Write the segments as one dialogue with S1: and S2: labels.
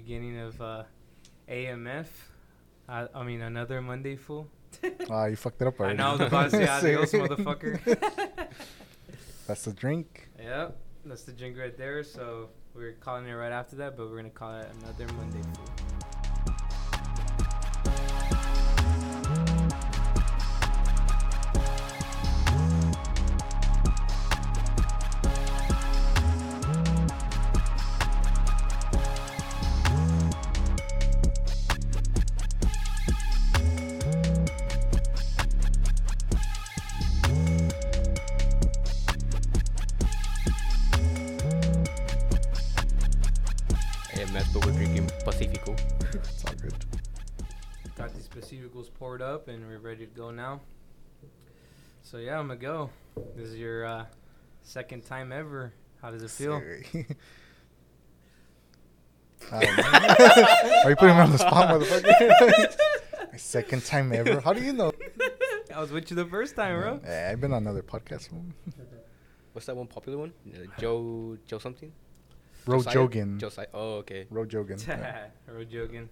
S1: beginning of uh, AMF. I, I mean, another Monday fool.
S2: Ah, you fucked it up
S1: I
S2: already.
S1: know I was about to say adios,
S2: See?
S1: motherfucker.
S2: That's the drink.
S1: Yep, that's the drink right there. So we're calling it right after that, but we're gonna call it another Monday fool.
S3: Hey, Matt, but Eh, we're drinking Pacifico.
S2: It's all good.
S1: Got these Pacificos poured up and we're ready to go now. So yeah, I'm gonna go. This is your uh, second time ever. How does it feel?
S2: Sorry. I don't know. Are you putting me on the spot,
S1: Uh,
S2: motherfucker? My second time ever. How do you know?
S1: I was with you the first time, bro.
S2: Yeah, I've been on another podcast.
S3: What's that one popular one? Uh, Joe, Joe something?
S2: Ro
S3: Josiah?
S2: Jogan.
S3: Josiah. Oh, okay.
S2: Ro Jogan. yeah.
S1: We're joking.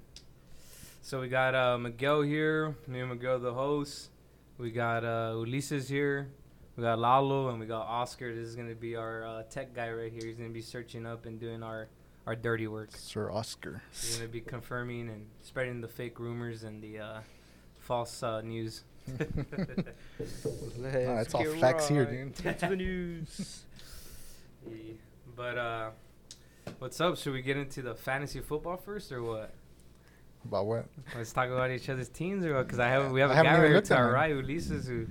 S1: So we got uh, Miguel here, me and Miguel the host. We got uh, Ulises here. We got Lalo and we got Oscar. This is gonna be our uh, tech guy right here. He's gonna be searching up and doing our our dirty work.
S2: Sir Oscar.
S1: He's gonna be confirming and spreading the fake rumors and the uh, false uh, news.
S2: No,
S3: That's
S2: it's all facts here, dude.
S3: To the news.
S1: Yeah. But uh, what's up? Should we get into the fantasy football first or what?
S2: About what?
S1: Let's talk about each other's teams or what? Because I have we have
S2: I
S1: a
S2: haven't
S1: guy
S2: even
S1: right here
S2: looked
S1: to
S2: at
S1: our
S2: mine.
S1: right, Ulises, who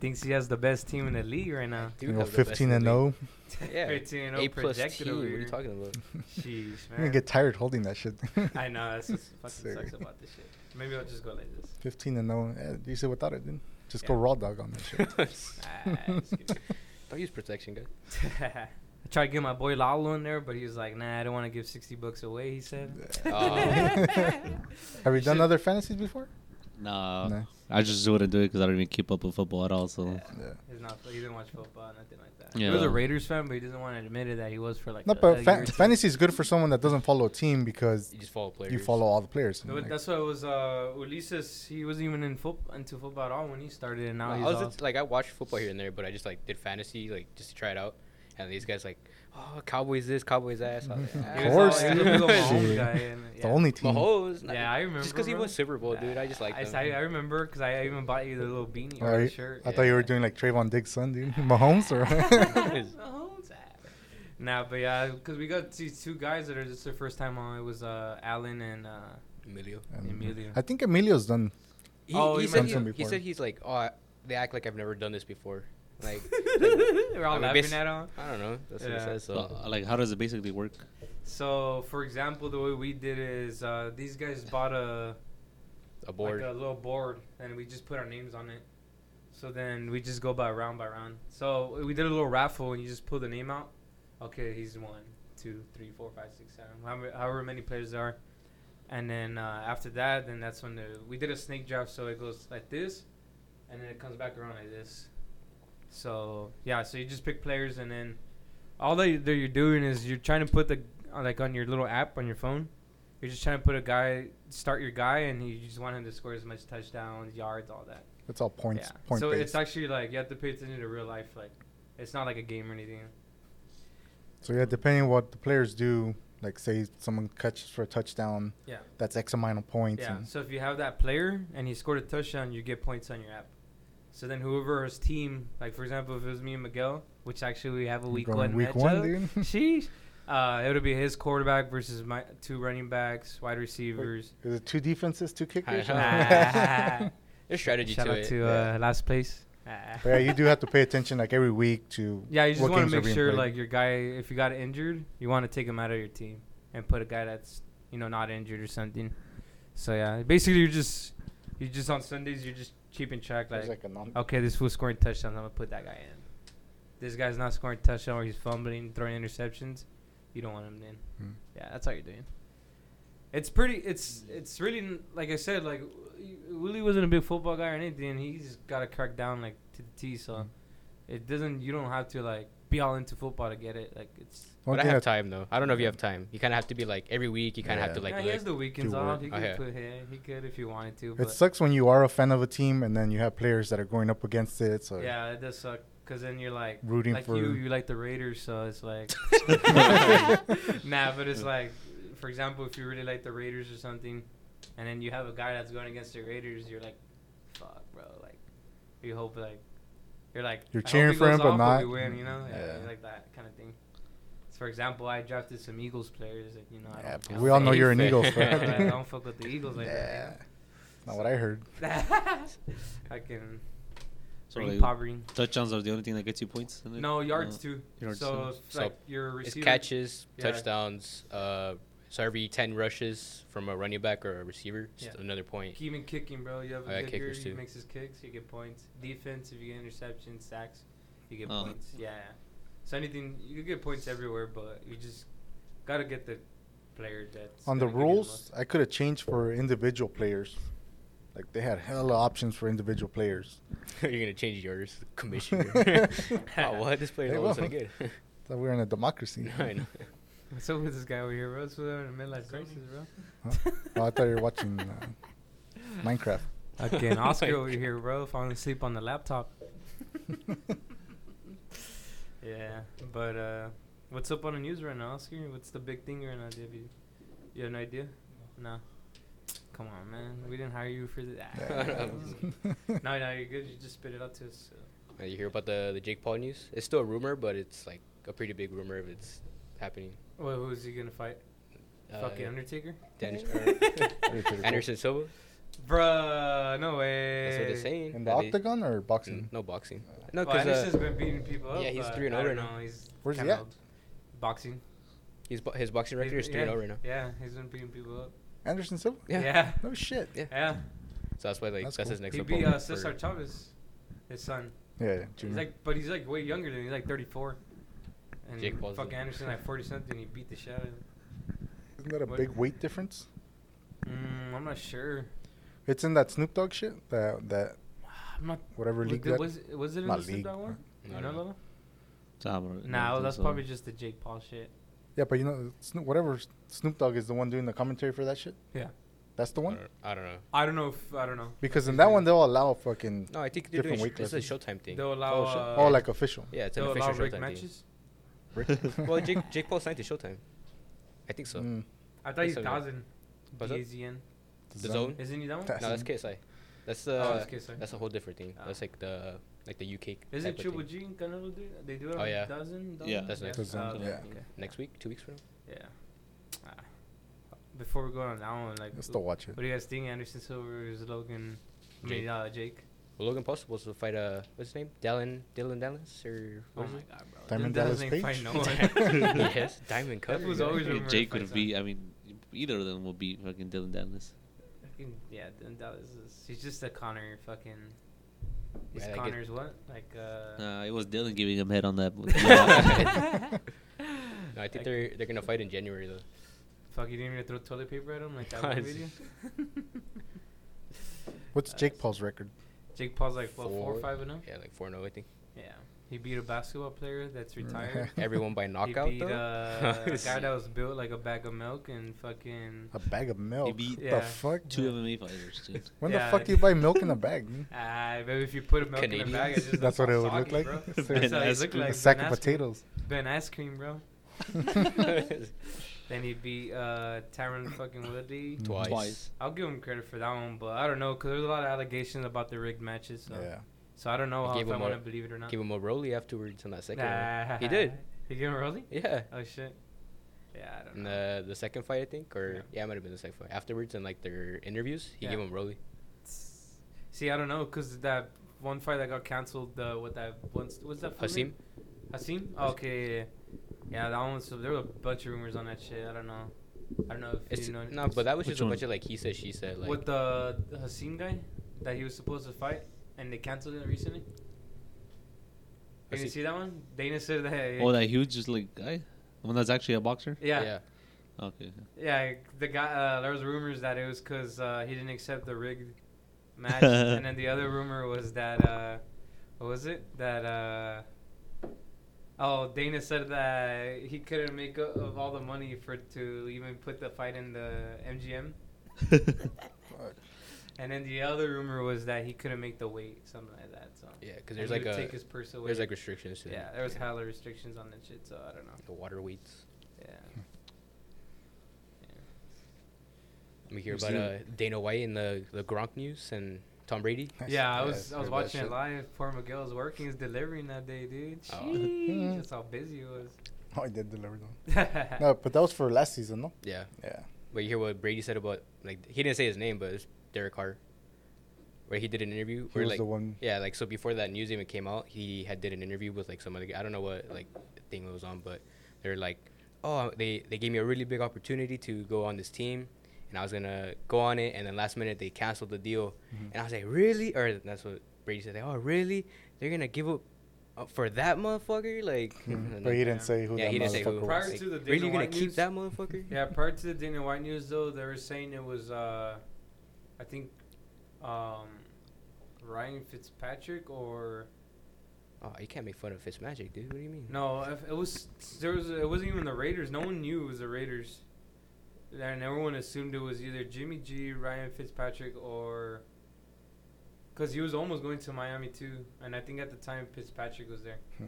S1: thinks he has the best team in the league right now.
S3: Do
S2: You know,
S3: have the best
S2: 15
S3: in
S2: and
S3: the league.
S2: 0.
S3: Yeah.
S1: 13 and
S3: A
S1: 0
S3: plus
S1: projected
S3: T. What
S1: over
S3: are you
S1: here.
S3: talking about?
S1: Sheesh,
S2: I'm gonna
S1: man.
S2: oh? get tired holding that shit.
S1: I know that's what fucking
S2: Sorry.
S1: sucks about this shit. Maybe I'll just go like this.
S2: 15 and 0. Yeah, you said without it, dude. Just go
S1: Yeah.
S2: raw dog on that shit.
S1: Nah, just kidding.
S3: Don't use protection, guys.
S1: I tried to get my boy Lalo in there, but he was like, "Nah, I don't want to give sixty bucks away." He said,
S3: Oh.
S2: Have you done other fantasies before?
S4: No,
S2: No.
S4: I just wouldn't do it because I don't even keep up with football at all. So
S2: Yeah.
S1: "He's not. He didn't watch football, nothing like that." He
S4: Yeah.
S1: was a Raiders fan, but he doesn't want to admit it that he was for like.
S2: No,
S1: a- a
S2: but
S1: year or
S2: fa-
S1: two.
S2: fantasy is good for someone that doesn't follow a team because
S3: You just follow players.
S2: you follow all the players.
S1: No, but
S2: Like,
S1: that's why it was uh, Ulises. He wasn't even in foot into football at all when he started, and now
S3: Well,
S1: he's
S3: I was
S1: all.
S3: just- like I watched football here and there, but I just like did fantasy like just to try it out. And these guys like, oh, Cowboys this, Cowboys that. So I was like,
S2: Of
S1: he
S3: "Ah."
S1: was
S2: course,
S1: all- he
S2: dude.
S1: was a little Mahomes
S2: Shit.
S1: guy, and, yeah.
S2: the only team.
S3: Mahomes. nah,
S1: Yeah, I remember.
S3: Just because he
S1: bro.
S3: won Super Bowl, dude. I just like.
S1: I,
S3: them.
S1: I, I remember because I even bought you the little beanie
S2: Oh,
S1: or
S2: you-
S1: the shirt.
S2: I thought you were
S3: Yeah.
S2: doing like Trayvon Diggs' son, dude. Mahomes or
S1: Nah, but yeah, because we got these two guys that are just their first time on. It was uh, Alan and uh,
S3: Emilio.
S2: Um,
S1: Emilio.
S2: I think Emilio's done.
S3: He,
S1: Oh,
S3: he
S1: you
S3: said
S2: mentioned
S3: he, he
S2: before.
S3: said he's like, oh, I- they act like I've never done this before. Like,
S1: we're all
S3: I mean,
S1: laughing
S3: basi-
S1: at him.
S3: I don't know. That's what
S1: Yeah.
S3: he says.
S4: so,
S3: So,
S4: uh, like, how does it basically work?
S1: So, for example, the way we did is uh, these guys bought a
S3: a board.
S1: like a little board, and we just put our names on it. So then we just go by round by round. So we did a little raffle, and you just pull the name out. Okay, he's one, two, three, four, five, six, seven, however, however many players there are. And then uh, after that, then that's when the we did a snake draft. So it goes like this, and then it comes back around like this. So yeah, so you just pick players, and then all that you- that you're doing is you're trying to put the uh, like on your little app on your phone. You're just trying to put a guy, start your guy, and you just want him to score as much touchdowns, yards, all that.
S2: It's all points.
S1: yeah.
S2: Point
S1: so
S2: based.
S1: it's actually like you have to pay attention to real life. Like, it's not like a game or anything.
S2: so yeah, depending on what the players do, like say someone catches for a touchdown,
S1: Yeah.
S2: that's X amount of points.
S1: Yeah.
S2: and-
S1: So if you have that player and he scored a touchdown, you get points on your app. So then whoever's team, like for example, if it was me and Miguel, which actually we have a
S2: You're
S1: week
S2: going
S1: one
S2: week
S1: matchup,
S2: one, dude?
S1: sheesh, uh, it would be his quarterback versus my two running backs, wide receivers.
S2: Is it two defenses, two kickers?
S3: I
S2: or-
S1: Ah.
S3: There's strategy
S1: Shout
S3: to
S1: out
S3: it.
S1: to uh, last place. Ah.
S2: But yeah, you do have to pay attention like every week to.
S1: Yeah, you just
S2: what
S1: want
S2: games
S1: to
S2: are
S1: make
S2: being
S1: sure
S2: played.
S1: like your guy, if you got injured, you want to take him out of your team and put a guy that's you know not injured or something. So yeah, basically you're just you just on Sundays you're just keeping track
S2: There's,
S1: like,
S2: like, a non-
S1: okay this fool's scoring touchdowns I'm gonna put that guy in. This guy's not scoring touchdown or he's fumbling throwing interceptions. You don't want him in.
S2: Hmm.
S1: Yeah, that's how you're doing. It's pretty. It's it's really n- like I said. Like Willie wasn't a big football guy or anything. He just got to crack down like to the T. So
S2: Mm.
S3: Mm-hmm.
S1: it doesn't. You don't have to like be all into football to get it. Like it's.
S2: One
S3: But I
S2: thing
S3: have
S2: that-
S3: time though. I don't know if you have time. You kind of have to be like every week. You kind of have
S2: Yeah.
S3: to like
S1: yeah, he
S3: look.
S1: has the weekends
S2: do
S1: off.
S2: work.
S1: He
S3: Oh,
S1: could
S3: yeah.
S1: put here. He could if he wanted to.
S2: it
S1: But
S2: sucks when you are a fan of a team and then you have players that are going up against it. So
S1: yeah, it does suck. Cause then you're like
S2: Rooting
S1: like
S2: for-
S1: you. You like the Raiders, so it's like. nah, but it's like, for example, if you really like the Raiders or something, and then you have a guy that's going against the Raiders, you're like, fuck, bro. Like, you hope like, you're like
S2: You're
S1: I hope
S2: cheering
S1: he
S2: for
S1: goes
S2: him, but
S1: off
S2: not- Mm,
S1: We win, you know, yeah,
S2: Yeah.
S1: like that kind of thing. So, for example, I drafted some Eagles players that you know. I
S2: Yeah,
S1: don't
S2: but
S1: fuck
S2: we all
S1: with
S2: know
S1: the
S2: you're an
S1: Eagles.
S2: Eagles
S1: Yeah,
S2: fan.
S1: like, I don't fuck with the Eagles like
S2: yeah.
S1: that.
S2: Not what I heard.
S1: I can
S4: So
S1: ring
S4: like,
S1: poverty.
S4: touchdowns are the only thing that gets you points. isn't it?
S1: No yards
S4: Uh,
S1: too.
S4: yards
S1: so,
S4: too.
S1: if,
S3: So
S1: like your
S3: It's
S1: receiver.
S3: catches,
S1: Yeah.
S3: touchdowns. Uh, so every ten rushes from a running back or a receiver, it's
S1: Yeah.
S3: another point.
S1: Even kicking, bro. You have
S3: I
S1: a
S3: got
S1: kicker.
S3: kickers,
S1: He
S3: too.
S1: makes his kicks. You get points. Defense, if you get interceptions, sacks, you get
S3: Uh-huh.
S4: Oh.
S1: points. Yeah. So anything, you get points everywhere, but you just gotta get the player that's
S2: On the
S1: gonna give you
S2: rules, I could have changed for individual players. Like they had hella options for individual players.
S3: You're gonna change yours, commissioner. oh, what? This player
S2: They
S3: looks so
S2: won't.
S3: good.
S2: Thought we were in a democracy.
S3: No, I know.
S1: What's up with this guy over here, bro? What's with him in a midlife crisis, bro?
S2: Oh, I thought you were watching uh, Minecraft.
S1: Again, Oscar
S3: Like-
S1: over here, bro, falling asleep on the laptop. yeah, but uh, what's up on the news right now, Oscar? What's the big thing right now? Do you have, you, you have an idea? No. Come on, man. We didn't hire you for
S2: Yeah.
S1: that. no, no, you're good. You just spit it out to us.
S3: Uh, you hear about the the Jake Paul news? It's still a rumor, but it's like a pretty big rumor if it's happening.
S1: Well, who's he gonna fight?
S3: Uh,
S1: Fucking Undertaker?
S3: Dennis- or
S2: Pretty cool.
S3: Anderson Silva.
S1: Bruh, no way.
S3: That's what they're saying.
S2: In the
S3: that they-
S2: octagon or boxing?
S3: Mm, No boxing.
S1: No,
S3: No,
S1: well,
S3: because
S1: Anderson's
S3: uh,
S1: been beating people up.
S3: yeah, he's
S1: but
S3: 3-0
S1: I
S3: right
S1: don't
S3: now.
S1: know, He's
S2: Where's he
S1: kinda
S2: at?
S1: old. Boxing.
S3: his bo- his boxing record
S1: He's-
S3: is three and
S1: yeah,
S3: zero right now.
S1: Yeah, he's been beating people up.
S2: Anderson Silva?
S3: Yeah.
S1: Yeah.
S2: No shit.
S3: Yeah.
S1: Yeah.
S3: So that's why like
S2: That's
S3: that's,
S2: cool.
S3: his next
S1: He beat
S3: opponent.
S1: uh,
S3: for-
S1: Cesar Chavez, his son.
S2: Yeah.
S1: He's
S2: Junior.
S1: like, but he's like way younger than me, he's like 34. And
S3: Jake Paul's
S1: fuck
S3: the-
S1: Anderson like 40 something. He beat the shit out of him.
S2: Isn't that a
S1: what-
S2: big weight difference?
S1: Mm, I'm not sure.
S2: It's in that Snoop Dogg shit. That that
S1: I'm not.
S2: whatever
S1: was
S2: league
S1: it-
S2: that.
S1: was, it- was it in
S2: not
S1: the Snoop
S2: league.
S1: Dogg one?
S3: I
S1: No,
S3: don't know.
S1: no,
S4: I don't- I don't
S1: Nah,
S4: think
S1: that's
S4: so.
S1: probably just the Jake Paul shit.
S2: Yeah, but you know Snoop, whatever Snoop Dogg is the one doing the commentary for that shit.
S1: Yeah.
S2: That's the
S3: I
S2: one.
S3: don't, I don't know.
S1: I don't know if I don't know.
S2: Because in that one they'll allow fucking
S3: No, I think they're
S2: Different
S3: doing.
S2: weight
S3: Sh- it's a Showtime thing.
S1: They'll allow.
S3: shit.
S1: uh,
S2: oh like official.
S3: yeah, it's an
S1: they'll allow
S3: official
S1: rigged
S3: Showtime
S1: matches.
S3: thing. Well, Jake Jake Paul signed to Showtime. I think so.
S2: Mm.
S1: I thought he's
S3: Something.
S1: thousand.
S3: What's that?
S1: DAZN.
S3: The zone.
S1: Isn't he that one?
S2: That's-
S3: No, that's KSI. That's uh,
S1: Oh, that's KSI.
S3: that's a whole different thing.
S1: Ah.
S3: That's like the like the UK.
S1: Isn't
S3: type of
S1: Triple
S3: thing.
S1: G and Canelo do? They do it
S3: Oh,
S1: on
S3: yeah.
S1: thousand.
S4: Yeah.
S1: thousand?
S3: That's next.
S2: That's
S1: Oh,
S2: next.
S1: okay,
S2: Yeah.
S1: okay.
S3: next week? Two weeks from now?
S1: Yeah. Ah. Before we go on that one, like,
S2: Let's still watch it.
S1: what do you guys think? Anderson Silva is Logan. I mean,
S3: Jake.
S1: uh, Jake.
S3: Well, Logan Paul's supposed to fight uh, what's his name? Dylan Dylan Dallas or
S1: Oh
S3: what
S1: my
S3: is
S1: God, bro.
S2: Diamond
S1: That
S2: Dallas
S1: doesn't even
S2: Page?
S1: fight no
S3: it?
S1: one.
S3: yes, Diamond Cup.
S1: was
S3: yeah.
S1: always
S4: Maybe
S1: rumored
S4: Jake
S1: for
S4: would
S1: some.
S4: be. I mean, either of them would be fucking Dylan Dennis.
S1: Fucking- yeah, Dylan Dallas is. He's just a Connor fucking. He's
S3: Yeah, like it-
S1: Connor's what? Like uh.
S4: Uh, it was Dylan giving him head on that.
S3: No, I think they're they're gonna fight in January though.
S1: Fuck, you didn't even throw toilet paper at him like that
S3: God.
S1: one video.
S2: What's Jake Paul's record?
S1: Jake Paul's like what, four or
S3: Four.
S1: five and zero.
S3: Yeah, like four 0 I think.
S1: Yeah, he beat a basketball player that's retired.
S3: Everyone by knockout
S1: he beat,
S3: though.
S1: Uh, a guy that was built like a bag of milk and fucking.
S2: A bag of milk.
S4: beat-
S2: What
S1: Yeah.
S2: the fuck?
S4: Two MMA fighters, dude.
S2: When
S1: Yeah.
S2: the fuck do you buy milk in a bag? dude?
S1: Ah, maybe if you put milk in a bag, it
S3: Canadians.
S1: just
S2: That's
S1: looks
S2: what it
S1: all
S2: would look
S1: soggy,
S2: like.
S1: bro.
S2: It's
S1: That's how it
S4: ice
S1: looked
S4: cream.
S1: like.
S2: a sack
S1: Ben
S2: of
S1: Askren-
S2: potatoes.
S1: Ben ice cream, bro. Then he beat uh, Tyron fucking Woodley.
S3: Twice.
S4: Twice.
S1: I'll give him credit for that one, but I don't know because there's a lot of allegations about the rigged matches. So,
S2: Yeah.
S1: so I don't know
S3: He
S1: how,
S3: gave
S1: if I
S3: him
S1: want to
S3: a-
S1: believe it or not.
S3: Give him a rolly afterwards on that second round.
S1: nah.
S3: He did.
S1: He gave him a rollie?
S3: Yeah.
S1: Oh shit. Yeah, I don't
S3: In
S1: know.
S3: the the second fight I think, or
S1: Uh, Yeah.
S3: yeah, it might have been the second fight. Afterwards, in like their interviews, he gave
S1: Yeah.
S3: him rolly.
S1: See, I don't know because that one fight that got canceled. Uh, with that one, was that fool
S3: Hasim,
S1: name? Hasim. Oh, okay, yeah, yeah, yeah. That one. was- So there were a bunch of rumors on that shit. I don't know. I don't know if
S3: it's
S1: you know.
S3: no, but that was
S4: Which
S3: just a
S4: one?
S3: bunch of like he said, she said, like
S1: with the, the Hasim guy that he was supposed to fight and they canceled it recently. Did you
S3: Hasim-
S1: see that one? Dana said that.
S4: Oh, that huge, just like guy. The one that's actually a boxer.
S1: yeah, yeah.
S3: yeah.
S4: Okay.
S1: the guy. Uh, there was rumors that it was because uh, he didn't accept the rigged match, and then the other rumor was that uh, what was it? That uh, Oh, Dana said that he couldn't make up of all the money for to even put the fight in the MGM, and then the other rumor was that he couldn't make the weight, something like that. So
S3: Yeah, because
S1: And
S3: there's
S1: he
S3: like
S1: would
S3: a
S1: take his purse away.
S3: there's like restrictions to
S1: yeah,
S3: that.
S1: there was hella restrictions on that shit, so I don't know.
S3: the water weights.
S1: Yeah,
S3: We hear
S4: We've
S3: about
S4: seen
S3: uh, Dana White in the the Gronk news and Tom Brady.
S1: yeah. I
S2: Yeah,
S1: was I was
S3: heard about
S1: watching it
S3: shit.
S1: live. Poor Miguel's working his delivering that day, dude.
S3: Oh.
S1: Jeez, that's how busy he was.
S2: Oh, I did deliver them. No, but that was for last season, no?
S3: Yeah,
S2: Yeah.
S3: but you hear what Brady said about like he didn't say his name, but it's Derek Carr, where he did an interview
S2: He
S3: where
S2: was
S3: like
S2: the one.
S3: yeah, like so before that news even came out, he had did an interview with like some other guy. I don't know what like thing it was on, but they're like, oh, they they gave me a really big opportunity to go on this team, and I was gonna go on it, and then last minute they canceled the deal,
S2: Mm-hmm.
S3: and I was like, really? Or that's what Brady said. Like, oh, really? They're gonna give up uh, for that motherfucker? Like, and
S2: Mm-hmm. But he
S3: then-
S2: didn't say who
S3: yeah,
S2: that
S3: he didn't say
S2: motherfucker
S3: who.
S1: Prior
S2: was.
S3: Like,
S1: to the
S3: really,
S1: Dana
S3: you gonna
S1: White
S3: keep
S1: news?
S3: that motherfucker?
S1: Yeah, prior to the Dana White news, though, they were saying it was, uh, I think, um, Ryan Fitzpatrick or
S3: Oh, you can't make fun of Fitzmagic, dude. What do you mean?
S1: no, if it was there was it wasn't even the Raiders. No one knew it was the Raiders, and everyone assumed it was either Jimmy G, Ryan Fitzpatrick, or because he was almost going to Miami too, and I think at the time Fitzpatrick was there.
S2: Hmm.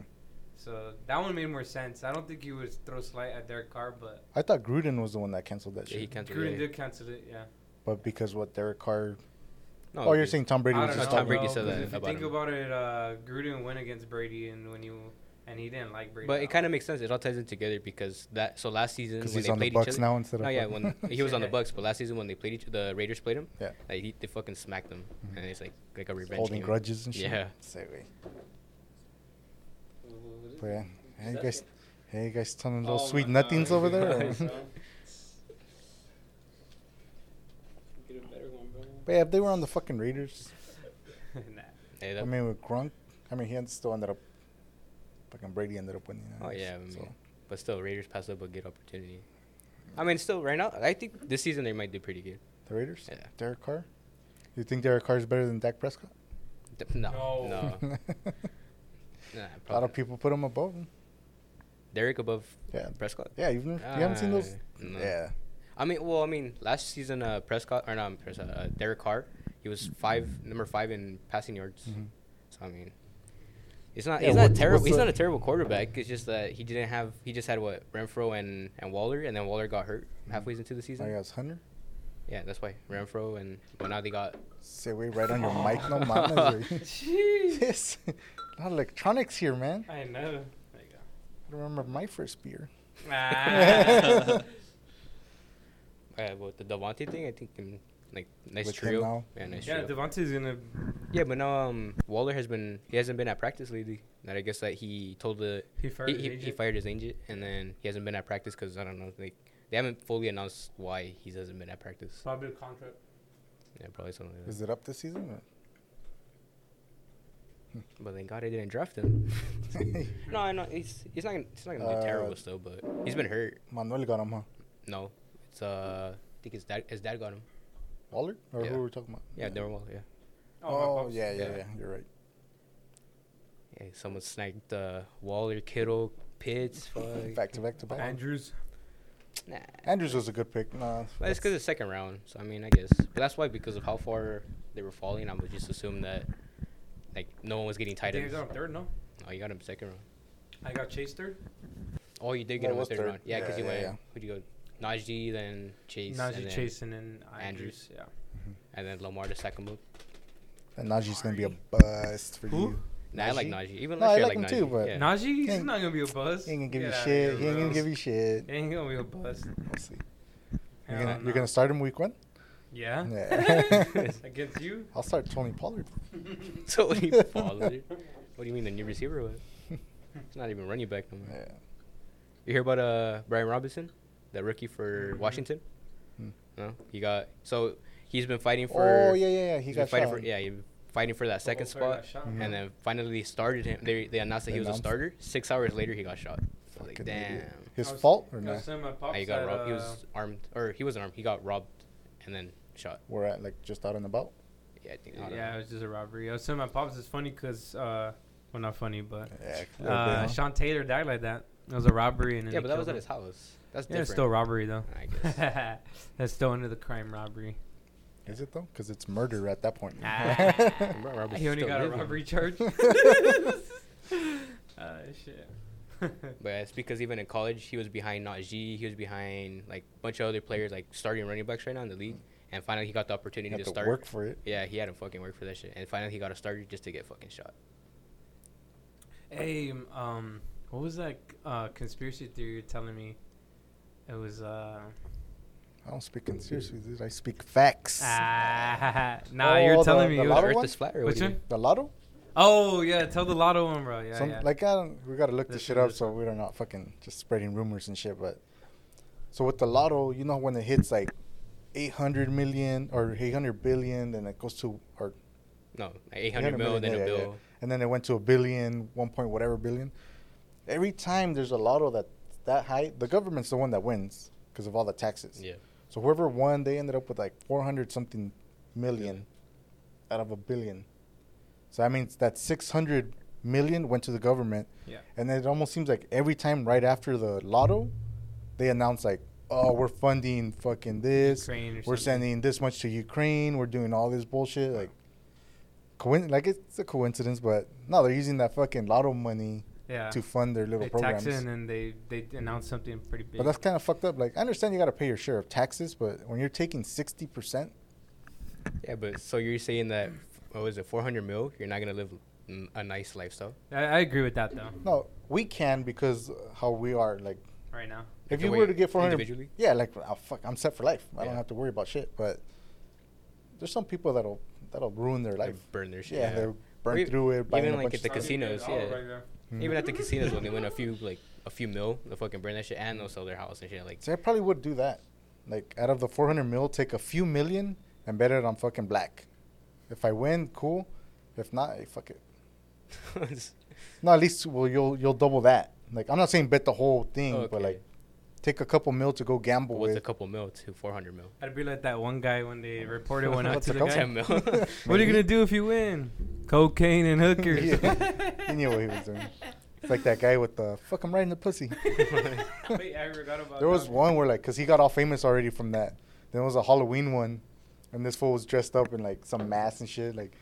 S1: So that one made more sense. I don't think he would throw slight at Derek Carr, but
S2: I thought Gruden was the one that canceled that
S3: Yeah, he
S2: shit.
S3: canceled.
S1: Gruden
S3: yeah.
S1: did cancel it. Yeah.
S2: But because what Derek Carr.
S3: No,
S2: oh, you're
S3: dude.
S2: saying Tom Brady
S1: I
S2: was
S1: don't
S3: No,
S2: just
S1: know,
S3: Tom
S2: talking.
S3: Brady
S1: bro,
S3: said
S1: because
S3: that
S1: If you
S3: about
S1: think
S3: him.
S1: about it, uh, Gruden went against Brady, and when you and he didn't like Brady.
S3: But it kind of makes sense. It all ties in together because that. So last season when
S2: Because he's
S3: they
S2: on the
S3: played each
S2: Bucks
S3: other.
S2: now instead of.
S3: No, yeah, when
S2: fucking-
S3: he was on the Bucks, but last season when they played each, the Raiders played him.
S2: Yeah. Mm-hmm.
S3: Like he, they fucking smacked them, and it's like like a revenge
S2: holding
S3: game.
S2: grudges and shit.
S3: Yeah.
S2: Say wait.
S1: of.
S2: But yeah. Hey, you guys. Hey, you guys, telling
S1: Oh
S2: those sweet
S1: my God,
S2: nothings over there.
S1: guys, huh?
S2: but yeah, if they were on the fucking Raiders,
S1: nah.
S3: Hey,
S2: I
S3: that-
S2: mean, with Gronk, I mean, he end- still ended up. Fucking Brady ended up winning.
S3: Oh,
S2: I guess,
S3: yeah, I mean,
S2: so.
S3: but still, Raiders passed up a good opportunity. I mean, still right now, I think this season they might do pretty good.
S2: The Raiders?
S3: Yeah.
S2: Derek Carr? You think Derek Carr is better than Dak Prescott?
S3: D- No,
S1: No.
S3: no,
S2: a
S3: nah,
S2: lot
S3: probably
S2: of
S3: not.
S2: people put him above him.
S3: Derek above
S2: Yeah.
S3: Prescott.
S2: Yeah, you've never, you haven't seen those?
S3: Uh, no.
S2: Yeah.
S3: I mean, well, I mean, last season, uh, Prescott or not Prescott, uh, Derek Carr, he was five, number five in passing yards.
S1: Mm-hmm.
S2: Mhm.
S3: So I mean, it's not,
S2: Yeah,
S3: he's
S2: what-
S3: not terrible.
S2: what's
S3: He's
S2: the-
S3: not a terrible quarterback. It's just that he didn't have, he just had what Renfro and and Waller, and then Waller got hurt halfway into the
S2: Oh,
S3: season.
S2: yeah, it's Hunter.
S3: Yeah, that's why Renfro and well now they got
S2: Say wait right on your mic, no mames. güey.
S1: Jeez.
S2: Yes. Not electronics here, man.
S1: I know. There you
S2: I remember my first beer.
S1: go. Ah.
S3: uh, what the Devontae thing. I think um, like nice
S2: With him
S3: trio.
S2: now?
S3: Yeah, nice
S1: yeah,
S3: trio.
S1: Devontae's gonna.
S3: yeah, but now um Waller has been he hasn't been at practice lately. That I guess that he told the
S1: He fired.
S3: he,
S1: his
S3: he, he
S1: agent.
S3: fired his agent, and then he hasn't been at practice because I don't know. Like they haven't fully announced why he hasn't been at practice.
S1: Probably a contract.
S3: Yeah, probably something. Like that.
S2: Is it up this season? or-
S3: But thank God I didn't draft him. no, I know he's he's not gonna, he's not gonna
S2: Uh,
S3: do terrible still, but he's been hurt.
S2: Manuel got him, huh?
S3: No, it's uh I think his dad his dad got him.
S2: Waller? Or
S3: Yeah.
S2: who were we talking about?
S3: Yeah, normal. Yeah,
S1: my
S2: Oh,
S1: pops.
S2: yeah, yeah,
S3: Yeah.
S2: yeah. You're right.
S3: yeah. Someone snagged uh, Waller, Kittle, Pitts. Fuck.
S2: Back to back to back.
S1: Andrews.
S3: Nah.
S2: Andrews was a good pick. Nah,
S3: Well, it's
S2: that's-
S3: because it's second round, so I mean, I guess. But that's why, because of how far they were falling, I would just assume that, like, no one was getting tight
S1: Daniel
S3: ends.
S1: got him third. No,
S3: Oh, you got him second round.
S1: I got Chase third.
S3: Oh, you
S2: Well,
S3: did
S2: it
S3: get him in
S2: was
S3: third,
S2: third.
S3: round. Yeah, because
S2: Yeah,
S3: you
S2: yeah,
S3: went.
S2: yeah.
S3: Who'd you go? Najee, then Chase, and
S1: Najee
S3: then,
S1: Chase and then Andrews.
S3: Andrews.
S1: Yeah.
S3: and then Lamar to second move.
S2: And Najee's going to be a bust for
S1: Who?
S2: you.
S3: Nah, I like
S2: Najee?
S3: Najee. Even
S2: No,
S3: last
S2: I
S3: year,
S2: like
S3: Najee.
S2: him too, but-
S3: yeah.
S1: Najee, he's
S2: Ain't-
S1: not gonna be a buzz.
S2: He ain't going to
S1: Get
S2: give you
S1: outta
S2: shit.
S1: here,
S2: He ain't going
S1: bro.
S2: to give you shit.
S1: He ain't gonna be a bust.
S2: We'll see. You're
S1: Hell
S2: gonna,
S1: no.
S2: you're gonna start him week one.
S1: Yeah.
S2: Yeah.
S1: Against you?
S2: I'll start Tony Pollard.
S3: Tony Pollard. What do you mean the new receiver was? It's not even running back no more.
S2: Yeah.
S3: You hear about uh Brian Robinson, the rookie for
S1: Mhm.
S3: Washington?
S2: Mm-hmm. Hmm.
S3: No, he got so he's been fighting for.
S2: Oh yeah, yeah, yeah. He
S3: he's
S2: got
S3: been fighting
S2: shot.
S3: for E yeah, he been fighting for that second
S1: Football player
S3: spot,
S1: got shot.
S2: Mhm.
S3: and then finally started him. They they announced that
S2: They
S3: he was a
S2: announced.
S3: starter. Six hours later, he got shot. So, like,
S2: Fucking
S3: damn.
S2: idiot. His
S1: I was-
S2: fault
S1: I
S2: or
S1: was
S2: not?
S1: telling my
S3: Nah,
S1: pops
S3: he got
S1: that,
S3: robbed. He
S1: uh,
S3: was armed, or he wasn't armed. He got robbed, and then shot.
S2: We're at like just out and about.
S3: Yeah, I think. I don't
S1: Yeah,
S3: know.
S1: it was just a robbery. I was telling my pops it's funny because uh, Well, not funny, but
S2: Yeah, a little bit,
S1: uh,
S2: huh?
S1: Sean Taylor died like that. It was a robbery, and then
S3: yeah,
S1: they
S3: but that was
S1: killed
S3: at
S1: him.
S3: his house. That's
S1: Yeah,
S3: different.
S1: it's still robbery though.
S3: I guess.
S1: That's still under the crime robbery.
S2: Is it though? Because it's murder at that point.
S1: Ah.
S3: Ro- robbery's
S1: he only
S3: still
S1: got a
S3: living.
S1: robbery charge. Ah, shit.
S3: But it's because even in college, he was behind Najee. He was behind like a bunch of other players, like starting running backs right now in the league. And finally, he got the
S2: You
S3: opportunity
S2: have
S3: to
S2: to
S3: start.
S2: work for it.
S3: Yeah, he had to fucking work for that shit. And finally, he got a starter just to get fucking shot.
S1: hey, um, um, what was that uh, conspiracy theory you're telling me? It was uh.
S2: I don't speak in seriously, dude. I speak facts.
S1: Ah, nah,
S2: Oh,
S1: you're
S2: the-
S1: telling me.
S2: the
S1: it
S3: The
S1: was-
S2: lotto
S3: Earth
S2: one?
S3: is flat. Or
S1: Which
S3: what do you
S1: one?
S3: mean?
S2: The lotto?
S1: Oh yeah, tell the lotto one, bro. Yeah,
S2: Some,
S1: yeah.
S2: Like I don't, we gotta look this
S1: This-
S2: shit up
S1: this-
S2: so we're not fucking just spreading rumors and shit. But so with the lotto, you know when it hits like 800 million or 800 billion, then it goes to or
S3: No, like 800 mil,
S2: million,
S3: then
S2: yeah,
S3: a
S2: yeah,
S3: bill.
S2: yeah. and then it went to a billion, one point whatever billion. Every time there's a lotto that that high, the government's the one that wins because of all the taxes.
S3: Yeah.
S2: So whoever won, they ended up with like 400 something million out of a billion. So that means that 600 million went to the government.
S1: Yeah.
S2: And it almost seems like every time right after the lotto, they announce like, oh, we're funding fucking this.
S1: Ukraine or
S2: we're
S1: something.
S2: sending this much to Ukraine. We're doing all this bullshit. Like, coin- like it's a coincidence, but no, they're using that fucking lotto money
S1: yeah.
S2: to fund their little
S1: they
S2: programs.
S1: tax in and they they announce something pretty big.
S2: But that's kind of fucked up. Like, I understand you got to pay your share of taxes, but when you're taking 60%,
S3: Yeah, but so you're saying that what was it, 400 mil? You're not gonna live n- a nice lifestyle.
S1: I, I agree with that though.
S2: no, we can because how we are. Like,
S1: Right now.
S2: if
S3: The
S2: you
S3: way
S2: were to get 400,
S3: individually?
S2: yeah, like, oh, fuck, I'm set for life. I don't
S3: Yeah.
S2: have to worry about shit. But there's some people that'll that'll ruin their
S3: Like
S2: life.
S3: burn their shit.
S2: Yeah,
S3: Yeah.
S2: they'll burn
S3: Or e-
S2: through it. buying
S3: even
S2: a
S3: like
S2: bunch
S3: at the
S2: of stuff.
S3: casinos,
S1: Oh,
S3: yeah.
S2: Mm.
S3: Even at the casinos, when they win a few like a few mil, they'll fucking burn that shit and they'll sell their house and shit. Like
S2: So I probably would do that. Like out of the 400 mil, take a few million and bet it on fucking black. If I win, cool. If not, hey, fuck it. No, at least well you'll you'll double that. Like I'm not saying bet the whole thing, but
S3: Okay.
S2: like take a couple mil to go gamble
S3: what's
S2: with.
S3: a couple mil to 400 mil?
S1: I'd be like that one guy when they reported one out
S2: What's
S1: to
S2: it
S1: the
S2: called?
S1: guy.
S3: 10 mil.
S1: What are you gonna do if you win? Cocaine and hookers.
S2: Yeah. He knew what he was doing. It's like that guy with the fuck I'm right in the pussy.
S1: Wait, I forgot about
S2: There was
S1: that.
S2: one where like, cause he got all famous already from that. There was a Halloween one, and this fool was dressed up in like some mask and shit. Like,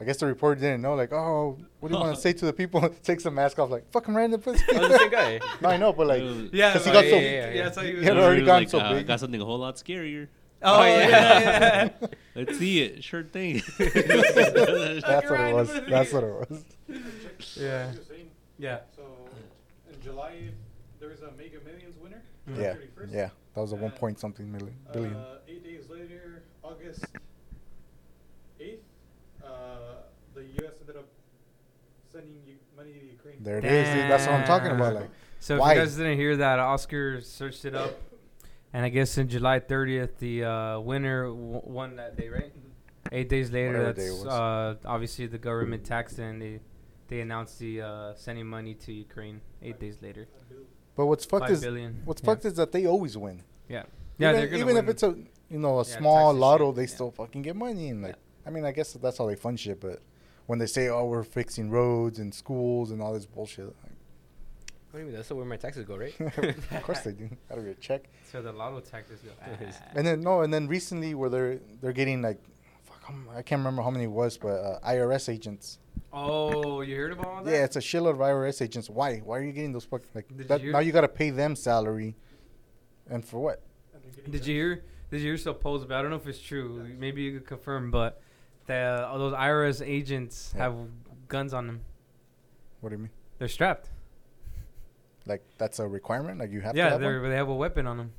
S2: I guess the reporter didn't know. Like, oh, what do you want to say to the people? Takes the mask off. Like, fucking random pussy.
S3: Oh, the same guy.
S2: no, I know, but like,
S4: Dude.
S1: Yeah,
S2: 'cause he
S1: oh,
S2: got
S1: yeah,
S2: so-
S1: yeah, yeah, yeah, that's how he was-
S2: He had already
S4: Literally,
S2: gotten so
S4: uh,
S2: big.
S4: Got something a whole lot scarier.
S1: Oh,
S3: Oh,
S1: yeah.
S3: yeah.
S1: yeah, yeah.
S4: Let's see it. Sure thing.
S2: that's what it was. That's what it was.
S1: Yeah. Yeah.
S5: So in July, there was a Mega Millions winner. July
S2: Yeah,
S5: 31st.
S2: yeah. That was a one point something million. Billion.
S5: Uh, eight days later, August 8th, uh, the U.S. ended up sending u- money to Ukraine.
S2: There it is. Dude. That's what I'm talking about. Like,
S1: So
S2: Why?
S1: if you guys didn't hear that, Oscar searched it up, and I guess in July 30th, the uh, winner w- won that day, right? Eight days later,
S2: Mm-hmm. Whatever day it
S1: that's
S2: was.
S1: uh, obviously the government taxed it, and they they announced the uh, sending money to Ukraine. Eight days later,
S5: I believe.
S2: but what's fucked
S1: five
S2: is
S1: billion.
S2: what's
S1: yeah.
S2: fucked is that they always win.
S1: Yeah, yeah,
S2: even,
S1: they're gonna
S2: even
S1: win.
S2: if it's a you know a
S1: Yeah,
S2: small
S1: taxes
S2: lotto,
S1: shit,
S2: they
S1: yeah.
S2: still fucking get money. And like, I mean, I guess that's how they fund shit. But when they say, "Oh, we're fixing roads and schools and all this bullshit,"
S3: What do you mean? That's where my taxes go, right?
S2: like, of course they do. Out of your check.
S1: so the lotto taxes go.
S2: Ah. And then no, and then recently where they're they're getting like, fuck, I'm- I can't remember how many it was, but uh, IRS agents.
S1: oh, you heard about all that?
S2: Yeah, it's a shitload of IRS agents. Why? Why are you getting those fucking like?
S1: Did
S2: That,
S1: you-
S2: now you got to pay them salary, and for what?
S5: And they're getting
S1: Did you hear? Did you hear supposed? But I don't know if it's true. Maybe you could confirm. But the all those IRS agents
S2: Yeah.
S1: have guns on them.
S2: What do you mean?
S1: They're strapped.
S2: Like that's a requirement. Like you have to
S1: yeah,
S2: have
S1: they
S2: one?
S1: they have a weapon on them.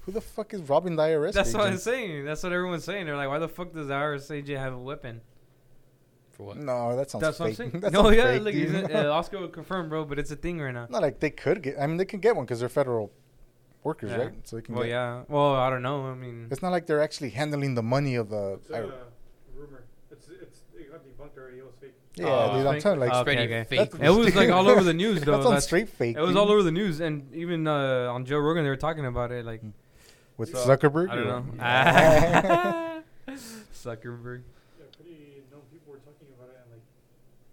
S2: Who the fuck is robbing the IRS?
S1: That's what I'm
S2: agents?
S1: saying. That's what everyone's saying. They're like, why the fuck does the IRS agent have a weapon?
S3: For what?
S2: No, that sounds
S1: That's what I'm
S2: fake.
S1: saying.
S2: that
S1: no,
S2: sounds
S1: yeah,
S2: fake,
S1: look,
S2: dude.
S1: isn't- uh, Oscar would confirm, bro. But it's a thing right now.
S2: Not like they could get. I mean, they can get one because they're federal workers,
S1: Yeah.
S2: right? So they can.
S1: Well,
S2: get,
S1: yeah. Well, I don't know. I mean,
S2: It's not like they're actually handling the money of the.
S5: It's uh,
S2: I-
S1: Oh,
S5: a rumor. It's it's it got debunked already. It was fake.
S2: yeah,
S1: Oh,
S2: dude, I'm
S1: fake-
S2: telling you,
S1: oh,
S2: like.
S1: okay,
S3: Spreading
S1: okay.
S3: fake.
S1: It was like all over the news, though.
S2: That's on
S1: That's-
S2: straight fake.
S1: it was
S2: dude.
S1: all over the news, and even uh, on Joe Rogan, they were talking about it.
S2: Hmm.
S1: Like,
S2: with
S1: So,
S2: Zuckerberg.
S1: I don't know.
S2: Yeah.
S1: Zuckerberg.
S5: Yeah, pretty known people were talking about it and like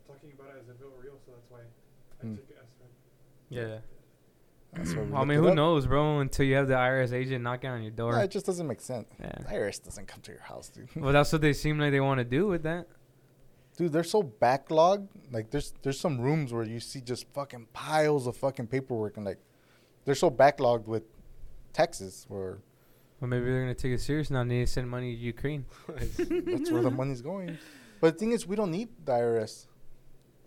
S5: talking about it as if it were real, so that's why I
S2: Hmm.
S5: took it as fact.
S1: Yeah.
S2: That's why we
S1: I
S2: looked
S1: mean,
S2: it
S1: who
S2: up.
S1: knows, bro? Until you have the IRS agent knocking on your
S2: No,
S1: door.
S2: it just doesn't make sense.
S1: Yeah.
S2: The IRS doesn't come to your house, dude.
S1: Well, that's what they seem like they want to do with that.
S2: Dude, they're so backlogged. Like, there's there's some rooms where you see just fucking piles of fucking paperwork, and like, they're so backlogged with taxes, where
S1: Or maybe they're gonna take it serious now. and They need to send money to Ukraine.
S2: that's where the money's going. But the thing is, we don't need the IRS.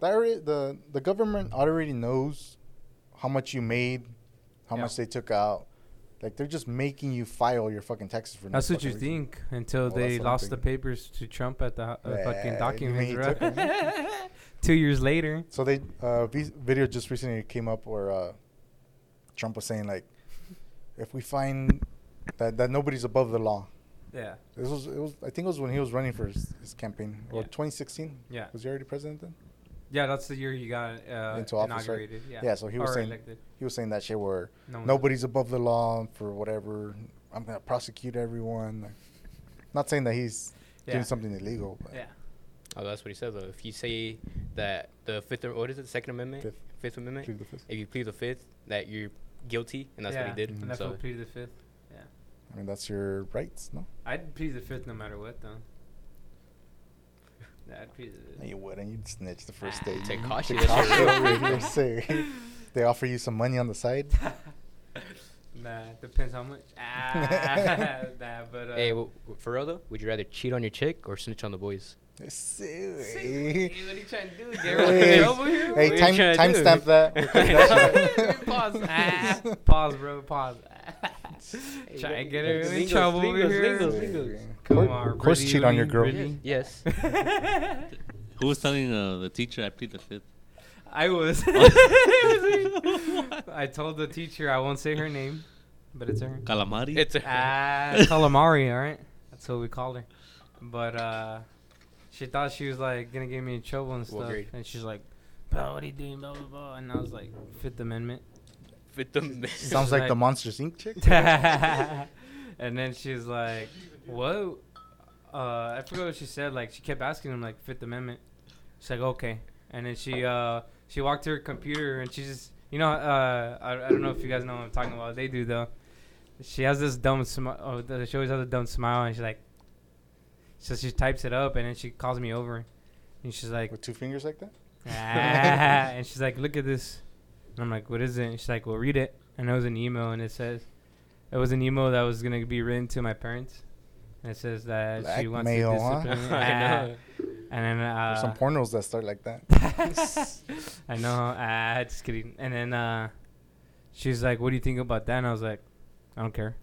S2: The IRS, the the government already knows how much you made, how
S1: Yeah.
S2: much they took out. Like, they're just making you file your fucking taxes for. no
S1: That's what
S2: fucking
S1: you
S2: reason.
S1: think until
S2: Well,
S1: they
S2: that's what I'm
S1: lost the
S2: thinking.
S1: papers to Trump at the uh,
S2: Yeah,
S1: fucking
S2: you
S1: documents,
S2: mean
S1: right?
S2: he took
S1: Two years later.
S2: So they uh, vi- video just recently came up where uh, Trump was saying like, if we find that, that nobody's above the law,
S1: Yeah.
S2: this was it was I think it was when he was running for his, his campaign or
S1: Yeah.
S2: 2016.
S1: Yeah.
S2: was he already president then?
S1: Yeah, that's the year he got uh,
S2: Into office, right?
S1: inaugurated. Yeah.
S2: Yeah, so he was
S1: Or
S2: saying-
S1: elected.
S2: He was saying that shit where
S1: No one's-
S2: nobody's above the law for whatever. I'm gonna prosecute everyone. Like, not saying that he's
S1: Yeah.
S2: doing something illegal, but
S1: Yeah.
S3: Oh, that's what he said though. If you say that the fifth, or what is it, Second Amendment,
S2: Fifth.
S3: Amendment,
S2: plead the fifth.
S3: if you plead the fifth, that you're guilty, and that's what he
S1: Yeah,
S3: did.
S1: And that's
S3: So
S1: what pleaded the fifth. Yeah.
S2: I mean that's your rights, no?
S1: I'd plead the fifth no matter what, though. Yeah, I'd plead the
S2: No,
S1: fifth.
S2: you wouldn't. You'd snitch the first
S3: Ah,
S2: day.
S3: Tekashi,
S2: Tekashi
S3: that's your
S2: over
S3: real
S2: here,
S3: name.
S2: say, they offer you some money on the side.
S1: Nah, depends how much. Ah, nah, but uh,
S3: hey, well, for real though, would you rather cheat on your chick or snitch on the boys?
S1: see,
S2: Hey,
S1: what are you trying to do? Get
S2: Hey.
S1: rid of the trouble here?
S3: Hey,
S1: What
S3: time-
S1: are you
S3: trying to do?
S2: timestamp that. We'll cut that shit.
S1: pause. Ah, pause, bro. Pause. Try and get her in
S3: Lingos,
S1: trouble
S3: lingos,
S1: over
S3: lingos,
S1: here.
S3: lingos.
S1: Come
S2: Of
S1: on,
S2: course,
S1: really,
S2: cheat on your
S1: really,
S2: girl.
S1: really?
S3: Yes.
S4: Who was telling uh, the teacher I plead the fifth?
S1: I was. It was me. I told the teacher I won't say her name, but it's her.
S4: Calamari.
S3: it's a.
S1: Ah, calamari. All right, that's what we called her. But uh, she thought she was like gonna get me in trouble and
S3: What
S1: stuff,
S3: grade?
S1: and she's like, "Bro, what are you doing?" Blah blah blah. And I was like, Fifth Amendment.
S3: Fifth Amendment.
S2: Sounds like the Monsters Inc. chick.
S1: and then she's like, "What?" Uh, I forgot what she said. Like she kept asking him like Fifth Amendment. She's like, "Okay," and then she uh she walked to her computer and she just you know uh I, I don't know if you guys know what I'm talking about. They do though. She has this dumb smile. Oh, th- she always has a dumb smile, and she's like, so she types it up, and then she calls me over, and she's like,
S2: With two fingers like that?
S1: "Ah," and she's like, look at this. And I'm like, what is it? And she's like, well, read it. And it was an email, and it says, it was an email that was going to be written to my parents. And it says that she wants to
S2: Blackmail, huh?
S1: discipline me.
S3: I know.
S1: Ah. And then, uh,
S2: There's some pornos that start like that.
S1: I know, ah, just kidding. And then, uh, she's like, what do you think about that? And I was like, I don't care.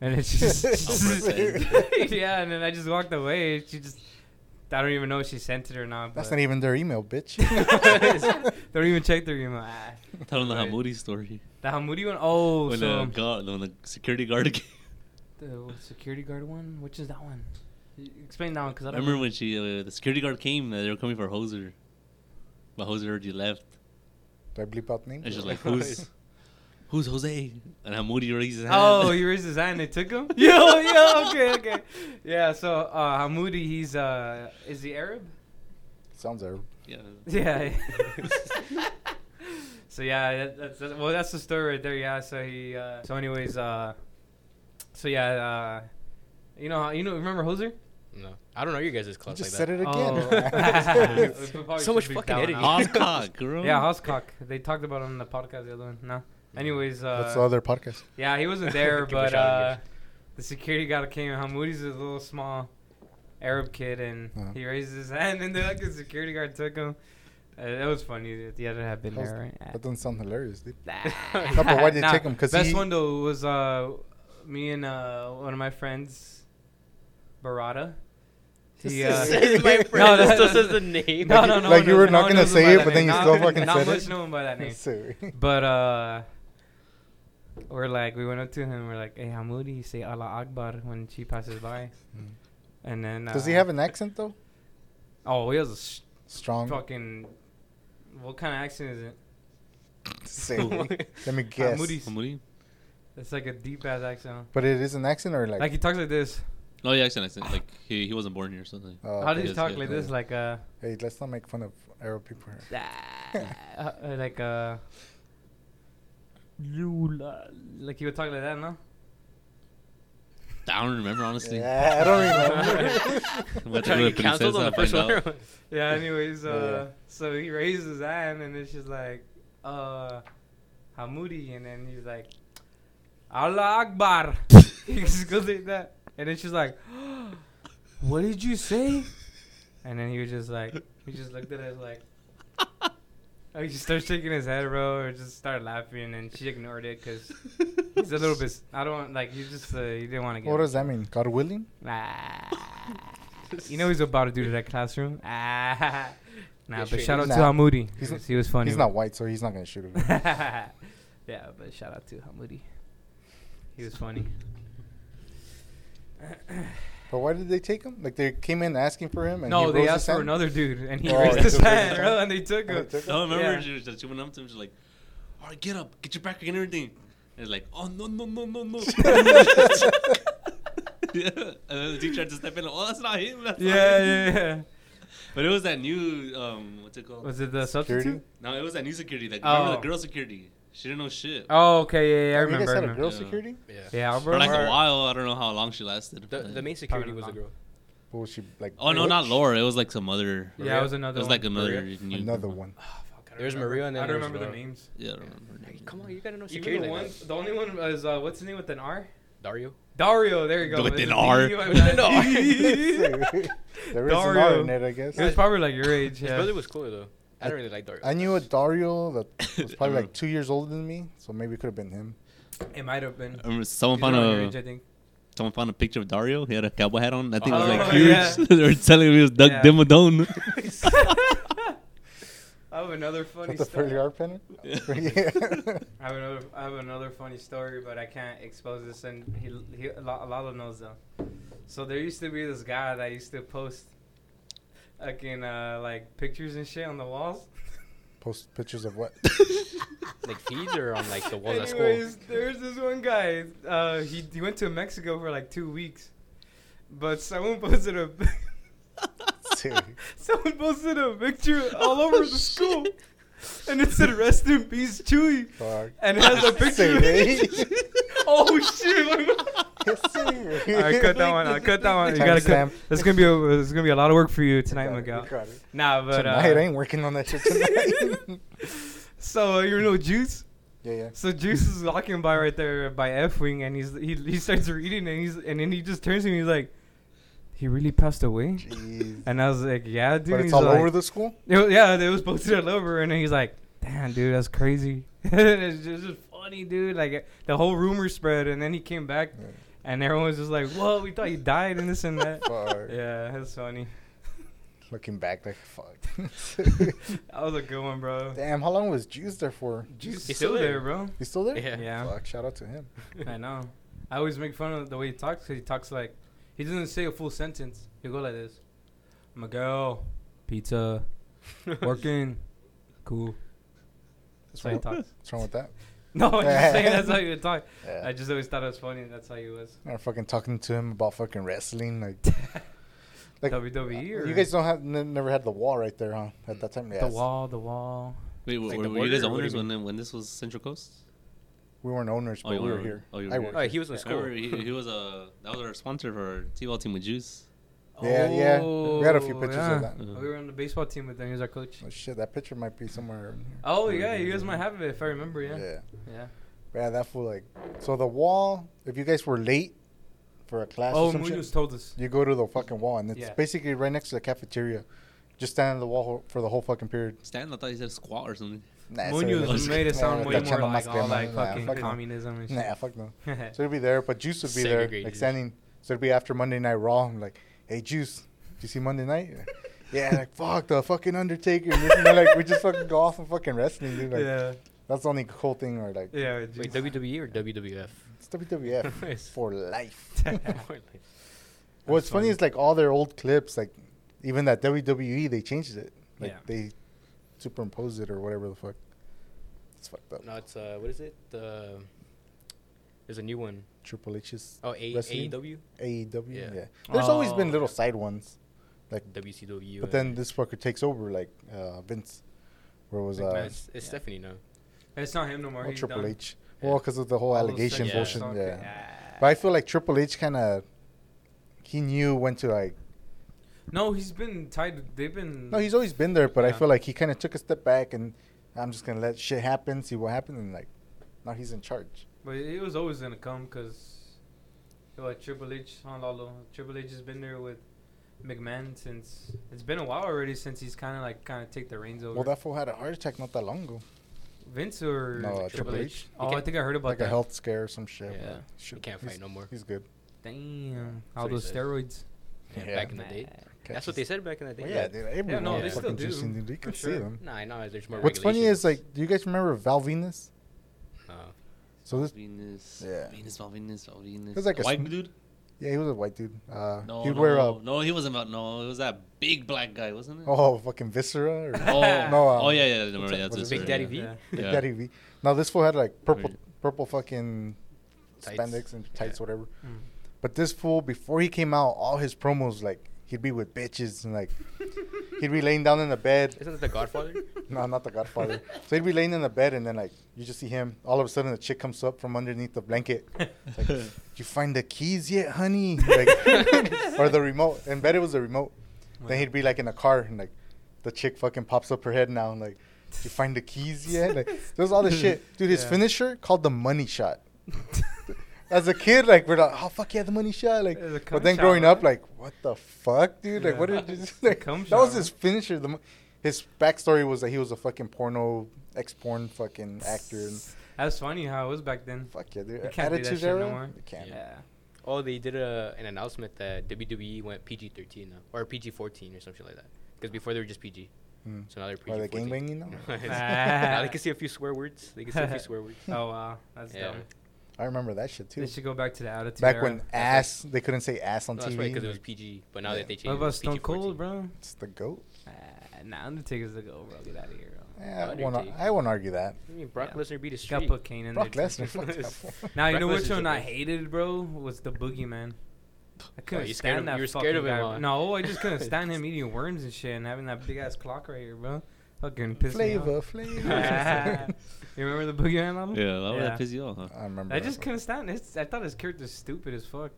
S1: And then she just, yeah, and then I just walked away. She just, I don't even know if she sent it or not.
S2: That's
S1: but-
S2: not even their email, bitch.
S1: Don't even check their email. Ah,
S4: Tell him the
S1: Right.
S4: Hamudi story.
S1: the Hamudi one? Oh,
S4: when,
S1: so
S4: the guard, when the security guard came.
S1: the security guard one? Which is that one? Y- Explain that one because I don't
S4: Remember when she, uh, the security guard came, uh, they were coming for Hoser. But Hoser already left.
S2: Do I bleep out
S4: And
S2: names?
S4: she's like, who's, who's Jose? And Hamudi raised his hand.
S1: Oh, he raised his hand and took him. yo, yo, okay, okay, yeah. So uh, Hamudi, he's uh, is he Arab?
S2: Sounds Arab.
S4: yeah.
S1: Yeah. so yeah, that, that's, that, well, that's the story right there. Yeah. So he. Uh, so anyways, uh, so yeah, uh, you know, how- you know, remember Hoser?
S3: No, I don't know your guys'
S2: You
S3: class
S2: just
S3: like
S2: said
S3: that.
S2: it again.
S1: Oh. We probably
S3: So much
S1: should bleep
S3: fucking
S1: that one
S3: editing.
S1: out.
S4: Oscock, girl.
S1: Yeah, Housecock. They talked about him on the podcast the other one. Nah. Anyways,
S2: That's the
S1: uh,
S2: other podcast.
S1: yeah, he wasn't there,
S3: Keep a
S1: but
S3: shot on
S1: uh, the security guard came. Hamoudi's a little small Arab kid, and
S2: Uh-huh.
S1: he raised his hand, and the fucking security guard took him. Uh, that was funny. The other had been
S2: How's-
S1: there, right?
S2: That doesn't sound hilarious, dude.
S1: Nah.
S2: No, but why did they
S1: Nah,
S2: take him? 'Cause
S1: best
S2: he-
S1: one though was uh, me and uh, one of my friends, Barada. He,
S2: This
S1: uh,
S2: is-
S3: Says my
S2: No,
S3: friend. No,
S1: no,
S3: still
S1: no,
S3: says
S1: no.
S3: the name.
S1: no, no, no.
S2: Like, you
S1: no,
S2: were
S1: no
S2: not
S1: one
S2: gonna
S1: knows him
S2: say
S1: by
S2: it,
S1: that
S2: but then
S1: name.
S2: you
S1: Not-
S2: still fucking
S1: Not
S2: said
S1: much
S2: it.
S1: known by that name.
S2: Sorry.
S1: But uh, we're like, we went up to him. We're like, "Hey, Hamoudi, say Allah Akbar when she passes by."
S2: Mm.
S1: And then uh,
S2: Does he have an accent though?
S1: Oh, he has a sh-
S2: Strong.
S1: fucking. What kind of accent is it?
S2: Say. Let me guess.
S1: Moody's.
S4: Hamudi?
S1: It's like a deep ass accent.
S2: But it is an accent or like,
S1: Like he talks like this.
S4: No, Oh, yeah, accent, accent. Like he, he wasn't born here, so like,
S2: Oh,
S1: How
S2: okay.
S1: do you
S4: Yes,
S1: talk
S4: yeah,
S1: like
S4: yeah.
S1: this? Like uh,
S2: Hey, let's not make fun of Arab people here.
S1: uh, like uh, you la- like you would talk like that, no?
S4: I don't remember honestly.
S2: Yeah, I don't remember.
S4: What
S3: Trying
S4: the
S3: to get canceled on
S4: princess, I'll
S3: the first
S4: find
S3: one.
S4: out.
S1: Yeah. Anyways,
S2: Yeah,
S1: uh,
S2: yeah.
S1: so he raised his hand, and it's just like, uh, Hamudi, and then he's like, Allah Akbar. he just goes like that, and then she's like, What did you say? And then he was just like, he just looked at us like. Oh, he started shaking his head, bro, or just started laughing, and she ignored it because he's a little bit. s- I don't want- like. He just uh, he didn't want to get.
S2: what does that mean? God willing?
S1: Ah. you know he's about to do to that classroom. Ah. Nah,
S3: Get
S1: but
S3: shit.
S1: shout out to
S2: Nah.
S1: Hamudi.
S2: He's not-
S1: he was funny.
S2: He's not white, so he's not gonna shoot it.
S1: yeah, but shout out to Hamudi. He was funny.
S2: but why did they take him? Like they came in asking for him, and
S1: no,
S2: he
S1: they
S2: raised
S1: asked
S2: his hand?
S1: for another Oh, dude, and he
S2: Oh,
S1: raised
S2: they
S1: his
S2: took his
S1: hand,
S2: hand?
S1: bro, and they took
S2: And they
S1: him.
S2: took him?
S4: I remember
S1: Yeah.
S4: she, was just- she went up to him. She's like, "All right, get up, get your back and everything." And it's like, "Oh no, no, no, no, no!" yeah. And then the teacher had to step in. Oh, that's not him. That's not
S1: Yeah,
S4: him."
S1: yeah, yeah.
S4: But it was that new um, what's it called?
S1: Was it the
S2: Security?
S1: substitute?
S4: no, it was that new security. That remember
S1: Oh.
S4: the girl security. She didn't know shit.
S1: Oh, okay, yeah, yeah, I
S2: You guys
S1: remember. I
S2: had a
S1: remember.
S2: girl
S4: Yeah.
S2: security?
S3: Yeah.
S1: Yeah, I
S4: For like
S1: remember.
S4: a while, I don't know how long she lasted.
S3: The,
S4: but-
S3: the main security
S1: Probably
S3: was a
S1: not.
S3: girl.
S2: What was she like?
S4: oh no,
S2: what?
S4: not Laura. It was like some other.
S1: Yeah, it was another.
S4: It was
S1: one.
S4: like another new-
S2: Another one.
S1: Oh, fuck, I don't
S3: There's
S1: remember.
S3: Maria and then
S1: I don't
S3: there's
S1: remember the
S3: Laura.
S1: names.
S4: Yeah, I don't remember.
S3: Hey, come on, you gotta know
S1: You mean
S3: security.
S1: the,
S3: like
S1: one,
S3: that.
S1: the only one is uh, what's his name with an R?
S3: Dario.
S1: Dario. There you go.
S4: With
S1: It's
S4: an
S1: a
S4: R.
S1: D,
S3: With an R.
S2: there is an
S1: Dario.
S2: R in it, I guess.
S1: He was probably like your age.
S3: His
S1: yeah.
S3: brother was cooler though. I don't really like Dario.
S2: I knew a Dario that was probably
S4: I
S1: Mm.
S4: remember.
S2: like two years older than me, so maybe it could have been him.
S1: It might have been.
S4: I remember someone
S1: He's
S4: found
S1: around your age, I
S4: a
S1: think.
S4: someone found a picture of Dario. He had a cowboy hat on. I think it was
S1: Oh,
S4: like huge.
S1: yeah.
S4: they were telling me it was Doug
S1: Yeah.
S4: Dimmadome.
S1: I have another
S2: Is
S1: funny
S2: that the Furley
S1: story.
S2: R pen?
S1: I have another. I have another funny story, but I can't expose this. And he, he Lalo Lalo knows though. So there used to be this guy that used to post, fucking uh, like pictures and shit on the walls.
S2: Post pictures of what?
S3: Like feeds or on like the walls at school.
S1: Anyways, there's this one guy. Uh, he he went to Mexico for like two weeks, but someone posted a
S2: Dude. Oh,
S1: someone posted a picture all over the school, and it said "Rest in peace, Chewy,"
S2: Fuck.
S1: and it has a
S2: Say,
S1: picture.
S2: hey.
S1: oh shit! all right, cut that one. out. cut that one. You gotta cut.
S2: Timestamp.
S1: That's gonna be a, there's gonna be a lot of work for you tonight,
S2: Got it,
S1: Miguel.
S2: got it.
S1: Nah, but
S2: tonight, I
S1: uh,
S2: ain't working on that shit tonight.
S1: so uh, you know Juice.
S2: yeah, yeah.
S1: So Juice is walking by right there by F Wing, and he's he, he starts reading, and he's and then he just turns to me, he's like, "He really passed away."
S2: Jeez.
S1: And I was like, "Yeah, dude."
S2: but it's
S1: He's
S2: all
S1: like-
S2: over the school?
S1: It wa- yeah, it was posted all over, and then he's like, "Damn, dude, that's crazy." it's just, just funny, dude. Like uh, the whole rumor spread, and then he came back,
S2: Yeah.
S1: and everyone was just like, "Whoa, we thought you died," and this and that.
S2: Fuck.
S1: yeah, that's funny.
S2: Looking back, like, fuck.
S1: That was a good one, bro.
S2: Damn, how long was Juice there for?
S1: Juice is
S3: He's
S1: still
S3: still
S1: there,
S3: there.
S1: bro.
S2: He's still there?
S3: Yeah.
S1: Yeah.
S2: Fuck, shout out to him.
S1: I know. I always make fun of the way he talks 'cause he talks like he doesn't say a full sentence. He'll go like this. I'm a girl, pizza, working, cool. That's how he talks.
S2: What's wrong with that?
S1: No, I'm just saying that's how he would talk.
S2: Yeah.
S1: I just always thought it was funny. and That's how he was.
S2: Or fucking talking to him about fucking wrestling, like. Like, uh,
S1: WWE E or
S2: You guys don't have n- never had the wall right there, huh? At that time, yeah.
S1: the wall, the wall.
S4: Wait, were,
S3: Like
S4: were
S3: the
S4: you guys
S3: border, or what do
S4: owners
S3: you
S4: when when this was Central Coast?
S2: We weren't owners,
S4: Oh,
S2: but
S4: you
S2: we were
S4: were-
S2: here.
S4: oh, you
S2: I
S4: were
S2: worked.
S3: Oh, he was in
S4: I
S3: school.
S4: remember he, he was a that was our sponsor for our T-ball team with Juice.
S2: Yeah, yeah. We had a few pictures of that.
S1: Oh, We were on the baseball team with him. He was our coach.
S2: Oh, shit, that picture might be somewhere. In here.
S1: Oh yeah, you guys might have it if I remember. Yeah, yeah.
S2: yeah. Yeah, that fool like. So the wall. If you guys were late for a class,
S1: Oh,
S2: or some
S1: Munoz
S2: shit,
S1: told us.
S2: you go to the fucking wall, and it's
S1: Yeah.
S2: basically right next to the cafeteria. Just stand on the wall for the whole fucking period.
S4: Stan, I thought he said squat or something.
S2: Nah,
S1: Munoz
S2: sorry.
S4: was
S1: made it sound
S2: Nah,
S1: way
S2: that's
S1: more
S2: not
S1: like all
S2: masculine,
S1: like
S2: nah,
S1: fucking
S2: fuck no.
S1: communism and
S2: Nah,
S1: shit.
S2: fuck no. So it'd be there, but Juice would be there, like
S3: Segregated.
S2: standing. So it'd be after Monday Night Raw. I'm like, hey, Juice, did you see Monday Night? yeah, like fuck the fucking Undertaker. And this and that, like we just fucking go off and fucking wrestling, dude. Like
S1: yeah,
S2: that's the only cool thing, or like
S1: yeah. it
S3: Wait,
S1: just-
S3: WWE E or WWF?
S2: it's WWF for life.
S1: That's
S2: What's funny
S1: funny.
S2: is like all their old clips, like even that WWE, they changed it. Like
S1: Yeah.
S2: they superimposed it or whatever the fuck. It's fucked up.
S3: no, it's uh, what is it? The There's a new one.
S2: Triple H's
S3: Oh, A-
S2: Wrestling?
S3: AEW,
S2: AEW. Yeah.
S3: Yeah.
S2: There's always
S1: Oh,
S2: been little
S1: yeah.
S2: side ones, like.
S3: WCW.
S2: but then this fucker takes over like uh, Vince, where it was
S1: Like
S2: uh,
S1: Vince.
S3: it's, it's
S1: yeah.
S3: Stephanie now.
S1: It's not him no more.
S2: well,
S1: He's
S2: Triple
S1: done. Oh,
S2: H. Well, because of the whole
S1: All those
S2: allegation
S1: sexual
S2: bullshit.
S3: allegations,
S1: assault,
S2: yeah. But I feel like Triple H kind of he knew when to like.
S1: No, he's been tied. They've been.
S2: No, he's always been there, but I
S1: Yeah.
S2: feel like he kind of took a step back and I'm just gonna let shit happen, see what happens, and like now he's in charge.
S1: But it was always gonna come because, like Triple H, Honolulu. Triple H has been there with McMahon since it's been a while already since he's kind of like kind of take the reins over.
S2: Well, that fool had a heart attack not that long ago,
S1: Vince or
S2: No, uh,
S1: Triple,
S2: Triple
S1: H?
S2: H.
S1: Oh, I think I heard about
S2: like
S1: that.
S2: a health scare or some shit.
S3: Yeah.
S2: but
S3: He
S2: shit,
S3: can't
S2: he's-
S3: fight no more.
S2: He's good.
S1: Damn,
S3: So
S1: all
S3: he
S1: those
S3: says.
S1: steroids.
S3: Yeah,
S2: Yeah.
S3: Back in the day.
S2: Okay.
S3: That's what they said back in the day.
S2: Well, yeah, dude, everyone
S1: no,
S2: was
S3: they still
S2: fucking
S1: do,
S2: juicing, dude. You
S1: for
S2: can see
S1: sure.
S2: them.
S3: Nah, I know. There's more.
S2: What's funny is like,
S3: regulations. Oh.
S2: do you guys remember Val Venus?
S3: No.
S2: So this,
S4: Venus.
S2: Yeah.
S4: Venus, Val Venus, Val Venus.
S2: He's like
S4: A
S2: a
S4: white
S2: sm-
S4: dude?
S2: yeah, he was a white dude. Uh,
S4: No,
S2: he'd
S4: no,
S2: wear a
S4: no, he wasn't about. No, it was that big black guy, wasn't it?
S2: oh fucking viscera. Or,
S4: oh,
S2: no, um,
S4: oh yeah, yeah, I
S2: what's
S4: remember
S2: that-
S4: that's
S2: what is
S4: his
S2: it?
S3: Big
S4: story,
S3: Daddy V.
S4: yeah.
S1: Yeah.
S2: Big
S4: Yeah.
S2: Daddy V. Now this fool had like purple,
S4: Right.
S2: purple fucking
S3: Tights.
S2: spandex and tights,
S3: Yeah.
S2: whatever.
S1: Mm.
S2: But this fool, before he came out, all his promos like he'd be with bitches and like he'd be laying down in the bed.
S3: Isn't that the Godfather?
S2: No, not the Godfather. so he'd be laying in the bed and then like you just see him. All of a sudden, the chick comes up from underneath the blanket. It's like, "Did you find the keys yet, honey? Like, or the remote? And bet it was the remote. Then he'd be like in a car and like the chick fucking pops up her head now and like, did you find the keys yet? Like, there's all this shit, dude. His
S1: Yeah.
S2: finisher called the money shot. As a kid, like we're like, oh fuck yeah, the money shot. Like,
S1: It was a cum
S2: but then
S1: shot,
S2: growing up,
S1: right?
S2: like what the fuck, dude? Like,
S1: Yeah.
S2: what did you
S1: It's a
S2: like,
S1: cum
S2: That
S1: shot,
S2: was
S1: right?
S2: his finisher. The, mo- his backstory was that he was a fucking porno, ex-porn fucking actor. And
S1: That's funny how it was back then.
S2: fuck yeah, dude.
S1: You can't do that
S2: Attitude
S1: shit no
S2: era.
S1: more.
S2: You can't.
S1: Yeah.
S3: oh, they did a, an announcement that WWE went PG-13 now, or PG-14 or something like that. Because before they were just PG,
S2: Mm.
S3: so now they're
S2: Are
S3: PG-14.
S2: they gangbanging now?
S3: now they can see a few swear words. They can see a few swear words.
S1: Oh wow, that's
S3: Yeah.
S1: dumb.
S2: I remember that shit too.
S1: They should go back to the attitude.
S2: Back
S1: era.
S2: when ass, they couldn't say ass on
S3: No, that's
S2: TV.
S3: right, because it was PG. But now
S2: Yeah.
S3: that they changed,
S1: What
S3: it
S1: about
S3: was
S1: Stone Cold,
S3: PG-14.
S1: bro?
S2: it's the goat.
S1: Uh, nah, Undertaker's the go, bro. Get out of here. Bro.
S2: Yeah, I won't,
S3: Undertaker.
S2: I won't argue that.
S3: I mean, Brock
S1: Yeah.
S3: Lesnar beat a
S1: Gotta
S3: streak.
S1: put Kane in
S2: Brock
S1: there.
S2: Lesnar. fuck that fool.
S1: Now you
S3: Brock
S1: know
S3: Lesnar's
S1: which
S3: the
S1: one I
S3: best.
S1: hated, bro, was the Boogeyman. I couldn't
S3: you scared
S1: stand
S3: of-
S1: that
S3: you were
S1: fucking
S3: scared of him,
S1: guy.
S3: huh?
S1: No, I just couldn't stand him eating worms and shit and having that big ass clock right here, bro. Fucking pissed me
S2: Flavor,
S1: off.
S2: flavor.
S1: Yeah. you remember the Boogeyman album?
S4: Yeah, that would
S1: Yeah. Uh,
S4: have pissed you off, huh?
S2: I remember.
S1: I
S2: that
S1: just
S2: one.
S1: couldn't stand it. I thought his character was stupid as fuck.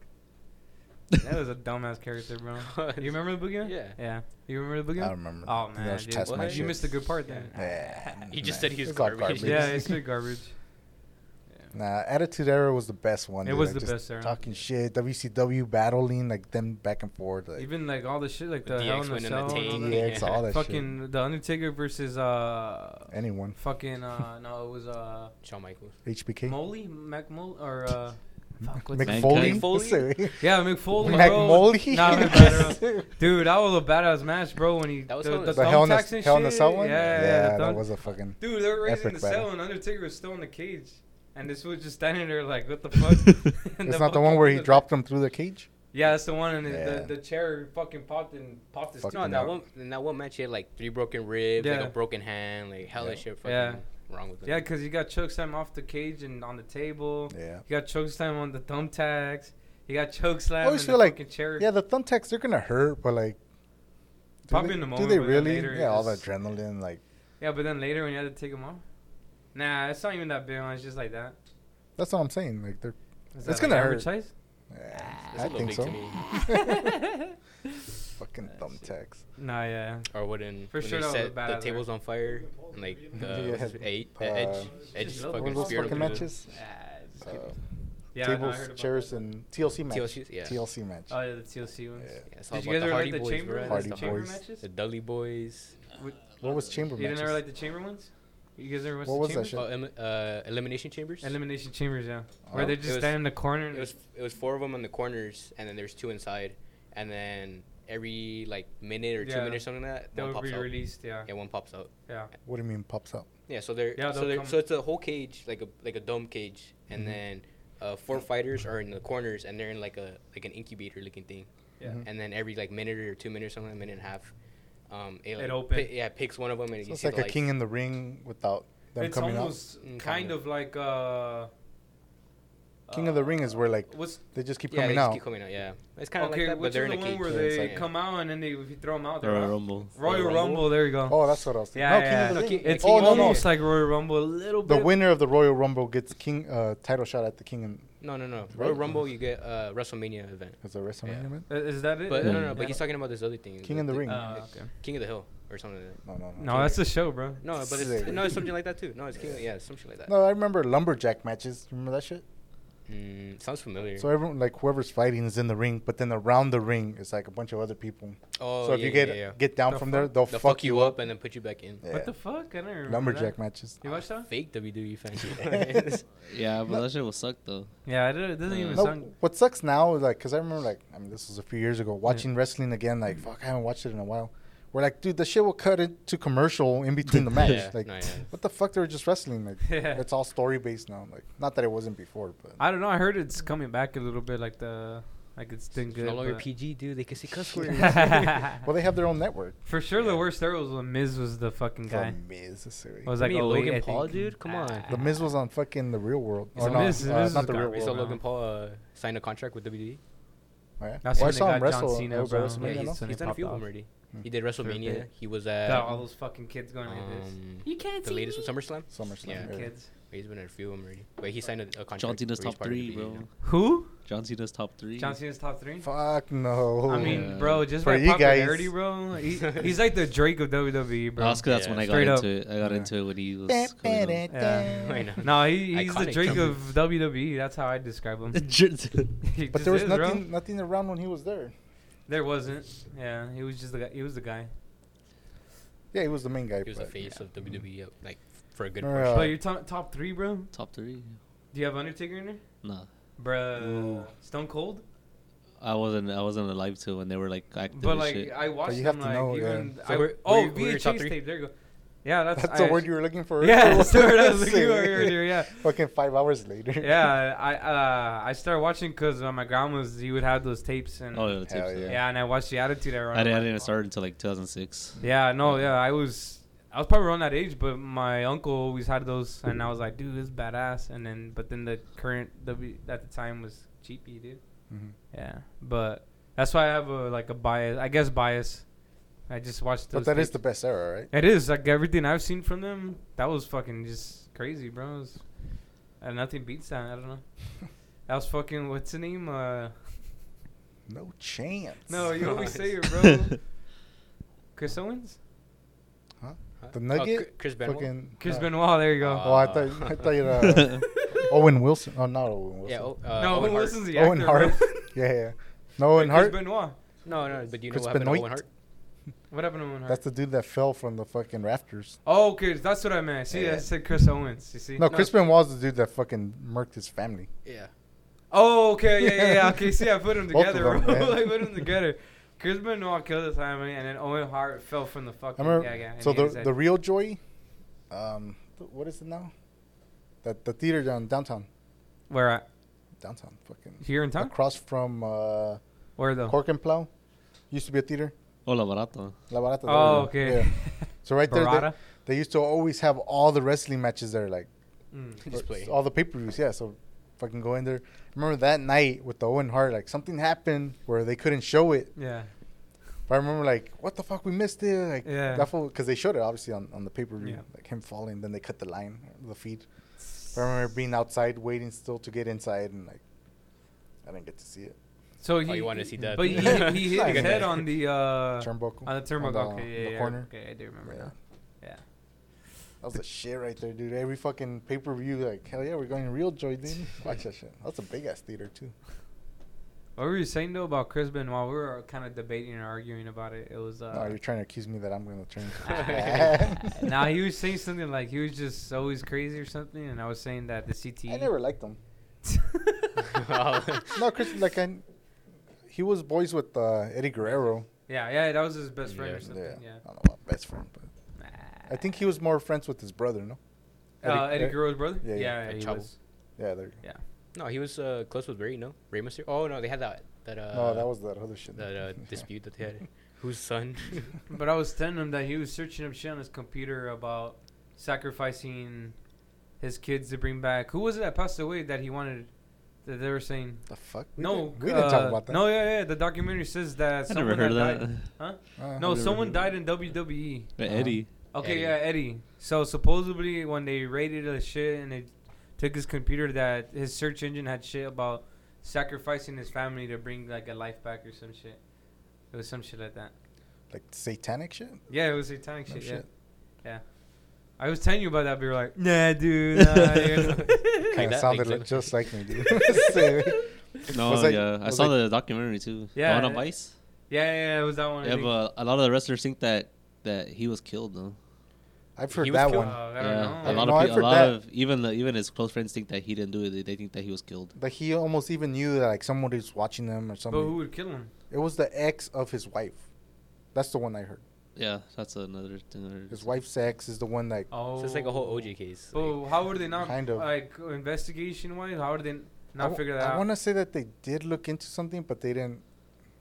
S1: That was a dumbass character, bro. You remember the Boogeyman?
S3: Yeah.
S1: Yeah. You remember the Boogeyman?
S2: I remember.
S1: Oh
S2: That
S1: man,
S2: was
S1: dude.
S2: past
S3: What?
S2: my
S1: you
S2: shit.
S1: missed a good part then.
S2: Yeah.
S3: He just said he was
S2: It's all
S3: garbage.
S1: yeah, it's straight garbage. Yeah.
S2: Nah, Attitude Era was the best one.
S1: It
S2: dude.
S1: was
S2: Like,
S1: the
S2: just
S1: best era.
S2: Talking shit, WCW battling like them back and forth, like
S1: Even like all the shit, like the
S3: With
S1: Hell
S3: DX
S1: in a
S3: winning the
S1: Cell,
S3: tank.
S1: and
S2: DX, all
S1: the
S2: that
S1: fucking the Undertaker versus uh,
S2: shit. Anyone,
S1: fucking uh, no, it was uh,
S3: Shawn Michaels.
S2: HBK,
S1: Molly McMol or uh, fuck, what's his-
S2: McFoley,
S4: Mankind?
S2: Foley?
S1: yeah, McFoley, bro.
S2: McMoley,
S1: Nah, McFoley. Dude, that was a badass match, bro. When he
S3: That was
S1: the,
S3: hell in
S1: the
S3: a
S2: the Hell in the,
S1: thumbtacks and
S2: Hell in the
S1: shit.
S2: Cell one.
S1: Yeah, yeah, the
S2: that
S1: thumb-
S2: was a fucking.
S1: Dude, they were raising
S2: Epic
S1: the cell,
S2: battle.
S1: and Undertaker was still in the cage, and this was just standing there like, what the fuck? And
S2: It's not the one where he
S1: fucking-
S2: dropped him through the cage.
S1: Yeah, that's the one, and
S2: Yeah.
S1: the, the chair fucking popped and popped his.
S2: Fuck
S1: teeth
S3: No,
S2: Fucking
S3: that
S2: hell.
S3: one, in that one match, he had like three broken ribs,
S1: Yeah.
S3: like a broken hand, like hella
S2: Yeah.
S3: shit fucking
S1: Yeah.
S3: wrong with him.
S1: Yeah, because he got choke slam off the cage and on the table.
S2: Yeah.
S1: He got choke slam on the thumbtacks. He got choke slam in
S2: always
S1: the
S2: feel like-
S1: fucking chair.
S2: Yeah, the thumbtacks they're gonna hurt, but like, do
S1: Probably
S2: they,
S1: in the
S2: do
S1: moment,
S2: they
S1: but then
S2: really?
S1: later it
S2: yeah, all the
S1: just-
S2: adrenaline, like
S1: Yeah, but then later when you had to take him off. Nah, it's not even that big. one, It's just like that.
S2: that's what I'm saying. Like they're,
S1: Is
S2: It's
S1: that, like,
S2: gonna
S1: average
S2: hurt.
S1: size?
S2: yeah,
S3: That's a
S2: I
S3: little
S2: think
S3: big
S2: so.
S3: to me.
S2: Fucking thumbtacks.
S1: Uh,
S2: uh,
S1: Nah, yeah.
S3: Or wouldn't
S1: For
S3: when
S1: sure
S3: they
S1: that was a
S3: set
S1: bad
S3: the
S1: idea.
S3: tables on fire and like
S2: Yeah.
S3: the what's his- eight the
S2: Uh,
S3: edge edge
S1: Just
S3: just
S1: love
S2: One
S3: fucking
S2: of those
S3: speared him
S2: fucking
S3: through
S2: matches.
S1: Nah, just
S2: Uh,
S1: kidding. yeah, no, I
S2: tables,
S1: heard about
S2: chairs,
S1: that.
S2: and TLC match.
S3: TLCs, yeah.
S2: TLC match.
S1: Oh yeah, the TLC ones.
S2: Yeah.
S3: Yeah, it's all
S1: Did you
S3: about
S1: guys
S3: the
S1: ever like
S3: Hardy
S1: the
S3: Boys,
S1: chamber,
S3: bro.
S1: like,
S2: Hardy
S1: the chamber
S2: Boys.
S1: matches?
S3: The Dudley Boys.
S2: What was chamber
S1: You
S2: matches?
S1: didn't ever like the chamber ones? You guys ever watched
S2: What
S1: the
S2: was that
S1: chambers?
S2: shit?
S3: Oh, em- uh, elimination chambers.
S1: Elimination chambers, yeah. Where
S2: Oh.
S1: they
S3: It
S1: just
S3: was-
S1: stand in the corner. And
S3: it was it was four of them on the corners, and then there's two inside, and then every like minute or two
S1: Yeah.
S3: minutes something like that,
S1: they
S3: one
S1: would
S3: pops
S1: be
S3: out.
S1: released, yeah.
S3: Yeah, one pops out.
S1: Yeah.
S2: What do you mean pops up?
S3: Yeah, so they're
S1: Yeah,
S3: so
S1: they'll
S3: they're,
S1: come- Mm-hmm.
S3: so it's a whole cage like a like a dome cage, and
S2: Mhm.
S3: then uh, four fighters are in the corners, and they're in like a like an incubator looking thing.
S1: Yeah.
S2: Mhm.
S3: And then every like minute or two minutes, something, a minute and a half, um, it, like,
S1: open.
S3: pi- yeah, picks one of them, and
S2: So
S3: you
S2: it's
S3: see
S2: like
S3: the
S2: a
S3: lights.
S2: king in the ring without them
S1: it's
S2: coming out.
S1: almost
S3: Mm,
S1: kind
S3: kinda.
S1: of like uh
S2: King of the Ring is where like
S1: What's
S2: they just keep
S3: yeah,
S2: coming
S3: they just
S2: out.
S3: keep coming out. Yeah, it's kind of
S1: okay?
S3: like that, but
S1: which
S3: they're
S1: is
S3: in
S1: the
S3: a
S1: one
S3: cage.
S1: where
S3: so it's
S1: they
S3: like-
S1: come out and then they if you throw them out, they're
S4: Royal
S1: out?
S4: Rumble.
S1: Royal
S4: Royal
S1: Rumble. There you go.
S2: oh, that's what I was thinking.
S1: yeah,
S2: no,
S1: yeah,
S2: King
S1: yeah.
S2: of the
S3: King-
S2: Ring.
S3: yeah,
S1: It's
S3: King of the Ring.
S1: almost like Royal Rumble a little
S2: The
S1: bit.
S2: winner of the Royal Rumble gets king uh, title shot at the King in,
S3: No, no, no.
S2: Right.
S3: Royal Rumble, you get uh, WrestleMania event.
S2: as a WrestleMania
S3: Yeah.
S2: event.
S1: Uh, Is that it?
S3: But no, no, no. But
S1: Yeah.
S3: he's talking about this other thing.
S2: King in the Ring.
S1: Oh, okay.
S3: King of the Hill or something like that.
S2: No, no, no.
S1: No, that's a show, bro.
S3: No, but it's,
S2: Sick.
S3: no, it's something like that too. No, it's King. Of, yeah, something like that.
S2: No, I remember lumberjack matches. Remember that shit?
S3: Mm, sounds familiar.
S2: So everyone, like whoever's fighting, is in the ring, but then around the ring is like a bunch of other people.
S3: oh,
S2: so if
S3: yeah,
S2: you get
S3: yeah, yeah.
S2: get down
S1: They'll
S2: from
S1: fuck-
S2: there, they'll,
S3: they'll fuck you up and then put you back in.
S2: Yeah.
S1: What the fuck? I don't remember.
S2: lumberjack
S1: that.
S2: matches.
S1: You watched that?
S3: Fake WWE fan.
S4: Yeah, but
S2: No.
S4: that shit will suck though.
S1: Yeah, I don't- it doesn't
S4: Uh,
S1: even
S4: No.
S1: sound.
S2: what sucks now is like, cause I remember like, I mean, this was a few years ago. Watching wrestling again, like, fuck, I haven't watched it in a while. We're like, dude, the shit will cut into commercial in between the match.
S3: Yeah,
S2: like,
S3: no, yeah.
S2: what the fuck? They were just wrestling. Like,
S1: Yeah.
S2: it's all story based now. Like, not that it wasn't before, but
S1: I don't know. I heard it's coming back a little bit, like the like it's doing
S3: It's
S1: good.
S3: no longer
S1: but-
S3: PG, dude. They can say cuss words.
S2: well, they have their own network.
S1: For sure,
S3: Yeah.
S1: the worst there was when Miz was the fucking guy.
S2: The Miz, this series.
S1: I was
S3: I
S1: like,
S3: mean,
S1: oh,
S3: Logan
S1: wait, I
S3: Paul,
S1: think-
S3: dude? Come on.
S2: the Miz was on fucking the real world.
S1: It's
S2: Or
S1: a
S2: no,
S1: Miz-
S2: uh,
S1: Miz is
S2: not the real
S1: garbage.
S2: world.
S3: we saw
S1: Well,
S3: Logan
S1: no.
S3: Paul uh, signed a contract with WWE.
S2: Oh, yeah?
S1: That's
S2: Well, I
S1: when they
S2: saw him
S1: got John
S2: wrestle. uh,
S1: Cena,
S2: it was
S1: bro. Yeah,
S2: WrestleMania, no?
S1: he's-
S3: He's,
S1: Then it
S3: done a
S1: popped
S3: few of
S1: off.
S3: them already.
S2: Hmm.
S3: He did WrestleMania.
S1: big.
S3: He was
S1: Got
S3: at
S1: all those fucking kids going like this.
S3: um,
S1: You can't
S3: the
S1: see
S3: latest
S1: me.
S3: with SummerSlam.
S2: SummerSlam.
S3: Yeah.
S2: yeah.
S1: Kids.
S3: He's been in a few of them already. But he signed a, a contract.
S4: John Cena's
S3: where he's
S4: top
S3: part of WWE,
S4: three, bro.
S1: Who?
S4: John Cena's top three.
S1: John Cena's top three.
S2: Fuck no.
S1: I mean,
S4: Yeah.
S1: bro, just
S2: Oh. For
S1: by
S2: you
S1: popularity,
S2: guys.
S1: bro. He, he's like the Drake of WWE, bro.
S4: Oscar, that's
S3: Yeah,
S4: when I got
S1: straight up.
S4: into it. I got
S2: Yeah.
S4: into it when he was. coming up.
S1: Yeah.
S3: I
S2: But
S3: know.
S1: No, he, he's the
S3: Iconic
S1: Drake
S3: drummer.
S1: of WWE. That's how I describe him. He just
S2: there was
S1: is, bro.
S2: nothing, nothing around when he was there.
S1: There wasn't. Yeah, he was just the guy. He was the guy.
S2: Yeah, he was the main guy.
S3: He was the
S2: but-
S3: face of WWE, uh, like for a good
S2: Or,
S3: portion.
S2: Uh,
S1: but you're top top three, bro.
S4: top three.
S1: Do you have Undertaker in there,
S4: Nah,
S1: bro?
S4: Ooh.
S1: Stone Cold.
S4: I wasn't. I wasn't alive till when they were like active.
S1: But
S4: and
S1: like
S4: shit.
S1: I watched
S2: you
S1: them
S2: have to
S1: like
S2: know, yeah.
S1: even
S2: So
S1: I,
S3: we're-
S1: oh
S3: we're- we're your top
S1: VHS
S3: three?
S1: tape. There you go. Yeah, that's,
S2: That's the
S1: I
S2: word
S1: actually-
S2: you were looking for.
S1: Yeah, that's the word I was
S2: Say
S1: looking for
S2: it.
S1: earlier. Yeah.
S2: Fucking five hours later.
S1: Yeah, I uh, I started watching because uh, my grandma's he would have those tapes and
S4: oh, yeah, the tapes,
S2: Hell
S4: yeah.
S2: yeah.
S1: yeah, and I watched the Attitude Era. and
S4: I
S1: I'm
S4: didn't. I
S1: like,
S4: didn't
S1: "Oh."
S4: start until like 2006.
S1: Yeah, no, yeah, I was I was probably around that age, but my uncle always had those, and I was like, dude, this is badass. And then, but then the current W at the time was cheapy, dude.
S2: Mhm.
S1: Yeah, but that's why I have a like a bias. I guess bias. I just watched. Those
S2: But that is the
S1: tapes.
S2: best era, right?
S1: It is like everything I've seen from them. That was fucking just crazy, bro. It was- and nothing beats that. I don't know. That was fucking what's the name? Uh,
S2: No chance.
S1: no, you always say it, bro. Chris Owens,
S3: Uh, Huh?
S2: The
S3: Oh,
S2: Nugget?
S3: Cr- Chris Benoit.
S2: Fucking.
S1: Chris
S2: no.
S1: Benoit. There you go.
S2: Oh, I thought I thought you were uh, Owen Wilson. Oh, not Owen Wilson.
S3: Yeah. Oh, uh,
S1: no,
S3: Owen
S1: Owen
S3: Hart.
S1: Wilson's the actor.
S2: Owen Hart.
S1: bro.
S2: yeah, yeah. No, Owen
S1: Chris
S2: Hart.
S1: Benoit.
S3: No, no. But do you know
S2: Chris
S3: what happened to Owen
S2: Benoit?
S3: Hart?
S1: What happened to Owen Hart?
S2: That's the dude that fell from the fucking rafters.
S1: oh, okay, that's what I meant. See, I
S2: Yeah.
S1: said Chris Owens. You see?
S2: No, Chris Benoit's the dude that fucking murked his family.
S3: Yeah.
S1: Oh, okay, yeah, yeah, yeah. Okay, see, I put them
S2: Both of
S1: together.
S2: them,
S1: bro.
S2: man.
S1: I put them together. Chris Benoit killed his family, and then Owen Hart fell from the
S2: I
S1: fucking.
S2: remember.
S1: yeah, yeah. and
S2: so
S1: he uh,
S2: the
S1: was like-
S2: the real Joy, um, th- what is it now? That the theater down downtown,
S1: where at?
S2: downtown, fucking
S1: Here in town?
S2: across from uh,
S1: Where though?
S2: Cork and Plow, used to be a theater.
S4: Hola, barato.
S2: La Barata.
S1: oh,
S2: there you go.
S1: okay.
S2: Yeah. So right there, they,
S1: Barada?
S2: they used to always have all the wrestling matches there, like
S1: Mm.
S3: Just play.
S2: all the pay per views. Yeah, so fucking go in there. Remember that night with the Owen Hart, like something happened where they couldn't show it.
S1: Yeah.
S2: But I remember like, what the fuck, we missed it. Like,
S1: Yeah.
S2: that because they showed it obviously on, on the pay per view,
S1: Yeah.
S2: like him falling. Then they cut the line, the feed. But I remember being outside waiting still to get inside, and like, I didn't get to see it.
S1: So he.
S3: Oh, you wanted to see death.
S1: But he, he hit
S2: Like
S1: his
S2: that.
S1: head on the. Uh,
S2: Turnbuckle.
S1: on the turnbuckle.
S2: the-
S1: okay, yeah,
S2: the
S1: yeah, yeah,
S2: corner.
S1: Okay, I do remember
S2: Yeah.
S1: now. Yeah.
S2: That was the shit right there, dude. Every fucking pay per view, like, hell yeah, we're going real joy, dude. Watch that shit. That's a big ass theater too.
S1: What were you saying though about Chris Benoit? We were kind of debating and arguing about it. It was. Uh,
S2: no, Oh, you're trying to accuse me that I'm gonna turn.
S1: now he was saying something like he was just always crazy or something, and I was saying that the E CTE.
S2: I never liked him. No, Chris, like I, he was boys with uh, Eddie Guerrero.
S1: yeah, yeah, that was his best friend
S3: Yeah.
S1: or something.
S2: I
S1: Yeah.
S2: don't know about best friend, but I think he was more friends with his brother, no?
S1: uh, Eddie
S2: Ed-
S1: Guerrero's brother.
S2: Yeah, yeah.
S1: yeah,
S3: Like
S1: he
S3: Chavo.
S1: was.
S2: Yeah, there.
S3: No, he was uh, close with Ray. No, Ray Mysterio. Oh no, they had that that uh,
S2: no, Oh, that was that other shit.
S3: that uh, dispute that they had. Whose son?
S1: But I was telling him that he was searching up shit on his computer about sacrificing his kids to bring back. Who was it that passed away that he wanted that they were saying.
S2: The fuck? We
S1: no,
S2: didn't- we didn't talk
S1: uh,
S2: about that.
S1: No, yeah, yeah. The documentary says that.
S4: I never
S1: someone
S4: heard of
S1: that
S4: that.
S1: died- Huh?
S2: Uh,
S1: No,
S4: never
S1: someone
S4: heard that.
S1: died in E. WWE.
S4: But
S2: Uh-huh.
S4: Eddie.
S1: Okay,
S3: Eddie.
S1: yeah, Eddie. So supposedly when they raided his shit and they took his computer, that his search engine had shit about sacrificing his family to bring like a life back or some shit. It was some shit like that.
S2: Like satanic shit?
S1: Yeah, it was satanic
S2: No
S1: shit. Yeah,
S2: shit.
S1: yeah. I was telling you about that, but you were like, Nah, dude. Nah,
S3: Like
S2: Kinda
S3: that,
S2: sounded
S3: like
S2: like,
S3: that.
S2: just like me, dude. Same.
S4: No,
S2: Was like-
S4: yeah, I
S2: was
S4: saw
S2: like-
S4: the documentary too.
S1: Yeah,
S4: Yeah, the one on
S1: yeah.
S4: Vice.
S1: yeah, yeah, it was that one. I
S4: Yeah,
S1: think.
S4: but a lot of the wrestlers think that that he was killed though.
S2: I've
S3: He
S2: heard
S3: was
S2: that
S3: killed.
S2: one.
S1: Uh, I don't
S4: Yeah,
S1: know.
S4: a lot
S2: No,
S4: of
S2: I've
S4: people, a
S2: heard
S4: lot
S2: that.
S4: of even the, even his close friends think that he didn't do it. They- They think that he was killed.
S2: Like he almost even knew that like somebody was watching them or
S1: But
S2: something.
S1: who would kill him?
S2: It was the ex of his wife. That's the one I heard.
S4: Yeah, that's another thing. another-
S2: His wife's ex is the one like
S1: Oh,
S3: So it's like a whole OJ case.
S1: So how were they not
S2: Kind of.
S1: like investigation wise? How did they
S2: I
S1: not
S2: w-
S1: figure that
S2: I
S1: out?
S2: want to say that they did look into something, but they didn't.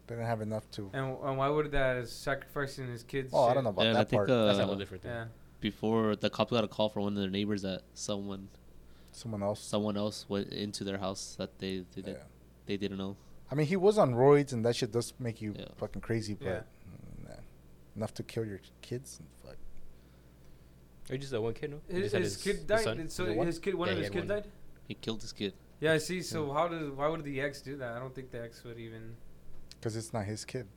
S2: They didn't have enough to.
S1: And, and why would that is sacrificing his kids?
S2: Oh, I
S1: shit?
S2: don't know about
S4: Yeah, and I
S2: that
S4: think
S2: part.
S4: uh,
S3: That's a whole different thing.
S1: Yeah.
S4: before the cops got a call from one of their neighbors that someone
S2: Someone else.
S4: someone else went into their house that they they, did,
S2: Yeah.
S4: they didn't know.
S2: I mean, he was on roids, and that shit does make you
S4: Yeah.
S2: fucking crazy. But
S1: Yeah.
S2: mm, nah. enough to kill your kids. Fuck.
S3: Or just that one kid, no? He
S1: His,
S3: just had
S1: his kid
S3: his
S1: died.
S3: son.
S1: and So
S2: The one-
S1: his kid, one
S3: Yeah,
S1: of
S3: he
S1: his
S3: had
S1: kids
S3: one.
S1: died.
S4: He killed this kid.
S1: Yeah, I see. So how does why would the ex do that? I don't think the ex would even.
S2: Because it's not his kid.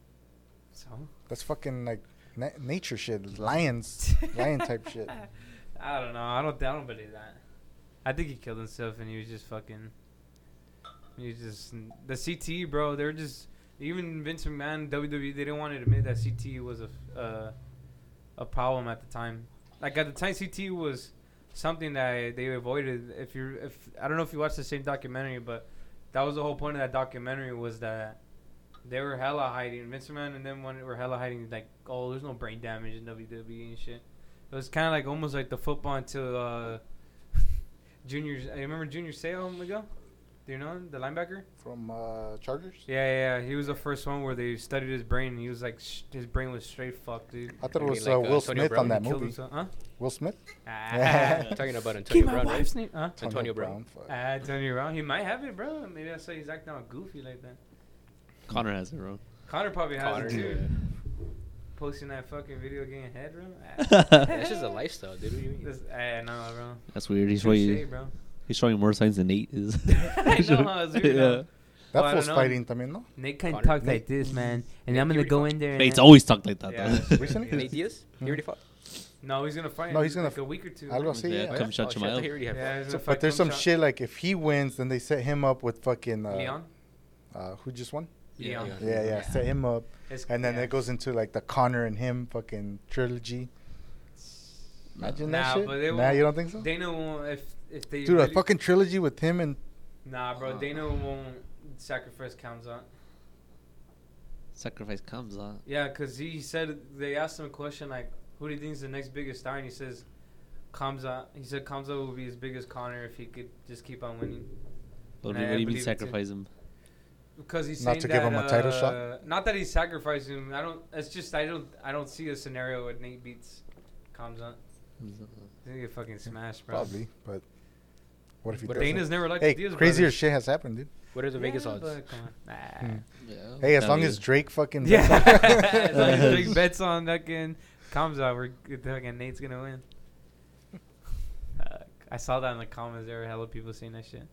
S1: So
S2: That's fucking like na- nature shit. Lions, lion type shit.
S1: I don't know. I don't. I don't believe that. I think he killed himself, and he was just fucking. He was just the CTE, bro. They were just even Vince McMahon, WWE. They didn't want to admit that CTE was a f- uh, a problem at the time. Like at the time, CTE was something that they avoided. If you are if I don't know if you watched the same documentary, but that was the whole point of that documentary was that they were hella hiding. Vince McMahon and them one were hella hiding. Like, oh, there's no brain damage in WWE and shit. It was kind of like almost like the football until uh, juniors. I remember Junior Seau ago. Do you know him? The linebacker?
S2: From uh, Chargers.
S1: Yeah, yeah, yeah. He was the first one where they studied his brain. and He was like, sh- his brain was straight fucked, dude.
S2: I thought it
S3: You mean
S2: was
S3: like,
S2: uh,
S3: uh,
S2: Will
S3: Antonio
S2: Smith
S3: Brown?
S2: on that
S1: He killed
S2: movie.
S1: himself. Huh?
S2: Will Smith.
S1: Ah.
S3: I'm talking
S1: Keep
S3: about Antonio
S1: my
S3: Brown. right?
S1: wife's name. Huh?
S3: Antonio Brown.
S2: fuck.
S1: Ah, Antonio Brown. He might have it, bro. Maybe that's why he's acting all goofy like that.
S4: Connor has it, bro.
S1: Connor probably has
S3: Connor,
S1: it too.
S3: yeah.
S1: Posting that fucking video game head, bro.
S3: That's just a lifestyle, dude. What do you mean?
S1: This, ah, I know, bro.
S4: That's weird. He's
S1: Touche,
S4: showing
S1: bro.
S4: he's showing more signs than Nate is.
S1: I know, I was weird, huh? Well,
S2: That
S1: I don't
S2: fool's
S1: know.
S2: fighting, también, no?
S1: Nate kind of
S3: Connor.
S1: talked
S2: Nate-
S1: like this, man. And I'm
S3: Nate, you
S1: gonna
S3: already
S1: go
S3: fucked.
S1: in there. and
S4: Nate's
S1: I-
S4: always talked like that.
S1: Yeah,
S4: though.
S1: that's-
S2: Recently?
S1: yeah.
S3: Nate Diaz? He already fought?
S1: No, he's gonna fight.
S2: No,
S1: in
S2: he's gonna
S1: like a week or two.
S2: Algo así,
S4: Yeah,
S2: yeah.
S4: come shut
S3: oh,
S4: your
S3: shit, I thought
S4: mouth.
S3: he already had
S1: Yeah,
S3: fought.
S1: he's gonna
S2: So,
S1: fight
S2: but there's some
S1: Kumshot.
S2: shit like if he wins, then they set him up with fucking uh,
S1: Leon.
S2: Uh, who just won?
S3: Yeah,
S1: Leon.
S2: Yeah, yeah, set him up,
S1: It's-
S2: and then
S1: yeah.
S2: it goes into like the Connor and him fucking trilogy. Imagine that
S1: Nah,
S2: shit.
S1: but they
S2: nah,
S1: won't-
S2: you don't think so?
S1: Dana won't if if they
S2: Dude,
S1: really-
S2: a fucking trilogy with him and
S1: nah, bro.
S3: Oh.
S4: Uh.
S1: Dana won't sacrifice Kamzat.
S4: Sacrifice comes on.
S1: Yeah, cause he said they asked him a question like, "Who do you think is the next biggest star?" And he says, "Kamzat." He said Kamzat would be as big as Connor if he could just keep on winning.
S4: What
S1: Nah,
S4: do you- what
S1: I
S4: do
S1: believe
S4: you mean
S1: it too.
S4: sacrifice him?
S1: because he's
S2: Not
S1: saying
S2: to give
S1: that,
S2: him a title shot?
S1: uh, Not that he's sacrificing him. I don't. It's just I don't. I don't see a scenario where Nate beats Kamzat. He's gonna get fucking smashed, bro.
S2: Hmm. probably, but what if he
S3: But
S2: doesn't?
S1: Dana's never liked
S2: hey,
S1: the Diaz
S2: crazier
S1: brothers.
S2: shit has happened, dude.
S3: What are the Vegas
S1: Yeah,
S3: odds?
S1: but come on. Nah.
S2: Hmm.
S3: Oh,
S2: Hey, as long as Drake fucking
S1: Yeah.
S2: bets
S1: As
S2: on-
S1: long as Drake bets on fucking Kamzat, we're good. fucking Nate's gonna win. Uh, I saw that in the comments. There were hella people saying that shit.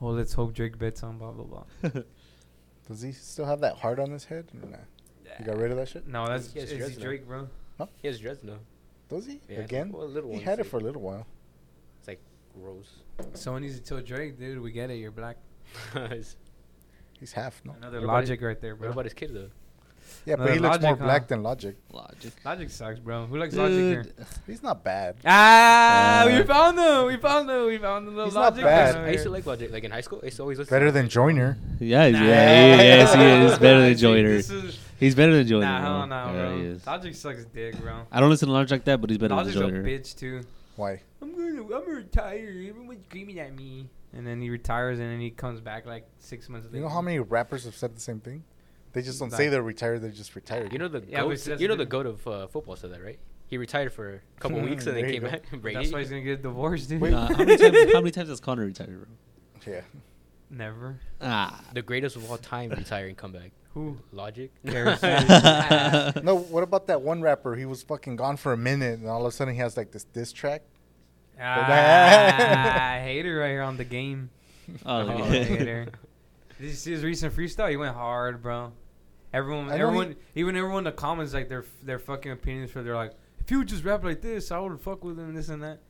S1: Oh, let's hope Drake bets on blah blah blah.
S2: Does he still have that heart on his head? Or Nah. You got rid of that shit?
S1: No, that's
S3: He has
S1: it's
S3: dreads now.
S1: Drake, bro.
S3: He has dreads now.
S2: Does he
S3: Yeah,
S2: again?
S3: well, little
S2: he
S3: ones,
S2: had it
S3: like-
S2: for a little while.
S3: It's like gross.
S1: Someone needs to tell Drake, dude, we get it. You're black.
S3: It's-
S2: He's half, no?
S1: Another
S3: What about
S1: logic right there,
S3: what
S1: bro.
S3: about his kid, though?
S2: Yeah, but
S1: Another
S2: he looks more
S1: Logic, huh?
S2: black than Logic.
S4: Logic.
S1: Logic sucks, bro. Who likes Logic here?
S2: He's not bad.
S1: Ah,
S4: Uh,
S1: we found them. We found them. We found the little
S2: He's not
S1: Logic.
S2: bad.
S1: guy over
S3: I used to
S1: here.
S3: like Logic. Like in high school, I used to always listen.
S2: Better
S3: to
S2: than
S3: Logic.
S2: Joiner.
S4: Yeah,
S1: Nah.
S4: yeah, yeah, yes, he is better than
S1: See,
S4: Joyner.
S1: this is-
S4: He's better than Joyner.
S1: Nah, hell
S4: bro.
S1: no,
S4: Yeah,
S1: bro.
S4: he is.
S1: Logic sucks dick, bro.
S4: I don't listen to Logic like that, but he's better
S1: Logic's a
S4: than Joyner.
S1: bitch too.
S2: Why?
S1: I'm gonna, I'm gonna retire. Everyone's screaming at me. And then he retires, and then he comes back like six months later.
S2: You know how many rappers have said the same thing? They just don't
S1: Like-
S2: say they're retired. They're just retired.
S3: You know the
S1: Yeah, but
S3: goat,
S1: see, that's
S3: you know
S1: the
S3: the goat of uh, football said that, right? He retired for a couple weeks and
S2: There
S3: then
S2: you
S3: came
S2: go.
S3: back. Brady.
S1: That's why he's gonna get divorced, dude.
S2: Wait.
S4: Nah, how, many times, how many times has Connor retired, bro?
S2: yeah.
S1: Never.
S6: Ah.
S3: The greatest of all time retiring comeback.
S1: Who?
S3: Logic.
S2: No, what about that one rapper? He was fucking gone for a minute, and all of a sudden he has like this diss track.
S1: Ah, hater right here on the game.
S6: Oh,
S1: Oh,
S6: look at that.
S1: hater. Did you see his recent freestyle? He went hard, bro. Everyone,
S2: I know
S1: everyone, even everyone in the comments, like their their fucking opinions. For they're like, if you would just rap like this, I would fuck with him, this and that.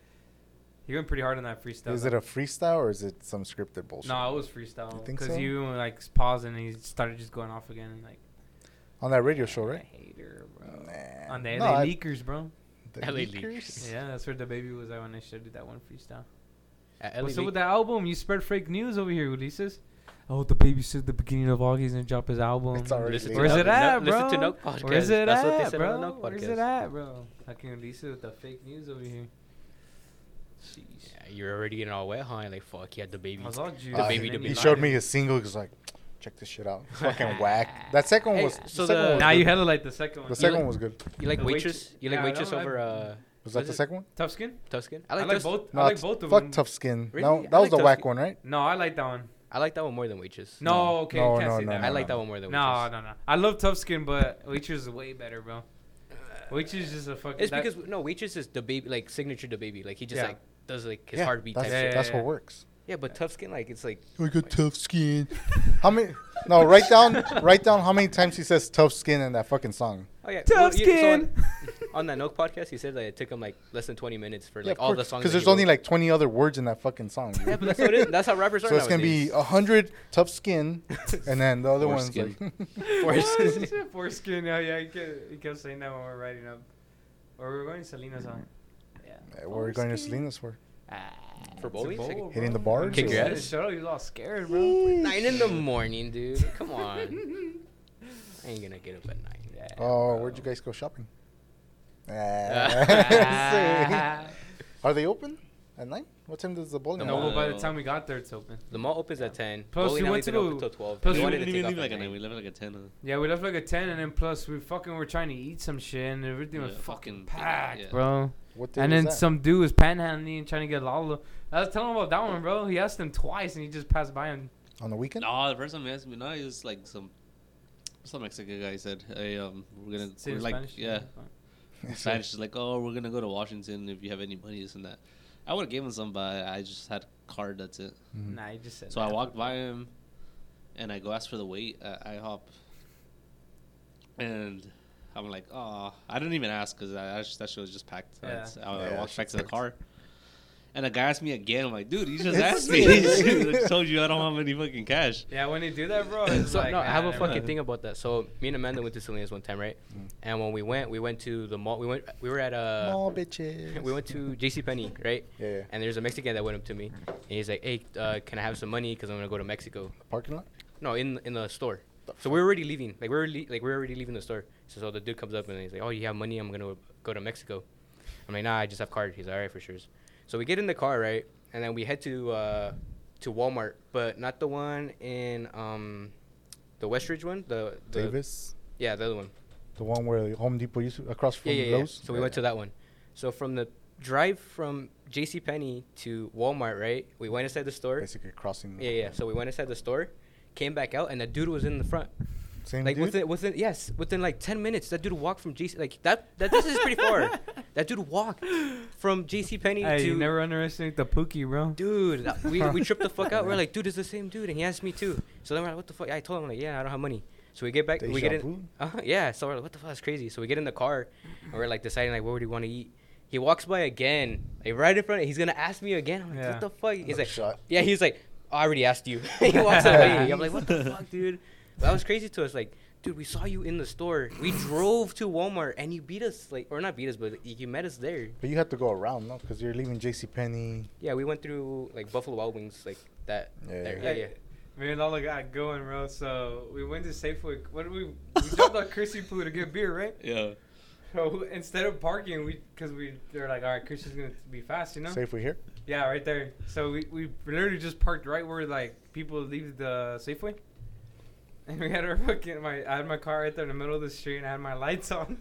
S1: He went pretty hard on that freestyle.
S2: Is it a freestyle or is it some scripted bullshit?
S1: No, it was freestyle.
S2: You think
S1: Because
S2: so?
S1: you like paused and he started just going off again and like
S2: On that radio show, right?
S1: hater, bro.
S2: Nah.
S1: On the
S2: No,
S1: LA
S2: I-
S1: Leakers, bro.
S2: the
S3: LA
S2: Leakers?
S1: Yeah, that's where the baby was at when I showed you that one freestyle.
S3: At
S1: What's
S3: LA
S1: up with that album? You spread fake news over here, Ulises. Oh, the baby said the beginning of August and drop his album.
S2: It's already
S3: Listen
S2: leaked.
S3: to
S1: Where's
S3: Nook-
S1: it at,
S3: Nook-
S1: bro?
S3: Listen to Nook podcast.
S1: Where's it
S3: That's
S1: at,
S3: what they said
S1: bro?
S3: on the Nook
S1: Where's
S3: podcast.
S1: it at, bro? Fucking Ulises with the fake news over here. Jeez.
S3: Yeah, you're already getting all wet, huh? You're like, fuck, he had the baby.
S1: I was all
S3: The
S1: juiced,
S2: Uh,
S3: baby
S1: and then
S2: he
S3: to be
S1: lied.
S2: showed me his single. He was like, check this shit out. It's fucking whack. That second one
S3: Hey,
S2: was.
S3: so
S2: the second
S3: the-
S2: one was
S1: Now
S2: good.
S1: you had it like the second one.
S2: the
S1: You
S2: second
S1: like
S2: one was good.
S3: You like
S1: The waitress-
S3: waitress? You like
S1: yeah, I
S3: waitress
S1: don't- I-
S3: over uh,
S2: Was that
S3: Was
S2: the
S3: it-
S2: second one?
S1: Tough skin.
S3: Tuscan?
S1: I like,
S3: Tuscan.
S1: both.
S2: No,
S1: I like
S2: t-
S1: both of
S2: fuck
S1: them.
S2: tough skin.
S3: Really?
S2: No,
S3: I
S2: that was
S3: like
S2: the
S3: Tough
S2: whack
S3: Skin.
S2: one, right?
S1: No, I like that one.
S3: I like that one more than waitress.
S1: No, okay,
S2: No,
S1: you can't
S2: no,
S1: say
S2: no,
S1: that.
S3: I
S2: no,
S3: like
S2: no.
S3: that one more than
S1: No,
S3: waitress.
S1: no, no. I love tough skin, but Waitress is way better, bro. Waitress is just a fucking.
S3: It's
S1: that-
S3: because no waitress is the baby like signature the baby like he just
S1: Yeah.
S3: like does like his
S2: yeah,
S3: heartbeat
S2: that's,
S3: type shit.
S1: Yeah,
S2: that's
S1: yeah, yeah.
S2: what works.
S3: Yeah, but tough skin like it's like
S2: I got tough skin. how many? No, write down, write down how many times he says tough skin in that fucking song.
S3: oh yeah
S1: Tough
S3: you- so
S1: skin.
S3: on, on that Nook podcast, he said that it took him like less than twenty minutes for like all the songs.
S2: because
S3: that
S2: there's
S3: he
S2: only
S3: wrote.
S2: like 20 other words in that fucking song. dude.
S3: yeah, but that's what it is. That's how rappers are.
S2: so it's gonna be a hundred tough skin, and then the other one's
S6: Foreskin.
S2: like
S3: Foreskin.
S1: Foreskin. Foreskin. Yeah, yeah. He kept, he kept saying that when we were writing up. Or we were going to Selena's on. Ah. Yeah.
S2: What we're going to Selena's for.
S3: for bowling. It's like
S2: Hitting the bars
S3: Kick or your what? ass.
S1: Shut up. He was all scared, bro.
S3: nine in the morning, dude. Come on, I ain't gonna get up at nine.
S1: Yeah,
S2: Oh,
S1: bro.
S2: where'd you guys go shopping? Ah,
S1: Ah.
S2: Are they open at night? What time does the bowling?
S1: no,
S2: alley-
S1: but by the time we got there, it's open.
S3: The mall opens at ten.
S1: Plus,
S3: bowling
S1: we went
S3: alley's
S1: to
S3: been
S1: go-
S3: open till twelve.
S1: plus
S3: We
S1: we
S3: wanted
S4: didn't
S3: to
S4: even
S3: take
S4: leave
S3: off
S4: like
S3: at
S4: a nine.
S3: nine.
S4: We left at like a ten. huh?
S1: Yeah, we left like at 10, and then plus we fucking were trying to eat some shit, and everything was
S4: Yeah,
S1: fucking
S4: fucking-
S1: packed,
S4: yeah.
S1: bro.
S2: What day
S1: And
S2: was
S1: then
S2: that?
S1: some dude was panhandling and trying to get Lalo. I was telling him about that one, bro. He asked him twice, and he just passed by him.
S2: on the weekend.
S4: No, the first time he asked me, no, he was like some some Mexican guy said, "Hey, um, we're gonna
S1: Say
S4: we're
S1: in
S4: like
S1: Spanish.
S4: yeah, Spanish is like, oh, we're gonna go to Washington if you have any money, this and that." I would have given some, but I just had card. That's it.
S2: Mm.
S1: Nah, he just said.
S4: So I
S1: that.
S4: walked by him, and I go ask for the wait at IHOP, and I'm like, oh, I didn't even ask because I, I just, that shit was just packed. I-
S1: Yeah.
S4: I, I
S2: Yeah,
S4: walked back
S2: shit's
S4: to the
S2: packed.
S4: car, and the guy asked me again. I'm like, dude, you just
S2: It's
S4: asked me.
S2: me.
S4: I told you I don't have any fucking cash.
S1: Yeah, when they do that, bro. It's
S3: So
S1: like,
S3: no, I have
S1: nah,
S3: a
S1: never
S3: fucking
S1: mind.
S3: thing about that. So me and Amanda went to Selena's one time, right? And when we went, we went to the mall. We went. We were at a.
S2: Mm. Mall bitches.
S3: Uh, we went to J.C. Penney, right?
S2: Yeah, yeah.
S3: And there's a Mexican that went up to me, and he's like, "Hey, uh, can I have some money? Cause I'm gonna go to Mexico."
S2: parking lot.
S3: No, in in the store. So we're already leaving. Like we're le- like we're already leaving the store. So, so the dude comes up and he's like, "Oh, you have money? I'm gonna go to Mexico." I'm like, "Nah, I just have card." He's like, "All right, for sure." So we get in the car, right? And then we head to uh, to Walmart, but not the one in um, the Westridge one. The, the
S2: Davis,
S3: Yeah, the other one.
S2: the one where the Home Depot used to, across from
S3: Yeah, yeah, yeah.
S2: Lowe's.
S3: So we went to that one. So from the drive from J.C. Penney to Walmart, right? We went inside the store.
S2: Basically crossing. the-
S3: Yeah, yeah. So we went inside the store, came back out, and the dude was in the front.
S2: Same
S3: like
S2: dude?
S3: within within yes, within like ten minutes, that dude walked from JC like that that distance is pretty far. That dude walked from JC Penny
S1: Hey,
S3: to
S1: you never underestimate the Pookie, bro.
S3: dude. that- We we tripped the fuck out. We're like, dude, it's the same dude, and he asked me too. So then we're like, what the fuck? I told him like, yeah, I don't have money. So we get back, we
S2: Deja
S3: get in,
S2: vu?
S3: uh, yeah. So we're like, what the fuck? That's crazy. So we get in the car, and we're like deciding like, what do you want to eat? He walks by again, like right in front. of He's gonna ask me again. I'm like,
S1: Yeah.
S3: what the fuck? He's
S2: Another
S3: like,
S2: shot.
S3: yeah. He's like, I already asked you. he walks away. I'm like, what the fuck, dude? That was crazy to us. Like, dude, we saw you in the store. We drove to Walmart, and you beat us. Like, or not beat us, but you you met us there.
S2: But you have to go around, no? Because you're leaving J.C. Penney.
S3: Yeah, we went through like Buffalo Wild Wings, like that.
S2: Yeah,
S3: there.
S1: yeah.
S3: yeah, yeah.
S1: Me and Lala got going, bro. So we went to Safeway. What did we? We jumped on Chrissy Poo to get beer, right?
S4: Yeah.
S1: So instead of parking, we because we they're like, all right, Chrissy's gonna be fast, you know?
S2: Safe we here.
S1: Yeah, right there. So we, we literally just parked right where like people leave the Safeway, and we had our fucking my I had my car right there in the middle of the street, and I had my lights on,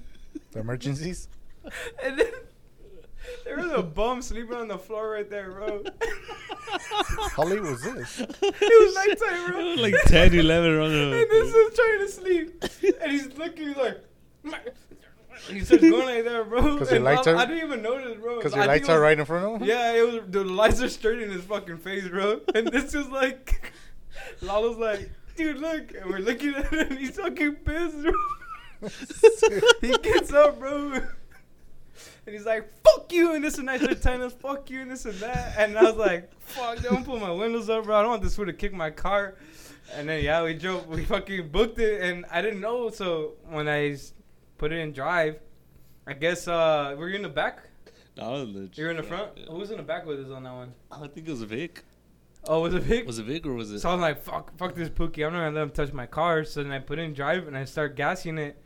S2: The emergencies.
S1: and then There was a bum sleeping on the floor right there, bro.
S2: How late was this?
S1: It was nighttime, bro.
S4: It was like 10, 11 around the-
S1: And this is trying to sleep. And he's looking, he's like. And he starts going like that, bro.
S2: 'Cause your
S1: And
S2: lights
S1: I,
S2: are-
S1: I didn't even notice, bro.
S2: Because
S1: I
S2: your
S1: think
S2: lights
S1: it was-
S2: are right in front of him.
S1: Yeah, it was, the lights are straight in his fucking face, bro. And this is like. Lalo's like, dude, look. And we're looking at him, and he's fucking pissed, bro. he gets up, bro. And he's like, fuck you, and this and that, they're telling us, fuck you, and this and that. And I was like, fuck, don't put my windows up, bro. I don't want this fool to kick my car. And then, yeah, we drove, we fucking booked it, and I didn't know. So when I s- put it in drive, I guess, uh, were you in the back?
S4: No, I was in the.
S1: You were in the front?
S4: Yeah.
S1: Who was in the back with us on that one?
S4: I think it was Vic.
S1: Oh, was it Vic?
S4: Was it Vic or was it?
S1: So I'm like, fuck, fuck this Pookie. I'm not gonna let him touch my car. So then I put it in drive and I start gassing it.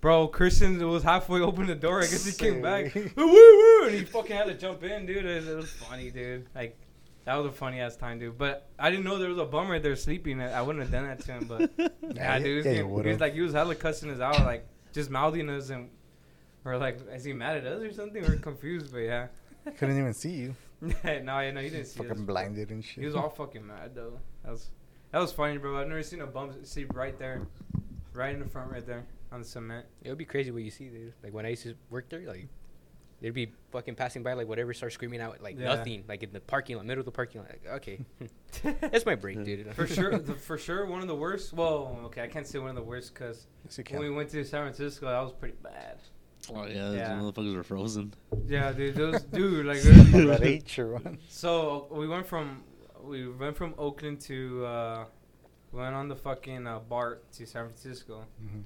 S1: Bro, Christian was halfway open the door. I guess he came back.
S2: Sick.
S1: Woo, woo, and he fucking had to jump in, dude. It, it was funny, dude. Like, that was a funny ass time, dude. But I didn't know there was a bum right there sleeping. I I wouldn't have done that to him, but yeah,
S2: Yeah,
S1: dude. he was
S2: yeah, you
S1: getting- he was
S2: would've.
S1: like, he was hella cussing us out, like just mouthing us, and we're like, is he mad at us or something? We're confused, but yeah.
S2: Couldn't even see you.
S1: no, I know he didn't see us.
S2: Fucking blinded and shit.
S1: He was all fucking mad though. That was that was funny, bro. I've never seen a bum sleep right there, right in the front, right there on the cement.
S3: It would be crazy what you see, dude. Like when I used to work there, like they'd be fucking passing by, like whatever, start screaming out, like
S1: Yeah.
S3: nothing, like in the parking lot, middle of the parking lot. Like, okay, that's my break, dude.
S1: for sure, the, for sure, one of the worst. Well, okay, I can't say one of the worst because
S2: Yes, you
S1: when we
S2: can.
S1: went to San Francisco, that was pretty bad.
S4: Oh yeah,
S1: Yeah.
S4: those motherfuckers were frozen.
S1: Yeah, dude, those dude like.
S2: About eight, sure. one.
S1: So we went from we went from Oakland to uh, we went on the fucking uh, BART to San Francisco.
S2: Mhm.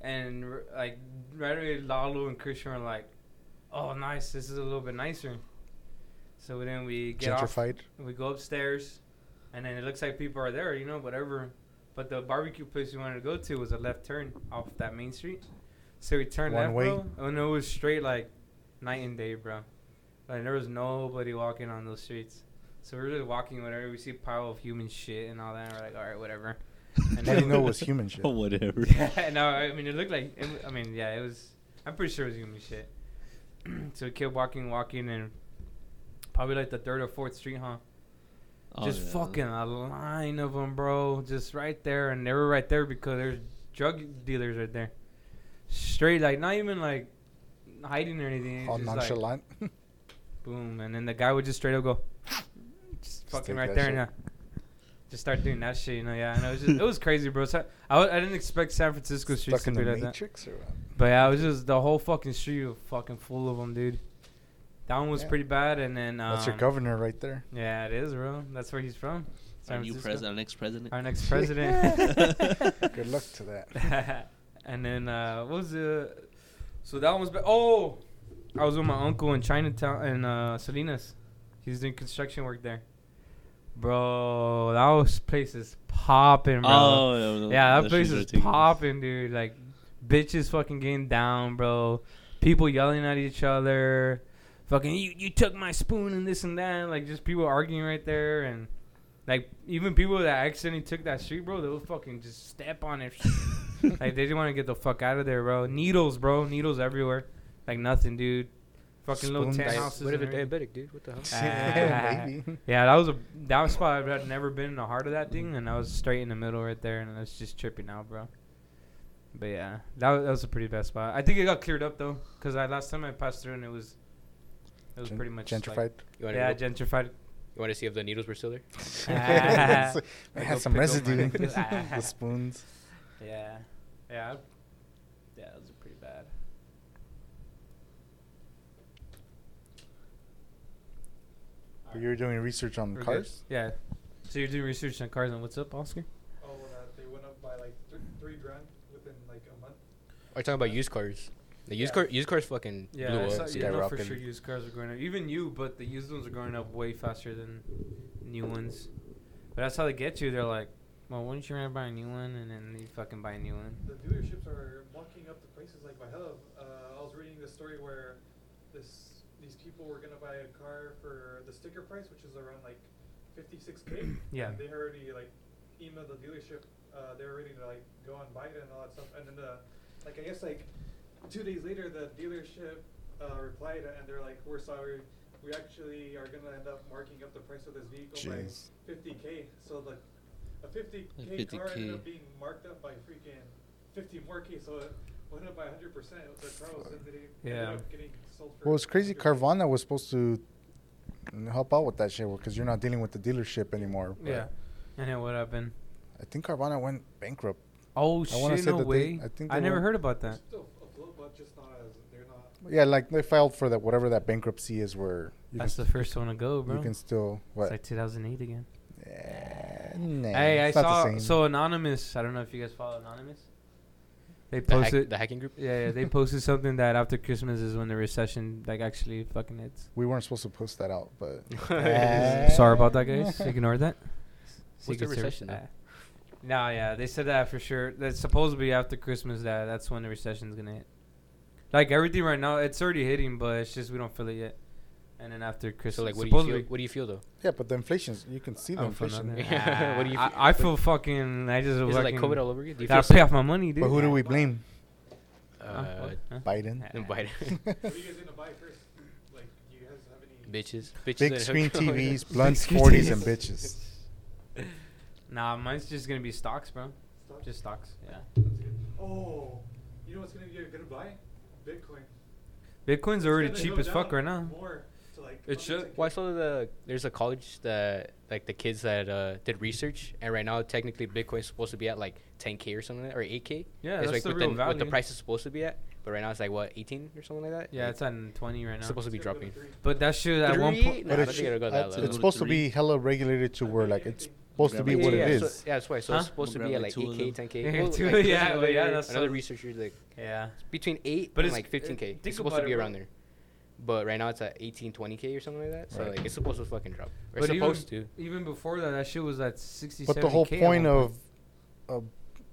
S1: and r- like right away Lalo and Christian were like, "Oh, nice, this is a little bit nicer." So then we get off,
S2: Gentrified.
S1: we go upstairs, and then it looks like people are there, you know, whatever. But the barbecue place we wanted to go to was a left turn off that main street, so we turned
S2: One
S1: left,
S2: way.
S1: bro, and it was straight like night and day, bro. Like there was nobody walking on those streets. So we were just walking, whatever. We see a pile of human shit and all that. And we're like, all right, whatever.
S2: I didn't know it was human shit.
S4: Oh, whatever.
S1: Yeah, no, I mean it looked like. It, w- I mean, yeah, it was. I'm pretty sure it was human shit. so we kept walking, walking, and probably like the third or fourth street, huh?
S4: Oh,
S1: just
S4: yeah.
S1: fucking a line of them, bro. Just right there, and they were right there because there's drug dealers right there. Straight, like not even like hiding or anything. it's
S2: All
S1: just, like,
S2: nonchalant.
S1: boom, and then the guy would just straight up go, just fucking
S2: take
S1: right
S2: that
S1: there, and
S2: shit.
S1: uh, just start doing that shit, you know? Yeah, and it was just, it was crazy, bro. So I, w- I didn't expect San Francisco streets
S2: Stuck
S1: to be
S2: in the
S1: like that.
S2: matrix or what?
S1: But yeah, it was just the whole fucking street was fucking full of them, dude. That one was
S2: Yeah.
S1: pretty bad, and then um,
S2: That's your governor right there.
S1: Yeah, it is, bro. That's where he's from.
S4: Our
S1: San
S4: new
S1: Francisco.
S4: president, our next president.
S1: Our next president.
S2: Good luck to that.
S1: and then uh, what was the? So that one was bad. Oh, I was with my uncle in Chinatown in uh, Salinas. He's doing construction work there. Bro, that was place is popping, bro.
S4: Oh, no, no,
S1: Yeah, that
S4: those
S1: place
S4: shoes are
S1: is
S4: taken.
S1: popping, dude. Like, bitches fucking getting down, bro. People yelling at each other. Fucking, you, you took my spoon and this and that. Like, just people arguing right there. And, like, even people that accidentally took that street, bro, they would fucking just step on it. like, they didn't want to get the fuck out of there, bro. Needles, bro. Needles everywhere. Like, nothing, dude. Fucking little
S2: Spoon
S1: tent
S2: diet.
S1: houses.
S3: What if
S1: and
S3: a
S1: everything.
S3: diabetic, dude? What the hell?
S1: Ah.
S2: Maybe.
S1: Yeah, that was a that was spot I've never been in the heart of that thing, and I was straight in the middle right there, and I was just tripping out, bro. But yeah, that was, that was a pretty bad spot. I think it got cleared up though, cause I last time I passed through and it was, it was
S2: Gen-
S1: pretty much like-
S2: gentrified.
S3: You want to
S1: yeah, gentrified.
S3: you want to see if the needles were still there?
S1: Ah.
S2: It's like,
S1: I
S2: I
S1: go
S2: had some
S1: pick up
S2: residue.
S1: my-
S2: in the spoons.
S1: Yeah, yeah, I- yeah. That was pretty bad.
S2: But you were doing research on
S1: We're good.
S2: cars.
S1: Yeah. So you're doing research on cars, and what's up, Oscar?
S5: Oh, well, uh, they went up by like th- three grand within like a month.
S3: Are you talking about used cars? The used
S5: Yeah.
S3: car, used cars, fucking
S1: Yeah,
S3: blew
S1: I
S3: up.
S1: saw,
S2: Sky
S1: you know for
S2: Rocket.
S1: sure used cars are going up. Even you, but the used ones are going up way faster than new ones. But that's how they get you. They're like, well, wouldn't you rather buy a new one? And then you fucking buy a new one.
S5: The dealerships are walking up the prices like by hell. Uh, I was reading this story where this these people were gonna buy a car for the sticker price, which is around like fifty six k.
S1: Yeah.
S5: They already like emailed the dealership. Uh, they were ready to like go and buy it and all that stuff. And then the like I guess like two days later, the dealership uh, replied and they're like, "We're sorry, we actually are gonna end up marking up the price of this vehicle
S2: Jeez.
S5: by 50k." So like a 50k,
S4: Like
S5: car ended
S4: 50K.
S5: up being marked up by freaking 50 more k. So it went up by 100 percent. The car was ended
S1: Yeah.
S5: up getting sold for.
S2: Well, it's crazy.
S5: 100.
S2: Carvana was supposed to help out with that shit because you're not dealing with the dealership anymore. but
S1: Yeah. And then what happened?
S2: I think Carvana went bankrupt.
S1: Oh
S2: I wanna
S1: shit!
S2: say
S1: No
S2: that they-
S1: way.
S2: I think
S1: I
S2: they
S1: never
S2: were-
S1: heard about
S5: They're
S1: that.
S5: Still afloat, but just not as they're not.
S2: Yeah, like they filed for that whatever that bankruptcy is where you
S1: That's
S2: can,
S1: the first one to go,
S2: you
S1: bro.
S2: can still
S1: It's
S2: what?
S1: like 2008 again.
S2: Eh, nah,
S1: hey, I
S2: it's not the
S1: saw
S2: same.
S1: so anonymous. I don't know if you guys follow anonymous. They
S3: The, hack,
S1: posted.
S3: the hacking group.
S1: yeah, yeah, they posted something that after Christmas is when the recession like actually fucking hits.
S2: we weren't supposed to post that out, but eh.
S3: Yeah.
S1: Sorry about that, guys. Ignore that.
S3: What's the
S1: Secret Service-
S3: recession? though?
S1: Ah. No, yeah, they said that for sure. That supposedly after Christmas, that that's when the recession's gonna hit. Like everything right now, it's already hitting, but it's just we don't feel it yet. And then after Christmas,
S3: So like, what do you
S1: supposedly,
S3: feel? What do you feel though?
S2: yeah, but the inflation's you can see the
S1: I'm from
S2: inflation.
S1: nothing.
S3: Yeah. What do you
S1: I,
S3: feel-
S1: I
S3: what-
S1: feel fucking. I just
S3: Is it
S1: fucking,
S3: like COVID all over again? Do you feel
S1: gotta pay
S3: sick?
S1: off my money, dude.
S2: But who do we blame?
S1: Huh?
S3: Uh,
S1: What? Huh?
S2: Biden.
S1: Yeah.
S3: Biden.
S5: What are you guys gonna buy first? Like, do you guys have any?
S3: bitches, bitches.
S2: Big
S3: and
S2: screen
S3: hookers.
S2: TVs, blunts,
S1: screen
S2: forties, and
S1: TVs.
S2: bitches.
S1: Nah, mine's just gonna be stocks, bro.
S5: Stocks?
S1: Just stocks. Yeah.
S5: That's good. Oh, you know what's gonna be a good buy? Bitcoin.
S1: Bitcoin's
S5: It's
S1: already
S5: gonna
S1: cheap
S5: go
S1: as fuck
S5: down
S1: right now.
S5: More to like
S1: It
S5: hundreds
S1: should.
S5: of
S3: Well, I
S5: K.
S3: saw the there's a college that like the kids that uh, did research, and right now technically Bitcoin's supposed to be at like 10k or something like that, or 8k.
S1: Yeah, that's
S3: It's, like
S1: the
S3: what
S1: real
S3: the, what the
S1: value.
S3: price is supposed to be at, but right now it's like what 18 or something like that.
S1: Yeah,
S3: Like,
S1: it's at 20 right
S3: it's
S1: now.
S3: supposed to be
S5: It's gonna go
S3: dropping.
S5: to three.
S1: But that should at one
S3: Three?
S1: point.
S2: But
S3: Nah, I
S2: it should-
S3: don't think it'll go
S2: I-
S3: that
S4: it's
S3: low.
S2: it's
S4: to
S2: supposed to
S4: three.
S2: be hella regulated to where like it's supposed to be
S4: Yeah,
S2: what
S3: yeah,
S2: it
S3: So,
S2: is.
S3: yeah, that's why. So
S1: Huh?
S3: it's supposed to
S4: Grab
S3: be at
S4: like
S3: like
S4: two of
S3: 8k,
S4: them.
S3: 10k.
S1: Yeah,
S3: Well,
S1: two-
S3: like, there's
S1: yeah,
S3: another,
S1: yeah, that's
S3: another
S1: so-
S3: researcher like
S1: Yeah.
S3: it's between 8
S1: But
S3: and
S1: it's-
S3: like 15k.
S1: uh, think
S3: it's supposed to
S1: about
S3: be
S1: it,
S3: around
S1: bro.
S3: there. But right now it's at 18, 20k or something like that. So
S2: Right.
S3: like it's supposed to fucking drop. Or
S1: But
S3: supposed
S1: even,
S3: to.
S1: Even before that, that shit was at 60.
S2: But the whole
S1: 70K at
S2: point
S1: one
S2: of of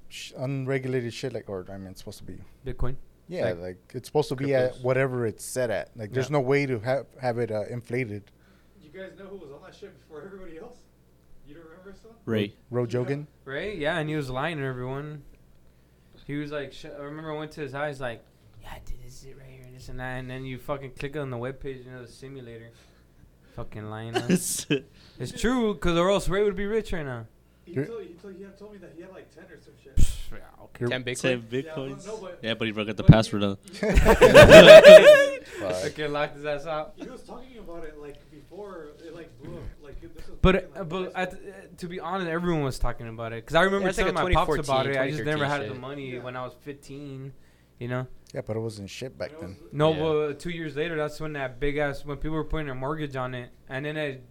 S2: sh- unregulated shit like, or I mean, it's supposed to be.
S1: Bitcoin.
S2: Yeah, like,
S3: Like
S2: it's supposed to be at
S3: cryptos.
S2: whatever it's set at. Like, there's
S1: Yeah.
S2: no way to have have it uh, inflated.
S5: You guys know who was on that shit before everybody else? You don't remember stuff?
S4: Ray.
S2: Rojogan.
S1: Right? Yeah, and he was lying to everyone. He was like, sh- I remember I went to his house, like, yeah, I did this shit right here, this and that. And then you fucking click on the webpage and it was a simulator. Fucking lying. on us.
S4: uh,
S1: it's true, because or else Ray would be rich right now.
S5: He
S2: You're-
S5: told, he told he had told me that he had like ten or some shit.
S1: Yeah, okay.
S2: You're-
S3: 10 Bitcoin.
S4: Ten
S5: Yeah, well,
S4: bitcoins.
S5: no, but-
S4: Yeah, but he forgot the
S5: but you-
S4: password though.
S2: Fuck. Oh,
S1: Okay, locked his ass out.
S5: He was talking about it like before it like blew up. Like it- this was
S1: But
S5: fucking,
S1: uh,
S5: like,
S1: but
S5: high
S1: at, uh,
S5: school.
S1: to be honest, everyone was talking about it because I remember
S3: That's like a
S1: telling my pops
S3: 2014,
S1: about it. I just never
S3: 2013
S1: had the
S3: shit.
S1: money
S5: Yeah.
S1: when I was 15, you know.
S2: yeah, but it wasn't shit back
S5: When I
S2: then.
S5: was-
S1: No,
S3: Yeah.
S1: but two years later, that's when that big ass when people were putting their mortgage on it, and then it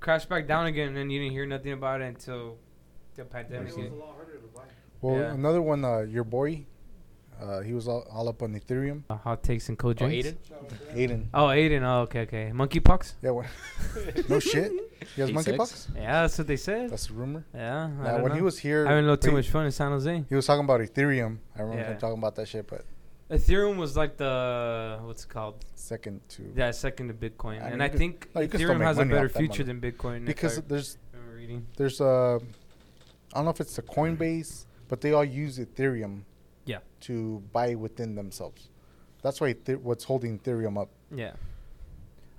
S1: crashed back down again, and then you didn't hear nothing about it until the
S5: it
S1: pandemic.
S5: was
S1: hit.
S5: a lot harder to buy.
S2: Well,
S1: Yeah.
S2: another one, uh, your boy, uh, he was all, all up on Ethereum.
S1: Uh, hot takes and cold
S3: Oh,
S1: drinks.
S3: Aiden?
S5: Shout out to them.
S2: Aiden.
S1: Oh, Aiden. Oh, okay, okay. Monkeypox.
S2: Yeah, what? no shit. He has
S4: Eight
S2: monkeypox.
S4: six?
S1: Yeah, that's what they said.
S2: That's a rumor.
S1: Yeah. I
S2: Now,
S1: don't
S2: when
S1: know.
S2: he was here,
S1: having a little too
S2: we-
S1: much fun in San Jose.
S2: He was talking about Ethereum. I remember
S1: Yeah.
S2: him talking about that shit, but
S1: Ethereum was like the what's it called?
S2: second to
S1: Yeah, second to Bitcoin,
S2: I mean,
S1: and
S2: you
S1: I
S2: could-
S1: think
S2: no, you could still
S1: Ethereum
S2: make
S1: has a
S2: money
S1: better
S2: off that
S1: future
S2: mother-
S1: than Bitcoin. if
S2: because
S1: I
S2: there's
S1: remember reading.
S2: there's a I don't know if it's the Coinbase, but they all use Ethereum.
S1: Yeah.
S2: To buy within themselves. That's why Ether- what's holding Ethereum up.
S1: Yeah,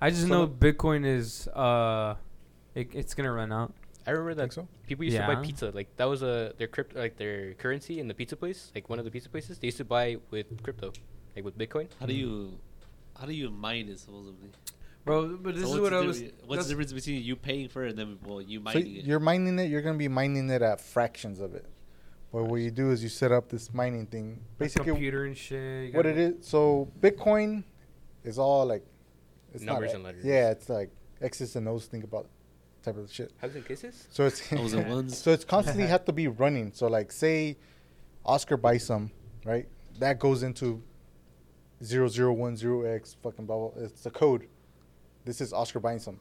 S1: I just
S2: So
S1: know
S2: the-
S1: Bitcoin is uh, it, it's gonna run out.
S3: I remember that
S2: Think so?
S3: people used to
S1: Yeah.
S3: buy pizza. Like that was a their crypto, like their currency in the pizza place. Like one of the pizza places, they used to buy with crypto, like with Bitcoin.
S4: How do you, how do you mine it supposedly?
S1: Bro, but this
S4: So
S1: is
S4: what's
S1: what
S4: the
S1: I was.
S4: difference- What's the
S1: that's-
S4: difference between you paying for it and then well you
S2: so
S4: mining it?
S2: you're mining it. You're gonna be mining it at fractions of it. But what you do is you set up this mining thing.
S1: the
S2: Basically,
S1: computer and shit. you
S2: what it
S1: gotta-
S2: is. So Bitcoin is all like
S3: Numbers
S2: a-
S3: and letters.
S2: Yeah, it's like X's and O's. Think about type of shit.
S3: Hugs and kisses.
S2: So it's
S4: I was in ones.
S2: so it's constantly have to be running. So like say Oscar buys some, right? That goes into 0010x fucking blah blah. It's a code. This is Oscar buying some.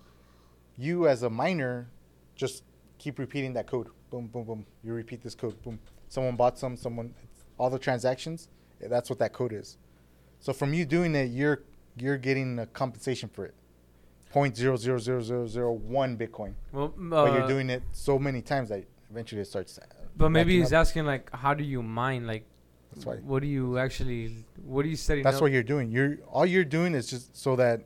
S2: You as a miner just keep repeating that code. Boom boom boom. You repeat this code. Boom. Someone bought some, someone all the transactions, eh, that's what that code is. So from you doing it, you're you're getting a compensation for it. Point zero zero zero zero zero one Bitcoin
S1: Well, m-
S2: but
S1: uh,
S2: you're doing it so many times that eventually it starts. uh,
S1: But maybe
S2: racking
S1: he's
S2: up.
S1: asking like, how do you mine? Like,
S2: That's why.
S1: what do you actually? What are you setting
S2: That's
S1: up?
S2: what you're doing. You're all you're doing is just so that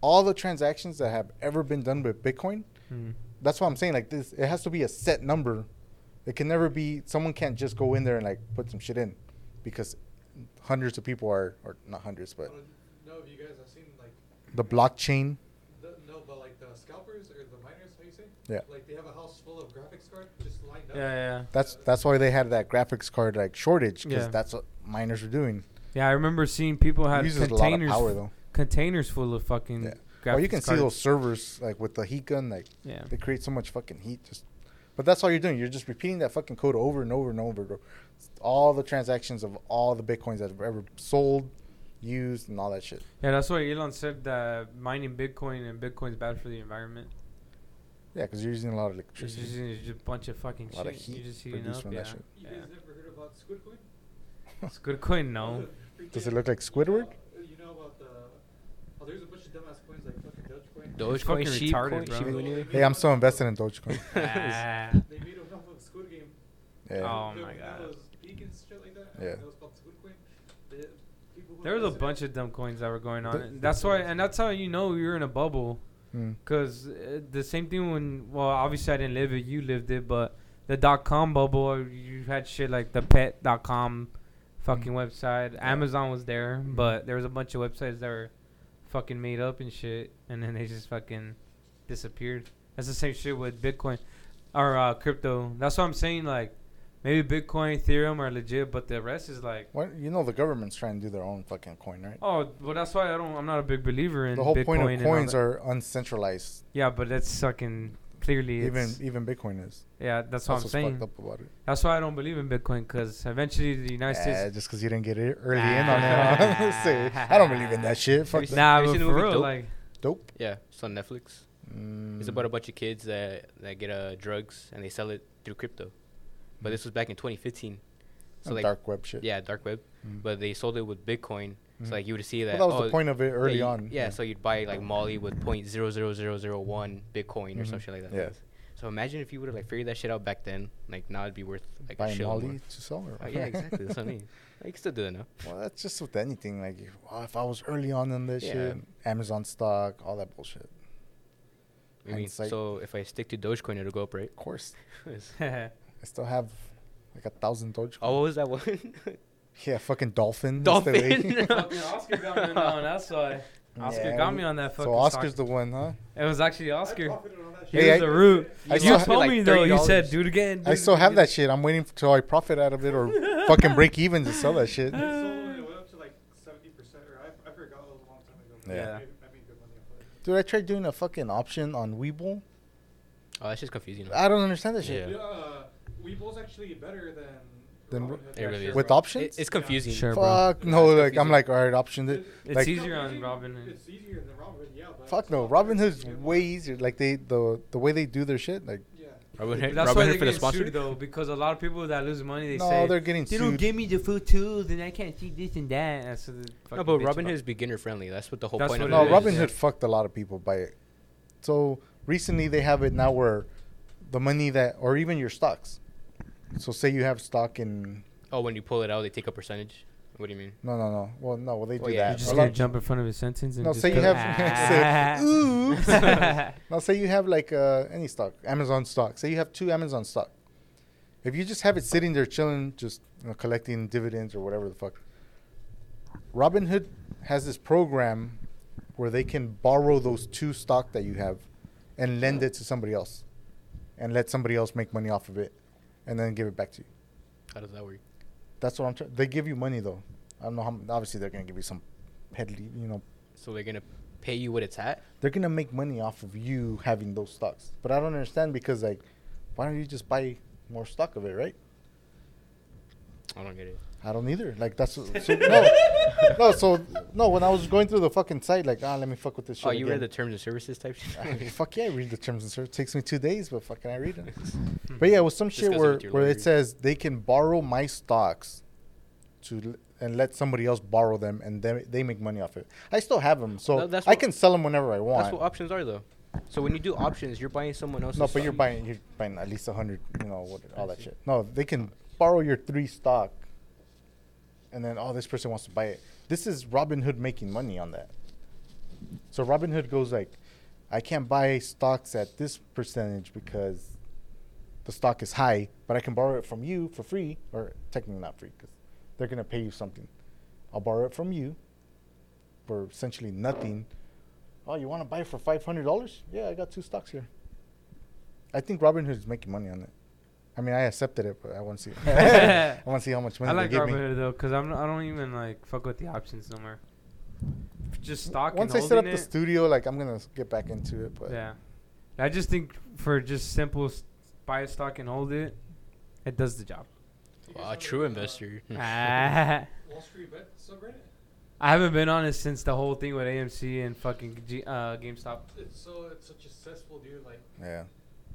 S2: all the transactions that have ever been done with Bitcoin.
S1: Hmm.
S2: That's what I'm saying. Like this, it has to be a set number. It can never be. Someone can't just go in there and like put some shit in, because hundreds of people are, or not hundreds,
S5: I
S2: but
S5: don't know if you guys have seen like
S2: the blockchain.
S5: the, no, but like the scalpers or the miners, how you say?
S2: Yeah.
S5: Like they have a house full of graphics cards just lined
S1: Yeah,
S5: up.
S1: yeah, yeah.
S2: That's that's why they had that graphics card like shortage, because
S1: Yeah.
S2: that's what miners are doing.
S1: Yeah, I remember seeing people
S2: It
S1: had
S2: uses a lot of
S1: containers,
S2: power though.
S1: containers full of fucking.
S2: Yeah.
S1: graphics
S2: Well, you can see
S1: cards.
S2: those servers like with the heat gun, like
S1: Yeah.
S2: they create so much fucking heat. Just, but that's all you're doing. You're just repeating that fucking code over and over and over. bro. All the transactions of all the bitcoins that have ever sold, used, and all that shit.
S1: Yeah, that's why Elon said that mining Bitcoin and Bitcoin's bad for the environment.
S2: Yeah, because you're using a lot of
S1: It's
S2: electricity.
S1: just, it's just a bunch of fucking
S2: A lot of
S1: shit.
S2: heat
S1: You're just heating
S2: produced
S1: up.
S2: from
S1: Yeah.
S2: that shit.
S5: You
S1: yeah.
S5: guys ever heard about Squidcoin?
S1: It's good coin, no.
S2: Does it look like Squidward?
S5: You know about the. Oh, there's a bunch of dumbass coins like fucking Dogecoin.
S1: Doge-
S3: Dogecoin,
S1: fucking
S3: sheep,
S1: retarded,
S3: coin,
S1: bro.
S3: Shiba Inu.
S2: Hey, I'm so invested in Dogecoin.
S1: Ah.
S5: They made them off of Squid Game.
S2: yeah.
S1: Oh
S5: There-
S1: my
S5: you know
S1: God.
S5: Those beacons, shit like that. uh,
S2: Yeah.
S5: That was called Squidcoin. The people who
S1: There was a
S5: invested in
S1: bunch
S5: it-
S1: of dumb coins that were going on.
S2: Th-
S1: and That's why, and that's how you know you're in a bubble.
S2: Mm.
S1: Cause uh, the same thing when, well, obviously I didn't live it, you lived it, but the dot com bubble, uh, you had shit like the pet dot com, fucking website. Amazon was there, but there was a bunch of websites that were fucking made up and shit, and then they just fucking disappeared. That's the same shit with Bitcoin or uh, crypto. That's what I'm saying. Like maybe Bitcoin, Ethereum are legit, but the rest is like.
S2: What, you know the government's trying to do their own fucking coin, right?
S1: Oh well, that's why I don't. I'm not a big believer in
S2: the whole
S1: Bitcoin
S2: point of
S1: and all
S2: coins
S1: that.
S2: are uncentralized.
S1: Yeah, but that's fucking clearly.
S2: Even
S1: it's,
S2: even Bitcoin is.
S1: yeah, that's what I'm
S2: what's
S1: saying.
S2: fucked up about it.
S1: That's why I don't believe in Bitcoin because eventually the United
S2: Yeah,
S1: States.
S2: Eh, just because you didn't get it early in on it. huh? Say, I don't believe in that shit. Fuck that.
S1: Nah,
S3: Have you
S1: but
S3: seen the
S1: for
S3: movie
S1: real,
S3: Dope?
S1: like
S2: Dope.
S3: Yeah, it's on Netflix. It's
S2: Mm.
S3: about a bunch of kids that that get uh, drugs and they sell it through crypto. But this was back in 2015. So
S2: Some
S3: like,
S2: dark web shit.
S3: yeah, dark web.
S2: Mm.
S3: But they sold it with Bitcoin.
S2: Mhm.
S3: So like you would see that.
S2: well, that was
S3: oh,
S2: the point of it
S3: yeah,
S2: early
S3: you-
S2: on.
S3: Yeah, so you'd buy like Molly with point zero zero zero zero one Bitcoin or
S2: Mhm.
S3: some shit like that.
S2: Yeah.
S3: So imagine if you would have like figured that shit out back then. Like now it'd be worth like a
S2: buying
S3: shit
S2: Molly to sell. Or
S3: Oh, yeah, exactly. That's what I mean. You can still do that now.
S2: well, that's just with anything. Like, if, well, if I was early on in this
S3: Yeah.
S2: shit, Amazon stock, all that bullshit.
S3: I mean,
S2: Hindsight.
S3: so if I stick to Dogecoin, it'll go up, right?
S2: Of course,
S1: yeah,
S2: I still have like a thousand Dogecoin.
S3: oh, what was that one?
S2: yeah, fucking dolphin. that's the way-
S3: Dolphin.
S1: Oscar got me on that one. That's why Oscar
S2: Yeah,
S1: got me on that
S2: So
S1: fucking.
S2: Oscar's
S1: stock.
S2: the one, huh?
S1: It was actually
S5: I
S1: Oscar.
S5: profited on that
S1: He
S5: shit.
S2: Hey,
S1: was
S2: I-
S1: the root.
S2: I
S1: you
S2: still ha-
S1: told
S3: like
S1: me though. You said,
S3: $30.
S1: "Dude, again."
S2: I
S1: dude
S2: still have
S1: again."
S2: that shit. I'm waiting till I profit out of it or fucking break even to sell that shit.
S5: I sold when it went up to like 70%, or I, I forgot it was a long time ago. but
S1: Yeah.
S5: I made, I made good money off of it.
S2: Dude, I tried doing a fucking option on Weeble.
S3: oh, that's just confusing.
S2: I don't understand that shit.
S3: Yeah.
S5: Yeah. Uh, Weeble's actually better than.
S2: Than
S5: Robinhood.
S3: It really is.
S2: With options?
S3: It- it's confusing.
S1: Sure, bro.
S2: Fuck no!
S3: That's
S2: Like I'm
S3: confusing.
S2: like, all right, option it.
S1: It's
S2: like-
S1: easier on Robinhood.
S5: It's easier than Robinhood, yeah. But
S2: Fuck
S5: it's
S2: no,
S5: not
S2: Robin
S5: better.
S2: Hood's way easier. Like they the the way they do their shit, like
S5: Yeah.
S3: Robin
S1: But
S3: Hood,
S1: That's
S3: Robin
S1: why
S3: Hood
S1: they
S3: for the
S1: get
S3: sponsor.
S1: sued though, because a lot of people that lose money, they
S2: no,
S1: say
S2: they're getting
S1: they
S2: sued.
S1: don't give me the full tools, and I can't see this and that. That's what they
S3: No,
S1: fucking
S3: but
S1: bitch
S3: Robin
S1: about.
S3: Hood is beginner friendly. That's what the whole
S1: That's
S3: point
S1: what it
S2: no,
S3: of
S1: is,
S2: Robin
S1: yeah.
S2: Hood fucked a lot of people by it. So recently they have it now where the money that or even your stocks. So say you have stock in
S3: Oh, when you pull it out, they take a percentage. What do you mean?
S2: no no no. Well no, well they do
S3: Well, yeah,
S1: You're
S2: that.
S1: just
S2: A
S1: gonna
S2: lot-
S1: jump in front of his sentence and
S2: no,
S1: just
S2: say you
S1: go, "Ah."
S2: have say, oops. now say you have like uh, any stock, Amazon stock. Say you have two Amazon stock. If you just have it sitting there chilling, just you know, collecting dividends or whatever the fuck. Robinhood has this program where they can borrow those two stock that you have and lend it to somebody else and let somebody else make money off of it and then give it back to you.
S3: How does that work?
S2: That's what I'm trying. They give you money though. I don't know how. m- Obviously, they're gonna give you some peddly, you know,
S3: So they're gonna pay you what it's at.
S2: they're gonna make money off of you having those stocks. But I don't understand because like, why don't you just buy more stock of it, right?
S3: I don't get it.
S2: I don't either. Like that's what- so, no, no. So no, when I was going through the fucking site, like ah, let me fuck with this shit.
S3: oh, you read the
S2: again.
S3: terms and services type
S2: I-
S3: shit.
S2: fuck yeah, I read the terms and service. It takes me two days, but fucking I read them. but yeah, it was some shit
S3: Discuss it
S2: where,
S3: with your
S2: where
S3: lawyer.
S2: it says they can borrow my stocks to l- and let somebody else borrow them and they, they make money off it. I still have them, so
S3: No, that's
S2: I
S3: what-
S2: can sell them whenever I want.
S3: That's what options are though. So when you do options, you're buying someone else's.
S2: No, but you're
S3: stock.
S2: buying you're buying at least a hundred, you know, what, all that shit. No, they can borrow your three stock and then oh, this person wants to buy it. This is Robin Hood making money on that. So Robin Hood goes like, I can't buy stocks at this percentage because the stock is high, but I can borrow it from you for free, or technically not free because they're gonna pay you something. I'll borrow it from you for essentially nothing. Oh, you want to buy for five hundred dollars? Yeah, I got two stocks here. I think Robinhood is making money on it. I mean, I accepted it, but I want to see. I want to see how much money
S1: I like
S2: they give me.
S1: Robinhood though, cause I'm I don't even like fuck with the options no more. Just stock.
S2: Once I
S1: and
S2: set up
S1: holding
S2: the
S1: it,
S2: studio, like I'm gonna s- get back into it, but
S1: Yeah, I just think for just simple s- buy a stock and hold it, it does the job.
S5: You guys
S3: Wow, a
S5: have
S3: true
S5: the, uh,
S3: investor.
S2: Ah.
S1: I
S5: Wall Street bet subreddit.
S1: haven't been on it since the whole thing with AMC and fucking G, uh, GameStop.
S5: It's so it's such a cesspool, dude. Like
S2: yeah.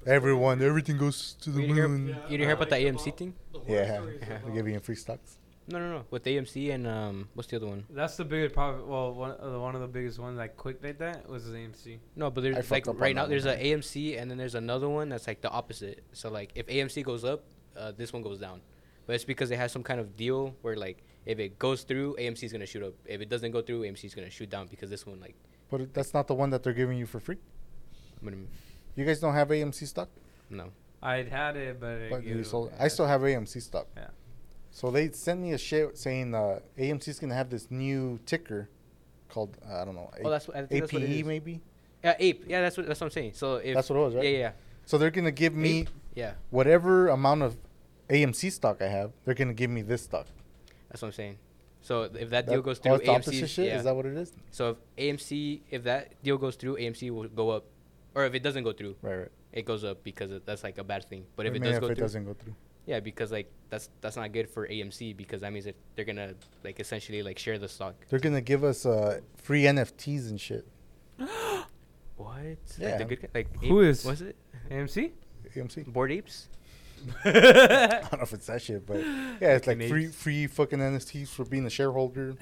S2: Everyone, everything goes to the
S3: We hear-
S2: moon.
S5: Yeah,
S3: You didn't hear about the
S5: like
S3: AMC
S5: about
S3: thing?
S5: the horror
S2: Yeah,
S5: stories
S2: they're
S5: about-
S2: giving you free stocks.
S3: No, no, no. With AMC and um, what's the other one?
S1: That's the biggest probably well one of the, one of the biggest ones like quick like that was AMC.
S3: No, but
S2: I
S3: there's
S2: fucked
S3: like
S2: up on
S3: right now
S2: that
S3: there's
S2: one,
S3: a AMC and then there's another one that's like the opposite. So like if AMC goes up, uh, this one goes down. But it's because they have some kind of deal where like if it goes through, AMC is gonna shoot up. If it doesn't go through, AMC is gonna shoot down because this one like.
S2: But it- that's not the one that they're giving you for free.
S3: I'm gonna,
S2: You guys don't have AMC stock,
S3: um, no.
S1: I'd had it, but, it
S2: but you
S1: gave
S2: sold.
S1: away.
S2: I still have AMC stock.
S1: Yeah.
S2: So they sent me a shit saying uh, AMC's gonna have this new ticker called uh, I don't know.
S3: Oh, that's what- I think that's what it
S2: APE
S3: is.
S2: maybe.
S3: Yeah, ape. Yeah, that's what that's what I'm saying. So if
S2: That's what it was, right?
S3: Yeah, yeah,
S2: So they're gonna give
S3: yeah.
S2: me
S3: Ape, yeah,
S2: whatever amount of AMC stock I have. They're gonna give me this stock.
S3: that's what I'm saying. So if that
S2: That-
S3: deal goes
S2: oh,
S3: through,
S2: it's the
S3: AMC.
S2: opposite shit?
S3: Yeah.
S2: Is that what it is?
S3: so if AMC, if that deal goes through, AMC will go up, or if it doesn't go through,
S2: Right, right.
S3: it goes up because it- that's like a bad thing. But if
S2: I
S3: it
S2: mean,
S3: does go
S2: if it
S3: through,
S2: doesn't go through.
S3: Yeah, because like that's that's not good for AMC because that means that they're gonna like essentially like share the stock.
S2: They're gonna give us uh, free NFTs and shit.
S3: What? Like
S2: Yeah.
S3: the good ki- like
S1: Who
S3: ape-
S1: is-
S3: was it?
S1: AMC.
S2: AMC.
S3: Board apes?
S2: I don't know if it's that shit, but yeah, it's like
S3: Fucking
S2: free
S3: apes.
S2: free fucking NFTs for being a shareholder.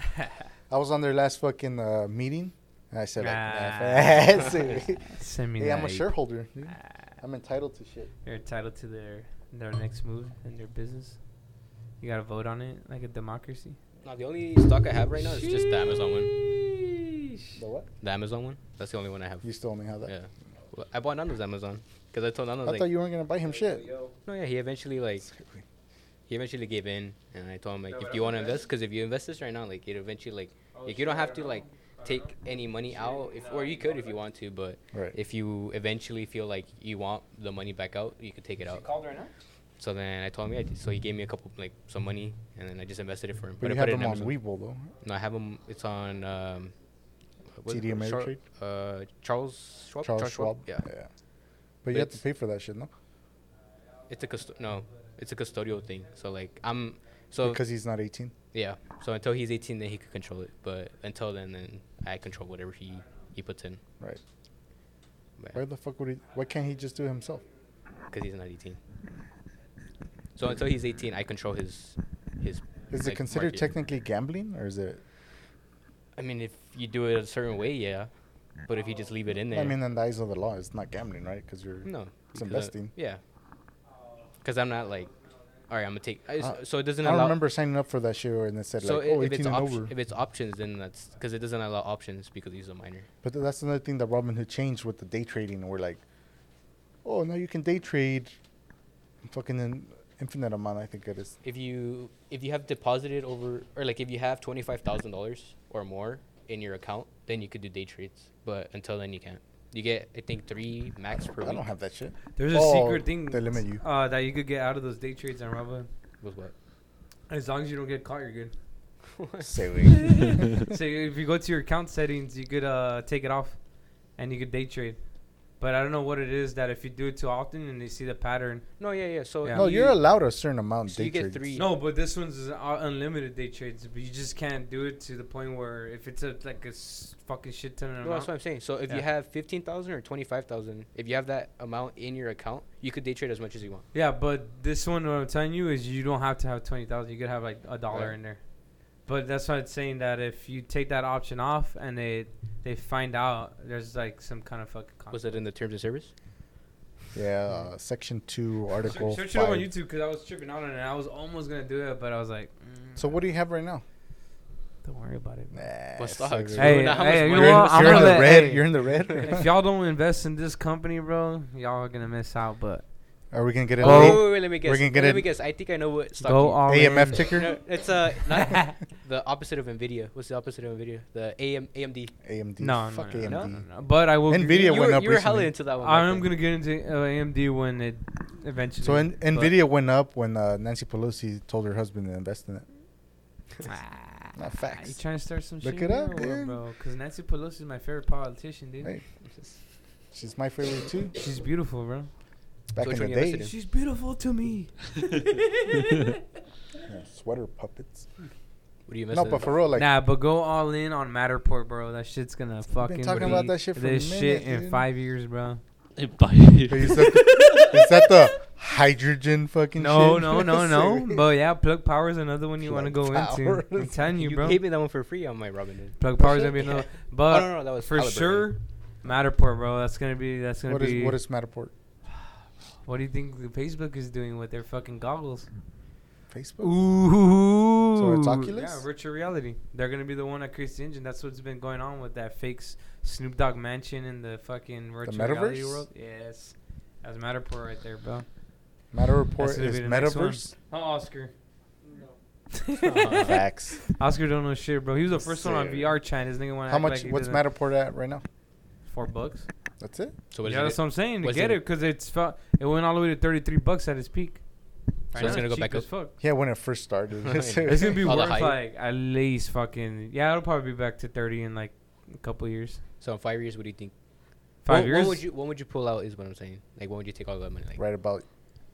S2: I was on their last fucking uh, meeting, and I said like, nah,
S1: Nah.
S2: fancy.
S1: Send me
S2: hey,
S1: that.
S2: I'm a shareholder. dude.
S1: Ah,
S2: I'm entitled to shit.
S1: You're entitled to their their next move and their business. You gotta vote on it like a democracy.
S3: No, the only stock I have right now is just the Amazon one.
S1: Sheesh.
S2: The what?
S3: The Amazon one. That's the only one I have.
S2: You still only have that?
S3: Yeah. Well, I bought Nando's Amazon because I told Nando
S2: I
S3: like,
S2: thought you weren't gonna buy him shit.
S3: no, yeah, he eventually like he eventually gave in, and I told him like,
S5: No, but
S3: if
S5: I
S3: you want to
S5: forgot.
S3: invest, because if you invest this right now, like it eventually like like you Oh, don't have to like take any money out, if or you could if you want to, but
S2: Right.
S3: if you eventually feel like you want the money back out, you could take it out.
S1: right now.
S3: So then I told him, yeah. So he gave me a couple, like some money, and then I just invested it for him.
S2: But you
S3: I
S2: have
S3: put it
S2: them
S3: in
S2: on
S3: Amazon.
S2: Weeble though.
S3: No, I have them. It's on um, what is
S2: TD
S3: it? Char-
S2: Ameritrade?
S3: uh, Charles Schwab.
S2: Charles Schwab.
S3: Yeah,
S2: But you have to
S3: It's-
S2: pay for that shit, no?
S3: it's a custo- no, it's a custodial thing. So like I'm, so
S2: because he's not 18.
S3: yeah. So until he's 18, then he could control it. But until then, then I control whatever he he puts in.
S2: Right.
S3: But-
S2: Why the fuck would he? Why can't he just do it himself?
S3: because he's not 18. So until he's 18, I control his his.
S2: Is
S3: like,
S2: it considered
S3: market.
S2: technically gambling, or is it?
S3: I mean, if you do it a certain way, yeah. But if you just leave it in there,
S2: I mean, in the eyes of the law, it's not gambling, right? Because you're
S3: no,
S2: it's
S3: because I-
S2: investing.
S3: yeah, because I'm not like, all right, I'm gonna take. I just-
S2: Uh,
S3: so it
S2: I
S3: doesn't
S2: don't
S3: allow.
S2: remember signing up for that shit, and it said
S3: so
S2: like,
S3: i-
S2: oh,
S3: if, it's
S2: 18 and
S3: opt-
S2: over.
S3: if it's options, then that's because it doesn't allow options because he's a minor.
S2: But th- that's another thing that Robinhood changed with the day trading. We're like, oh, now you can day trade, fucking an infinite amount. I think it is.
S3: If you if you have deposited over or like if you have twenty five thousand dollars or more in your account, then you could do day trades. But until then, you can't. You get I think three max per
S2: I
S3: week.
S2: don't have that shit.
S1: There's a
S2: Oh,
S1: secret thing
S2: They limit you.
S1: uh, that you could get out of those day trades on Robinhood.
S3: Was what?
S1: As long as you don't get caught, you're good.
S2: Say wait.
S1: so if you go to your account settings, you could uh, take it off, and you could day trade. But I don't know what it is that if you do it too often and you see the pattern.
S3: No, yeah, yeah. So
S1: Yeah.
S2: No, you're allowed a certain amount
S3: So
S2: day
S3: you get
S2: trades.
S3: three-
S1: No, but this one's is uh, unlimited day trades, but you just can't do it to the point where if it's a like a s- fucking shit ton of
S3: No, that's what
S1: amount,
S3: I'm saying. So if
S1: Yeah.
S3: you have fifteen thousand or twenty five thousand, if you have that amount in your account, you could day trade as much as you want.
S1: Yeah, but this one, what I'm telling you is you don't have to have 20,000. You could have like a dollar
S3: Right.
S1: in there. But that's why it's saying that if you take that option off and they they find out, there's like some kind of fucking.
S3: Was it in the terms of service?
S2: Yeah, uh, section two,
S1: Search,
S2: article
S1: search it up on
S2: five.
S1: YouTube because I was tripping out on it. I was almost gonna do it, but I was like, mm.
S2: So what do you have right now?
S1: Don't worry about it.
S2: Nah.
S3: What's
S2: suck,
S3: stocks,
S2: dude.
S3: bro?
S1: Hey,
S3: Now how
S1: hey,
S3: much
S1: you know
S2: You're,
S3: money-
S1: what?
S2: in,
S1: I'm
S2: you're in
S1: gonna
S2: the
S1: let-
S2: red.
S1: hey,
S2: You're in the red.
S1: if y'all don't invest in this company, bro, y'all are gonna miss out. But
S2: Are we gonna get
S1: Go-
S3: Oh, wait,
S2: a
S3: wait, wait, let me guess.
S2: We're gonna get
S3: let
S2: it-
S3: me guess. I think I know what stock.
S1: go
S3: you-
S1: all
S2: AMF
S1: in.
S2: ticker?
S3: No, it's uh, not the opposite of Nvidia. What's the opposite of Nvidia? The AM AMD.
S2: AMD?
S1: No, no,
S2: Fuck
S1: no,
S2: AMD.
S1: no, no, no. But I will. give
S2: Nvidia
S1: you-
S2: Yeah,
S3: you
S2: went
S3: were,
S2: up
S3: you were hella
S2: recently.
S3: into that one. back
S1: I'm
S3: then.
S1: gonna get into uh, AMD when it eventually.
S2: So in,
S1: but-
S2: Nvidia went up when uh, Nancy Pelosi told her husband to invest in it.
S1: Ah,
S2: Not
S1: You
S2: facts.
S1: trying to start some
S2: Look
S1: shit?
S2: it up,
S1: here or what,
S2: dude.
S1: bro. Because Nancy Pelosi is my favorite politician, dude.
S2: Hey, she's my favorite too.
S1: She's beautiful, bro.
S2: Back
S3: which
S2: in
S3: one
S2: the
S3: you invested
S2: day,
S3: in?
S1: She's beautiful to me.
S2: Yeah, sweater puppets.
S3: What do you miss?
S2: No, but for real, like
S1: nah, but go all in on Matterport, bro. That shit's gonna fucking
S2: talking
S1: be
S2: about that shit for a
S1: this shit
S2: minute,
S1: in
S2: dude.
S1: five years, bro.
S2: Hey, is, that the, is that the hydrogen fucking?
S1: No,
S2: shit?
S1: no, no, no.
S2: Seriously.
S1: But yeah, Plug Power is another one you want to go
S2: Plug
S1: into.
S2: Power.
S1: I'm telling you,
S3: you
S1: bro.
S3: gave me that one for free on my Robinhood.
S1: Plug Power is gonna be another. But
S3: oh, no, no, that was
S1: for
S3: Halliburton.
S1: sure, Matterport, bro. That's gonna be. That's gonna
S2: What
S1: be.
S2: is what is Matterport?
S1: What do you think the Facebook is doing with their fucking goggles?
S2: Facebook.
S1: Ooh.
S2: Oculus?
S1: Yeah, virtual reality. They're gonna be the one that creates the engine. That's what's been going on with that fake S- Snoop Dogg mansion in the fucking virtual reality
S2: metaverse?
S1: world. Yes. That's Matterport right there, bro. That's
S2: Matterport
S1: gonna
S2: is
S1: be the next one.
S2: metaverse.
S1: Oh, Oscar.
S5: No.
S2: Facts.
S1: Oscar don't know shit, bro. He was the first one on
S2: Sick.
S1: VR China. This nigga want
S2: How much? What's Matterport at right now?
S1: Four bucks.
S2: That's it.
S3: So what is
S1: yeah,
S3: it?
S1: that's what I'm saying. To
S3: what's
S1: get
S3: it-
S1: it because it's fu- it went all the way to 33 bucks at its peak.
S3: So
S1: Right now,
S3: it's gonna go
S1: cheap
S3: back
S1: as
S3: up?
S1: fuck.
S2: Yeah, when it first started.
S1: It's gonna be
S3: All the
S1: worth
S3: hype.
S1: like at least fucking yeah. It'll probably be back to thirty in like a couple years,
S3: So in five years, what do you think?
S1: five
S3: What-
S1: years.
S3: What would you What would you pull out? Is what I'm saying. Like, what would you take all that money? Like,
S2: right about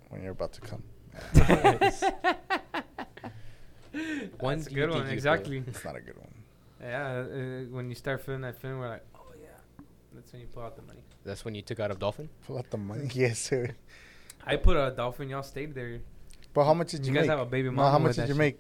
S2: when you're about to come.
S3: One
S1: That's a
S3: you
S1: good
S3: think
S1: one,
S3: you
S1: exactly.
S2: It's not a good one.
S1: yeah, uh, when you start feeling that feeling, we're like, oh yeah, that's when you pull out the money.
S3: pull- That's when you took out of Dolphin.
S2: Pull out the money. Yes, sir.
S1: I put a dolphin. Y'all stayed there.
S2: But how much did
S1: You
S2: you,
S1: guys
S2: make?
S1: have a baby
S2: No,
S1: mama
S2: how
S1: with
S2: much
S1: that
S2: did you
S1: shit.
S2: make?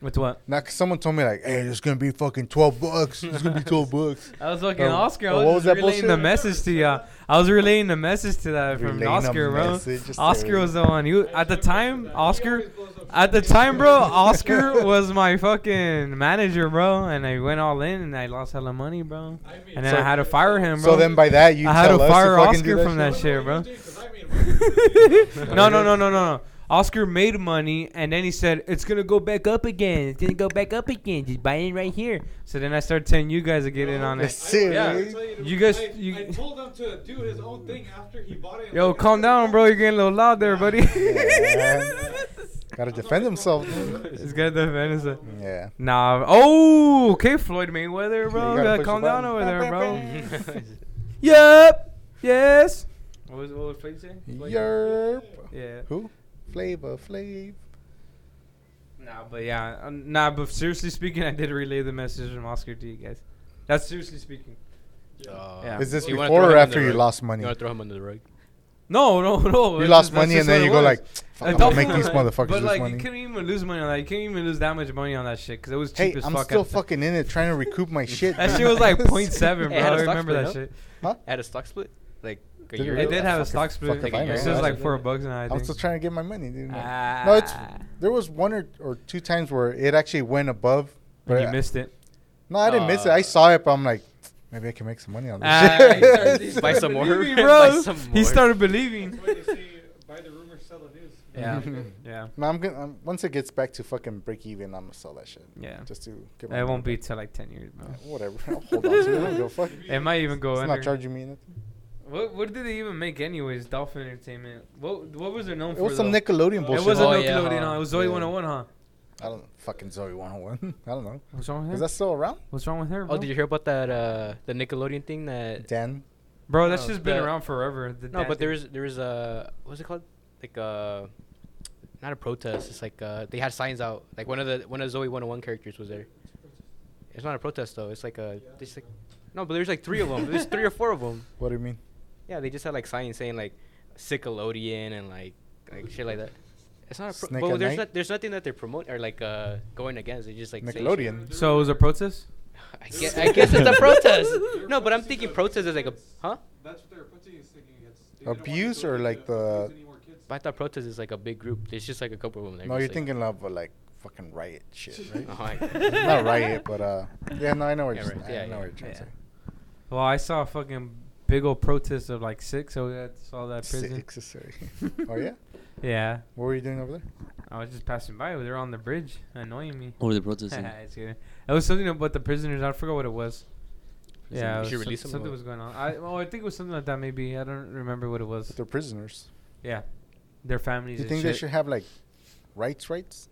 S1: With what?
S2: Now, 'cause someone told me like, hey, it's gonna be fucking twelve bucks. It's gonna be twelve bucks.
S1: I was fucking
S2: Oh,
S1: Oscar. I
S2: oh,
S1: was,
S2: what was
S1: just
S2: that
S1: relaying the
S2: bullshit?
S1: message to y'all. I was relaying the message to that from
S2: Relaying a
S1: Oscar, bro.
S2: message, just
S1: Oscar
S2: saying.
S1: was the one. He wa- at the time, Oscar.
S5: He always blows up
S1: At the
S5: shit.
S1: time, bro, Oscar was my fucking manager, bro, and I went all in and I lost hell of money, bro.
S5: I mean,
S1: And then
S2: So-
S1: I had to fire him, bro.
S2: So then by that you
S1: I had
S2: tell
S1: to
S2: us
S1: fire
S2: to fucking do
S1: Oscar
S2: that
S1: from
S2: shit?
S1: that shit, bro.
S5: I made
S1: no, no, no, no, no, no. Oscar made money, and then he said it's gonna go back up again. It's gonna go back up again. Just buy it right here. So then I started telling you guys to get in on it.
S2: Yes. Seriously?
S1: You guys-
S5: I,
S1: you-
S5: I told him to do his own thing after he bought it.
S1: Yo, calm down, bro. You're getting a little loud there, buddy.
S2: Yeah. Gotta defend himself.
S1: It's got the Venice.
S2: yeah.
S1: Nah. Oh, okay, Floyd Mayweather, bro.
S2: You gotta
S1: Gotta
S2: push
S1: calm
S2: the
S1: down
S2: button.
S1: over there, bro.
S3: Who
S1: Yep. Yes. What was what was Floyd saying?
S2: Yerp.
S1: Yeah.
S2: Who? Flavor Flav.
S1: Nah, but yeah, um, nah, but seriously speaking, I did relay the message from Oscar to you guys. That's seriously speaking. Yeah.
S2: Is this
S3: You wanna
S2: before
S3: throw
S2: or
S3: him under
S2: after
S3: the
S2: you
S3: rug?
S2: lost
S3: Uh, You
S2: money?
S3: want to throw him under the rug?
S1: No, no, no.
S2: You
S1: it's
S2: lost
S1: just-
S2: money
S1: that's
S2: and then
S1: just
S2: you
S1: what
S2: go
S1: it was.
S2: like,
S1: Uh,
S2: "Fuck, I'm gonna
S1: don't-
S2: make these
S1: But
S2: motherfuckers lose
S1: like, you
S2: money.
S1: couldn't even lose money on that. You couldn't even lose that much money on that shit because it was cheap
S2: Hey,
S1: as
S2: I'm
S1: fuck.
S2: still
S1: at the-
S2: fucking in it trying to recoup my shit.
S1: That
S2: dude.
S1: shit was like 0.7, bro.
S3: It had
S1: I
S3: a stock
S1: remember that
S3: split,
S1: shit.
S3: At a stock split, like a
S2: Did it
S3: year
S1: It
S2: really?
S3: ago?
S1: did have a
S2: Fuck
S1: stock
S2: if-
S1: split.
S2: fuck
S1: It
S3: if I know.
S1: was like four
S3: Yeah.
S1: bucks, and I
S2: I'm
S1: think. Ah.
S2: still trying to get my money, dude. no, it's there was one or, or two times where it actually went above,
S1: And
S2: but
S1: you
S2: I-
S1: missed it.
S2: No, I didn't miss it. I
S3: Uh,
S2: saw it, but I'm like, maybe I can make some money on this.
S1: Ah, he started- he
S2: shit.
S1: started
S3: Buy some more.
S1: believing,
S3: Buy
S1: bro.
S3: some
S1: He
S3: more.
S1: started believing.
S5: That's why they say buy the rumor, sell the news.
S1: Yeah,
S2: Mhm.
S1: yeah.
S2: No, I'm gonna um, once it gets back to fucking break even, I'm gonna sell that shit.
S1: Yeah.
S2: Just to get my
S1: It
S2: money
S1: won't be
S2: back.
S1: till like ten years, bro.
S2: Yeah, whatever. I'll hold on to it. I don't give a fuck.
S1: It might even go
S2: It's
S1: under.
S2: not charging me nothing.
S1: What what did they even make anyways? Dolphin Entertainment. What what was their known
S2: It
S1: for?
S2: was some
S1: though?
S2: Nickelodeon
S5: It
S1: It
S2: bullshit.
S1: was a
S3: Oh,
S1: Nickelodeon.
S3: yeah, huh?
S1: huh? It was Zoe
S2: Yeah.
S1: 101, huh?
S2: I don't fucking Zoe 101. I don't know.
S1: What's wrong with
S2: Is
S1: her?
S2: that still around?
S1: What's wrong with her, bro?
S3: Oh, did you hear about that? Uh, the Nickelodeon thing that.
S2: Dan.
S1: bro, that's
S2: Oh,
S3: No,
S1: just been
S3: the-
S1: around forever. The
S3: No,
S1: dad
S3: but there
S1: thing.
S3: is there is a what's it called? Like uh, not a protest. It's like uh, they had signs out. Like one of the one of Zoe 101 characters was there. It's not a protest though. It's like a just like no, but there's like three of them. There's three or four of them.
S2: What do you mean?
S3: Yeah, they just had like signs saying like Sicklodeon and like like shit like that. It's not a pro-
S2: Snake
S3: but
S2: at
S3: there's
S2: night?
S3: not, there's nothing that they're promoting or like uh going against. They just like say shit.
S2: Nickelodeon.
S1: So it was a protest.
S3: I guess, I guess it's a protest. No, but I'm
S5: Protesting
S3: thinking
S5: the
S3: protest is like a
S5: kids.
S3: huh?
S5: That's what they're protesting against. They don't want to
S2: Abuse
S5: do it
S2: or
S5: to
S2: like the-
S5: abuse any more kids.
S3: But I thought protest is like a big group. There's just like a couple of them.
S2: No, you're thinking of uh, like fucking riot shit, right?
S3: Oh, I-
S2: Not riot, but uh, yeah, no, I know what
S3: Yeah,
S2: you're,
S3: right.
S2: I
S3: Yeah,
S2: know
S3: yeah.
S2: what you're trying
S1: Yeah.
S2: to say.
S1: Well, I saw a fucking big old protest of like six. So I saw that prison.
S2: Six is sorry. oh yeah,
S1: Yeah,
S2: what were you doing over there?
S1: I was just passing by. They were on the bridge, annoying me.
S4: Or the protesting.
S1: It's kidding. it was something about the prisoners. I forgot what it was. Yeah,
S3: You
S1: it was
S3: should
S1: some-
S3: release them or
S1: something
S3: what?
S1: was going on. I well, I think it was something like that. Maybe I don't remember what it was.
S2: They're prisoners.
S1: Yeah, their
S2: Do
S1: families.
S2: you
S1: and
S2: think
S1: shit.
S2: they should have like rights, rights?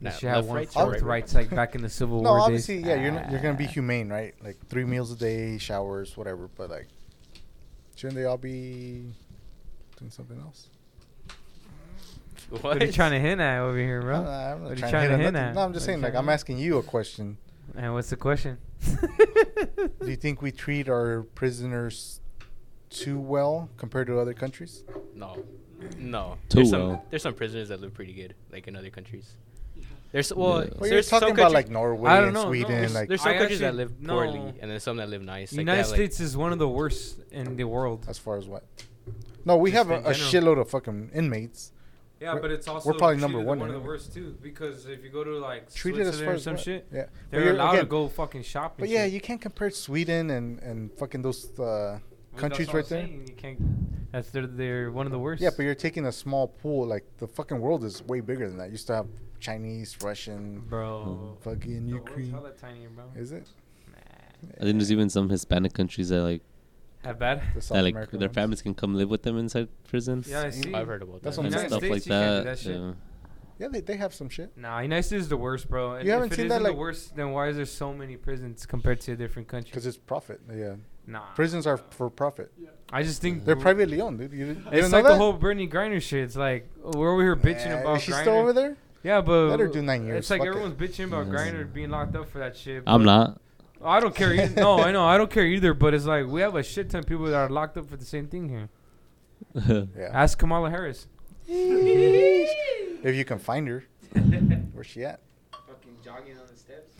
S1: They
S3: Nah,
S1: should have
S3: left,
S1: one
S3: right,
S1: fourth
S3: right, right.
S1: rights like back in the Civil
S2: no,
S1: War
S2: obviously,
S1: days.
S2: yeah, you're not, you're gonna be
S1: Ah.
S2: humane, right? Like three meals a day, showers, whatever. But like, shouldn't they all be doing something else?
S3: What?
S1: What are you trying to hint at over here, bro?
S2: No, no, Uh, I'm
S1: what
S2: not
S1: are you
S2: trying,
S1: trying to hint
S2: nothing.
S1: at?
S2: No, I'm just
S1: What are you
S2: saying. Like,
S1: trying
S2: I'm
S1: to hint
S2: asking you a question.
S1: at? And what's the question?
S2: Do you think we treat our prisoners too well compared to other countries?
S3: No, no.
S4: Too
S3: there's some
S4: well.
S3: there's some prisoners that live pretty good, like in other countries. There's well,
S4: Yeah.
S2: Well, you're
S3: there's some
S2: talking about
S3: countries-
S2: like Norway
S1: I don't
S2: and
S1: know, no,
S2: Sweden.
S1: it's-
S3: there's,
S2: like,
S3: there's some
S1: I
S3: countries that
S1: actually-
S3: live
S1: no.
S3: poorly, and then some that live nice. Like
S1: United
S3: that, like,
S1: States is one of the worst in the world.
S2: as far as what? No, we
S1: Just
S2: have a,
S1: in
S2: a
S1: general.
S2: shitload of fucking inmates.
S1: Yeah,
S2: We're-
S1: but it's
S2: we're
S1: also
S2: probably number
S1: treated
S2: one
S1: one
S2: in
S1: of the
S2: it.
S1: worst too. Because if you go to like
S2: Treated as
S1: Switzerland
S2: far
S1: or
S2: as
S1: some
S2: what?
S1: shit,
S2: Yeah, But
S1: they're
S2: you're-
S1: allowed to
S2: again,
S1: go fucking shopping.
S2: But yeah, you can't compare Sweden and and fucking those uh, countries right there.
S1: You can't. That's they're they're one of the worst.
S2: Yeah, but you're taking a small pool. Like the fucking world is way bigger than that. You still have Chinese, Russian,
S3: Mm.
S1: bro.
S2: fucking
S1: The world's
S2: Ukraine.
S1: hella tiny, bro.
S2: Is it?
S1: Nah.
S4: I think there's even some Hispanic countries that like
S1: That bad?
S2: The South
S4: that like
S2: American
S4: their
S2: ones?
S4: families can come live with them inside prisons.
S1: Yeah, I
S4: and
S1: see.
S3: I've heard about
S2: That's
S3: that.
S2: what I'm
S1: United
S2: saying.
S4: stuff
S1: States,
S4: like
S1: you can't do
S4: that.
S1: that shit.
S4: yeah.
S2: Yeah, they, they have some shit.
S1: Nah, United States is the worst, bro. And
S2: You haven't
S1: if it
S2: seen
S1: isn't
S2: that,
S1: the
S2: like-
S1: worst, then why is there so many prisons compared to a different country?
S2: Because it's profit. Yeah.
S1: nah,
S2: Prisons are for profit.
S5: Yeah.
S1: I just think
S2: They're
S1: we're-
S2: privately owned, dude. You, you
S1: It's
S2: didn't know
S1: like the
S2: that?
S1: whole Brittany Griner shit. It's like we're over here bitching
S2: Nah,
S1: about.
S2: Is she
S1: Griner.
S2: still over there?
S1: Yeah, but
S2: Let her do nine years,
S1: It's like
S2: fuck it.
S1: everyone's bitching about
S4: Yeah.
S1: Grinder being locked up for that shit.
S4: I'm
S1: but-
S4: not.
S1: I don't care. Either. No, I know. I don't care either. But it's like we have a shit ton of people that are locked up for the same thing here.
S2: Yeah.
S1: Ask Kamala Harris.
S2: If you can find her, where's she at?
S1: Fucking jogging on the steps.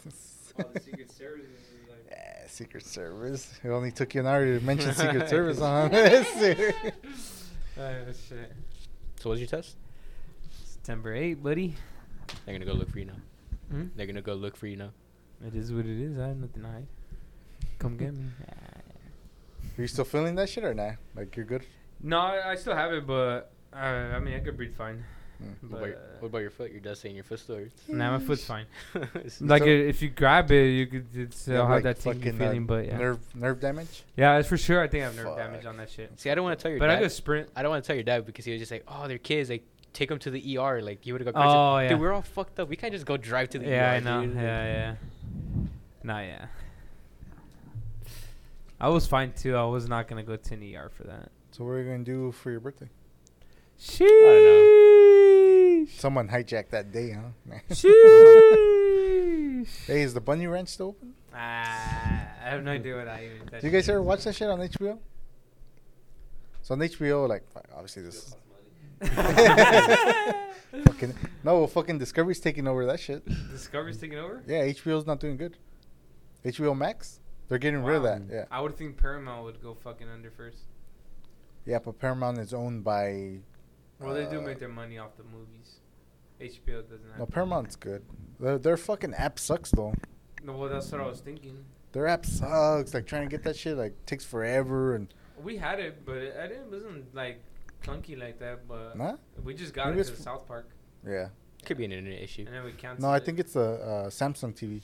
S1: All the Secret Service is like.
S2: Eh, Secret Service. It only took you an hour to mention Secret Service on this.
S1: Oh shit.
S3: So what's your test?
S1: September 8, buddy.
S3: They're gonna go look for you now.
S1: Hmm?
S3: They're gonna go look for you now.
S1: It is what it is. I have nothing to hide. Come get me.
S2: Are you still feeling that shit or nah? Like you're good?
S1: No, I, I still have it, but uh, I mean I could breathe fine.
S2: Mm.
S3: What about, your, what
S1: But uh,
S3: about your foot? Your dust saying your foot story.
S1: now nah, my foot's fine.
S2: You
S1: Like
S2: still-
S1: i- if you grab it, you could it's,
S2: You
S1: still have
S2: have, like,
S1: that tingle
S2: fucking, uh,
S1: feeling. But yeah,
S2: Nerve nerve damage?
S1: yeah, that's for sure. I think I have nerve damage
S2: Fuck.
S1: on that shit.
S3: See, I don't want to tell your
S1: But I
S3: dad.
S1: could sprint.
S3: I don't want to tell your dad because he was just like, "Oh, they're kids. Like, take them to the ER. Like, you would have got.
S1: Oh,
S3: Dude,
S1: yeah.
S3: we're all fucked up. We can't just go drive to the ER.
S1: Yeah, I know.
S3: dude.
S1: Yeah, yeah. Nah, yeah. I was fine too. I was not gonna go to an ER for that.
S2: So what are you gonna do for your birthday?
S1: Sheesh.
S2: Someone hijacked that day, huh?
S1: Sheesh.
S2: hey, is the Bunny Ranch still open?
S1: Ah, I have no idea what I even said.
S2: Do you guys ever watch that shit on HBO? So on HBO, like obviously this fucking no fucking Discovery's taking over that shit.
S1: Discovery's taking over?
S2: Yeah, HBO's not doing good. HBO Max, they're getting rid of that.
S4: Wow.
S2: Yeah,
S1: I would think Paramount would go fucking under first.
S2: yeah, but Paramount is owned by.
S1: Well, they do
S2: uh,
S1: make their money off the movies. HBO doesn't have.
S2: No, Paramount's good. Their, their fucking app sucks though.
S1: No, well, that's what I was thinking.
S2: Their app sucks. Like trying to get that shit like takes forever and
S1: We had it, but it, I didn't wasn't like clunky like that. But
S2: nah.
S1: we just got
S2: Maybe
S1: it to
S2: it's-
S1: the South Park,
S2: Yeah.
S3: Could be an internet issue.
S1: and then we canceled.
S2: No, I
S1: it.
S2: think it's a uh, Samsung TV.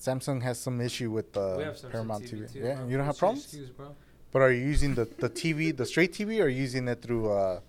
S2: Samsung has some issue with
S1: we
S2: uh,
S1: have Samsung
S2: Paramount TV.
S1: TV, too,
S2: Yeah,
S1: bro.
S2: you don't have
S1: What's your
S2: problems.
S1: excuse, bro?
S2: But are you using the, the TV, the straight TV, or are you using it through uh,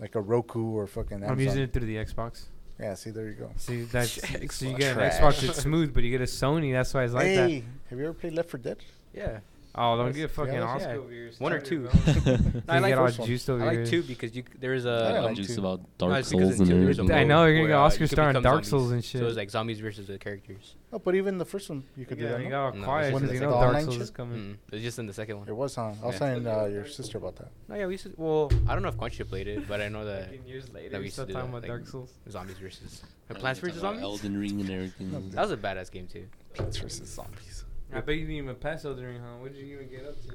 S2: like a Roku or fucking Amazon?
S1: I'm using it through the Xbox.
S2: Yeah, see, there you go.
S1: See, that's so you
S2: Xbox.
S1: get an
S2: Trash.
S1: Xbox, it's smooth, but you get a Sony, that's why it's like
S2: hey,
S1: that.
S2: have you ever played Left 4 Dead?
S3: Yeah.
S1: Oh, don't
S2: Yes,
S1: get fucking
S2: yeah,
S1: Oscar
S3: yeah.
S1: over here.
S3: One or
S1: started,
S3: two.
S1: bro.
S3: I
S1: You
S3: like
S1: get all
S2: first one.
S1: juiced
S3: I
S1: over
S3: like
S1: here.
S3: two because you c- there's
S2: I
S3: a.
S2: don't
S3: um,
S2: like
S4: Juice
S2: two.
S4: about
S3: no,
S4: Dark
S3: it's because
S4: Souls
S3: in
S4: and
S3: two there's a
S4: everything.
S1: I know, you're gonna
S3: mode
S1: get
S3: where, uh,
S1: Oscar
S3: you could
S1: star in
S3: become
S1: Dark Souls and
S3: zombies.
S1: shit.
S3: So it's like zombies versus the characters.
S2: No, but even the first one you could
S1: yeah,
S2: do
S1: you
S2: that.
S1: got all
S3: No,
S1: quiet
S3: it's
S1: because
S2: when
S1: you
S2: the
S1: know
S2: online
S1: Dark Souls
S2: shit?
S1: is coming.
S3: Mm. It's just in the second
S2: No? It
S3: one.
S2: was, huh? I was
S3: Yeah.
S2: telling uh, your sister about that.
S3: No, yeah, we used to. Well, I don't know if Concha played it, but I know that
S1: Fucking years later,
S3: that
S1: we
S3: we
S1: still
S3: used to do
S1: talking
S3: that,
S1: about
S3: like-
S1: Dark Souls.
S3: zombies versus
S4: Yeah,
S3: Plants
S4: we
S3: vs
S4: talk about
S3: Zombies.
S4: Elden Ring and everything.
S3: That was a badass game too.
S2: Plants vs. Zombies.
S1: I bet you didn't even pass Elden Ring, huh? What did you even get up to?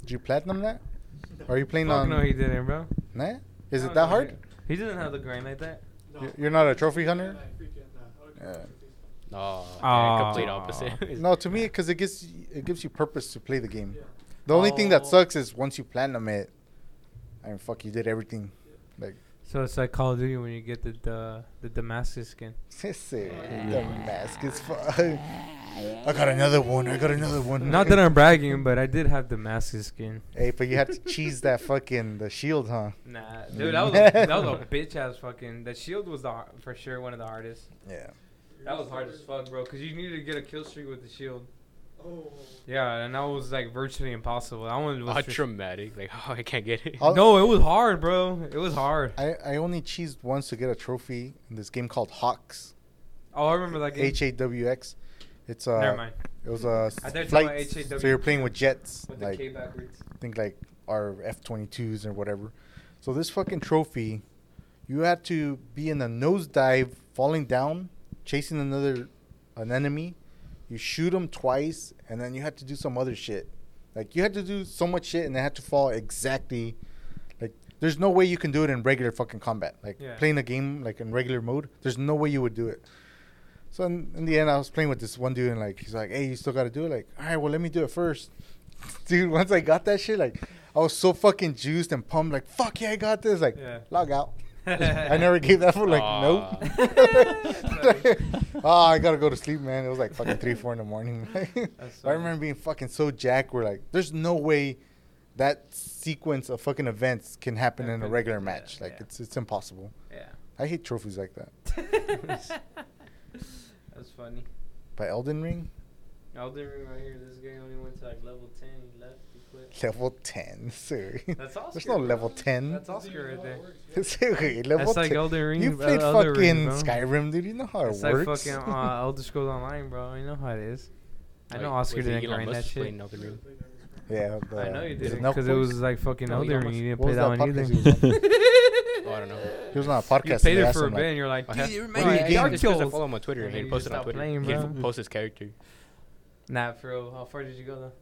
S2: Did you platinum that? Are you playing
S1: Fuck
S2: on?
S1: no, he didn't, bro.
S2: Nah? Is
S1: No,
S2: it that
S1: no,
S2: hard?
S1: He doesn't have the grind like that.
S5: No.
S2: You're- You're not a trophy hunter.
S5: I freaking, uh, I would
S2: Yeah.
S5: trophies.
S3: Oh,
S1: Aw.
S3: complete opposite.
S2: No, to me, because it gives y- it gives you purpose to play the game.
S5: Yeah.
S2: The only thing that
S1: Oh.
S2: sucks is once you platinum it, I mean, fuck, you did everything. Like,
S1: So it's like Call of Duty when you get the the, the Damascus skin.
S2: sissy, the mask is fuck. I got another one. I got another one.
S1: Not that I'm bragging, but I did have Damascus skin.
S2: Hey, but you had to cheese that fucking the shield, huh?
S1: Nah, dude, that was a, that was a bitch ass fucking. The shield was the har- for sure one of the hardest.
S2: Yeah.
S1: That was hard as fuck, bro, because you needed to get a kill streak with the shield.
S5: Oh.
S1: Yeah, and that was like virtually impossible. That one was.
S3: How
S1: just-
S3: traumatic. Like, oh, I can't get it.
S2: I'll-
S1: no, it was hard, bro. It was hard.
S2: I, I only cheesed once to get a trophy in this game called Hawks.
S1: Oh, I remember that game.
S2: H A W X. It's uh.
S1: Never mind.
S2: It was a
S1: I thought you were talking about
S2: flight.
S1: HAW.
S2: So you're playing with jets,
S1: With the
S2: like
S1: K backwards.
S2: think like our F twenty twos or whatever. So this fucking trophy, you had to be in a nosedive, falling down, chasing another, an enemy. You shoot them twice, and then you had to do some other shit. Like you had to do so much shit, and they had to fall exactly. Like there's no way you can do it in regular fucking combat. Like
S1: Yeah.
S2: playing a game like in regular mode, there's no way you would do it. So in, in the end, I was playing with this one dude, and like he's like, "Hey, you still got to do it." Like, all right, well, let me do it first, dude. Once I got that shit, like, I was so fucking juiced and pumped, like, "Fuck yeah, I got this!" Like,
S1: Yeah.
S2: log out. I never gave that for like,
S3: Aw.
S2: nope. oh, I gotta go to sleep, man. It was like fucking three, four in the morning.
S1: That's so
S2: I remember being fucking so jacked. We're like, "There's no way that sequence of fucking events can happen in a
S1: Happen.
S2: regular
S1: Yeah,
S2: match. Like,
S1: yeah.
S2: it's it's impossible."
S1: Yeah.
S2: I hate trophies like that.
S1: That's funny.
S2: By Elden Ring,
S1: Elden Ring right here. This guy only went to like level ten. He left. He quit.
S2: level ten. Sorry.
S1: That's Oscar.
S2: There's no
S1: bro.
S2: level 10.
S1: That's Oscar right there.
S2: Sorry, level
S1: That's like
S2: 10.
S1: Elden Ring.
S2: You
S1: uh,
S2: played
S1: Elden
S2: fucking
S1: Ring, bro.
S2: Skyrim, dude. You know how it
S1: It's like
S2: works.
S1: fucking uh, Elder Scrolls Online, bro. You know how it is. I know
S3: Like,
S1: Oscar
S3: was it
S1: didn't
S3: Elon
S1: grind
S3: Musk
S1: that shit.
S3: playing Elden Ring?
S2: yeah,
S1: I know you
S2: is
S1: didn't
S2: Nelk
S1: because it
S2: Boys?
S1: was like fucking
S3: No,
S1: Elden
S3: Elon
S1: Ring. You didn't
S2: What
S1: play that,
S2: was that
S1: one
S2: podcast
S1: either.
S2: he was on?
S3: Oh, I don't know.
S2: He was on a podcast.
S1: You played
S2: and I
S1: it
S2: asked
S1: for a
S2: him,
S1: bit, and you're like,
S3: I
S1: dude,
S3: have-
S1: you
S2: What
S1: remember
S2: are you
S1: that
S2: gaming?
S1: Dark
S2: It's
S3: It's 'cause I follow
S1: Souls?
S3: him on Twitter and
S1: And
S3: he
S1: you just
S3: posted on
S1: stopped
S3: Twitter.
S1: playing,
S3: he
S1: bro.
S3: posts his character.
S1: Nah, for real. How far did you go though?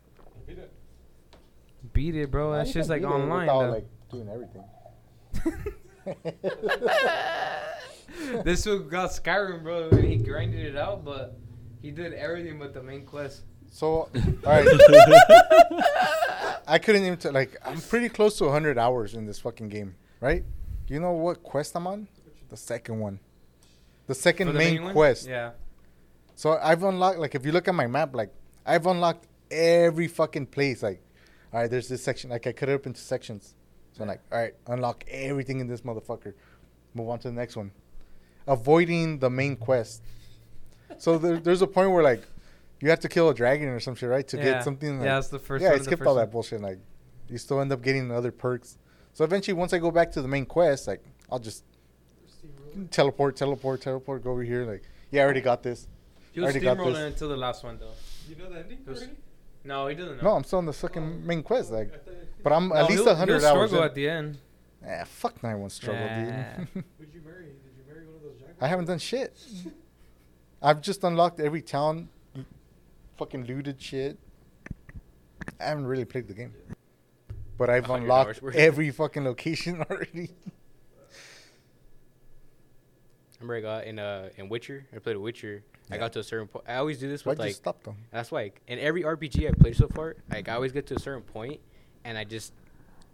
S5: Beat it.
S1: Beat it, bro. That's
S2: you
S1: just
S2: can
S1: "Oh, like
S2: beat it
S1: online
S2: without,
S1: though.
S2: like, doing everything.
S1: this dude got Skyrim, bro, and he grinded it out, but he did everything but the main quest.
S2: So, all right. I couldn't even, t- like, I'm pretty close to 100 hours in this fucking game, right? Do you know what quest I'm on? The second one. The second
S1: For the
S2: main,
S1: one?
S2: quest.
S1: Yeah.
S2: So I've unlocked like if you look at my map, like I've unlocked every fucking place. Like, all right, there's this section. Like I cut it up into sections. So I'm like, all right, unlock everything in this motherfucker. Move on to the next one. Avoiding the main quest. So there, there's a point where like you have to kill a dragon or some shit, right? To
S1: Yeah.
S2: get something. Like,
S1: Yeah, it's the first
S2: Yeah,
S1: one
S2: I
S1: and the
S2: skipped
S1: first
S2: all that
S1: one.
S2: bullshit. Like, you still end up getting other perks. So eventually, once I go back to the main quest, like I'll just teleport, teleport, teleport, go over here. Like, yeah, I already got this.
S1: He was
S2: Already got
S1: steamrolling
S2: this.
S1: until the last one though.
S5: You know the ending
S1: It was-
S5: already?
S1: No, he doesn't know.
S2: No, I'm still on the fucking main quest. Like,
S5: I thought-
S2: but I'm
S1: No,
S2: at least
S1: he'll-
S2: a hundred
S1: he'll
S2: hours.
S1: struggle
S2: In.
S1: at the end.
S2: Eh, fuck, I won't struggle, dude.
S5: Would you marry? Did you marry one of those jackals?
S2: I haven't done shit. I've just unlocked every town, fucking looted shit. I haven't really played the game, but I've
S3: 100
S2: unlocked
S3: hours worth.
S2: every fucking location already.
S3: Remember, I got in uh in Witcher. I played a Witcher. I
S2: Yeah.
S3: got to a certain point. I always do this
S2: Why'd
S3: with
S2: you
S3: like.
S2: stop them?
S3: That's why in every RPG I played so far, like I always get to a certain point, and I just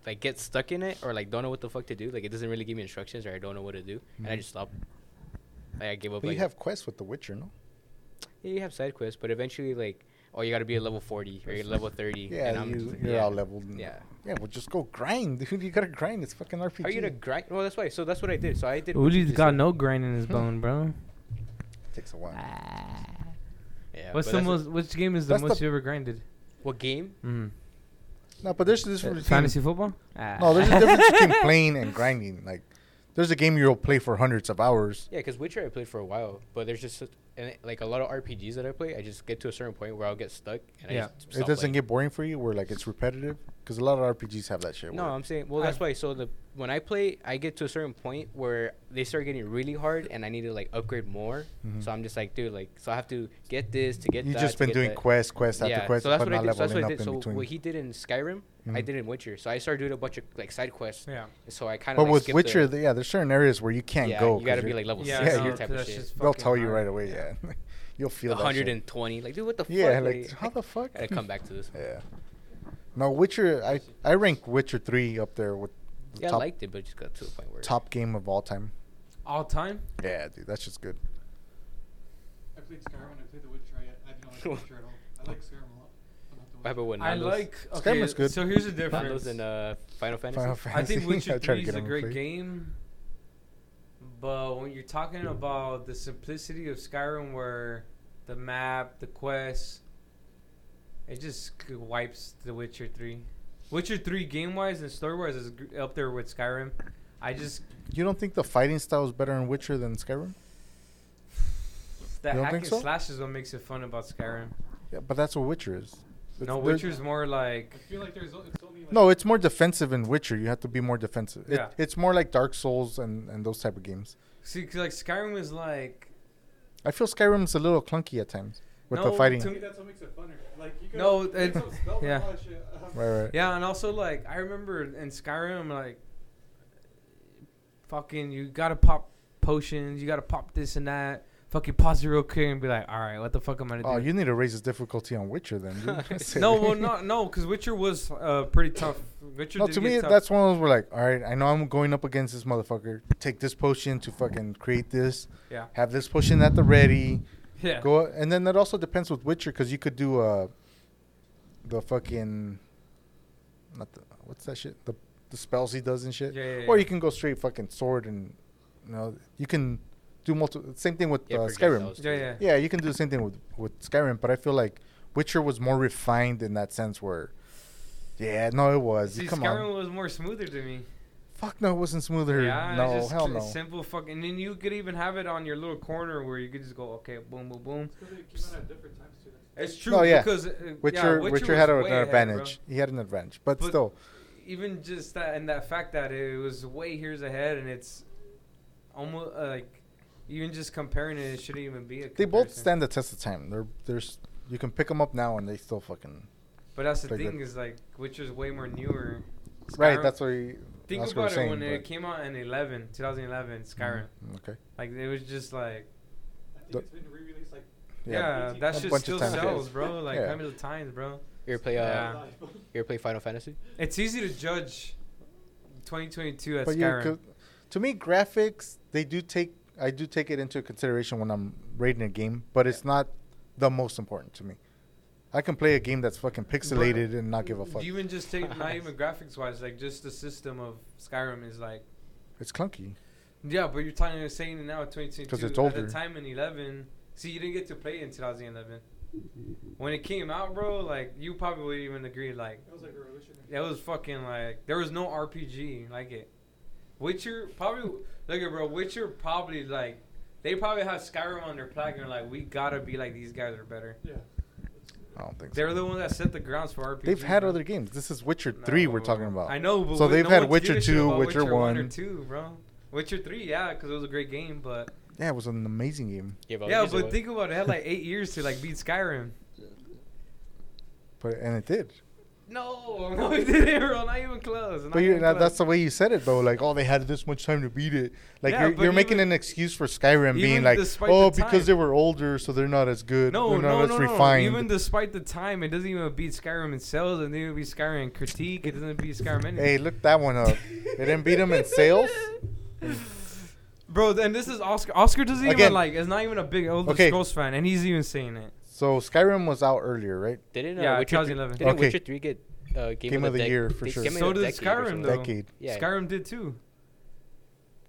S3: like get stuck in it or like don't know what the fuck to do. Like it doesn't really give me instructions or I don't know what to do, and I
S2: Mhm.
S3: just stop. Like I give up.
S2: But you
S3: like,
S2: have quests with The Witcher, no?
S3: yeah, you have side quests, but eventually like oh you got to be a level forty or you're level thirty. and
S2: Yeah,
S3: I'm
S2: you,
S3: just-
S2: you're
S3: yeah.
S2: all leveled. and-
S3: Yeah.
S2: Yeah, well, just go grind, dude. You gotta grind. It's fucking RPG.
S3: How are you gonna grind? Well, that's why. So that's what I did. So I did. what you
S1: Uli's
S3: just
S1: got
S3: said.
S1: no grain in his bone, bro.
S2: Takes a while.
S1: Ah.
S3: Yeah,
S1: What's
S3: but
S1: the
S3: that's-
S1: most? Which game is the
S2: that's the-
S1: most you ever grinded?
S3: What game?
S1: Mm.
S2: No, but there's this difference between-
S1: Fantasy football? Ah.
S2: No, there's a difference between playing and grinding. Like, there's a game you'll play for hundreds of hours.
S3: Yeah, because Witcher I played for a while, but there's just and it- like a lot of RPGs that I play. I just get to a certain point where I'll get stuck. And
S1: Yeah.
S3: I just
S2: It
S3: stop
S2: doesn't
S3: playing.
S2: get boring for you, where like it's repetitive, because a lot of RPGs have that shit.
S3: No,
S2: where-
S3: I'm saying. Well, that's
S1: I've-
S3: why. So the when I play, I get to a certain point where they start getting really hard, and I need to like upgrade more.
S1: Mm-hmm.
S2: Mhm.
S3: So I'm just like, dude, like, so I have to get this to get.
S2: you
S3: that,
S2: just
S3: to
S2: been
S3: get
S2: doing
S3: that.
S2: quest, quest after quest,
S3: so that's
S2: but
S3: what I
S2: not
S3: did. So that's
S2: leveling
S3: what I
S2: up
S3: did.
S2: in
S3: So
S2: between.
S3: what he did in Skyrim, I
S2: Mhm.
S3: did in Witcher. So I started doing a bunch of like side quests.
S1: Yeah.
S3: So I kind of.
S2: but
S3: like,
S2: with
S3: skipped
S2: Witcher,
S3: the,
S2: the, yeah, there's certain areas where you can't
S3: yeah,
S2: go.
S3: You
S2: 'cause
S3: gotta be
S2: you're-
S3: like level
S1: Yeah,
S2: I
S3: six
S2: know,
S3: type of
S1: that's
S3: shit. uh,
S1: just
S2: they'll
S1: fucking
S2: tell you
S1: hard.
S2: right away. Yeah, you'll feel that shit.
S3: 120. Like, dude, what the
S2: Yeah,
S3: fuck?
S2: like, how the fuck?
S3: Gotta come back to this.
S2: Yeah. No, Witcher. I I rank Witcher three up there with the
S3: Yeah,
S2: top
S3: I liked it, but it just got to a point where
S2: top game of all time.
S1: All time?
S2: Yeah, dude, that's just good.
S5: I played Skyrim and I played The Witcher. I, I didn't like The Witcher at all. I like Skyrim a lot. but not The
S3: What happened
S5: Witcher.
S3: when
S1: I
S3: Nando's-
S1: like.
S2: Skyrim
S1: Okay,
S2: is good.
S1: so here's the difference.
S3: Nando's in uh, Final Fantasy?
S2: Final uh,
S1: I
S2: Fantasy.
S1: think Witcher
S2: tried to
S1: 3 is
S2: get
S1: a
S2: him to
S1: great
S2: play.
S1: game, but when you're talking about the simplicity of Skyrim, where the map, the quests, it just c- wipes The Witcher 3. Witcher 3 game wise and story wise is gr- up there with Skyrim. I just
S2: You don't think the fighting style is better in Witcher than Skyrim?
S1: that
S2: You don't
S1: hack
S2: think
S1: and
S2: so?
S1: slash is what makes it fun about Skyrim.
S2: Yeah, but that's what Witcher is. It's-
S1: no,
S2: there-
S1: Witcher's more like
S5: I feel like there's o- it's only like
S2: No, it's more defensive in Witcher. You have to be more defensive. It-
S1: Yeah.
S2: it's more like Dark Souls and, and those type of games.
S1: see 'cause, like Skyrim is like
S2: I feel Skyrim's a little clunky at times with the
S1: No,
S2: fighting.
S5: To me,
S1: To-
S5: that's what makes it funner. Like you can
S1: No,
S5: you can
S1: it-
S5: some spell
S1: yeah.
S5: all that shit. Um,
S2: Right, right.
S1: Yeah, and also like I remember in Skyrim, like fucking you gotta pop potions, you gotta pop this and that. Fucking pause it real quick and be like, all right, what the fuck am I gonna
S2: Oh,
S1: do?
S2: you need to raise his difficulty on Witcher then. Dude.
S1: no, well, not no, because Witcher was uh, pretty tough. Witcher
S2: No,
S1: did
S2: to
S1: get
S2: me,
S1: tough.
S2: that's one of those where like, all right, I know I'm going up against this motherfucker. Take this potion to fucking create this.
S1: yeah,
S2: Have this potion at the ready.
S1: yeah.
S2: Go and then that also depends with Witcher because you could do uh, the fucking, not the what's that shit the the spells he does and shit.
S1: Yeah, yeah,
S2: Or
S1: yeah.
S2: you can go straight fucking sword and, you know, you can do multiple. Same thing with
S3: Yeah,
S2: uh,
S3: projectiles
S2: Skyrim.
S3: too.
S1: Yeah, yeah.
S2: Yeah, you can do the same thing with with Skyrim, but I feel like Witcher was more refined in that sense where. Yeah, no, it was.
S1: See,
S2: Come
S1: Skyrim
S2: on.
S1: was more smoother to me.
S2: Fuck no, it wasn't smoother.
S1: Yeah, it's
S2: no,
S1: just
S2: hell
S1: cl-
S2: no.
S1: Simple fucking, and then you could even have it on your little corner where you could just go, okay, boom, boom, boom.
S5: It's 'cause it came out at different times too. That's-
S1: It's true
S2: No, Oh, yeah.
S1: because uh,
S2: Witcher,
S1: yeah, Witcher,
S2: Witcher, had
S1: was
S2: an
S1: way ahead, bro.
S2: advantage. he had an advantage, but,
S1: But-
S2: still,
S1: even just that and that fact that it was way years ahead and it's almost uh, like even just comparing it, it shouldn't even be a
S2: they both
S1: comparison.
S2: stand the test of time. They're there's you can pick them up now and they still fucking
S1: but that's the
S2: They're
S1: thing
S2: good.
S1: is like witcher's way more newer
S2: right.
S1: Skyrim-
S2: That's what you
S1: think
S2: that's
S1: about
S2: what we're
S1: it
S2: saying,
S1: when it
S2: but-
S1: came out in 11 2011 skyrim
S2: Mhm, Okay.
S1: like it was just like
S5: I think
S2: The-
S5: it's been re-released like
S1: yeah,
S5: A
S1: that
S5: bunch
S1: shit
S2: of
S1: still
S2: times, yeah.
S1: sells bro like
S2: Yeah.
S1: how many times bro
S3: You ever play, uh,
S1: Yeah.
S5: live.
S3: you ever play Final Fantasy?
S1: it's easy to judge 2022 at
S2: But you
S1: skyrim
S2: could, to me, graphics they do take I do take it into consideration when I'm rating a game, but it's not the most important to me. I can play a game that's fucking pixelated and not give a fuck.
S1: even just take not even graphics wise like just the system of skyrim is like
S2: It's clunky.
S1: Yeah, but you're talking you're saying it now at 2022.
S2: 'Cause it's
S1: At
S2: older.
S1: the time in 11, see, you didn't get to play it in 2011. When it came out, bro, like you probably would even agree, like
S5: It was like a revolutionary.
S1: it was fucking like there was no RPG like it. Witcher probably look at bro. Witcher probably like they probably have Skyrim on their plaque and they're like we gotta be like these guys are better.
S5: Yeah.
S2: I don't think so.
S1: They're the ones that set the grounds for RPG.
S2: They've had
S1: bro.
S2: other games. This is Witcher
S1: No,
S2: three
S1: but-
S2: we're talking about.
S1: I know, but
S2: so
S1: we-
S2: they've
S1: no
S2: had
S1: one gives a
S2: Witcher
S1: shit
S2: two,
S1: about
S2: Witcher, one.
S1: or two, bro. Witcher three, yeah, because it was a great game, but.
S2: Yeah, it was an amazing game,
S1: yeah,
S3: these are
S1: but
S3: what-
S1: think about it. it. Had like eight years to like beat Skyrim.
S2: but and it did.
S1: No, no, we didn't, bro. Not even close. Not
S2: But you
S1: even
S2: now
S1: close.
S2: that's the way you said it though. Like, oh, they had this much time to beat it. Like
S1: Yeah,
S2: you're,
S1: but
S2: you're making
S1: even-
S2: an excuse for Skyrim being
S1: even
S2: like,
S1: despite
S2: oh,
S1: the
S2: because they
S1: time.
S2: were older, so they're not as good.
S1: No,
S2: they're not
S1: no,
S2: as
S1: no, no.
S2: refined.
S1: Even despite the time, it doesn't even beat Skyrim in sales. It doesn't even beat Skyrim in critique. It doesn't beat Skyrim in.
S2: hey, look that one up. They didn't beat them in sales.
S1: Bro, and this is Oscar. Oscar doesn't
S2: Again.
S1: even like. Is not even a big Elder
S2: Okay.
S1: Scrolls fan, and he's even saying it.
S2: So Skyrim was out earlier, right?
S3: Didn't uh,
S1: Yeah,
S3: Witcher 3,
S1: 2011.
S3: Didn't
S2: Okay.
S3: Witcher 3 get uh, Game, of the, Dec-
S2: Year for
S3: Game
S2: sure.
S3: of
S1: So
S3: the
S1: did
S3: Decade or
S1: Skyrim,
S3: something.
S1: though.
S2: Decade
S3: Yeah.
S1: Skyrim did too.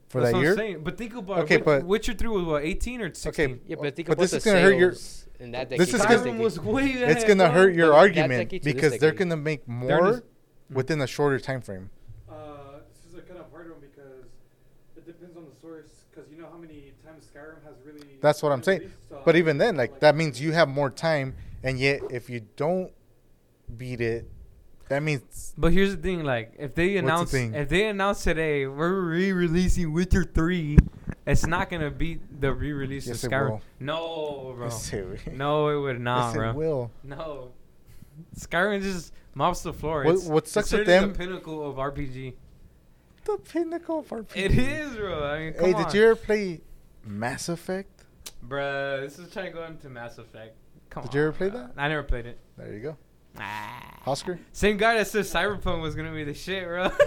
S2: for
S1: That's
S2: that
S1: what
S2: year.
S1: I'm saying. But think about
S2: Okay,
S1: it. Wit-
S2: but-
S1: Witcher Three was what 18 or 16.
S3: Yeah, but think
S2: But
S3: about
S2: this
S3: the
S2: is gonna hurt your-
S3: sales in that
S2: This
S3: decade.
S2: is
S3: to
S2: gonna-
S3: this
S1: Skyrim
S3: decade.
S1: was way.
S2: It's
S1: ahead,
S2: gonna
S1: bro.
S2: hurt your
S3: But that
S2: argument
S3: decade to this
S2: because they're
S3: decade.
S2: gonna make
S1: They're
S2: more
S1: just-
S2: within a shorter time frame.
S5: Uh, this is a kind of hard one because it depends on the source. Because you know how many times Skyrim has really.
S2: That's what
S5: been
S2: I'm saying.
S5: released, so
S2: But
S5: I-
S2: even then, like that means you have more time, and yet if you don't beat it, That means
S1: But here's the thing, like if they
S2: What's the
S1: announce
S2: thing?
S1: if they announce today we're re-releasing Witcher three, it's not gonna beat the re-release
S2: Yes,
S1: of
S2: it
S1: Skyrim.
S2: will.
S1: No, bro.
S2: Yes, it will.
S1: No, it would not,
S2: yes,
S1: bro.
S2: it will.
S1: No, Skyrim just mops the floor.
S2: What-
S1: It's-
S2: what
S1: it's
S2: sucks with
S1: literally
S2: them-
S1: The pinnacle of RPG.
S2: The pinnacle for
S1: It is, bro. I mean, come
S2: Hey,
S1: on.
S2: did you ever play Mass Effect?
S1: Bruh, this is trying to go into Mass Effect. Come
S2: Did
S1: on.
S2: you ever play
S1: bruh.
S2: that?
S1: I never played it.
S2: There you go.
S1: Ah.
S2: Oscar?
S1: Same guy that said Cyberpunk was gonna be the shit, bro.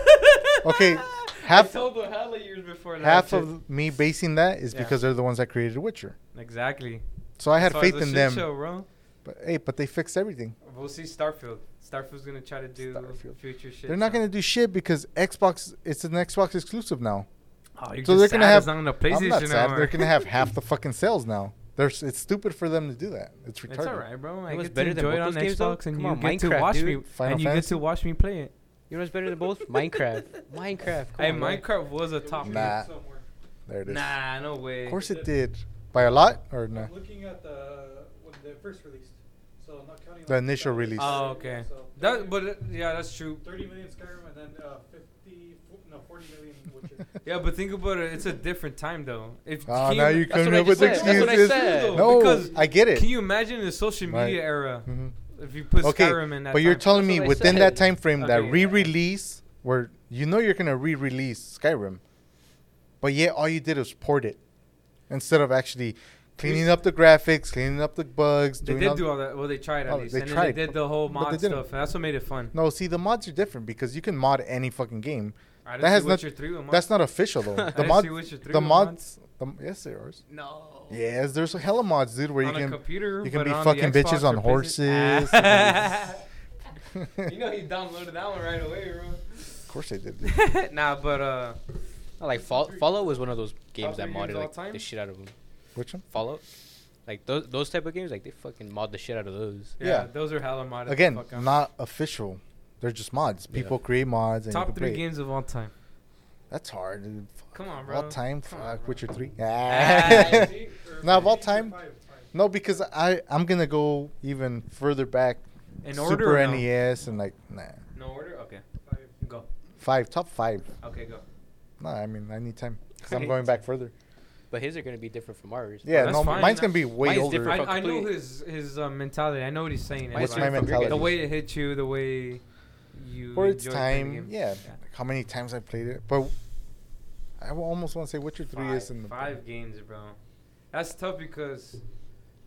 S2: Okay,
S1: I
S2: half-
S1: told him hella years before. that
S2: Half
S1: shit.
S2: of me basing that is
S1: Yeah.
S2: because they're the ones that created Witcher.
S1: exactly.
S2: So I had
S1: So it's
S2: faith
S1: a
S2: in
S1: shit
S2: them.
S1: Show, bro.
S2: But hey, but they fixed everything.
S1: We'll see Starfield. Starfield's gonna try to do
S2: Starfield.
S1: future shit.
S2: They're not gonna do shit because Xbox it's an Xbox exclusive now.
S1: Oh, you're
S2: so
S1: just
S2: they're gonna
S1: sad
S2: have
S1: it's not on the
S2: I'm
S1: PlayStation
S2: not sad.
S1: anymore.
S2: They're gonna have half the fucking sales now. There's it's stupid for them to do that. It's retarded.
S1: It's alright, bro. I
S3: You know what's
S1: get to
S3: better than
S1: enjoy it
S3: both
S1: on
S3: those games, though?
S1: Xbox, and
S3: Come
S1: you
S3: on,
S1: get to
S3: Minecraft,
S1: watch
S3: dude.
S1: me,
S2: Final
S1: and you get
S2: Fantasy?
S1: to watch me play it.
S3: You know what's better than both? Minecraft. Minecraft. come
S1: Hey,
S3: on, bro.
S1: Minecraft was a
S5: It
S1: top.
S5: was
S2: Nah.
S5: used somewhere.
S2: There it is.
S1: Nah, no way.
S2: Of course it did. By a lot or no?
S5: I'm looking at the when they first released, so not counting
S2: The
S5: like
S2: initial
S5: Skyrim,
S2: release.
S1: Oh,
S5: Skyrim,
S1: okay.
S5: so
S1: That,
S5: 30
S1: but uh, yeah, that's true.
S5: 30 million Skyrim and then uh, 50, fo- no, 40 million Witcher.
S1: Yeah, but think about it. It's a different time, though. If
S2: Ah,
S1: can you
S2: now
S1: ima-
S2: you
S3: That's
S2: coming
S3: what I
S2: up with
S3: just said. That's what I
S2: excuses.
S3: said.
S1: Though,
S2: No,
S1: because
S2: I get it.
S1: Can you imagine the social media
S2: Right.
S1: era?
S2: Mhm.
S1: If you put
S2: Okay,
S1: Skyrim in that.
S2: but you're
S1: time-
S2: telling
S3: That's
S2: me
S3: what I
S2: within
S3: said.
S2: that time frame that
S1: Okay, yeah.
S2: re-release, where you know you're gonna re-release Skyrim, but yet all you did was port it instead of actually cleaning up the graphics, cleaning up the bugs.
S1: They
S2: doing
S1: did
S2: all-
S1: do all that. Well, they tried at
S2: Oh,
S1: least.
S2: they
S1: and
S2: tried,
S1: Then they did the whole
S2: but they
S1: mod
S2: didn't.
S1: stuff. And that's what made it fun.
S2: No, see, the mods are different because you can mod any fucking game.
S1: I didn't
S2: That
S1: see
S2: has not.
S1: Witcher 3 with mods.
S2: That's not official though.
S3: I
S2: The
S1: didn't
S2: mods.
S1: see Witcher 3
S2: The
S1: with
S2: mods. The, yes, there are.
S1: No.
S2: Yes, there's hella mods, dude, where
S1: on
S2: you
S1: a
S2: can.
S1: computer.
S2: you can
S1: but
S2: be
S1: on the
S2: fucking bitches
S1: Xbox
S2: on
S1: or PC.
S2: horses.
S1: Ah. you know he downloaded that one right away, bro.
S2: Of course I did. dude.
S1: nah, but uh,
S3: No, like Fall- Fallout was one of those
S1: Top
S3: games that
S1: three
S3: modded
S1: games all
S3: like
S1: time?
S3: the shit out of them.
S2: Which one?
S3: Fallout, like those those type of games, like they fucking mod the shit out of those.
S1: yeah,
S2: Yeah.
S1: those are hella modded. the
S2: Again,
S1: fuck out.
S2: not official. They're just mods.
S3: Yeah.
S2: People create mods and you
S1: top
S2: can
S1: three
S2: play it.
S1: games of all time.
S2: That's hard, dude. Fuck.
S1: Come on,
S2: All
S1: bro.
S2: time,
S1: Come
S2: fuck.
S1: on, bro.
S2: Witcher three.
S1: Ah,
S5: See, or
S2: Now, of all
S5: 50,
S2: time-
S5: five, five.
S2: no, because I I'm gonna go even further back.
S1: In
S2: Super
S1: order or no?
S2: NES and like nah,
S1: No order. Okay,
S5: Five.
S1: go.
S2: five top five.
S1: Okay, go.
S2: Nah, I mean I need time. i I'm going back further.
S3: But his are gonna be different from ours.
S2: Yeah,
S1: that's
S2: no,
S1: fine.
S2: mine's gonna be way
S3: Mine's
S2: older.
S3: different.
S1: I, I know
S3: Complete-
S1: his his uh, mentality. I know what he's saying.
S2: What's
S1: everybody.
S2: my mentality?
S1: The way it hit you, the way you.
S2: For its
S1: enjoy playing the game.
S2: time, yeah. Like how many times I played it, but I will almost want to say Witcher three
S1: five,
S2: is in the
S1: five games, bro. That's tough because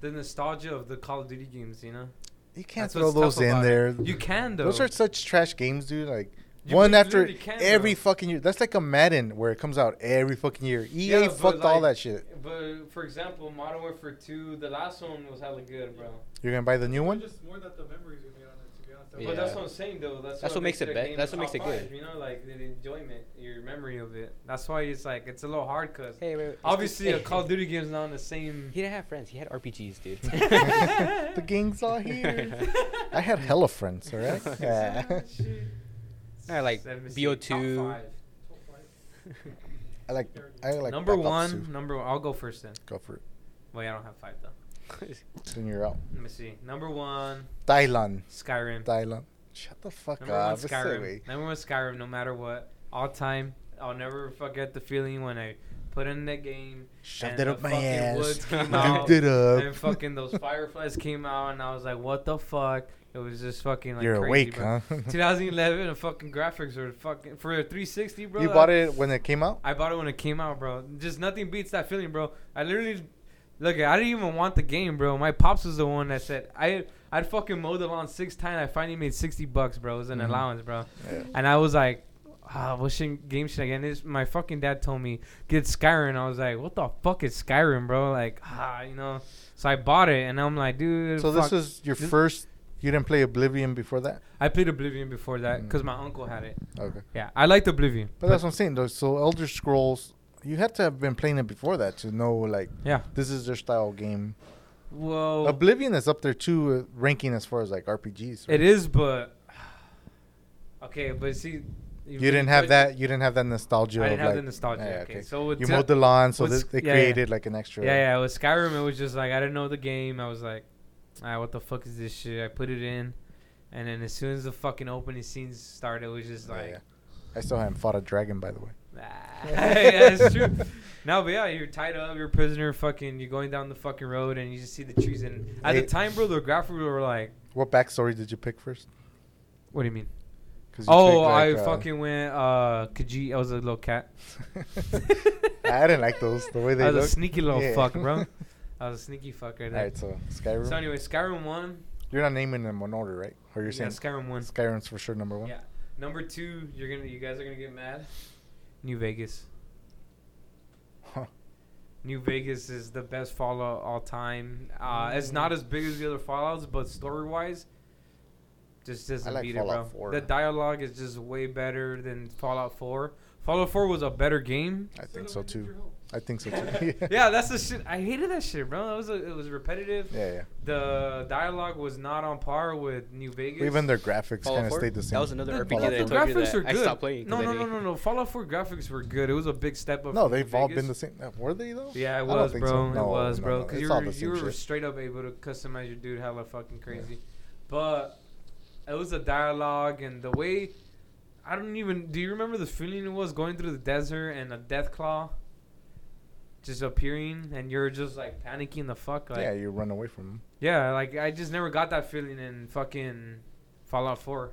S1: the nostalgia of the Call of Duty games, you know.
S2: You can't
S1: That's
S2: throw
S1: what's
S2: those
S1: tough
S2: in
S1: about it.
S2: there.
S1: You can though.
S2: Those are such trash games, dude. Like
S1: You
S2: one
S1: li-
S2: after
S1: literally can,
S2: every
S1: though.
S2: fucking year. That's like a Madden where it comes out every fucking year. EA
S1: Yeah, but
S2: E fucked all
S1: like-
S2: that shit.
S1: But for example, Modern Warfare 2, the last one was hella good, bro.
S2: You're gonna buy the new one?
S5: Just more that the memories we made on it, to be honest.
S1: But that's
S3: Yeah.
S1: what I'm saying though. That's,
S3: That's what makes it
S1: the
S3: bet-
S1: game
S3: that's what makes
S1: top
S3: it good.
S1: five, You know, like the enjoyment, your memory of it. That's why it's like it's a little hard because
S3: Hey, wait, wait,
S1: obviously
S3: hey,
S1: a Call of
S3: hey,
S1: Duty game's not on the same.
S3: He didn't have friends. He had RPGs, dude.
S2: the gang's all here. I had hella friends, alright? Yeah.
S3: I like
S1: Let me see,
S3: BO2.
S1: top five.
S5: Top five.
S2: I like I like
S1: number
S2: Black Ops
S1: one,
S2: 2.
S1: number one. I'll go first then.
S2: Go for it.
S1: Wait, I don't have five though.
S2: Then you're out.
S1: Let me see. Number one,
S2: Dylan.
S1: Skyrim.
S2: Dylan. Shut the fuck
S1: Number
S2: up.
S1: one,
S2: It's silly.
S1: Skyrim. Number one, Skyrim. No matter what, all time. I'll never forget the feeling when I put in that game.
S2: Shoved
S1: and
S2: it
S1: the
S2: up my
S1: fucking
S2: ass.
S1: woods came out,
S2: Lubed it up.
S1: And fucking those fireflies came out, and I was like, "What the fuck?" It was just fucking like
S2: You're
S1: crazy,
S2: awake,
S1: bro.
S2: huh?
S1: 2011, the fucking graphics were fucking for a 360, bro.
S2: you bought it when it came out?
S1: I bought it when it came out, bro. Just nothing beats that feeling, bro. I literally look. I didn't even want the game, bro. My pops was the one that said I. I'd fucking mow the lawn six times. I finally made sixty bucks, bro. It was an
S2: Mhm.
S1: allowance, bro.
S2: Yeah.
S1: And I was like, ah, what should, game should I get? And this, my fucking dad told me get Skyrim. I was like, what the fuck is Skyrim, bro? Like, ah, you know. So I bought it, and I'm like, dude.
S2: So this
S1: fuck.
S2: was your
S1: This-
S2: first you didn't play Oblivion before that?
S1: I played Oblivion before that
S2: Mm.
S1: because my uncle had it.
S2: Okay.
S1: Yeah, I liked Oblivion.
S2: But that's what I'm saying though. So Elder Scrolls, you had to have been playing it before that to know like
S1: yeah.
S2: this is their style game.
S1: Well,
S2: Oblivion is up there too, uh, ranking as far as like RPGs.
S1: It is, but okay, but see,
S2: You didn't have that. You didn't have that nostalgia.
S1: I
S2: of,
S1: didn't have the
S2: like-
S1: nostalgia.
S2: Yeah,
S1: okay. so with
S2: you
S1: Ti-
S2: mowed the lawn, so
S1: with
S2: this,
S1: Sk-
S2: they
S1: yeah, yeah.
S2: created like an extra.
S1: yeah, yeah. With Skyrim, it was just like I didn't know the game. I was like, ah, what the fuck is this shit? I put it in, And then as soon as the fucking opening scenes started, it was just
S2: Yeah,
S1: like,
S2: yeah. I still haven't fought a dragon, by the way.
S1: Ah, yeah, it's true. No, but yeah, you're tied up, you're a prisoner, fucking, you're going down the fucking road, and you just see the trees. And at the
S2: Hey.
S1: time, bro, the graphics were like,
S2: What backstory did you pick first?
S1: what do you mean?
S2: 'Cause you
S1: Oh, I
S2: picked, like, uh,
S1: fucking went, uh, Khajiit, I was a little cat.
S2: I didn't like those the way they
S1: I was
S2: look.
S1: a sneaky little
S2: Yeah.
S1: fuck, bro. I was a sneaky fucker.
S2: All
S1: there.
S2: right, so Skyrim.
S1: So anyway, Skyrim one.
S2: you're not naming them in order, right? Or you're
S1: yeah,
S2: saying
S1: Skyrim one.
S2: Skyrim's for sure number one.
S1: Yeah. Number two, you're gonna, you guys are gonna get mad. New Vegas.
S2: Huh.
S1: New Vegas is the best Fallout all time. Uh, It's not
S2: Mm.
S1: as big as the other Fallouts, but story wise, just doesn't
S2: like
S1: beat
S2: Fallout
S1: it, bro.
S2: 4.
S1: The dialogue is just way better than Fallout Four. Fallout Four was a better game.
S2: I
S5: So
S2: think
S5: do
S2: so
S5: we need your
S2: too.
S5: help.
S2: I think so too.
S1: yeah, that's the shit. I hated that shit, bro. That was a, it was repetitive.
S2: Yeah, yeah.
S1: The dialogue was not on par with New Vegas.
S2: Even their graphics
S3: Fallout
S2: kind of
S3: 4?
S2: stayed the same.
S3: That was another
S1: the,
S3: RPG
S1: Fallout
S3: that I
S1: 4
S3: told you
S1: graphics
S3: that
S1: are
S3: I
S1: good.
S3: stopped playing 'cause
S1: No,
S3: I
S1: no, no,
S3: didn't-
S1: no, no. Fallout 4 graphics were good. It was a big step up.
S2: No,
S1: from New
S2: they've all been
S1: Vegas.
S2: the same. no, Were they though?
S1: Yeah,
S2: I
S1: it
S2: don't
S1: was,
S2: think
S1: bro.
S2: so. No,
S1: it was,
S2: no,
S1: bro.
S2: no,
S1: Because
S2: it's
S1: you
S2: all
S1: were,
S2: the
S1: you
S2: same
S1: were
S2: shit.
S1: straight up able to customize your dude hella fucking crazy. But it was the dialogue and the way. I don't even. Do you remember the feeling it was going through the desert and a death claw just appearing and you're just like panicking the fuck? Like,
S2: yeah, you run away from them.
S1: yeah, like I just never got that feeling in fucking Fallout 4.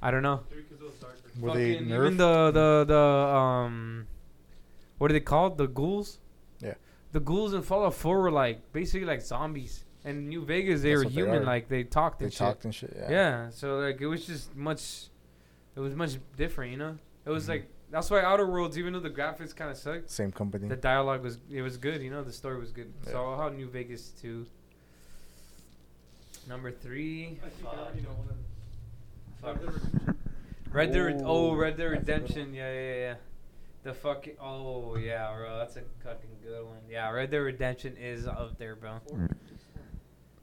S1: I don't know.
S5: Maybe 'cause it was darker.
S2: Were they
S1: Fucking
S2: nerfed?
S1: Even the the the um, what are they called? The ghouls.
S2: Yeah.
S1: The ghouls in Fallout Four were like basically like zombies, and New Vegas they
S2: That's
S1: were
S2: what they
S1: human,
S2: are.
S1: like they talked
S2: they
S1: and
S2: talked
S1: shit.
S2: and shit. Yeah.
S1: So like it was just much, it was much different, you know. It was
S2: Mhm.
S1: like that's why Outer Worlds, even though the graphics kind of sucked,
S2: Same company.
S1: the dialogue was it was good, you know. The story was good.
S2: Yeah.
S1: So how New Vegas two. Number three.
S5: I think I
S1: Fuck.
S5: already know one of them.
S1: Fuck. Red
S5: Red Dead Redemption.
S1: Dead. Red- oh,
S2: Ooh,
S1: Red Dead
S2: that's a good
S1: Redemption. Yeah, yeah, yeah. The fucking. Oh yeah, bro. That's a fucking good one. Yeah, Red Dead Redemption is up there, bro.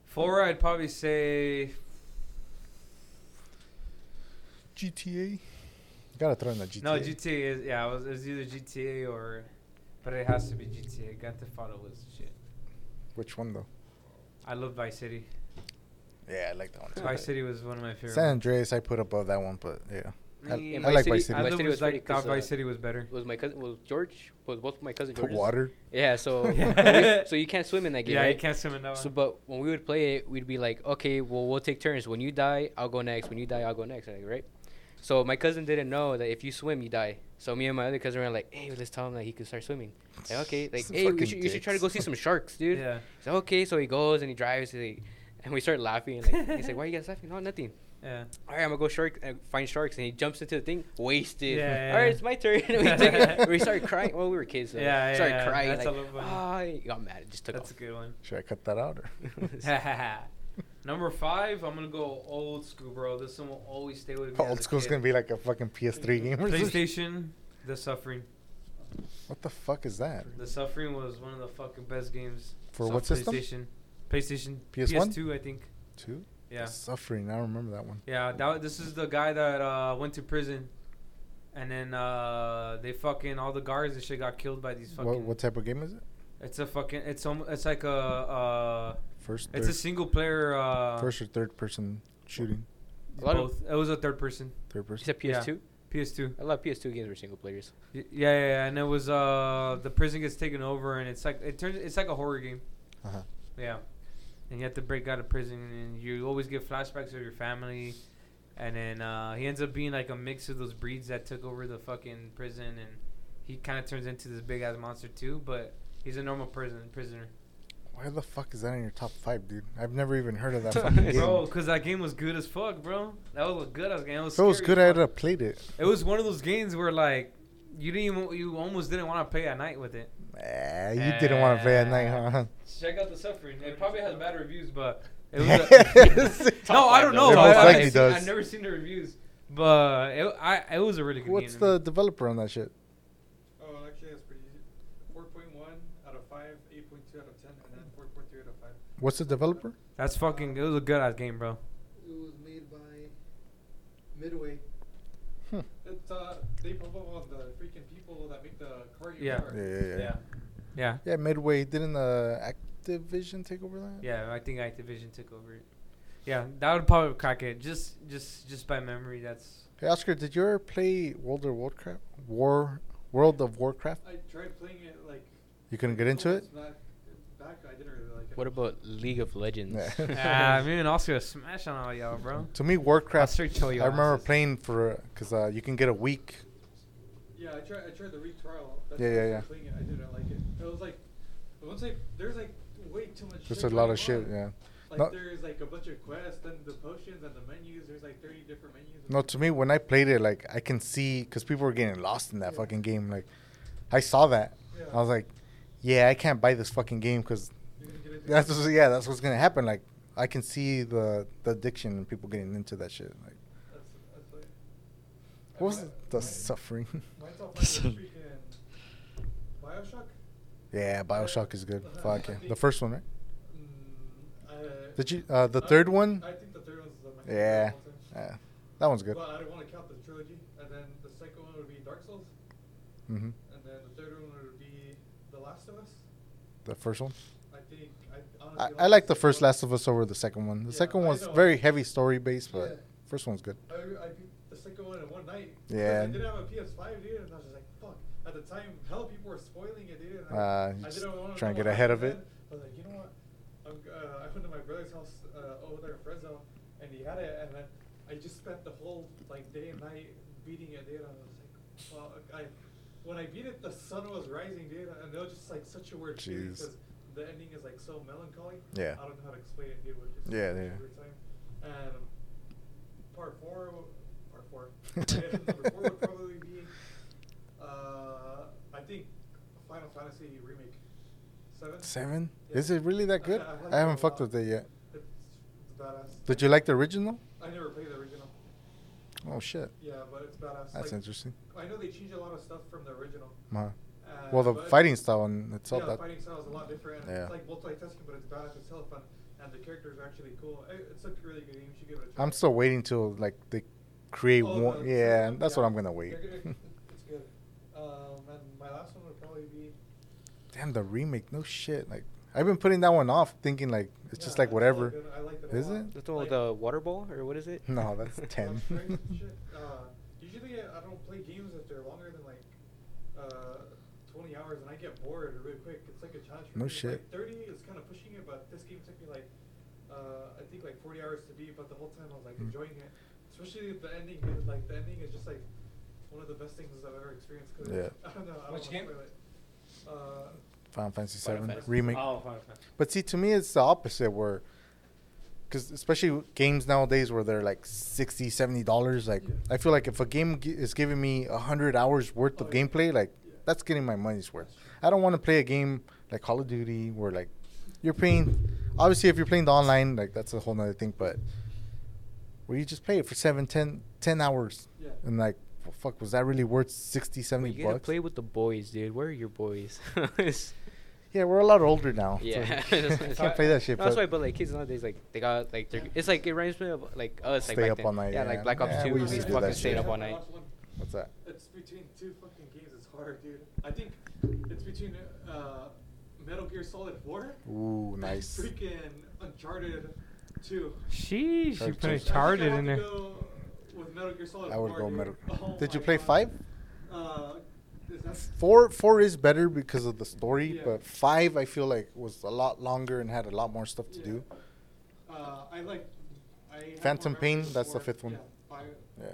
S1: Four, I'd probably say.
S2: GTA. Gotta throw in the GTA.
S1: No, GTA is yeah. It was, it was either GTA or, but it has to be GTA. Grand Theft Auto was shit.
S2: Which one though?
S1: I love Vice City.
S2: Yeah, I like that one. too.
S1: Vice City was one of my favorite.
S2: San Andreas, I put above that one, but yeah. I,
S1: Yeah,
S2: I
S1: Vice
S2: like Vice
S3: City-
S1: I
S2: City.
S3: Mm, Vice
S1: love
S3: City
S1: was
S3: was funny
S1: like
S3: 'cause,
S1: thought
S3: uh,
S1: Vice City was better.
S3: Was my cousin? Was George? Was both my cousin
S2: The
S3: George's?
S2: water.
S3: Yeah. So
S1: Yeah.
S3: so you can't swim in that game.
S1: Yeah,
S3: right?
S1: you can't swim in that
S3: So,
S1: one.
S3: but when we would play it, we'd be like, okay, well, we'll take turns. When you die, I'll go next. When you die, I'll go next. Like, right? So my cousin didn't know that if you swim, you die. So me and my other cousin were like, hey, let's tell him that he could start swimming. Like, okay, like,
S2: Some
S3: hey, we
S2: fucking
S3: should, you should try to go see
S2: dicks.
S3: some sharks, dude.
S1: Yeah.
S3: He's like, okay, so he goes and he drives. he's like- and we start laughing. And like, he's like, why you guys laughing? No, nothing.
S1: Yeah.
S3: All right, I'm gonna go shark uh, find sharks, and he jumps into the thing, wasted.
S1: Yeah,
S3: All
S1: yeah.
S3: right, it's my turn. we, took it, we started crying. Well, we were kids. So
S1: Yeah, yeah,
S3: started
S1: yeah,
S3: crying.
S1: that's a
S3: like,
S1: little funny.
S3: ah, he got mad. It just took
S1: That's a
S3: off.
S1: good one.
S2: Should I cut that out? Or?
S1: Number five, I'm gonna go old school, bro. This one will always stay with me.
S2: Old school's gonna be like a fucking PS3 game or something.
S1: PlayStation. The Suffering.
S2: What the fuck is that?
S1: The Suffering was one of the fucking best games.
S2: For
S1: It's on
S2: what system?
S1: PlayStation. PlayStation.
S2: PS1?
S1: PS2, I think.
S2: Two?
S1: Yeah.
S2: Suffering. I remember that one.
S1: Yeah. That, wa- this is the guy that uh, went to prison, and then uh, they fucking all the guards and shit got killed by these fucking.
S2: What, what type of game is it?
S1: It's a fucking. It's almost. It's like a. Uh,
S2: First.
S1: it's a
S2: Third,
S1: single player. Uh,
S2: first or third person shooting.
S3: A lot of-
S1: both. It was a third person.
S2: Third
S3: He
S2: person.
S3: said PS2.
S1: PS2.
S3: A lot of PS2 games were single players.
S1: Y- Yeah, yeah, yeah, and it was uh the prison gets taken over and it's like it turns it's like a horror game.
S2: Uh-huh.
S1: Yeah. And you have to break out of prison and you always get flashbacks of your family and then uh he ends up being like a mix of those breeds that took over the fucking prison and he kind of turns into this big ass monster too, but he's a normal prison prisoner.
S2: Why the fuck is that in your top five, dude? I've never even heard of that fucking game.
S1: Bro, cuz that game was good as fuck, bro. That was a good ass game. It was
S2: if it was
S1: scary
S2: good,
S1: as
S2: I
S1: fuck.
S2: would have played it.
S1: It was one of those games where like you didn't even, you almost didn't want to play at night with it.
S2: Eh, you didn't want to play at night, huh?
S1: Check out the suffering. It probably has bad reviews, but it was
S2: Yes.
S1: a, no, I don't know.
S2: Most
S1: I, I,
S2: likely
S1: I've,
S2: does.
S1: I've never seen the reviews, but it, I, it was a really good
S2: What's
S1: game.
S2: the developer on that shit?
S5: Oh, actually, that's pretty easy. 4.1 out of 5, 8.2 out of 10, and then 4.3 out of 5.
S2: What's the developer?
S1: That's fucking. It was a good ass game, bro.
S5: It was made by Midway.
S2: Hmm.
S5: It's, uh, they promote all the freaking people that make the car you
S1: Yeah.
S5: are.
S2: Yeah, yeah, yeah.
S1: Yeah, yeah,
S2: Yeah, Midway didn't uh, Activision take over that?
S1: yeah. I think Activision took over it. Yeah, that would probably crack it. Just just just by memory, that's
S2: Hey Oscar, did you ever play World of Warcraft? War World of Warcraft?
S5: I tried playing it like. oh,
S2: You couldn't get into it?
S5: almost Back, back, I didn't really like it.
S3: What about League of Legends?
S2: Yeah.
S1: ah, me and Oscar smash on all y'all, bro.
S2: To me,
S1: I'll
S2: Warcraft. I
S1: search all your
S2: remember
S1: answers.
S2: playing for because uh, you can get a week.
S5: Yeah, I tried. I tried the retrial. That's
S2: Yeah,
S5: why
S2: yeah,
S5: I
S2: yeah.
S5: started Playing it. I didn't like it. It was like, once I there's like way too much.
S2: Just a
S5: shit
S2: lot
S5: going
S2: of shit.
S5: on.
S2: Yeah.
S5: Like
S2: No-
S5: there's like a bunch of quests and the potions and the menus. There's like 30 different menus.
S2: No, to me, when I played it, like I can see because people were getting lost in that
S5: Yeah.
S2: fucking game. Like, I saw that.
S5: Yeah.
S2: I was like, yeah, I can't buy this fucking game because
S5: You're gonna get into
S2: that's
S5: it.
S2: what's, yeah, that's what's gonna happen. Like, I can see the the addiction and people getting into that shit. Like,
S5: That's, that's like,
S2: what was
S5: I-
S2: the
S5: I-
S2: suffering?
S5: Mine felt like a freaking Bioshock.
S2: yeah, Bioshock is good. Fuck yeah, the first one, right?
S5: Mm, uh,
S2: Did you- uh, the
S5: I-
S2: third one?
S5: I think the third one's the my favorite
S2: Yeah,
S5: of all time.
S2: yeah that one's good.
S5: Well, I don't want to count the trilogy, and then the second one would be Dark Souls,
S2: Mm-hmm.
S5: and then the third one would be The Last of Us.
S2: The first one.
S5: I think I
S2: I,
S5: honestly
S2: I like the
S5: second
S2: first
S5: one.
S2: Last of Us over the second one. The
S5: Yeah,
S2: second
S5: I
S2: one's
S5: know.
S2: very heavy story based, but
S5: Yeah.
S2: first one's good.
S5: I, I beat the second one in one night. 'Cause
S2: Yeah.
S5: I didn't have a PS5, dude, and I was just like, fuck. At the time, hell, people were spoiling it, dude. And I,
S2: Ah, you
S5: I
S2: just
S5: didn't want
S2: try and get ahead of it.
S5: I was like, you know what? I'm, uh, I went to my brother's house uh, over there in Fresno, and he had it, and then I just spent the whole like day and night beating it, dude. And I was like, fuck. I, when I beat it, the sun was rising, dude, and it was just like such a weird feeling
S2: Jeez.
S5: 'cause the ending is like so melancholy.
S2: Yeah.
S5: I don't know how to explain it, dude. But it's
S2: Yeah,
S5: such a
S2: yeah.
S5: weird time. And Part four, part four. Number four would probably be, uh, I think, Final Fantasy remake. Seven.
S2: Seven?
S5: Yeah.
S2: Is it really that good?
S5: I- I like it
S2: I
S5: a
S2: haven't fucked
S5: lot.
S2: with it yet.
S5: It's it's badass.
S2: Did you like the original?
S5: I never played the original.
S2: Oh shit,
S5: Yeah, but it's badass.
S2: that's
S5: Like,
S2: interesting.
S5: I know they changed a lot of stuff from the original.
S2: Huh.
S5: Uh,
S2: Well, the
S5: but-
S2: fighting style and it's all
S5: yeah, the
S2: that.
S5: fighting style is a lot different.
S2: Yeah.
S5: It's like multitasking, but it's badass itself, and, and the characters are actually cool. It- It's a really good game. You should give it a try.
S2: I'm still waiting till like they create
S5: Oh,
S2: one.
S5: the-
S2: yeah, that's what I'm gonna
S5: They're
S2: wait.
S5: good. It's good. Um, and my last one would probably be.
S2: Damn the remake, no shit. Like I've been putting that one off, thinking like it's
S5: Yeah,
S2: just
S5: I
S2: like
S5: really
S2: whatever.
S5: good. I liked it a
S2: Is
S5: lot.
S2: it?
S3: That's all
S5: Like-
S3: the water ball or what is it?
S2: No, that's ten.
S5: That's great shit. Uh, usually I I don't play games if they're longer than like uh, 20 hours, and I get bored real quick. It's like a challenge for
S2: No
S5: me.
S2: shit.
S5: Like 30 is kind of pushing it, but this game took me like uh, I think like 40 hours to beat, but the whole time I was like
S2: Mm.
S5: enjoying it. Especially with the ending, dude. Like the ending is just like one of the best things I've ever experienced. 'cause
S2: Yeah.
S5: I don't know. I
S1: Which
S5: don't
S1: game?
S5: Wanna spoil it. Uh,
S2: Final Fantasy
S3: Final
S2: Seven
S3: Fantasy.
S2: remake.
S1: Oh, fine, fine.
S2: But see, to me, it's the opposite where, because especially with games nowadays where they're like 60 $70, like
S5: Yeah.
S2: I feel like if a game gi- is giving me 100 hours worth
S5: Oh,
S2: of
S5: yeah.
S2: gameplay, like
S5: Yeah.
S2: that's getting my money's worth.
S5: That's true.
S2: I don't want to play a game like Call of Duty where like you're playing, obviously, if you're playing the online, like that's a whole nother thing, but where you just play it for seven, 10, 10 hours
S5: Yeah.
S2: and like, well, fuck, was that really worth 60,
S3: Well,
S2: 70
S3: you gotta
S2: bucks?
S3: play with the boys, dude. Where are your boys?
S2: yeah, we're a lot older now. so
S3: Yeah,
S2: I Oh, can't play that shit.
S3: No, that's
S2: but-
S3: why. But like kids nowadays, like they got like they're, it's like it reminds me of like us. Like
S2: Stay
S3: back
S2: up
S3: then.
S2: all night,
S3: Yeah,
S2: yeah.
S3: like Black Ops
S2: Yeah,
S3: Two.
S2: we
S3: We
S2: used to
S3: just
S2: do
S3: fucking
S2: that
S3: stayed
S2: shit.
S3: up all
S5: I
S3: night.
S5: watched one-
S2: What's that?
S5: It's between two fucking games. It's hard, dude. I think it's between uh, Metal Gear Solid 4.
S2: Ooh,
S5: and
S2: nice.
S5: Freaking Uncharted 2.
S1: Sheesh,
S2: Sorry,
S1: you put
S2: sorry.
S1: a
S5: I think
S1: charted
S5: I'd
S1: in
S5: have
S1: there.
S5: to go With Metal Gear Solid
S2: I would
S5: 4,
S2: go
S5: dude.
S2: Metal.
S5: Oh
S2: Did you
S5: my
S2: play
S5: God.
S2: five?
S5: Uh, is that
S2: Four, four is better because of the story,
S5: Yeah.
S2: but five I feel like was a lot longer and had a lot more stuff to
S5: Yeah.
S2: do.
S5: Uh, I like. I have more
S2: Phantom Pain,
S5: memories of
S2: that's the
S5: four.
S2: fifth one.
S5: Yeah, five-
S2: Yeah.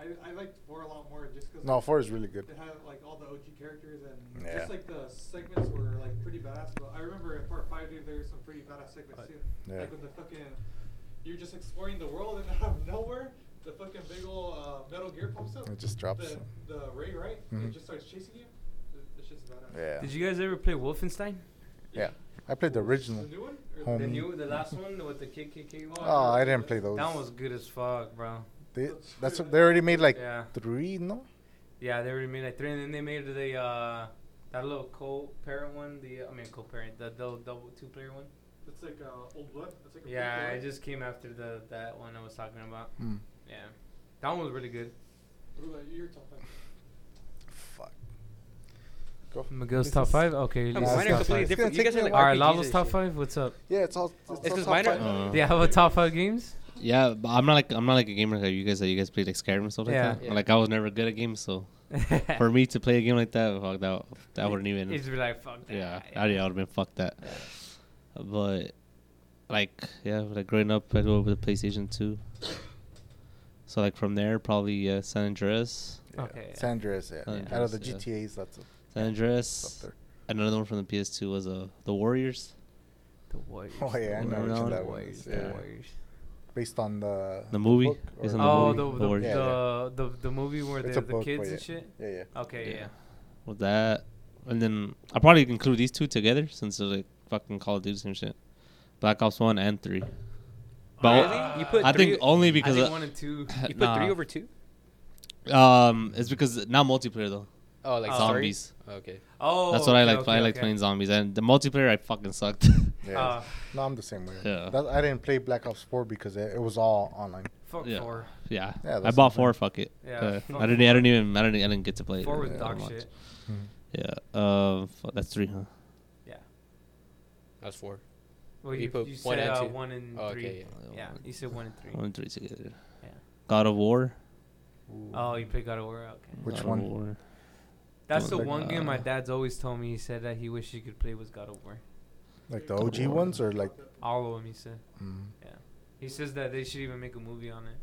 S5: I, I liked four a lot more just because.
S2: No, four is really good.
S5: It had like all the OG characters and
S2: Yeah.
S5: just like the segments were like pretty badass. But I remember in part five, dude, there were some pretty badass segments too.
S2: Yeah.
S5: Like when the fucking you're just exploring the world and out of nowhere, the fucking big ol' uh, Metal Gear pops up.
S2: It just drops.
S5: The, the Ray, right?
S2: Mhm.
S5: It just starts chasing you. Th- That shit's badass.
S2: Yeah.
S1: Did you guys ever play Wolfenstein?
S2: Yeah. I played the original.
S5: The new one? Or
S2: Home.
S1: The
S2: Mm.
S1: new, the last one with the kick, kick, kick.
S5: Oh,
S2: Oh, I didn't play those.
S1: That one was good as fuck, bro.
S2: They, that's what- they already made like
S1: Yeah.
S2: three, no?
S1: Yeah, they already made like three, and then they made the uh, that little co-parent one. The I mean co-parent, the double, double two-player one.
S5: It's like uh, Old Blood. It's like a
S1: Yeah,
S5: prequel.
S1: it just came after the that one I was talking about.
S2: Hmm.
S1: Yeah, that one was really good.
S5: What about your top five?
S2: Fuck. Go.
S1: Miguel's
S2: This
S1: top
S2: is-
S1: five. Okay,
S3: Yeah,
S2: Nah,
S1: Lisa's
S3: but mine
S2: it's
S3: are
S1: top
S2: not five.
S3: completely
S1: five.
S3: different.
S2: It's gonna
S3: You
S2: take
S3: guys are
S2: me a
S3: like
S2: while.
S1: All right,
S3: RPGs
S1: Lalo's
S3: and
S1: top
S3: shit.
S1: five. What's up?
S2: Yeah, it's all. It's,
S3: It's
S2: all
S3: 'cause
S2: top
S3: mine are-
S2: five.
S4: Uh,
S1: They have a top five games.
S4: Yeah, but I'm not like I'm not like a gamer like you guys. That you guys played like Skyrim and stuff like
S1: Yeah.
S4: that.
S3: Yeah.
S4: Like I was never good at games, so for me to play a game like that, fuck that, that wouldn't even.
S1: It's like fuck that.
S4: yeah, I would have been fucked that. But like yeah, like growing up, I grew up with a PlayStation Two. So like from there, probably uh, San Andreas,
S2: Yeah.
S1: Okay, yeah.
S2: San Andreas. Yeah.
S4: San
S2: Out of the
S4: Andreas, yeah.
S2: GTA's, that's up
S4: San
S2: up
S4: Andreas.
S2: there.
S4: And Another one from the PS2 was uh, the Warriors,
S1: The Warriors.
S2: Oh, yeah, I
S1: the
S4: know which
S1: Warriors,
S4: one
S1: the
S4: that
S1: Warriors,
S4: was,
S1: the
S4: yeah.
S1: Warriors.
S2: based on the
S4: the movie.
S2: book
S4: It's
S2: or-
S4: on
S1: Oh,
S4: movie.
S1: the
S4: The
S1: the,
S4: Warriors.
S1: the, the the movie where
S2: It's
S1: they're
S2: a
S1: the
S2: book,
S1: kids
S2: but
S1: and shit.
S2: Yeah, yeah.
S1: Okay, yeah.
S4: Yeah. with that, and then I probably include these two together since they're like fucking Call of Duty and shit. Black Ops One and Three. But
S1: Really?
S3: You put
S4: I think
S3: three-
S4: only
S1: I
S4: because
S1: think
S4: uh,
S1: one and two.
S3: You put
S4: Nah.
S3: three over two?
S4: Um, it's because not multiplayer though.
S3: Oh, like
S1: Oh.
S3: zombies.
S4: Zombies.
S3: okay.
S1: Oh,
S4: That's what I
S1: okay,
S4: like.
S1: okay,
S4: I like
S1: okay.
S4: playing zombies, and the multiplayer I fucking sucked.
S2: Yeah.
S1: Uh,
S2: no, I'm the same way.
S4: Yeah.
S2: That, I didn't play Black Ops 4 because it, it was all online.
S1: fuck
S4: Yeah.
S1: four.
S4: yeah,
S2: Yeah,
S4: I
S2: that's
S4: bought
S2: different.
S4: four. Fuck it.
S1: Yeah,
S4: Uh,
S1: fuck
S4: I didn't. I didn't even. I didn't. I didn't get to play. it,
S1: Four was
S4: uh,
S1: dog
S4: much.
S1: shit. Mm-hmm.
S4: Yeah. Um. fu- that's three, huh?
S1: Yeah.
S3: That's four.
S1: Well,
S3: You
S1: you,
S3: put
S1: you
S3: one
S1: said
S3: and
S1: uh,
S3: two.
S1: one and
S3: Oh,
S1: three.
S3: okay,
S1: yeah. you said one and three.
S4: One and three together.
S1: Yeah.
S4: God of War.
S1: Oh, you played God of War. Okay,
S2: Which
S4: God of
S2: one?
S4: War.
S1: that's
S4: one
S1: the
S4: that-
S1: one game my
S4: uh,
S1: dad's always told me. He said that he wished he could play was God of War.
S2: Like the OG ones or like.
S1: All of them, he said.
S2: Mm,
S1: He says that they should even make a movie on it.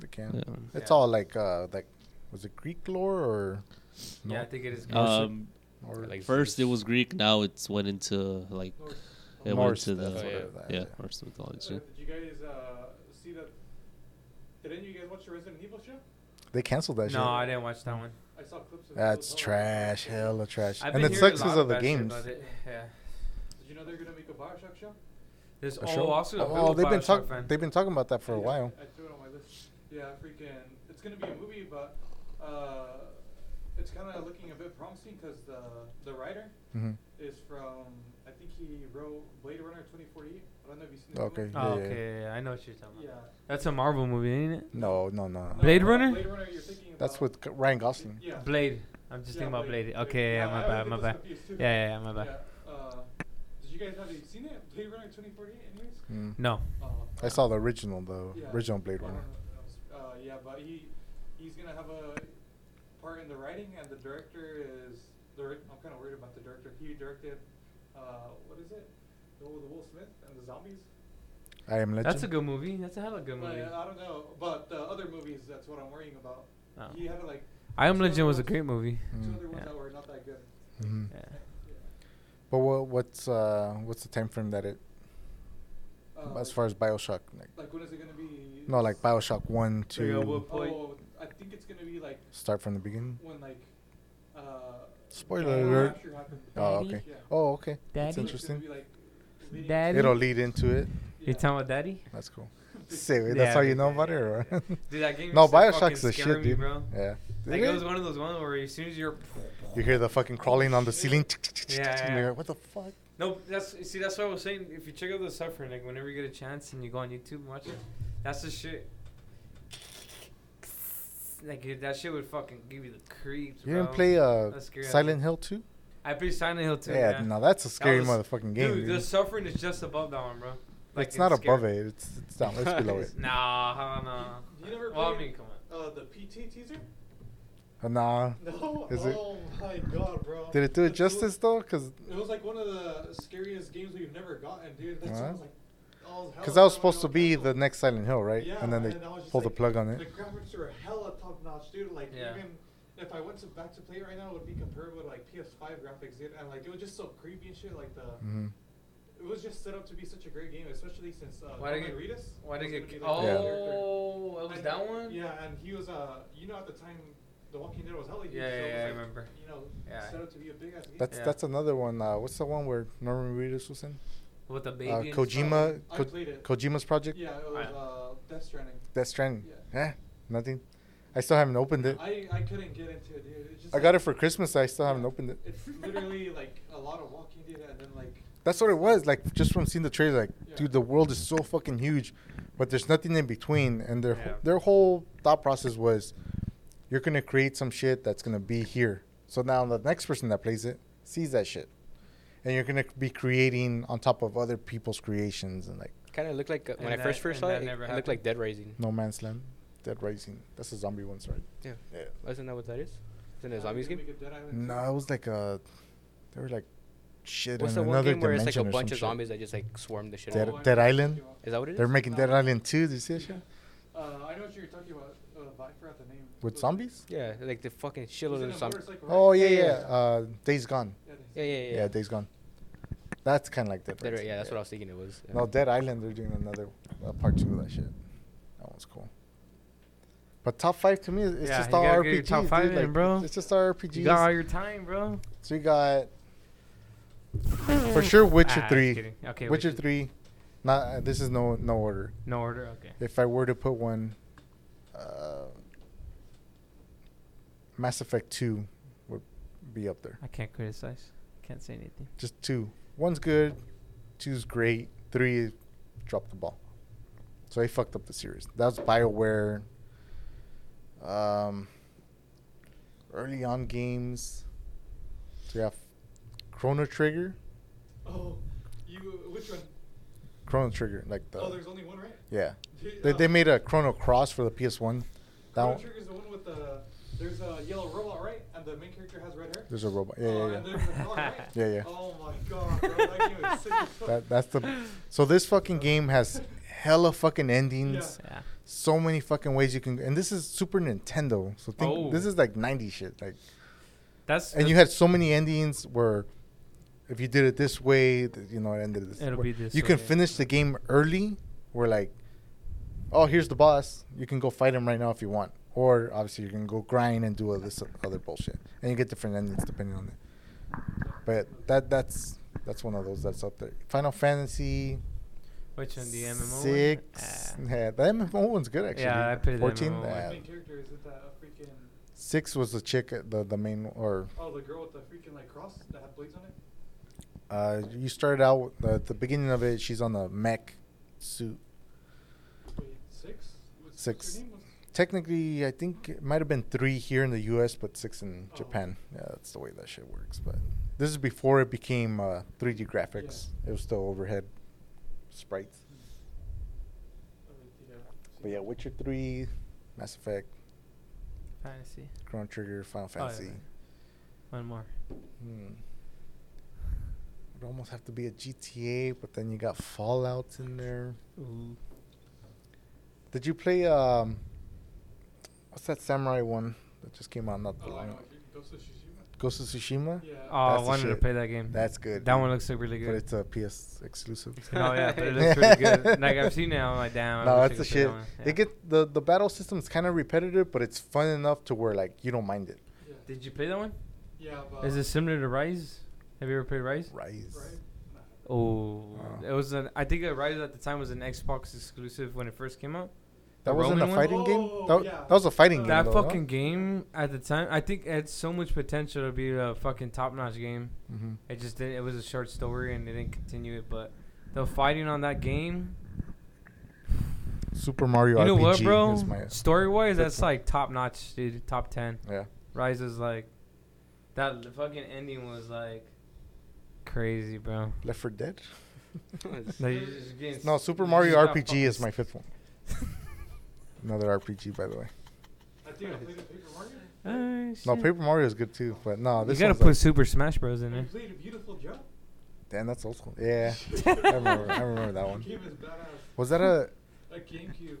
S2: they can.
S4: Yeah.
S2: It's
S1: Yeah.
S2: all like, uh, like, was it Greek lore or?
S1: Yeah, I
S2: Nor-
S1: think it is.
S4: Um.
S2: or
S3: Like
S4: First it
S3: Zeus.
S4: was Greek. Now it's went into like. It went
S2: Norse,
S4: to
S2: that's
S4: the.
S3: what
S4: yeah.
S3: it-
S2: that-
S4: yeah.
S2: yeah.
S4: Norse mythology.
S5: Did you guys uh, see that? Didn't you guys watch the Resident Evil show?
S2: They canceled that
S1: no, I
S2: shit.
S1: didn't watch that one.
S5: I saw clips of it. It was
S2: That's
S5: hella-
S2: trash. Hella trash.
S1: I've
S2: and
S1: been
S2: it
S1: hearing a
S2: sucks
S1: lot
S2: because of the
S1: bad shit
S2: games.
S1: about it, Yeah.
S5: Did you know they're gonna make a Bioshock show?
S1: There's
S2: A
S1: oh,
S2: show?
S1: also a
S2: Oh,
S1: oh,
S2: they've been
S1: Bioshock fan.
S2: talking. They've been talking about that for a
S5: Yeah,
S2: while.
S5: I threw it on my list. Yeah, freaking. It's gonna be a movie, but uh, it's kind of looking a bit promising because the the writer
S2: hmm
S5: is from I think he wrote Blade Runner 2048. I don't know if you've seen that
S2: Okay.
S5: movie.
S1: Oh,
S2: Yeah, yeah.
S1: okay, yeah, I know what you're talking about.
S5: Yeah.
S1: That's a Marvel movie, ain't it?
S2: No, no, no.
S5: No,
S1: Oh, Blade
S5: no,
S1: Runner?
S5: Blade Runner. You're thinking
S2: That's
S5: about-
S2: with C- Ryan Gosling.
S5: Yeah.
S1: Blade. I'm just
S5: Yeah,
S1: thinking about Blade.
S5: Blade.
S1: Okay, yeah,
S5: Yeah,
S1: my
S5: I
S1: bad,
S5: always
S1: my
S5: get those
S1: bad.
S5: confused too.
S1: Yeah, yeah, yeah, my bad.
S5: Yeah, uh, did you guys have you seen it? Blade Runner 2048, anyways?
S2: Mm.
S1: No.
S5: Uh,
S2: I saw the original, the
S5: yeah.
S2: original Blade
S5: Well,
S2: Runner.
S5: Uh, yeah, but he he's gonna have a part in the writing, and the director is the. ri- I'm kind of worried about the director. He directed, uh, what is it? The one with the Will Smith and the zombies.
S2: I am Legend.
S1: That's a good movie. That's a hell of a good
S5: But,
S1: movie.
S5: uh, I don't know, but the other movies. That's what I'm worrying about.
S1: Oh.
S5: He had like.
S1: I Am
S5: two other
S1: Legend was a
S5: ones-
S1: great movie.
S5: Two
S2: Mm.
S5: other ones
S1: Yeah.
S5: that were not that good.
S2: Mhm.
S1: Yeah.
S2: But what, what's uh, what's the time frame that it
S5: Uh,
S2: as far as Bioshock? Like,
S5: Like when is it gonna be?
S2: no, like Bioshock one,
S1: So you
S2: two.
S1: will point-
S5: Oh, I think it's gonna be like
S2: Start from the beginning.
S5: when like. Uh,
S2: Spoiler
S5: when the
S2: alert.
S5: rapture happened.
S2: Oh, okay.
S5: Yeah.
S2: Oh, okay. That's
S5: So it's
S2: interesting.
S5: gonna be, like, leading-
S1: Daddy?
S2: It'll lead into it.
S1: You
S5: Yeah.
S1: talking about Daddy?
S2: That's cool. Say wait,
S1: Yeah.
S2: that's how you know about it, or
S1: Dude, that game
S2: no?
S1: used to
S2: Bioshock's
S1: fucking scare
S2: the shit,
S1: me,
S2: dude.
S1: bro.
S2: Yeah.
S1: Like it was one of those ones where as soon as you're,
S2: You hear the fucking crawling on the ceiling.
S1: Yeah, yeah,
S2: and you're
S1: yeah.
S2: like, what the fuck?
S1: no, that's see, that's what I was saying. If you check out the suffering, like whenever you get a chance and you go on YouTube and watch it, that's the shit. Like it- that shit would fucking give you the creeps.
S2: You
S1: bro.
S2: didn't play uh,
S1: That's scary.
S2: Silent Hill 2?
S1: I played Silent Hill too.
S2: Yeah, no, that's a scary
S1: was-
S2: motherfucking game.
S1: Dude,
S2: Dude,
S1: the suffering is just above that one, bro. Like
S2: it's not above
S1: scary.
S2: it. It's it's down. It's below it.
S1: Nah, hell no.
S5: You never
S1: well, I
S5: played-
S1: mean, come on.
S5: Uh, the PT teaser?
S2: Uh, Nah.
S5: No.
S2: Is it-
S5: oh my god, bro.
S2: Did it do it
S5: That's the-
S2: justice though? Cause,
S5: It was like one of the scariest games we've never gotten, dude. That's
S2: Huh?
S5: what I was like. I was hella
S2: 'cause that was
S5: glad
S2: supposed to
S5: we
S2: be
S5: got
S2: the
S5: canceled.
S2: next Silent Hill, right?
S5: Yeah,
S2: and then they
S5: I was just
S2: pulled the
S5: like,
S2: plug on it.
S5: The graphics are hella top notch, dude. Like
S1: Yeah.
S5: even if I went to back to play it right now, it would be comparable to like PS5 graphics, dude. And like it was just so creepy and shit. Like the
S2: Mhm.
S5: it was just set up to be such a great game, especially since uh,
S1: Why did
S5: Norman
S1: it-
S5: Reedus.
S1: Why did
S5: was
S1: it
S5: gonna
S1: get?
S5: be, like, the character.
S1: Oh, it was
S5: And-
S1: that one.
S5: Yeah, and he was uh, you know, at the time, The Walking Dead was hella huge.
S1: Yeah,
S5: so
S1: yeah,
S5: it
S1: yeah, I
S5: was, like,
S1: remember.
S5: You know,
S1: Yeah.
S5: set up to be a big ass game.
S2: That's
S1: Yeah.
S2: that's another one. Uh, what's the one where Norman Reedus was in?
S5: Oh.
S1: With the baby.
S2: Uh,
S1: and
S2: Kojima.
S5: I
S2: Ko-
S5: played it.
S2: Kojima's project.
S5: yeah, it was uh, Death Stranding.
S2: Death Stranding. Yeah.
S5: Yeah.
S2: Nothing. I still haven't opened it. I,
S5: I, I couldn't get into it, dude. It's just
S2: got it
S5: like-
S2: for Christmas. I still haven't
S5: Yeah.
S2: opened it.
S5: It's literally like a lot of Walking Dead, and then like
S2: That's what it was. Like just from seeing the trailer, like,
S5: Yeah.
S2: dude, the world is so fucking huge, but there's nothing in between. And their
S1: Yeah.
S2: their whole thought process was, you're gonna create some shit that's gonna be here, So now the next person that plays it sees that shit, and you're gonna be creating on top of other people's creations and like
S3: Kind of looked like uh, when
S1: And
S3: I first
S1: that-
S3: first
S1: and
S3: saw
S1: that
S3: it, it
S1: never
S3: looked like
S1: happened.
S3: Dead Rising.
S2: No Man's Land, Dead Rising. That's the zombie one, sorry.
S3: Yeah.
S2: Yeah.
S3: Isn't that what that is? Isn't it a
S5: Yeah,
S3: zombies
S5: we
S3: game?
S5: can make a Dead Island
S2: No,
S5: Oh, too.
S2: it was like a. They were like shit
S3: What's
S2: in
S3: the one
S2: another
S3: game where it's like a
S2: dimension or
S3: bunch
S2: some
S3: of
S2: shit.
S3: zombies that just like swarm the shit
S2: Dead-
S3: out?
S5: Oh, I
S3: of-
S2: Dead
S5: know what you're
S2: Island?
S5: talking about.
S3: Is that what it is?
S2: They're making Dead
S3: Uh-huh.
S5: Uh,
S2: Island 2. Did you see that shit?
S5: Uh, I know what you're talking about, uh, but I forgot the name.
S2: With
S5: It was like-
S2: zombies?
S3: yeah, like the fucking
S5: it was
S3: shitload
S5: in
S3: of
S5: a
S3: zombies.
S5: motorcycle
S2: Oh
S5: ride.
S2: yeah,
S3: Yeah,
S2: yeah.
S3: yeah.
S2: Uh, Days Gone.
S5: Yeah, it is.
S3: Yeah, yeah,
S2: Yeah,
S3: yeah.
S2: Days Gone. That's kind of like Dead,
S3: Dead Ri-
S2: Rising,
S3: yeah, that's what I was thinking it was. yeah.
S2: No, Dead Island. They're doing another uh, part two of that shit. That one's cool. But top five to me, it's
S1: Yeah,
S2: just
S1: you
S2: all
S1: gotta get your
S2: RPGs.
S1: top five
S2: dude.
S1: in,
S2: like,
S1: bro.
S2: It's just all
S1: You got all
S2: RPGs.
S1: your time, bro.
S2: So you got for sure Witcher
S1: Ah,
S2: three.
S1: kidding. Okay,
S2: Witcher three. Not uh, this is no no order.
S1: No order. Okay.
S2: If I were to put one, uh, Mass Effect two would be up there.
S1: I can't criticize. Can't say anything.
S2: Just two. One's good, two's great, three dropped the ball. So they fucked up the series. That was Bioware. Um, early on games. So you have Chrono Trigger.
S5: Oh, you which one?
S2: Chrono Trigger, like the
S5: oh, there's only one, right?
S2: yeah.
S5: Dude,
S2: They,
S5: uh,
S2: they made a Chrono Cross for the PS One. That
S5: Chrono
S2: one.
S5: Trigger's the one with the there's a yellow robot, right? And the main character has red hair.
S2: There's a robot. Yeah,
S5: oh,
S2: yeah,
S5: and
S2: yeah.
S5: there's a dog, right?
S2: Yeah, yeah.
S5: Oh my god, bro, that game is sick. as fuck.
S2: That, that's the. So this fucking game has hella fucking endings.
S1: Yeah.
S2: So many fucking ways you can. And this is Super Nintendo. So think this
S1: Oh.
S2: is like 90 shit. Like,
S1: That's.
S2: and you
S1: that's-
S2: had so many endings where, if you did it this way, th- you know, it ended this.
S1: It'll be
S2: way.
S1: this
S2: You can
S1: way.
S2: finish the game early. Where like, oh, here's the boss. You can go fight him right now if you want. Or obviously you can go grind and do all this other bullshit, and you get different endings depending on it. But that that's that's one of those that's up there. Final Fantasy
S1: Which one? The MMO. one?
S2: six.
S1: Ah.
S2: Yeah, the MMO one's good actually.
S1: Yeah, I played the
S2: fourteen.
S1: MMO one.
S2: yeah.
S5: The main character is with that uh, freaking
S2: Six was the chick, uh, the the main or
S5: oh the girl with the freaking like cross that had blades on it.
S2: uh, you started out with- uh, at the beginning of it. She's on the mech suit.
S5: Wait, six? What's,
S2: Six.
S5: What's her name? What's-
S2: Technically, I think it might have been three here in the U.S., but six in
S5: Oh.
S2: Japan. Yeah, that's the way that shit works. But this is before it became uh, 3D graphics. It was still overhead sprites.
S5: Hmm. Mm-hmm. Oh, wait, yeah,
S2: But yeah, Witcher three, Mass Effect,
S1: Fantasy.
S2: Chrono Trigger, Final
S1: Oh, yeah,
S2: Fantasy.
S1: yeah. One more.
S2: Hmm. It would almost have to be a GTA, but then you got Fallout in there.
S1: Ooh.
S2: Did you play um? What's that samurai one that just came out not that
S5: Oh, I
S2: long
S5: know.
S2: ago?
S5: Ghost of Tsushima.
S2: Ghost of Tsushima.
S5: Yeah.
S1: Oh, I
S2: That's the
S1: wanted to
S2: shit.
S1: play that game.
S2: That's good.
S1: That
S2: dude.
S1: one looks like really good.
S2: But it's a PS exclusive.
S1: no, yeah, but it looks pretty good. Like I've seen it, I'm like, damn. I
S2: No,
S1: wish I
S2: that's the
S1: could play
S2: shit.
S1: that one. Yeah.
S2: They get the the battle system's kind of repetitive, but it's fun enough to where like you don't mind it.
S5: Yeah.
S1: Did you play that one?
S5: yeah but,
S1: Is it similar to Rise? Have you ever played Rise?
S2: Rise.
S5: Right? Nah.
S1: Oh,
S2: Oh.
S1: it was an. I think uh, Rise at the time was an Xbox exclusive when it first came out. The
S2: That wasn't
S1: Roman
S2: a
S1: one?
S2: fighting game.
S5: Oh,
S2: That,
S5: yeah.
S2: that was a fighting game.
S1: That
S2: though,
S1: fucking game at the time, I think it had so much potential to be a fucking top-notch game.
S2: hmm
S1: It just didn't. It was a short story and they didn't continue it. But the fighting on that game,
S2: Super Mario
S1: you know
S2: RPG
S1: what,
S2: is
S1: bro?
S2: my
S1: Story-wise,
S2: that's
S1: that's
S2: my-
S1: like top-notch, dude. Top ten.
S2: yeah.
S1: Rise is like that. The fucking ending was like crazy, bro.
S2: Left for Dead.
S1: Like, you're just getting
S2: No,
S1: s-
S2: Super
S1: you
S2: Mario
S1: just got
S2: RPG is my
S1: fucking
S2: fifth one. Another RPG, by the way.
S5: I think I played a Paper Mario.
S1: Oh,
S2: No,
S1: shit.
S2: Paper Mario is good too, but no,
S1: You
S2: this
S1: gotta
S2: one's
S1: put
S2: like-
S1: Super Smash Bros in
S5: I
S1: there.
S5: played a beautiful job.
S2: Damn, that's old school. Yeah, I remember. I remember that
S5: That
S2: one.
S5: game is badass.
S2: Was that a
S5: Like GameCube.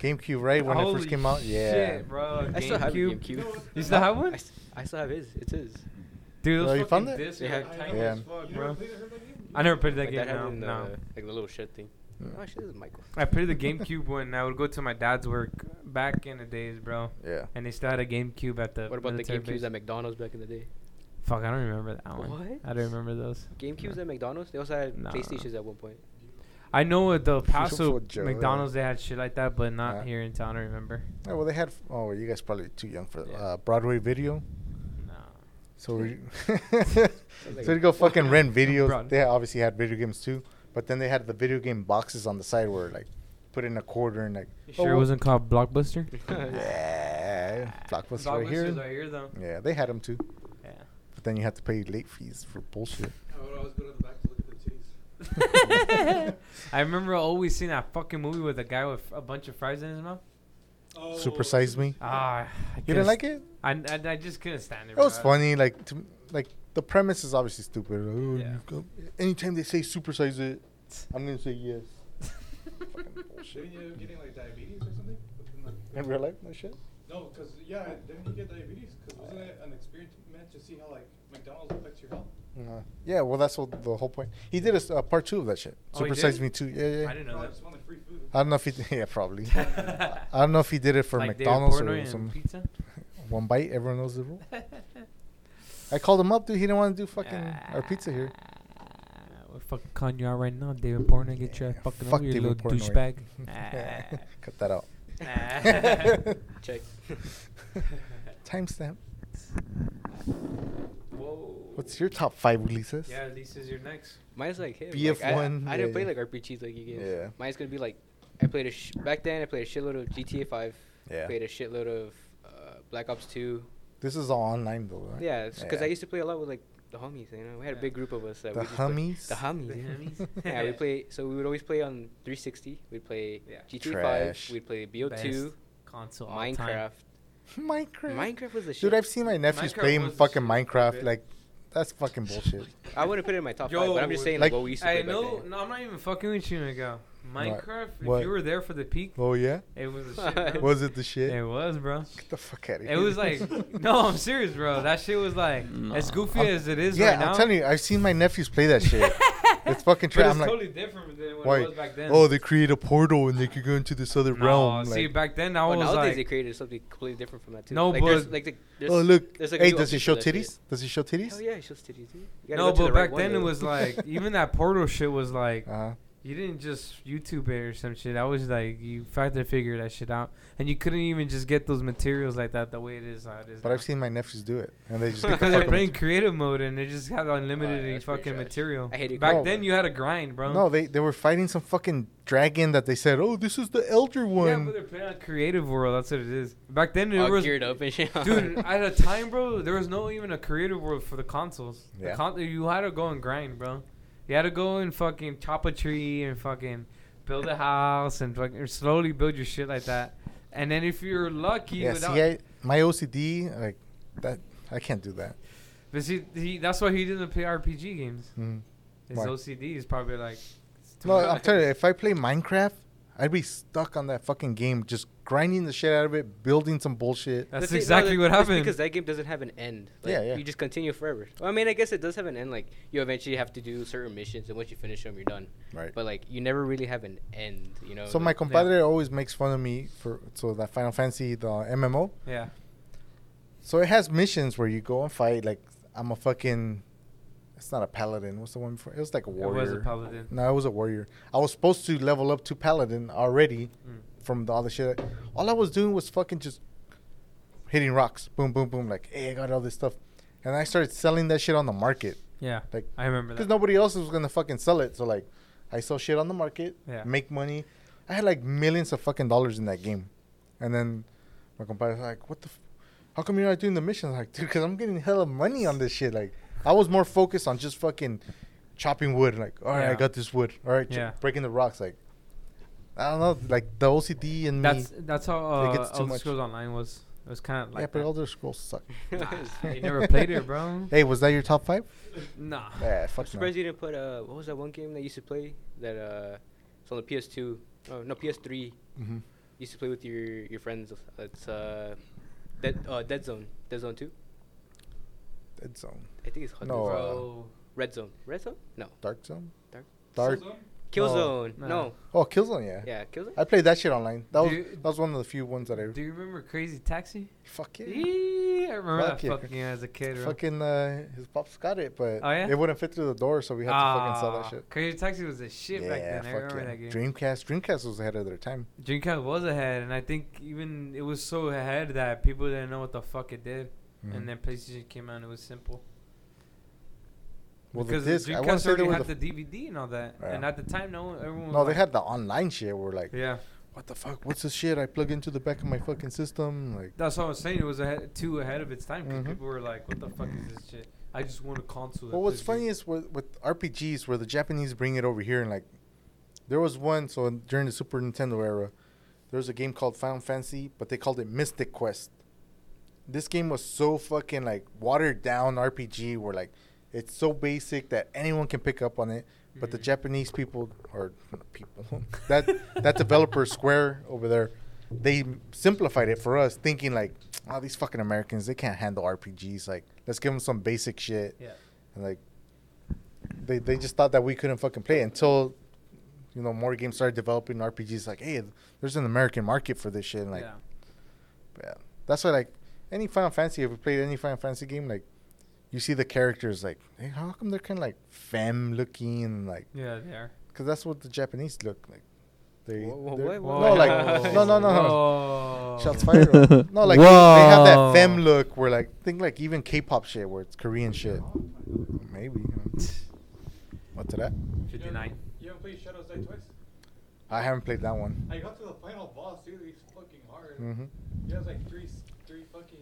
S2: GameCube right when it first
S1: Holy
S2: came out? Yeah.
S1: shit, bro.
S3: I still have a
S1: GameCube.
S3: GameCube.
S1: You still have one?
S3: I, s- I still have his. It's his.
S1: Dude,
S2: Oh,
S1: those
S2: you
S1: fucking
S2: found it?
S1: discs
S3: Yeah.
S1: are
S3: I
S1: tiny
S2: know.
S1: as
S2: Yeah.
S1: fuck,
S5: you never
S1: bro.
S5: played that game?
S1: I never played that
S3: My
S1: game.
S3: dad had
S1: No,
S3: it in the,
S1: no.
S3: Like the little shit thing.
S2: Mm.
S3: Oh, shit, this is Michael.
S1: I played the GameCube when I would go to my dad's work back in the days, bro.
S2: Yeah.
S1: And they still had a GameCube at the.
S3: What about the
S1: military
S3: GameCubes
S1: base.
S3: at McDonald's back in the day?
S1: Fuck, I don't remember that one.
S3: What?
S1: I don't remember those.
S3: GameCubes at McDonald's? They also had
S1: Nah.
S3: PlayStations at one point.
S1: I know at the Paso
S2: for Joe, yeah.
S1: McDonald's they had shit like that, but not
S2: Yeah.
S1: here in town. I remember.
S2: Oh, well, they had. Oh, you guys probably too young for that.
S1: Yeah.
S2: Uh, Broadway Video.
S1: No.
S2: So we. so we go fucking rent videos.
S1: Broad-
S2: They obviously had video games too, but then they had the video game boxes on the side where like, put in a quarter and like.
S1: You
S2: oh,
S1: sure it
S2: well-
S1: wasn't called Blockbuster?
S2: Yeah, Blockbuster right here.
S1: right here, though.
S2: Yeah, they had them too.
S1: Yeah.
S2: But then you have to pay late fees for bullshit.
S5: Oh, I would always go to the back to look at the titties.
S1: I remember always seeing that fucking movie with a guy with a bunch of fries in his mouth.
S5: Oh,
S2: Super Size Me.
S1: Ah, I
S2: You didn't like it?
S1: I, I, I just couldn't stand it.
S2: It was
S1: bro.
S2: funny. Like, to, like the premise is obviously stupid. Like, oh,
S1: Yeah.
S2: you've got- anytime they say supersize it, I'm gonna say yes. Fucking bullshit.
S5: Didn't you getting like diabetes or something? Within, like,
S2: In real life, no shit.
S5: No, because yeah, didn't you get diabetes? Because wasn't it an experiment meant to see how like McDonald's affects your health?
S2: No. Yeah, well, that's what the whole point. He did a s- a part two of that shit.
S1: Oh, he
S2: Supersize
S1: did?
S2: Me too. Yeah, yeah.
S1: I didn't
S5: No,
S1: know
S5: I
S1: that.
S5: just wanted free food.
S2: I don't know if he. yeah, probably. I don't know if he did it for
S1: Like David
S2: McDonald's
S1: Portnoy
S2: or
S1: and
S2: some
S1: pizza.
S2: one bite. Everyone knows the rule. I called him up, dude. He didn't want to do fucking our pizza here.
S1: We're fucking calling you out right now, David Portnoy. Get your ass
S2: Yeah,
S1: fucking
S2: fuck
S1: over, you
S2: David
S1: little
S2: Portnoy.
S1: douchebag. Ah.
S2: Cut that out.
S1: Ah.
S3: Check.
S2: Timestamp.
S1: Whoa.
S2: What's your top five releases?
S1: Yeah, Lisa's your next.
S3: Mine's like him. Like, I-
S2: BF1,
S3: I, didn't
S2: yeah,
S3: play
S2: yeah.
S3: like RPGs like you guys.
S2: Yeah.
S3: Mine's gonna be like, I played a sh- back then. I played a shitload of GTA Five.
S2: Yeah.
S3: Played a shitload of uh, Black Ops Two.
S2: This is all online though, right?
S3: Yeah, because
S2: Yeah.
S3: I used to play a lot with like the homies. You know, we had
S1: Yeah.
S3: a big group of us. That
S2: The
S3: we just played-
S2: homies?
S3: The homies.
S1: The
S3: yeah.
S1: homies?
S3: yeah, we play. So we would always play on 360. We'd play
S1: Yeah.
S3: GTA
S2: Trash.
S3: Five. We'd play BO2,
S1: console. all time.
S3: Minecraft.
S2: Minecraft.
S3: Minecraft was the shit.
S2: Dude, I've seen my nephews
S1: Minecraft
S2: playing
S1: was the shit
S2: fucking
S1: Uh, for a
S2: Minecraft.
S1: bit.
S2: Like, that's fucking bullshit.
S3: I wouldn't put it in my top
S1: Yo,
S3: five, but I'm just saying
S2: like-
S3: like, what we used to play
S1: I
S3: back
S1: know.
S3: then.
S1: No, I'm not even fucking with you, nigga. Minecraft.
S2: What?
S1: If you were there for the peak,
S2: oh yeah,
S1: it was a shit. bro.
S2: was it the shit?
S1: It was, bro.
S2: Get the fuck out of here.
S1: It was like, no, I'm serious, bro. That shit was like as
S4: Nah.
S1: goofy
S2: I'm-
S1: as it is
S2: yeah,
S1: right now.
S2: I'm telling you, I've seen my nephews play that shit. it's fucking
S1: but
S2: trash.
S1: it's
S2: I'm like,
S1: totally different than what
S2: why?
S1: it was back then.
S2: oh, they create a portal and they could go into this other
S1: no,
S2: realm.
S1: see,
S2: like,
S1: back then I
S3: Well,
S1: was
S3: Oh, nowadays
S1: like,
S3: they created something completely different from that too.
S1: No,
S3: like, there's-
S1: but-
S3: like the, there's,
S2: oh look,
S3: there's like a
S2: hey,
S3: new
S2: does it
S3: update
S2: show
S3: for that shit.
S2: titties? Does it show titties?
S3: Hell yeah, it shows titties. Dude. You gotta
S1: no,
S3: go to
S1: but
S3: the right
S1: back
S3: one,
S1: then it
S3: though.
S1: was like even that portal shit was like
S2: Uh-huh.
S1: you didn't just YouTube it or some shit. I was like you factor figure that shit out, and you couldn't even just get those materials like that the way it is now. It is
S2: But
S1: now.
S2: I've seen my nephews do it, and they just get the
S1: because they're
S2: fucking.
S1: playing creative mode and they just have unlimited
S3: that's pretty
S1: fucking
S3: trash.
S1: material.
S3: I hate it.
S1: Back
S2: No.
S1: then you had a grind, bro.
S2: Oh. No, they they were fighting some fucking dragon that they said, oh, this is the elder
S1: Yeah,
S2: one.
S1: but they're playing on creative world. That's what it is. Back then it
S3: all
S1: was
S3: geared up and shit.
S1: dude at a time bro there was no even a creative world for the consoles the
S2: Yeah.
S1: con- you had to go and grind bro you had to go and fucking chop a tree and fucking build a house and fucking or slowly build your shit like that and then if you're lucky
S2: yeah,
S1: without
S2: see, I, my OCD like that. I can't do that.
S1: but see he, that's why he didn't play rpg games
S2: Mm.
S1: his
S2: Why?
S1: ocd is probably like it's too
S2: No,
S1: much.
S2: I'm telling you, if I play Minecraft, I'd be stuck on that fucking game, just grinding the shit out of it, building some bullshit.
S1: that's
S3: thing- no,
S1: exactly
S3: that-
S1: what
S3: that's
S1: happened
S3: Because that game doesn't have an end. Like,
S2: Yeah, yeah.
S3: You just continue forever. Well, I mean, I guess it does have an end. Like you eventually have to do certain missions, and once you finish them, you're done.
S2: Right.
S3: But like you never really have an end. You know.
S2: So my
S3: like,
S2: compadre always makes fun of me for so that Final Fantasy the MMO.
S1: yeah
S2: So it has missions where you go and fight. Like I'm a fucking. It's not a paladin. What's the one before? It was like a warrior.
S1: it was a paladin
S2: No, I was a warrior. I was supposed to level up to paladin already
S1: Mm.
S2: from the other shit. All I was doing was fucking just hitting rocks, boom, boom, boom. Like, hey, I got all this stuff, and I started selling that shit on the market
S1: yeah
S2: Like,
S1: i remember
S2: because
S1: that
S2: nobody else was gonna fucking sell it. So like, I sell shit on the market,
S1: Yeah.
S2: make money. I had like millions of fucking dollars in that game, and then my compadre's like, "What the? F- how come you're not doing the missions?" I'm like, dude, because I'm getting hella money on this shit. Like, I was more focused on just fucking chopping wood. Like, all right, I
S1: Yeah.
S2: got this wood. All right, ch-
S1: Yeah.
S2: breaking the rocks. Like, I don't know. Like the OCD and
S1: that's
S2: me.
S1: that's how uh,
S2: gets too
S1: Elder
S2: much.
S1: Scrolls Online was. It was kind of like
S2: yeah, but
S1: that.
S2: Elder Scrolls suck.
S1: You never played it, bro.
S2: Hey, was that your top five?
S1: Nah.
S2: Yeah,
S3: I'm
S2: fuck no.
S3: surprised you didn't put uh what was that one game that you used to play that uh it's on the PS2 oh no PS3 you
S2: Mhm.
S3: used to play with your your friends it's uh Dead uh Dead Zone Dead Zone 2
S2: Dead Zone,
S3: I think it's called Dead
S2: No,
S3: Zone.
S2: uh,
S1: Bro.
S3: Red Zone Red Zone no
S2: Dark Zone,
S3: Dark-
S2: Dark.
S3: Killzone
S1: Nah.
S3: no
S2: Oh, Killzone, yeah.
S3: yeah Killzone
S2: I played that shit online. That was
S1: Dude.
S2: that was one of the few ones that I
S1: Do you remember Crazy Taxi?
S2: fuck yeah.
S1: Eee, I remember
S2: Fuck
S1: that
S2: yeah.
S1: fucking as a kid. Bro.
S2: Fucking uh, his pops got it, but
S1: Oh, yeah?
S2: it wouldn't fit through the door, so we had to fucking sell that
S1: Ah,
S2: shit.
S1: Crazy Taxi was a shit back then. I remember that game.
S2: Dreamcast, Dreamcast was ahead of their time.
S1: Dreamcast was ahead, and I think even it was so ahead that people didn't know what the fuck it did.
S2: Mhm.
S1: And then PlayStation came out, and it was simple.
S2: well, the
S1: because
S2: disc, I want
S1: Dreamcast
S2: to say they
S1: already
S2: were
S1: had
S2: the,
S1: the DVD and all that,
S2: Yeah.
S1: and at the time, no one, everyone. Was
S2: no, they
S1: like-
S2: had the online shit. Where like,
S1: Yeah,
S2: what the fuck? What's this shit I plug into the back of my fucking system? Like,
S1: that's what I was saying. It was ahead, too ahead of its time because
S2: Mhm.
S1: people were like, "What the fuck is this shit?" I just want a console. that
S2: Well, what's
S1: plays
S2: funny
S1: games.
S2: is with, with RPGs where the Japanese bring it over here and like, there was one. So in- during the Super Nintendo era, there was a game called Final Fantasy, but they called it Mystic Quest. This game was so fucking like watered down RPG where like it's so basic that anyone can pick up on it. But the
S1: Mhm.
S2: Japanese people or people that that developer Square over there, they simplified it for us, thinking like, oh, these fucking Americans they can't handle RPGs. Like, let's give them some basic shit.
S1: yeah.
S2: And like they they just thought that we couldn't fucking play it until you know more games started developing RPGs like, hey, there's an American market for this shit and like
S1: yeah.
S2: yeah. That's why like any Final Fantasy, if you played any Final Fantasy game, like you see the characters like, hey, how come they're kind of like femme looking and like
S1: Yeah, they are.
S2: cuz that's what the Japanese look like. They
S3: Wha- wha-
S2: they're- no
S3: what- what-
S2: like no no no. no.
S1: Whoa.
S2: Shots fired. No, like they have that
S1: Whoa.
S2: femme look where like think like even K-pop shit where it's Korean shit.
S5: Oh
S2: Maybe. What's that?
S5: You ever-
S1: 59.
S5: You haven't played Shadows Die twice?
S2: I haven't played that one.
S5: I got to the final boss, dude. He's fucking hard.
S2: hmm
S5: He has like three, s- three fucking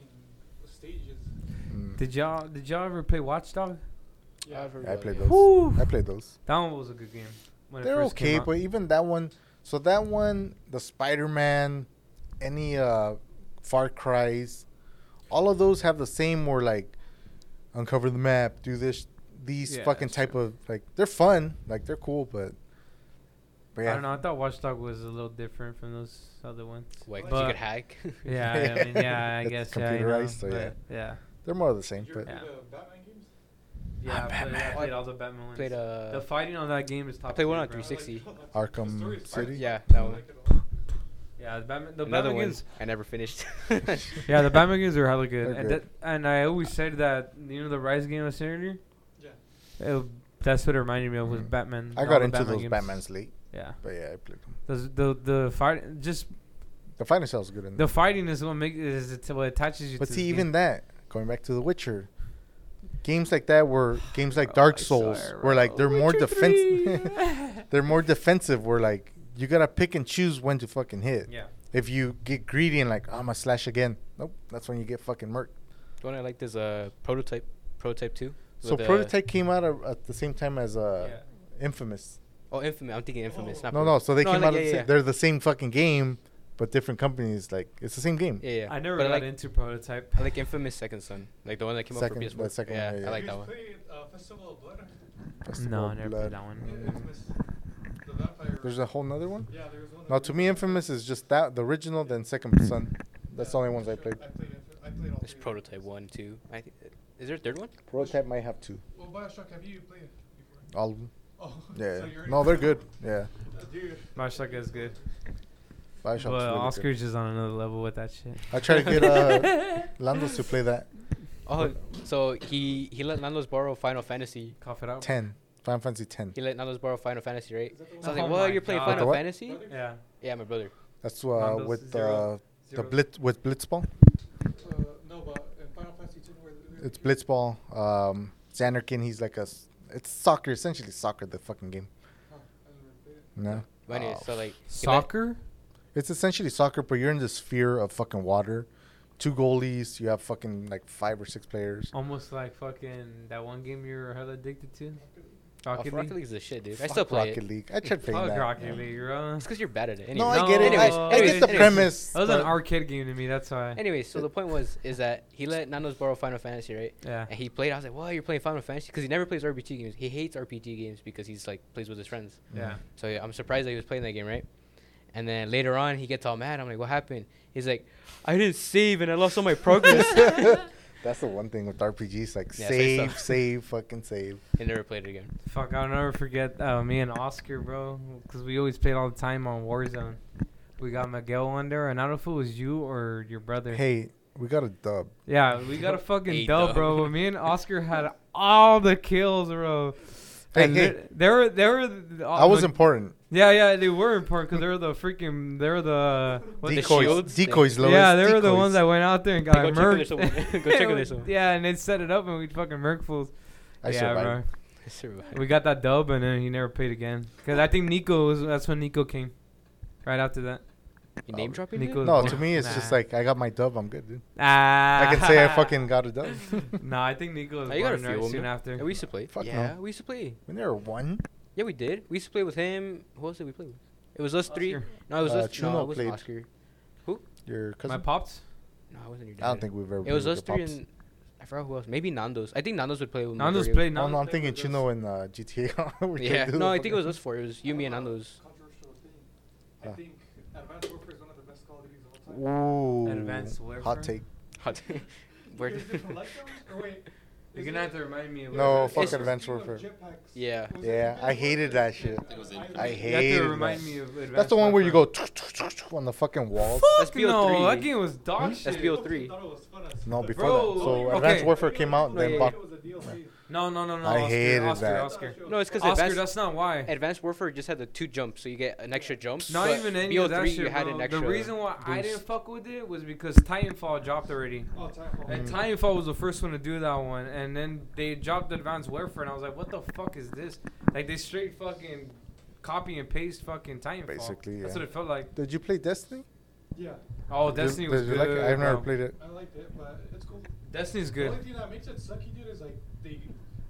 S5: stages.
S1: Did y'all did y'all ever play Watchdog?
S5: Yeah,
S3: I've heard
S2: Mm. I
S3: about
S2: played
S3: it.
S2: those.
S1: Whew.
S2: I played those.
S1: That one was a good game. When it
S2: They're
S1: first came
S2: okay,
S1: out.
S2: but even that one. So that one, the Spider-Man, any uh, Far Cry's, all of those have the same where like uncover the map, do this, these
S1: Yeah,
S2: fucking
S1: that's
S2: type of like they're fun, like they're cool, but. but
S1: I don't know. I thought Watchdog was a little different from those other ones.
S3: Wait, 'cause
S1: But-
S3: you could hack.
S1: Yeah, I mean, yeah, I
S2: It's
S1: guess yeah, you know,
S2: computerized, so yeah.
S1: but yeah.
S2: They're more of the same,
S5: Did you ever
S2: but
S5: play
S1: Yeah.
S5: the Batman games?
S1: Yeah, I played, I
S3: Batman.
S1: played all the Batman ones.
S3: played uh,
S1: the fighting on that game is top.
S3: played one
S1: tier,
S3: on
S1: bro.
S3: 360.
S2: Arkham City?
S3: Yeah, that one.
S1: Yeah, the Batman. The
S3: Another
S1: Batman
S3: one
S1: games.
S3: I never finished.
S1: Yeah, the Batman games are hella good.
S2: They're
S1: And, that,
S2: good.
S1: and I always said that you know the Rise game I said earlier.
S5: Yeah.
S1: It, that's what it reminded me of was
S2: Mm.
S1: Batman.
S2: I
S1: all
S2: got
S1: the
S2: into those
S1: games.
S2: Batman's late,
S1: Yeah,
S2: but yeah, I played them.
S1: those, the the fight just
S2: The final cell's good in
S1: the fighting is what makes is it what attaches you.
S2: But
S1: to
S2: see,
S1: the
S2: even
S1: game.
S2: that, going back to The Witcher, games like that were games like
S1: Oh, I
S2: Dark
S1: swear,
S2: Souls, where like they're
S1: bro.
S2: more
S1: Witcher
S2: defensive.
S1: three.
S2: they're more defensive. Where like you gotta pick and choose when to fucking hit.
S1: yeah.
S2: If you get greedy and like I'm gonna slash again, nope, that's when you get fucking murked.
S3: The one I liked is uh, prototype, prototype two.
S2: So
S3: with, uh,
S2: Prototype came out a- at the same time as uh,
S1: yeah.
S2: Infamous.
S3: Oh, infamous. I'm thinking infamous.
S5: Oh.
S3: Not
S2: No, no. So they
S3: No,
S2: came
S3: like,
S2: out. at
S3: yeah,
S2: the sa-
S3: yeah.
S2: They're the same fucking game, but different companies. Like it's the same game.
S3: Yeah, yeah.
S1: I never
S3: But
S1: got
S3: like,
S1: into prototype.
S3: I like infamous second son, like the one that came
S2: Second-
S3: out for PS4.
S2: the second one,
S3: yeah,
S2: yeah, yeah.
S3: I like
S5: Did
S3: that
S5: you
S3: one.
S5: play, uh, Festival of Blood?
S2: Festival
S1: No,
S2: of
S1: I never played
S2: Blood.
S1: that one.
S5: Yeah, Infamous. The vampire.
S2: There's a whole nother one.
S5: Yeah, there was one.
S2: No,
S5: that
S2: to
S5: was-
S2: me, Infamous is just that the original, then Second Son. That's the
S5: Yeah,
S2: only ones I
S5: sure.
S2: played.
S5: I played, Inf- I played all
S3: There's
S5: three of
S3: prototype
S5: those.
S3: one, two. I think. Is there a third one?
S2: Prototype might have two.
S5: Well, Bioshock, have you played it before? Uh,
S2: All of them.
S5: Oh, so
S2: Yeah.
S5: you're-
S2: no, they're good. Yeah.
S5: Dude.
S1: Bioshock is good.
S2: Bioshock's
S1: but
S2: really
S1: Oscar's
S2: good.
S1: just on another level with that shit.
S2: I tried to get uh, Landos to play that.
S3: Oh, so he he let Nando's borrow Final Fantasy.
S1: Cough it out.
S2: 10. Final Fantasy 10.
S3: He let Nando's borrow Final Fantasy, right?
S5: Is that the
S3: So I was
S5: one-
S1: Oh
S3: like, well,
S1: my
S3: you're playing
S1: God.
S3: Final
S2: What?
S3: Fantasy?
S5: Brother?
S1: Yeah.
S3: Yeah, my brother.
S2: That's uh,
S1: Nando's
S2: with
S1: zero.
S2: uh, the blitz with Blitzball.
S5: Uh, no, but in Final Fantasy 2, where where-
S2: It's Blitzball. Um, Xanarkin, he's like a. s- It's soccer, essentially soccer, the fucking game.
S5: Huh, I never played it.
S2: No.
S3: But anyway,
S2: Oh,
S3: so like he let-
S1: Soccer?
S2: It's essentially soccer, but you're in this sphere of fucking water. Two goalies. You have fucking like five or six players.
S1: Almost like fucking that one game you were hella addicted to?
S3: oh,
S1: Rocket
S3: Rocket
S1: League?
S3: League's the shit, dude. I
S2: Fuck
S3: still play
S2: Rocket
S3: it.
S2: League. I tried playing
S1: Fuck
S2: that.
S1: Rocket League, bro.
S3: It's because you're bad at it. Anyway.
S2: No, I get it. I,
S3: Anyways,
S2: I
S3: anyways,
S2: get the
S3: anyways.
S2: premise.
S1: That was an
S2: but-
S1: arcade game to me, that's why.
S3: Anyway, so the point was is that he let Nando's borrow Final Fantasy, right?
S1: Yeah.
S3: And he played. I was like, "Well, you're playing Final Fantasy?" Because he never plays RPG games. He hates RPG games because he's like plays with his friends.
S1: Yeah.
S3: So yeah, I'm surprised that he was playing that game, right? And then later on, he gets all mad. I'm like, "What happened?" He's like, "I didn't save and I lost all my progress."
S2: That's the one thing with RPGs, like
S3: Yeah, say
S2: save,
S3: so.
S2: save, fucking save.
S3: and never played it again.
S1: Fuck, I'll never forget uh, me and Oscar, bro. Because we always played all the time on Warzone. We got Miguel on there, and I don't know if it was you or your brother.
S2: Hey, we got a dub.
S1: Yeah, we got a fucking
S3: Hey,
S1: dub,
S3: dub.
S1: bro. But me and Oscar had all the kills, bro.
S2: Hey,
S1: And
S2: hey.
S1: they- They were, they were. the-
S3: Oh,
S2: I was
S1: like-
S2: important.
S1: Yeah, yeah, they were important because they were the freaking, they were the. what the
S2: decoys,
S3: shields?
S2: decoys, Lois.
S1: yeah, they were the
S2: decoys.
S1: ones that went out there and got
S3: go check on this one.
S1: murked.
S3: Go check on this one.
S1: Yeah, and they set it up and we'd fucking murk fools.
S2: I
S1: yeah,
S2: survived.
S1: bro. We got that dub and then he never played again. Cause I think Nico was that's when Nico came, right after that.
S3: You name
S2: Um,
S3: dropping?
S1: Nico-
S3: Nico.
S2: No, to me it's just
S1: Nah.
S2: like I got my dub. I'm good, dude.
S1: Ah.
S2: I can say I fucking got a dub.
S1: Nah, I think Nico was
S3: Oh, you got a
S1: born
S3: few. of
S1: right
S3: 'em,
S1: soon
S3: no?
S1: after.
S3: Yeah, we used to play.
S2: Fuck no.
S3: yeah, we used to play.
S2: We never won.
S3: Yeah, we did. We used to play with him. Who else did we play with? It was us three.
S1: Oscar.
S3: No, it was
S2: Uh,
S3: us. No,
S2: Chuno
S3: it was
S2: played.
S3: Oscar.
S2: Your
S1: My
S2: cousin.
S1: pops.
S3: No, I wasn't your dad.
S2: I don't think we've ever.
S3: it was
S2: beat
S3: us
S2: your
S3: three
S2: pops.
S3: and I forgot who else. Maybe Nando's. I think Nando's would play with.
S1: Nando's
S3: majority
S1: played.
S3: of-
S2: No, no, I'm
S1: Nando's
S2: thinking
S5: with us.
S2: Chino and uh, GTA. We're trying
S3: Yeah.
S2: to do
S3: No,
S2: the
S3: I think it was
S2: fucking-
S3: us four. It was you, me, and Nando's.
S5: Controversial thing.
S2: Ah.
S5: I think Advanced Warfare is one of the best Call of Duties of all time.
S2: Ooh.
S1: Advanced
S2: Hot
S1: Warfare?
S2: take.
S3: Hot.
S5: You
S3: Where-
S5: guys didn't like those? Or wait,
S1: You're
S5: is
S1: gonna
S5: it-
S1: have to remind me. Of
S2: No,
S1: what
S2: fuck
S1: it is.
S5: Speaking of
S2: Advanced Warfare.
S5: jetpacks,
S3: Yeah.
S5: was it
S2: Yeah, I
S5: Advanced
S2: hated
S5: Warfare?
S2: that shit.
S5: Yeah,
S2: I
S1: You have
S2: hated
S1: to remind
S2: that.
S1: me of.
S2: That's the one where you go on the fucking wall.
S3: That's
S1: Fuck
S3: PO3.
S1: no, that game was dog
S3: That's
S1: shit.
S3: PO3.
S5: I thought it was fun as
S2: No,
S5: fuck.
S2: before
S1: Bro,
S2: that. So
S1: okay.
S2: Advanced Warfare came out,
S3: No,
S2: then
S3: yeah,
S2: bought.
S5: It was a DLC.
S1: No, no, no, no.
S2: I
S1: Oscar,
S2: hated
S1: Oscar,
S2: that.
S1: Oscar,
S3: No, it's 'cause
S1: Oscar.
S3: advanced-
S1: that's not why.
S3: Advanced Warfare just had the two jumps, so you get an extra jump.
S1: Not
S3: but
S1: even any
S3: BO3,
S1: of that shit.
S3: you had
S1: bro.
S3: an extra.
S1: the reason why I didn't
S3: boost.
S1: fuck with it was because Titanfall dropped already.
S5: Oh, Titanfall.
S2: Mm.
S1: And Titanfall was the first one to do that one, and then they dropped Advanced Warfare, and I was like, "What the fuck is this?" Like they straight fucking copy and paste fucking Titanfall.
S2: Basically,
S1: that's
S2: yeah.
S1: what it felt like.
S2: Did you play Destiny?
S5: Yeah,
S1: Oh,
S2: Did you-
S1: Destiny was
S2: did you
S1: good.
S2: like it? I've never
S1: bro.
S2: played it.
S5: I liked it, but it's cool.
S1: Destiny's
S5: The only
S1: good.
S5: thing that makes it sucky, dude, is like they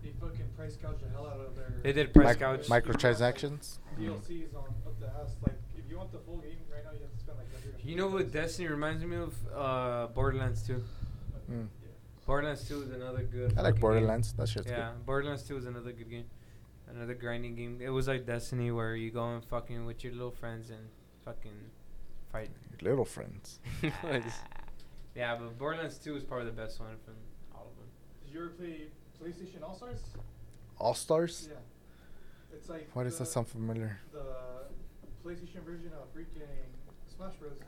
S5: they fucking price gouge the hell out of their.
S1: They did price
S2: Mic-
S1: gouge.
S2: Microtransactions.
S5: DLCs on up the ass. Like, if you want the full game right now, you have to spend like. 150
S1: You know what
S5: bucks.
S1: Destiny reminds me of? Uh, Borderlands 2.
S2: Mm.
S1: Borderlands 2 is another good.
S2: I
S1: fucking
S2: like
S1: game.
S2: Borderlands. That shit's
S1: Yeah, Borderlands 2 is another good game. Another grinding game. It was like Destiny where you go and fucking with your little friends and fucking fight.
S2: good. Little friends.
S3: No, it's-
S1: yeah, but Borderlands 2 is probably the best one from all of them.
S5: Did you ever play PlayStation All Stars?
S2: All Stars?
S5: Yeah. It's like.
S2: Why does
S5: the-
S2: that sound familiar?
S5: The PlayStation version of freaking Smash Bros.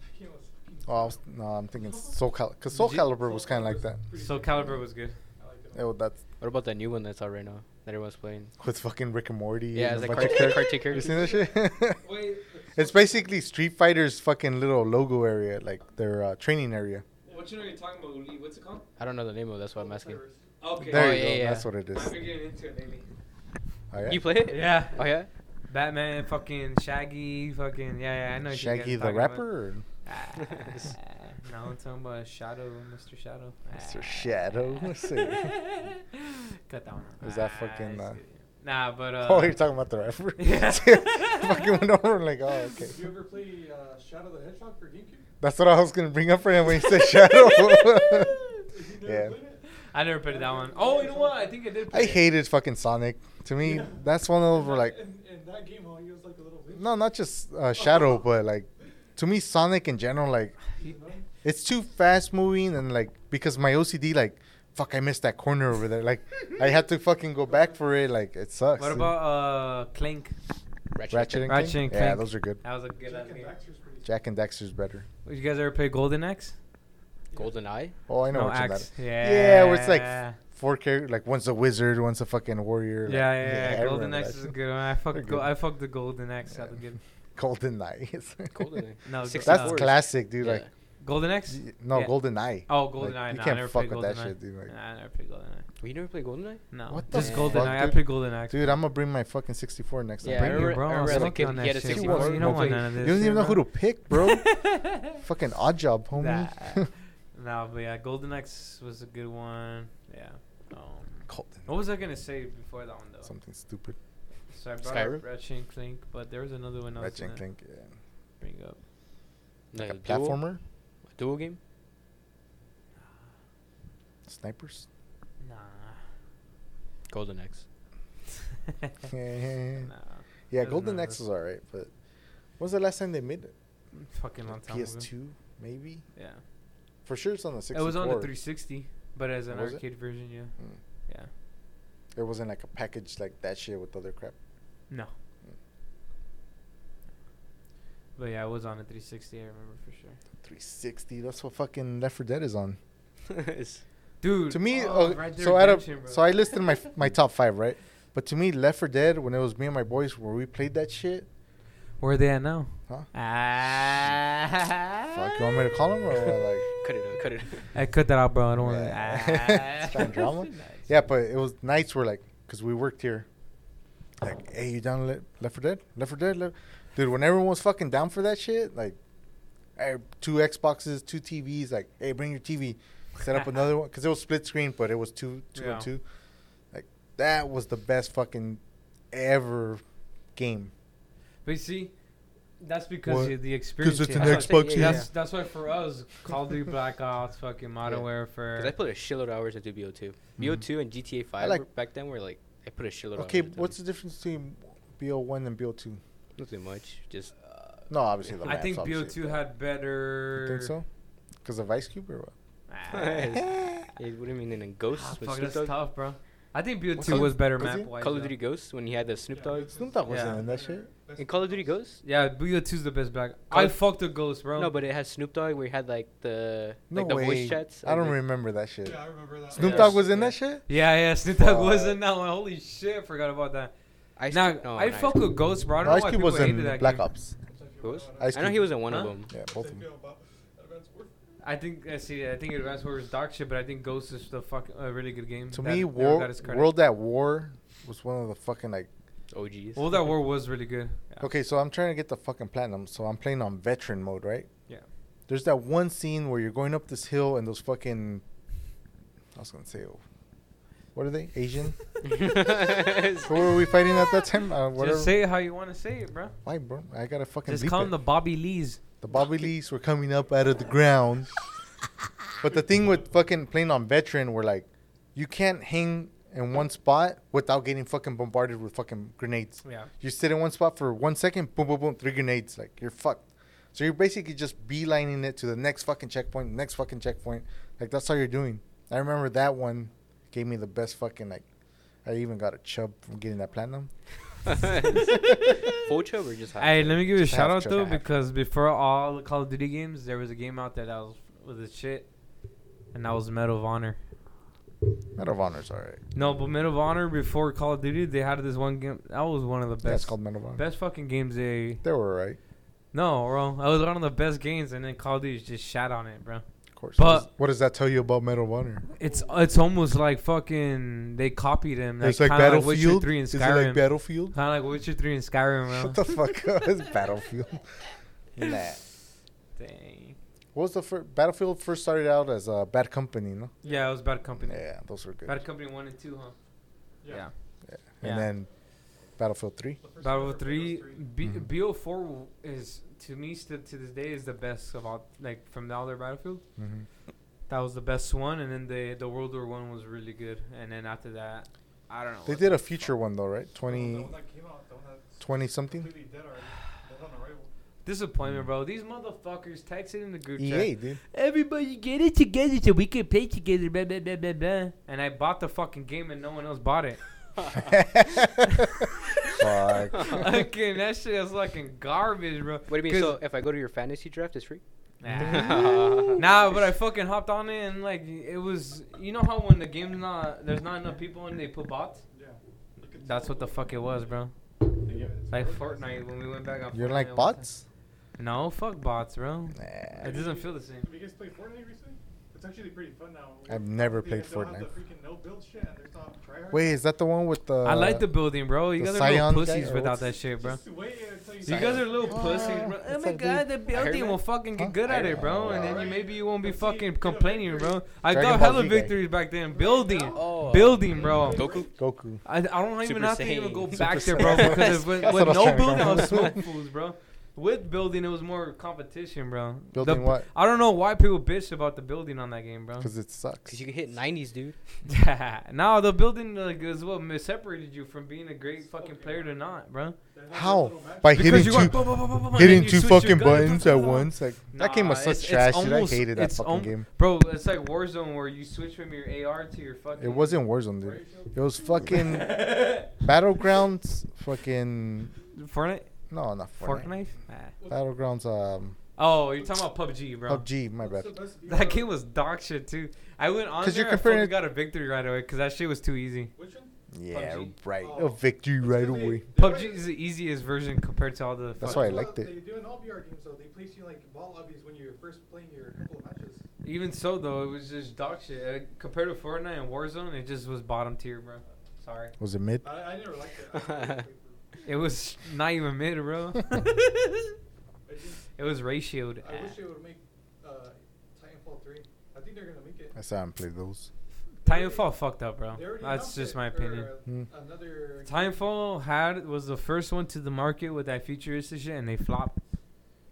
S5: That game was fucking.
S2: Oh, I was, no, I'm thinking Soul Calibur. Because
S1: Did
S2: Soul
S1: you-
S2: Calibur was kind of like that.
S5: Pretty
S1: So
S5: good.
S1: Calibur was good.
S5: I liked it.
S2: Oh, that's
S3: What about that new one that's out right now that everyone's playing?
S2: with fucking Rick and Morty. and
S3: Yeah, it's
S2: a
S3: like
S2: bunch of
S3: cartoon-
S2: characters.
S3: cartoon
S2: You seen that shit?
S1: Wait,
S2: It's basically Street Fighter's fucking little logo area, like their uh, training area.
S1: what you know you're talking about, Uli? What's it called? Ah,
S3: I don't know the name of. it, That's why I'm asking.
S1: Okay.
S2: There
S3: Oh,
S2: you
S3: yeah,
S2: go.
S3: yeah.
S2: That's what it is.
S1: I've been getting into it lately.
S2: Oh, yeah?
S3: You play it?
S1: Yeah.
S3: Oh yeah.
S1: Batman, fucking Shaggy, fucking yeah, yeah. I know. what you guys
S2: Shaggy
S1: are
S2: the
S1: talking about.
S2: rapper? Or?
S1: Ah, no, I'm talking about Shadow, Mr. Shadow.
S2: Mr.
S1: Ah.
S2: Shadow, let's see.
S1: Cut that one. out.
S2: Is that
S1: Ah,
S2: fucking,
S1: I
S2: uh,
S1: see. Nah, but uh.
S2: oh, you're talking about the rapper?
S1: Yeah.
S2: fucking went over and like, oh, okay.
S5: Did you ever play uh, Shadow the Hedgehog for GameCube?
S2: That's what I was going to bring up for him when he said Shadow.
S5: You never
S2: yeah.
S5: played it?
S1: I never played that one. Oh, you know what? I think I did.
S2: I
S1: play it.
S2: hated fucking Sonic. To me,
S5: Yeah.
S2: that's one of those like,
S5: In, in that game, all he was like a little. bitch.
S2: no, not just uh, Shadow, but like, to me, Sonic in general, like,
S5: You know?
S2: it's too fast moving and like because my OCD like fuck I missed that corner over there like I had to fucking go back for it like it sucks.
S1: What
S2: dude.
S1: about uh, Clank?
S2: Ratchet and Clank?
S1: Ratchet and
S2: Yeah,
S1: Clank.
S2: those are good.
S1: That was a good
S5: Jack
S1: ass
S5: and
S1: game.
S5: Daxter's pretty
S2: Jack and Dexter's better.
S1: Would you guys ever play Golden Axe?
S3: Golden Eye.
S2: Oh, I know
S1: no,
S2: what you're talking
S1: Axe.
S2: about.
S1: Yeah.
S2: Yeah, where it's like f- four characters. Like one's a wizard, one's a fucking
S1: Yeah,
S2: warrior. like-
S1: yeah, yeah.
S2: I
S1: Golden
S2: remember
S1: Axe
S2: that
S1: is a
S2: shit.
S1: good one. I
S2: They're
S1: fucked, go-
S2: good.
S1: I fucked the Golden Axe. That was good.
S2: Golden Eye.
S3: Golden Eye.
S1: No, Golden
S3: Six
S2: That's
S1: Axe.
S3: swords.
S2: classic, dude. Like
S1: Golden Axe.
S2: y- no,
S1: Yeah.
S2: Golden Eye.
S1: Oh, Golden Eye.
S2: You
S1: Nah, I
S2: can't
S1: never
S2: fuck
S1: played
S2: with
S1: Golden
S2: that
S1: Eye.
S2: shit, dude. Like,
S1: Nah, I never played Golden Eye.
S3: We never played Golden Eye.
S1: No.
S2: What the
S1: Just
S2: fuck,
S1: Golden Eye. I
S2: dude?
S1: played Golden Axe.
S2: dude, I'm gonna bring my fucking 64 next
S3: Yeah,
S2: time.
S3: I
S2: Bring
S3: remember-
S2: it.
S1: bro.
S3: I remember as a
S1: Smoking
S3: kid,
S1: on
S3: he
S1: that
S3: had a
S1: shit.
S3: 64.
S1: You don't want
S2: You
S1: none of this.
S2: don't even know who to pick, bro.
S1: bro.
S2: Fucking odd job, homie.
S1: Nah. no, but yeah, Golden Axe was a good one. Yeah. Um,
S2: Golden.
S1: what was I gonna say before that one though?
S2: Something stupid.
S1: So I brought
S3: Skyrim?
S1: up Ratchet and Clank, but there was another one I was
S2: Ratchet
S1: gonna
S2: and Clank. Yeah.
S1: bring up.
S3: Like
S2: a
S3: a duel-
S2: platformer.
S3: a duel game.
S2: Snipers.
S1: Nah.
S3: Golden Axe.
S2: yeah,
S1: nah.
S2: yeah
S1: There's none
S2: Golden
S1: of
S2: Axe
S1: this.
S2: was alright, but when's the last time they made it?
S1: Fucking long time ago.
S2: PS2, maybe.
S1: Yeah.
S2: For sure, it's on the 64.
S1: It was on the 360, but as an
S2: Was it?
S1: arcade version, yeah.
S2: Mm.
S1: Yeah.
S2: It wasn't like a package like that shit with other crap.
S1: No. But yeah, it was on a 360. I remember for sure.
S2: 360. That's what fucking Left 4 Dead is on.
S3: It's-
S1: Dude.
S2: to me,
S1: oh,
S2: uh,
S1: Red Dead
S2: so out of,
S1: Redemption, bro.
S2: so I listed my f- my top five, right? But to me, Left 4 Dead, when it was me and my boys, where we played that shit,
S1: Where are they at now?
S2: Huh?
S1: Ah.
S2: Fuck, you want me to call 'em or what, like-
S3: cut it out. Cut it. out.
S1: I cut that out, bro. I don't Ah. want
S2: Yeah.
S1: to.
S2: It's kinda drama. Yeah, but it was nights where like, cause we worked here. Like, hey, you down Le- Left 4 Dead? Left 4 Dead? Left? dude. When everyone was fucking down for that shit, like, eh, two Xboxes, two TVs, like, hey, bring your TV, set up another one, because it was split screen, but it was two, two
S1: Yeah.
S2: and two. Like, that was the best fucking ever game.
S1: But you see, that's because
S2: What?
S1: the- the experience.
S2: it's
S1: you
S2: an
S1: have.
S2: Xbox, Xbox,
S1: Yeah,
S2: yeah.
S1: That's that's why for us, Call of Duty Black Ops, fucking Modern
S3: Yeah. Because I
S1: Warfare.
S3: put a shitload of hours into BO2.
S1: Mm-hmm.
S3: BO2 and GTA 5
S2: like-
S3: were- back then were like, I put a shitload
S2: Okay,
S3: of hours into
S2: what's
S3: them.
S2: the difference between BO1 and BO2?
S3: Nothing much. Just
S2: No, obviously the
S1: I think
S2: maps, obviously.
S1: BO2 had better.
S2: You think so? Because of Ice Cube or what?
S3: Hey, what do you mean in a Ghost?
S1: Uh, Ah,
S3: with
S1: fuck,
S3: Snoop
S1: that's
S3: Dogg?
S1: tough, bro. I think
S2: Call-
S1: BO2 was better
S2: Call of
S1: map
S2: Duty?
S1: wise.
S3: Call of Duty Ghosts when he had the Snoop Dogg.
S2: Snoop Dogg wasn't
S1: Yeah.
S2: in that shit.
S3: In Call of Duty Ghosts?
S1: Yeah, BO2's the best black.
S3: Call
S1: I
S3: of-
S1: fucked the ghost, bro.
S3: No, but it had Snoop Dogg where he had like the
S2: No
S3: like the
S2: way.
S3: voice chats.
S2: I don't
S3: remember.
S2: remember that shit.
S5: Yeah, I remember that.
S2: Snoop
S1: Yeah.
S2: Dogg was in
S3: Yeah.
S2: that shit.
S1: yeah, yeah, Snoop Dogg was
S2: Fuck.
S1: in that one. Holy shit, forgot about that.
S3: I
S1: Now I fuck with Ghost, bro. I don't
S2: Ice
S1: know why
S2: Cube
S1: people
S2: was
S1: hated
S2: in
S1: that
S2: Black
S1: game.
S2: Ops.
S3: Who's?
S2: Ice
S3: I know he
S2: Cube.
S3: was in one of
S1: Huh?
S3: them.
S2: Yeah, both of them.
S1: I think I see. I think Advanced Warfare is dog shit, but I think Ghost is the fuck a really good game.
S2: To
S1: that
S2: me,
S1: never
S2: War
S1: got its credit.
S2: World at War was one of the fucking like.
S3: OGs.
S1: World at War was really good. Yeah.
S2: Okay, so I'm trying to get the fucking platinum, so I'm playing on veteran mode, right?
S1: Yeah.
S2: There's that one scene where you're going up this hill and those fucking. I was gonna say, what are they? Asian? Who were we fighting at that time? Uh, whatever.
S1: Just say it how you want to say it, bro.
S2: Why, bro? I gotta fucking.
S1: Just
S2: bleep
S1: call
S2: it.
S1: them the Bobby Lees.
S2: The Bobby Lees were coming up out of the ground. but the thing with fucking playing on veteran were like you can't hang in one spot without getting fucking bombarded with fucking grenades.
S1: Yeah.
S2: You sit in one spot for one second, boom, boom, boom, three grenades. Like you're fucked. So you're basically just beelining it to the next fucking checkpoint, next fucking checkpoint. Like that's all you're doing. I remember that one gave me the best fucking like I even got a chub from getting that platinum.
S3: Full chub or just half
S1: Hey,
S3: chub?
S1: let me give you a
S2: Just
S1: shout
S2: half
S1: out
S2: chub.
S1: though
S2: Half.
S1: because before all the Call of Duty games, there was a game out there that was was the shit, and that was Medal of Honor.
S2: Medal of Honor's alright.
S1: No, but Medal of Honor before Call of Duty, they had this one game that was one of the best.
S2: That's called Medal of Honor.
S1: Best fucking games they
S2: They were alright.
S1: no, bro. That was one of the best games, and then Call of Duty just shat on it, bro.
S2: Of course.
S1: But-
S2: What does- what does that tell you about Medal of Honor?
S1: It's it's almost like fucking they copied him.
S2: It's like
S1: kinda
S2: Battlefield.
S1: Witcher Three and
S2: Is it
S1: Skyrim.
S2: like Battlefield?
S1: kind of like Witcher Three and Skyrim, bro.
S2: Shut the fuck up. It's Battlefield. nah.
S1: Dang.
S2: What was the first Battlefield? First started out as a Bad Company, no?
S1: Yeah, it was Bad Company.
S2: Yeah, those were good.
S1: Bad Company one and two, huh?
S5: Yeah.
S2: and
S1: yeah.
S2: then Battlefield Three.
S1: Battlefield Three, B-
S2: Mhm.
S1: BO Four is to me still to this day is the best of all like from the other Battlefield.
S2: Mm-hmm.
S1: That was the best one, and then the the World War One was really good, and then after that, I don't know.
S2: They
S1: what
S2: did
S1: the
S2: a future one though, right? 20, 20 something.
S1: disappointment, bro. These motherfuckers texted in the group chat.
S2: EA, E dude.
S1: Everybody get it together so we can play together. Blah, blah, blah, blah, blah. And I bought the fucking game and no one else bought it.
S2: Fuck.
S1: fucking that shit is fucking garbage, bro.
S3: What do you mean?
S1: 'Cause-
S3: So if I go to your fantasy draft, it's free?
S1: Nah. Nah, but I fucking hopped on it and like it was. You know how when the game's not there's not enough people and they put bots. That's what the fuck it was, bro. Like Fortnite when we went back on.
S2: You're
S1: Fortnite
S2: like
S1: one time.
S2: bots?
S1: No, fuck bots, bro.
S2: Nah.
S1: It doesn't feel the same.
S5: Have you guys played Fortnite recently? It's actually pretty fun now.
S2: I've never
S5: They
S2: played
S5: don't have the
S2: Fortnite.
S5: freaking no-build shit, and there's not tryhards.
S2: Wait, is that the one with uh, the?
S1: I like the building, bro. You
S2: the
S1: guys are little
S2: Scion guy
S1: pussies
S2: or
S1: without
S2: what's-
S1: that shit, bro.
S5: Just wait until you
S1: You guys are little pussies, bro.
S2: Ah,
S1: Oh
S2: what's
S1: my
S2: up,
S1: god, the
S3: I heard
S1: building
S3: that.
S1: will fucking
S2: Huh?
S1: get good at
S2: I-
S1: it, bro. And then you,
S5: Alright.
S1: maybe you won't be
S5: Let's see.
S1: fucking
S5: Get a
S1: complaining,
S5: victory.
S1: bro. I
S2: Dragon
S1: got
S2: Ball
S1: hella
S2: Z guy.
S1: victories back then. Building.
S3: Oh.
S1: Building, bro.
S3: Goku?
S2: Goku.
S1: I, I don't even
S3: Super
S1: have to even
S3: Saiyan.
S1: go
S3: Super
S1: back there,
S2: Saiyan.
S1: bro, because if, with,
S2: That's
S1: with
S2: what I was
S1: no
S2: trying to
S1: building, I
S2: go.
S1: was smoke fools, bro. With building, it was more competition, bro. The-
S2: Building what?
S1: I don't know why people bitch about the building on that game, bro.
S2: Because it sucks.
S3: Because you can hit 90s, dude.
S1: now the building like, is what mi- separated you from being a great fucking player to not, bro.
S2: How? By hitting
S1: Because you
S2: two,
S1: went boom, boom, boom, boom, boom, and
S2: hitting
S1: then you
S2: two
S1: switch your
S2: fucking
S1: gun, boom,
S2: buttons
S1: boom,
S2: at
S1: boom.
S2: once. Like that game was
S1: Nah, it's-
S2: such
S1: it's
S2: trash. dude.
S1: almost-
S2: I hated that
S1: it's
S2: fucking
S1: alm-
S2: game.
S1: Bro, it's like Warzone where you switch from your AR to your fucking.
S2: It wasn't Warzone, dude. It was fucking battlegrounds. Fucking
S1: Fortnite.
S2: no, not Fortnite.
S1: Fortnite. Ah.
S2: Battlegrounds. Um,
S1: Oh, you're talking about PUBG, bro.
S2: PUBG. My bad.
S1: That game was dog shit too. I went on
S2: 'Cause
S1: there.
S2: you're
S1: You're
S2: comparing
S1: I
S2: it-
S1: fucking got a victory right away because that shit was too easy.
S5: Which one?
S2: Yeah,
S1: PUBG?
S2: right.
S5: Oh.
S2: A victory right away.
S1: PUBG is the easiest version compared to all the.
S2: That's
S1: fucking-
S2: why I liked it.
S5: They do in all VR games, though. They place you in, like ball lobbies when you're first playing your couple of matches.
S1: Even so, though, it was just dog shit. Uh, compared to Fortnite and Warzone, it just was bottom tier, bro. Sorry.
S2: Was it mid?
S5: I, I never liked it. I never played through.
S1: It was not even mid, bro.
S5: I just-
S1: it was ratioed.
S5: I wish
S1: at-
S5: they would make uh, Titanfall 3. I think they're gonna make it.
S2: I still haven't played those.
S1: Titanfall fucked up, bro.
S5: They already
S1: That's
S5: announced
S1: just
S5: it,
S1: my
S5: or,
S1: opinion.
S5: uh,
S2: Hmm.
S5: Another.
S1: Titanfall had was the first one to the market with that futuristic shit, and they flopped.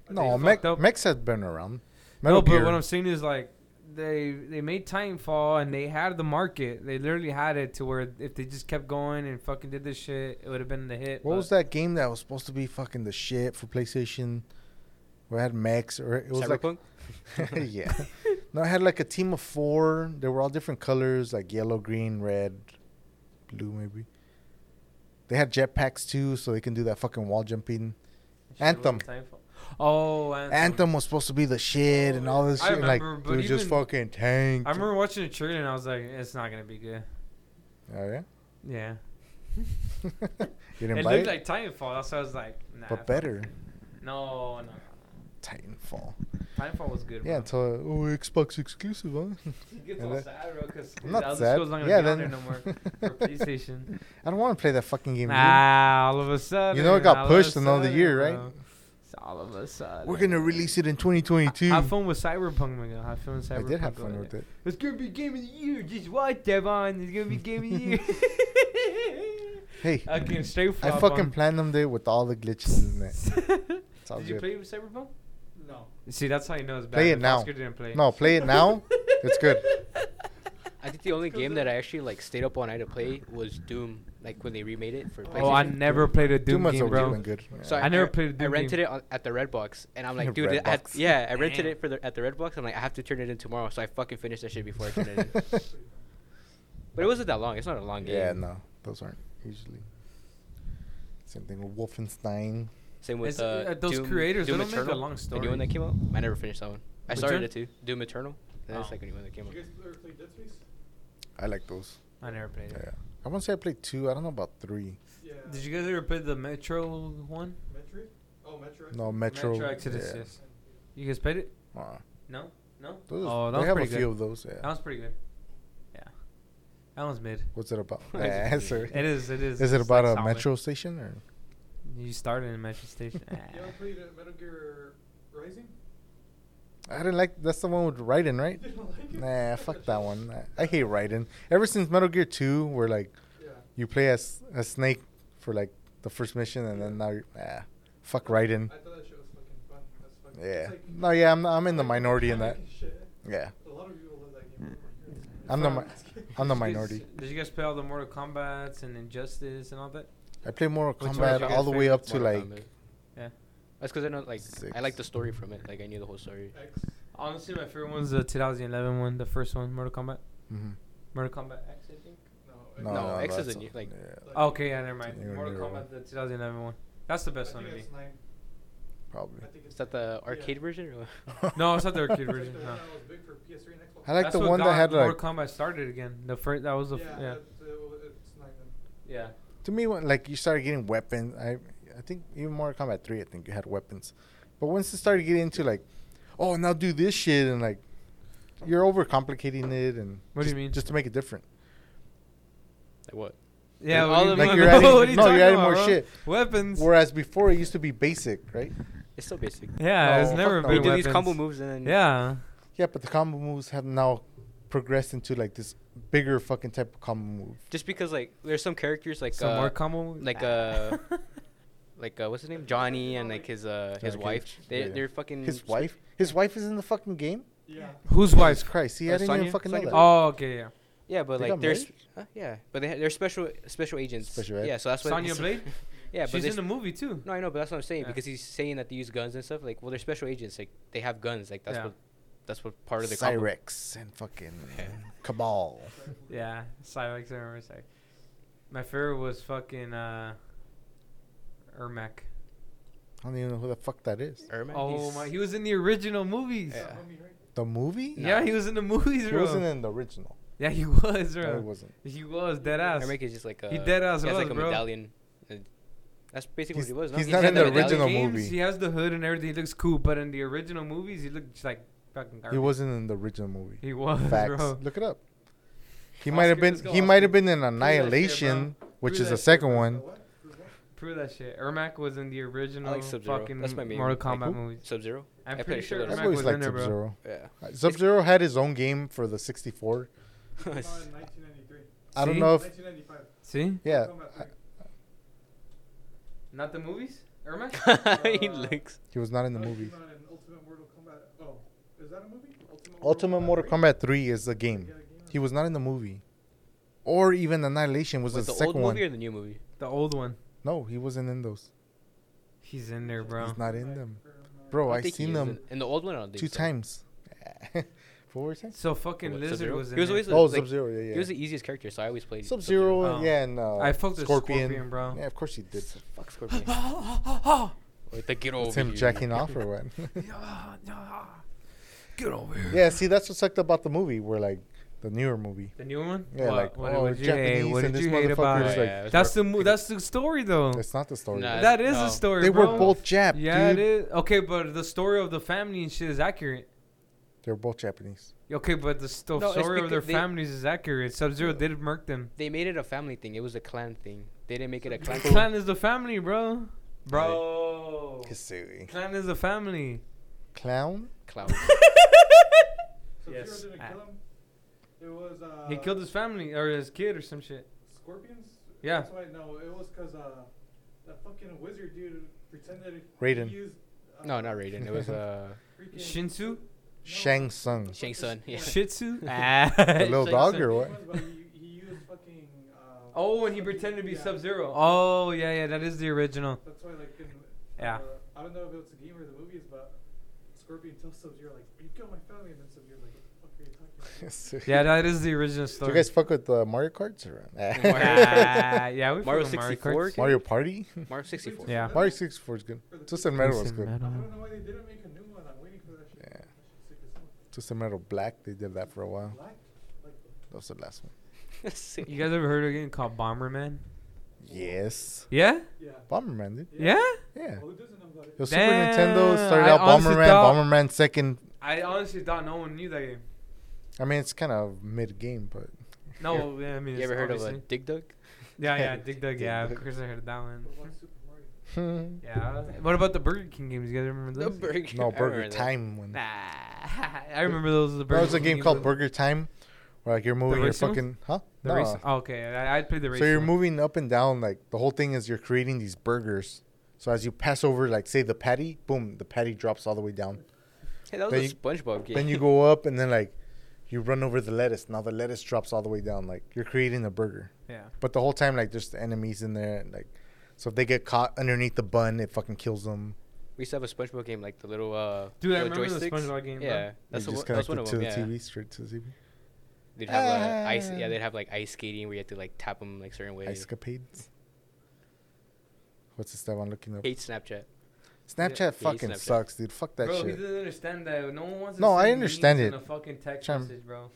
S2: No,
S1: fucked
S2: Mech,
S1: up.
S2: Mechs had been around.
S1: no, but what I'm saying is like they they made Titanfall and they had the market. They literally had it to where if they just kept going and fucking did this shit, it would have been the hit.
S2: What
S1: but-
S2: was that game that was supposed to be fucking the shit for PlayStation? Where it had mechs or it was
S3: Cyberpunk?
S2: like yeah, no, it had like a team of four. They were all different colors, like yellow, green, red, blue, maybe. They had jetpacks too, so they can do that fucking wall jumping.
S1: Shit, it
S2: Anthem.
S1: wasn't Titanfall. Oh, Anthem.
S2: Anthem was supposed to be the shit and all this
S1: I
S2: shit. and, like,
S1: remember, but
S2: dude, just
S1: even-
S2: fucking tank.
S1: I remember watching the trailer and I was like, it's not gonna be good.
S2: Oh yeah.
S1: Yeah.
S2: you
S1: It
S2: didn't buy
S1: looked
S2: it,
S1: like Titanfall. That's why I was like, nah.
S2: but
S1: fuck
S2: better.
S1: it. No, no. no.
S2: Titanfall.
S1: Titanfall was good. bro.
S2: Yeah, until oh Xbox exclusive, huh?
S1: He gets
S2: And
S1: all
S2: then-
S1: sad, bro, because
S2: I'm
S1: the
S2: not
S1: other
S2: sad.
S1: school's not gonna
S2: Yeah,
S1: be on there
S2: then-
S1: no more for PlayStation.
S2: I don't want to play that fucking game. dude.
S1: Nah, all of a sudden.
S2: You know it got
S1: all of a
S2: pushed another
S1: sudden,
S2: year, right?
S1: bro. It's all of a sudden.
S2: We're gonna release it in 2022.
S1: Have fun with Cyberpunk, my guy. Have fun with
S2: I
S1: Cyberpunk.
S2: did have fun with it.
S1: It's gonna be game of the year. Just watch, Devon. It's gonna be game of the year.
S2: Hey,
S1: I can straight
S2: I
S1: flop
S2: fucking
S1: on.
S2: platinum day with all the glitches in it. It's all
S1: Did you
S2: good.
S1: play with Cyberpunk?
S5: No.
S1: See, that's how you know it's bad.
S2: Play it
S1: if
S2: now.
S1: Oscar didn't play.
S2: No, play it now. It's good.
S3: I think the only game that I actually like stayed up all night to play was Doom. Like when they remade it for PlayStation.
S1: Oh, I never played a Doom,
S2: Doom
S1: game,
S2: has
S1: bro.
S2: been good. Yeah.
S3: So
S1: I never
S3: I,
S1: played a Doom
S3: I
S1: game.
S3: rented it on, at the Red Box, and I'm like, dude,
S2: Red
S3: I had,
S2: Box.
S3: yeah, I rented
S1: Damn.
S3: it for the at the Red Box. I'm like, I have to turn it in tomorrow, so I fucking finished that shit before I turned it in. But it wasn't that long. It's not a long game.
S2: yeah, no, those aren't usually. Same thing with Wolfenstein.
S3: Same with
S1: It's-
S3: uh,
S1: uh, those
S3: Doom,
S1: creators, they
S3: Doom
S1: don't make a
S3: Eternal,
S1: long
S3: The new
S1: story.
S3: one that came out. I never finished that one. I
S1: Which
S3: started
S1: one?
S3: it too. Doom Eternal. And
S1: Oh.
S3: the second one that came out.
S5: You guys ever played Dead Space?
S2: I like those.
S1: I never played it.
S2: Yeah. I want to say I played two. I don't know about three.
S5: Yeah.
S1: Did you guys ever play the Metro one?
S5: Metroid? Oh, Metroid.
S2: No, Metro.
S1: Metro Exodus.
S2: yeah.
S1: Yes. You guys played it?
S2: Uh,
S1: No, no.
S2: those,
S1: oh, that
S2: they
S1: was
S2: have a
S1: pretty
S2: few
S1: good.
S2: of those. Yeah.
S1: That was pretty good. Yeah, that one's mid.
S2: What's it about?
S3: I just
S2: Yeah,
S3: did it.
S2: sorry.
S1: It is. It is.
S2: Is it
S1: it's like
S2: about a
S1: solid.
S2: metro station or?
S1: You started in a metro station. Ah.
S5: You ever played uh, Metal Gear Rising?
S2: I didn't like. That's the one with Raiden,
S5: You
S2: right?
S5: didn't like it?
S2: Nah, fuck that one. I, I hate Raiden. Ever since Metal Gear Two, where like
S5: Yeah.
S2: you play as a snake for like the first mission, and then now you're ah, fuck Raiden.
S5: I thought that shit was fucking fun. That's fucking.
S2: Yeah.
S5: It's like,
S2: No, yeah, I'm I'm in the
S5: like
S2: minority in that.
S5: mechanic and shit.
S2: Yeah,
S5: A lot of people love that game.
S2: I'm the mi-
S1: Did you
S2: I'm the
S1: guys-
S2: minority.
S1: Did you guys play all the Mortal Kombat's and Injustice and all that?
S2: I play Mortal
S1: Which one is
S2: Kombat
S1: your
S2: all the way up to
S3: Mortal
S2: like
S3: Kombat.
S1: Yeah.
S3: That's because I know like I
S2: Six.
S3: like the story from it. Like I knew the whole story.
S5: X.
S1: Honestly, my favorite one's the 2011 one, the first one, Mortal Kombat.
S2: mhm.
S1: Mortal Kombat X, I think.
S5: No.
S2: no,
S3: No,
S2: no,
S3: X
S2: that's
S3: is a
S2: a-
S3: new- like-
S2: yeah,
S1: Oh, Okay, yeah, never mind.
S2: You were
S1: Mortal
S2: never
S1: Kombat,
S2: wrong.
S1: the 2011 one. That's the best
S5: I
S1: one to
S5: think
S1: me.
S5: it's nine.
S2: probably.
S5: I think it's
S3: Is that the arcade version? Or what?
S1: No, it's not the arcade
S5: It's like
S1: version,
S5: the
S1: huh.
S5: one that was big for PS3 and Xbox.
S2: I like
S1: That's
S2: the
S1: what
S2: one that
S1: got
S2: had like
S1: Mortal Kombat started again. The first that was the
S5: yeah,
S1: f- yeah
S5: that's, uh, it's nine then.
S1: yeah.
S2: to me when like you started getting weapons i i think even Mortal Kombat 3 i think you had weapons but once it started getting into like oh now do this shit and like you're overcomplicating it and
S1: What do you
S2: just-
S1: mean?
S2: just to make it different
S3: Like what?
S1: Yeah,
S3: Like,
S1: what do
S3: all
S1: you
S3: of
S1: mean?
S3: them- Like, you're
S1: What
S2: adding-
S1: are you
S2: no, you're
S1: talking
S2: adding
S1: about,
S2: more
S1: bro?
S2: shit.
S1: Weapons.
S2: whereas before it used to be basic right
S3: It's so basic.
S1: yeah,
S2: No,
S1: it's
S2: Oh, fuck
S1: never
S2: no.
S1: been
S3: Oh, we do these
S1: weapons.
S3: combo moves and then
S1: Yeah.
S2: yeah but the combo moves have now progressed into like this bigger fucking type of combo move
S3: Just because like there's some characters like
S1: Some
S3: uh,
S1: more combo.
S3: like, uh, like uh, what's his name Johnny and like his uh his
S2: Johnny
S3: wife.
S2: Cage.
S3: They
S2: Yeah.
S3: they're fucking
S2: his
S3: sw-
S2: wife his wife is in the fucking game
S5: Yeah.
S1: whose
S2: Jesus
S1: wife?
S2: christ see
S3: Uh,
S2: i didn't
S3: Sonya?
S2: even fucking
S3: Sonya
S2: know that
S1: Oh, okay, yeah.
S3: Yeah, but
S2: They
S3: like
S2: got
S3: there's
S2: married?
S3: huh? yeah, but they ha- they're special special agents.
S2: Special ed.
S3: yeah, so that's why
S1: Sonya
S3: it's-
S1: Blade.
S3: Yeah, but
S1: She's
S3: they
S1: in the movie too.
S3: No, I know, but that's what I'm saying
S1: Yeah.
S3: because he's saying that they use guns and stuff. Like, well, they're special agents. Like, they have guns. Like, that's
S1: Yeah.
S3: what that's what part of the combo-
S2: Cyrex and fucking Cabal
S1: Yeah, Cyrex. I remember Cyrex. My favorite was fucking uh, Ermac.
S2: I don't even know who the fuck that is.
S3: Ermac,
S1: Oh
S3: he's-
S1: my, he was in the original movies.
S5: It's
S1: Yeah,
S5: not
S3: Yeah.
S5: Mummy, right?
S2: The movie?
S3: No.
S1: he was in the movies,
S2: He
S1: bro.
S2: wasn't in the original.
S1: yeah, he was,
S2: No, it
S1: bro.
S2: wasn't.
S1: He was dead ass.
S3: Ermac is just like a
S1: He dead ass
S3: He has
S1: was,
S3: like a
S1: bro.
S3: medallion. Uh, That's basically
S2: He's-
S3: what he was. No?
S2: he's
S3: He
S2: not
S3: had
S2: in the
S3: medallion.
S2: original
S1: games,
S2: movie.
S1: He has the hood and everything. He looks cool, but in the original movies, he looked just like fucking garbage.
S2: He wasn't in the original movie.
S1: He was,
S2: Facts.
S1: bro.
S2: Look it up. He might have
S1: Oscar,
S2: been.
S1: let's go,
S2: He might
S1: Oscar.
S2: have been in
S1: that shit, bro.
S2: Annihilation,
S1: Prove
S2: which is
S1: that
S2: the
S1: shit,
S2: second
S1: bro.
S2: one.
S5: What? Who's what?
S1: prove that shit. Ermac was in the original
S3: I like Sub Zero.
S1: fucking
S3: That's my main.
S1: Mortal
S3: like,
S1: Kombat movies.
S3: Sub Zero.
S1: I'm
S3: I
S1: pretty
S3: played a
S1: sure
S3: shitload of
S1: Ermac
S2: I've
S3: Mac
S2: always
S1: was in
S2: liked
S1: there,
S2: Sub
S1: bro.
S2: Zero.
S3: Yeah.
S2: Sub Zero had his own game for the 64.
S5: Came out in 1993.
S2: I don't
S1: See?
S2: know if
S5: 1995.
S1: See?
S2: yeah.
S5: Mortal Kombat
S2: I-
S5: 3.
S1: Not the movies? Ermac?
S3: he
S5: Uh,
S3: looks.
S2: He was not in the
S5: No, it
S2: movies.
S5: Came out in Ultimate Mortal Kombat. Oh, is that a movie? Ultimate,
S2: Ultimate Mortal
S5: three?
S2: Kombat 3 is the game.
S5: Yeah, the game.
S2: He was not in the movie. Or even Annihilation was
S3: Was
S2: the
S3: the old
S2: second one.
S3: movie or the new movie?
S1: The old one.
S2: No, he wasn't in those.
S1: He's in there, bro.
S2: He's not in
S5: Like,
S2: them.
S5: from, uh,
S2: Bro,
S3: I
S2: I,
S3: don't think he
S2: seen
S3: is
S2: them
S3: in- in the old one. I don't think
S2: two
S3: so.
S2: times. what were you saying?
S1: So fucking
S3: What,
S1: Lizard
S3: Sub-Zero?
S1: was in
S3: He was
S1: there.
S3: always a- E
S2: Oh,
S3: like,
S2: Sub Zero, yeah, yeah.
S3: He was the easiest character, so I always played
S2: Sub Zero,
S1: Sub-Zero. Oh.
S2: yeah, and uh,
S1: I fucked with
S2: Scorpion.
S1: Scorpion, bro.
S2: Yeah, of course he did.
S3: Fuck Scorpion. With the get
S2: It's
S3: over
S2: him
S3: you.
S2: jacking off or what?
S1: Get over here.
S2: yeah, see, that's what sucked about the movie. Where like the newer movie.
S1: The new one?
S2: Yeah,
S1: What-
S2: like
S1: what,
S2: oh,
S1: what did you hate?
S2: Japanese
S1: What
S2: and
S1: did you
S2: this
S1: hate
S2: motherfucker
S1: about
S2: is
S1: it?
S3: Oh,
S2: like.
S3: yeah. That's
S1: That's
S3: where-
S1: the mo- that's the story though.
S2: It's not the story.
S3: Nah,
S1: Oh. that is
S3: no.
S1: the story.
S2: they were
S1: bro.
S2: both Jap,
S1: Yeah,
S2: dude.
S1: it is. Okay, but the story of the family and shit is accurate.
S2: They're both Japanese.
S1: Okay, but the sto-
S3: No, it's
S1: story of their
S3: because they-
S1: families is accurate. Sub Zero did murk them.
S3: They made it a family thing. It was a clan thing. They didn't make it a
S1: The
S3: clan.
S1: clan is the family, bro. Bro.
S2: Hisui.
S1: Clan is the family.
S2: Clown.
S3: Cloud.
S5: Sub-Zero
S1: Yes.
S5: didn't kill him. It was. Uh,
S1: Ah. He killed his family or his kid or some shit.
S5: Scorpions?
S1: Yeah.
S5: That's why, no, it was because uh, that fucking wizard dude pretended
S2: Raiden.
S5: he used. Uh,
S3: No, not Raiden. It was uh,
S5: freaking-
S1: Shinsu?
S2: Shang Tsung.
S3: Shang Sun. Yeah.
S1: Shih Tzu? Ah.
S2: The little dog or
S5: He
S2: what?
S5: was, but he, he used fucking. Uh,
S1: Oh, and he
S5: fucking-
S1: pretended to be
S5: yeah.
S1: Sub Zero. Oh, yeah, yeah, that is the original.
S5: That's why, like, in,
S1: Yeah.
S5: Uh, I don't know if it's a game or the movies, but Scorpion tells Sub Zero, like, you killed my family, and then Sub Zero, like, what the fuck are you talking about?
S2: Hisui.
S1: Yeah, that is the original
S2: Do you
S1: story.
S2: guys fuck with uh, Mario Karts or
S1: Ah, yeah, we
S3: Mario
S1: fucking Mario
S3: 64
S1: Karts.
S3: came-
S2: Mario Party?
S3: Mario 64.
S1: Yeah.
S2: Mario 64 is good.
S5: For the-
S2: Twisted Metal was
S1: Twisted
S2: good.
S1: Metal.
S5: I don't know why they didn't make a new one. I'm waiting for that shit.
S2: Yeah.
S5: That shit's sick as hell.
S2: Twisted Metal Black, they did that for a while.
S5: Black? Like,
S2: That was the last one.
S1: You guys ever heard of a game called Bomberman?
S2: Yes.
S1: Yeah?
S5: yeah.
S2: Bomberman, dude.
S1: Yeah? Oh,
S2: Yeah.
S5: Well, who doesn't know about it?
S2: It was
S1: Damn,
S2: Super Nintendo. it Started
S1: I
S2: out
S1: honestly
S2: Bomberman.
S1: thought-
S2: Bomberman second.
S1: I honestly thought no one knew that game.
S2: I mean, it's kind of mid game, but
S1: No, yeah, I mean,
S3: You
S1: it's
S3: ever heard of a
S1: obviously.
S3: Dig Dug?
S1: Yeah, yeah, Dig Dug.
S2: Dig
S1: Yeah, of
S2: Dug.
S1: course I heard of that one.
S5: What about Super Mario?
S1: Yeah. What about the Burger King games? You guys remember
S3: The
S1: those?
S3: Burger. I
S2: no
S3: remember
S2: Burger
S3: that.
S2: Time one.
S1: Nah, I remember those. The
S2: That was a
S1: King
S2: game
S1: games,
S2: called
S1: though.
S2: Burger Time, where like you're moving your
S1: racing one?
S2: fucking huh?
S1: The
S2: No.
S1: race. Oh, okay, I, I played the race.
S2: so you're
S1: one.
S2: moving up and down. Like the whole thing is you're creating these burgers. So as you pass over, like say the patty, boom, the patty drops all the way down.
S3: Hey, that
S2: Then
S3: was
S2: you-
S3: a SpongeBob game.
S2: Then you go up, and then like you run over the lettuce. Now the lettuce drops all the way down. Like you're creating a burger.
S1: Yeah.
S2: But the whole time, like, there's the enemies in there, and like, so if they get caught underneath the bun, it fucking kills them.
S3: We used to have a SpongeBob game, like the little uh.
S1: Dude, I
S3: little
S1: remember the
S3: joysticks.
S1: SpongeBob game, bro.
S3: Yeah, that's, the,
S2: you
S3: one-
S2: just
S3: that's one
S2: connect
S3: of
S2: it
S3: them.
S2: to
S3: yeah.
S2: the TV, straight to the TV.
S3: They'd have uh, ice.
S2: Ah.
S3: Yeah, they'd have like ice skating where you have to like tap them like certain ways.
S2: Escapades. What's this that one looking up?
S3: Hate Snapchat.
S2: Snapchat
S1: Yeah,
S2: fucking
S3: Snapchat.
S2: sucks, dude. Fuck that
S1: bro, he
S2: shit.
S1: doesn't understand that. No one wants to
S2: No, I
S1: send
S2: understand
S1: memes in
S2: it.
S1: a fucking text
S2: Trying-
S1: message, bro.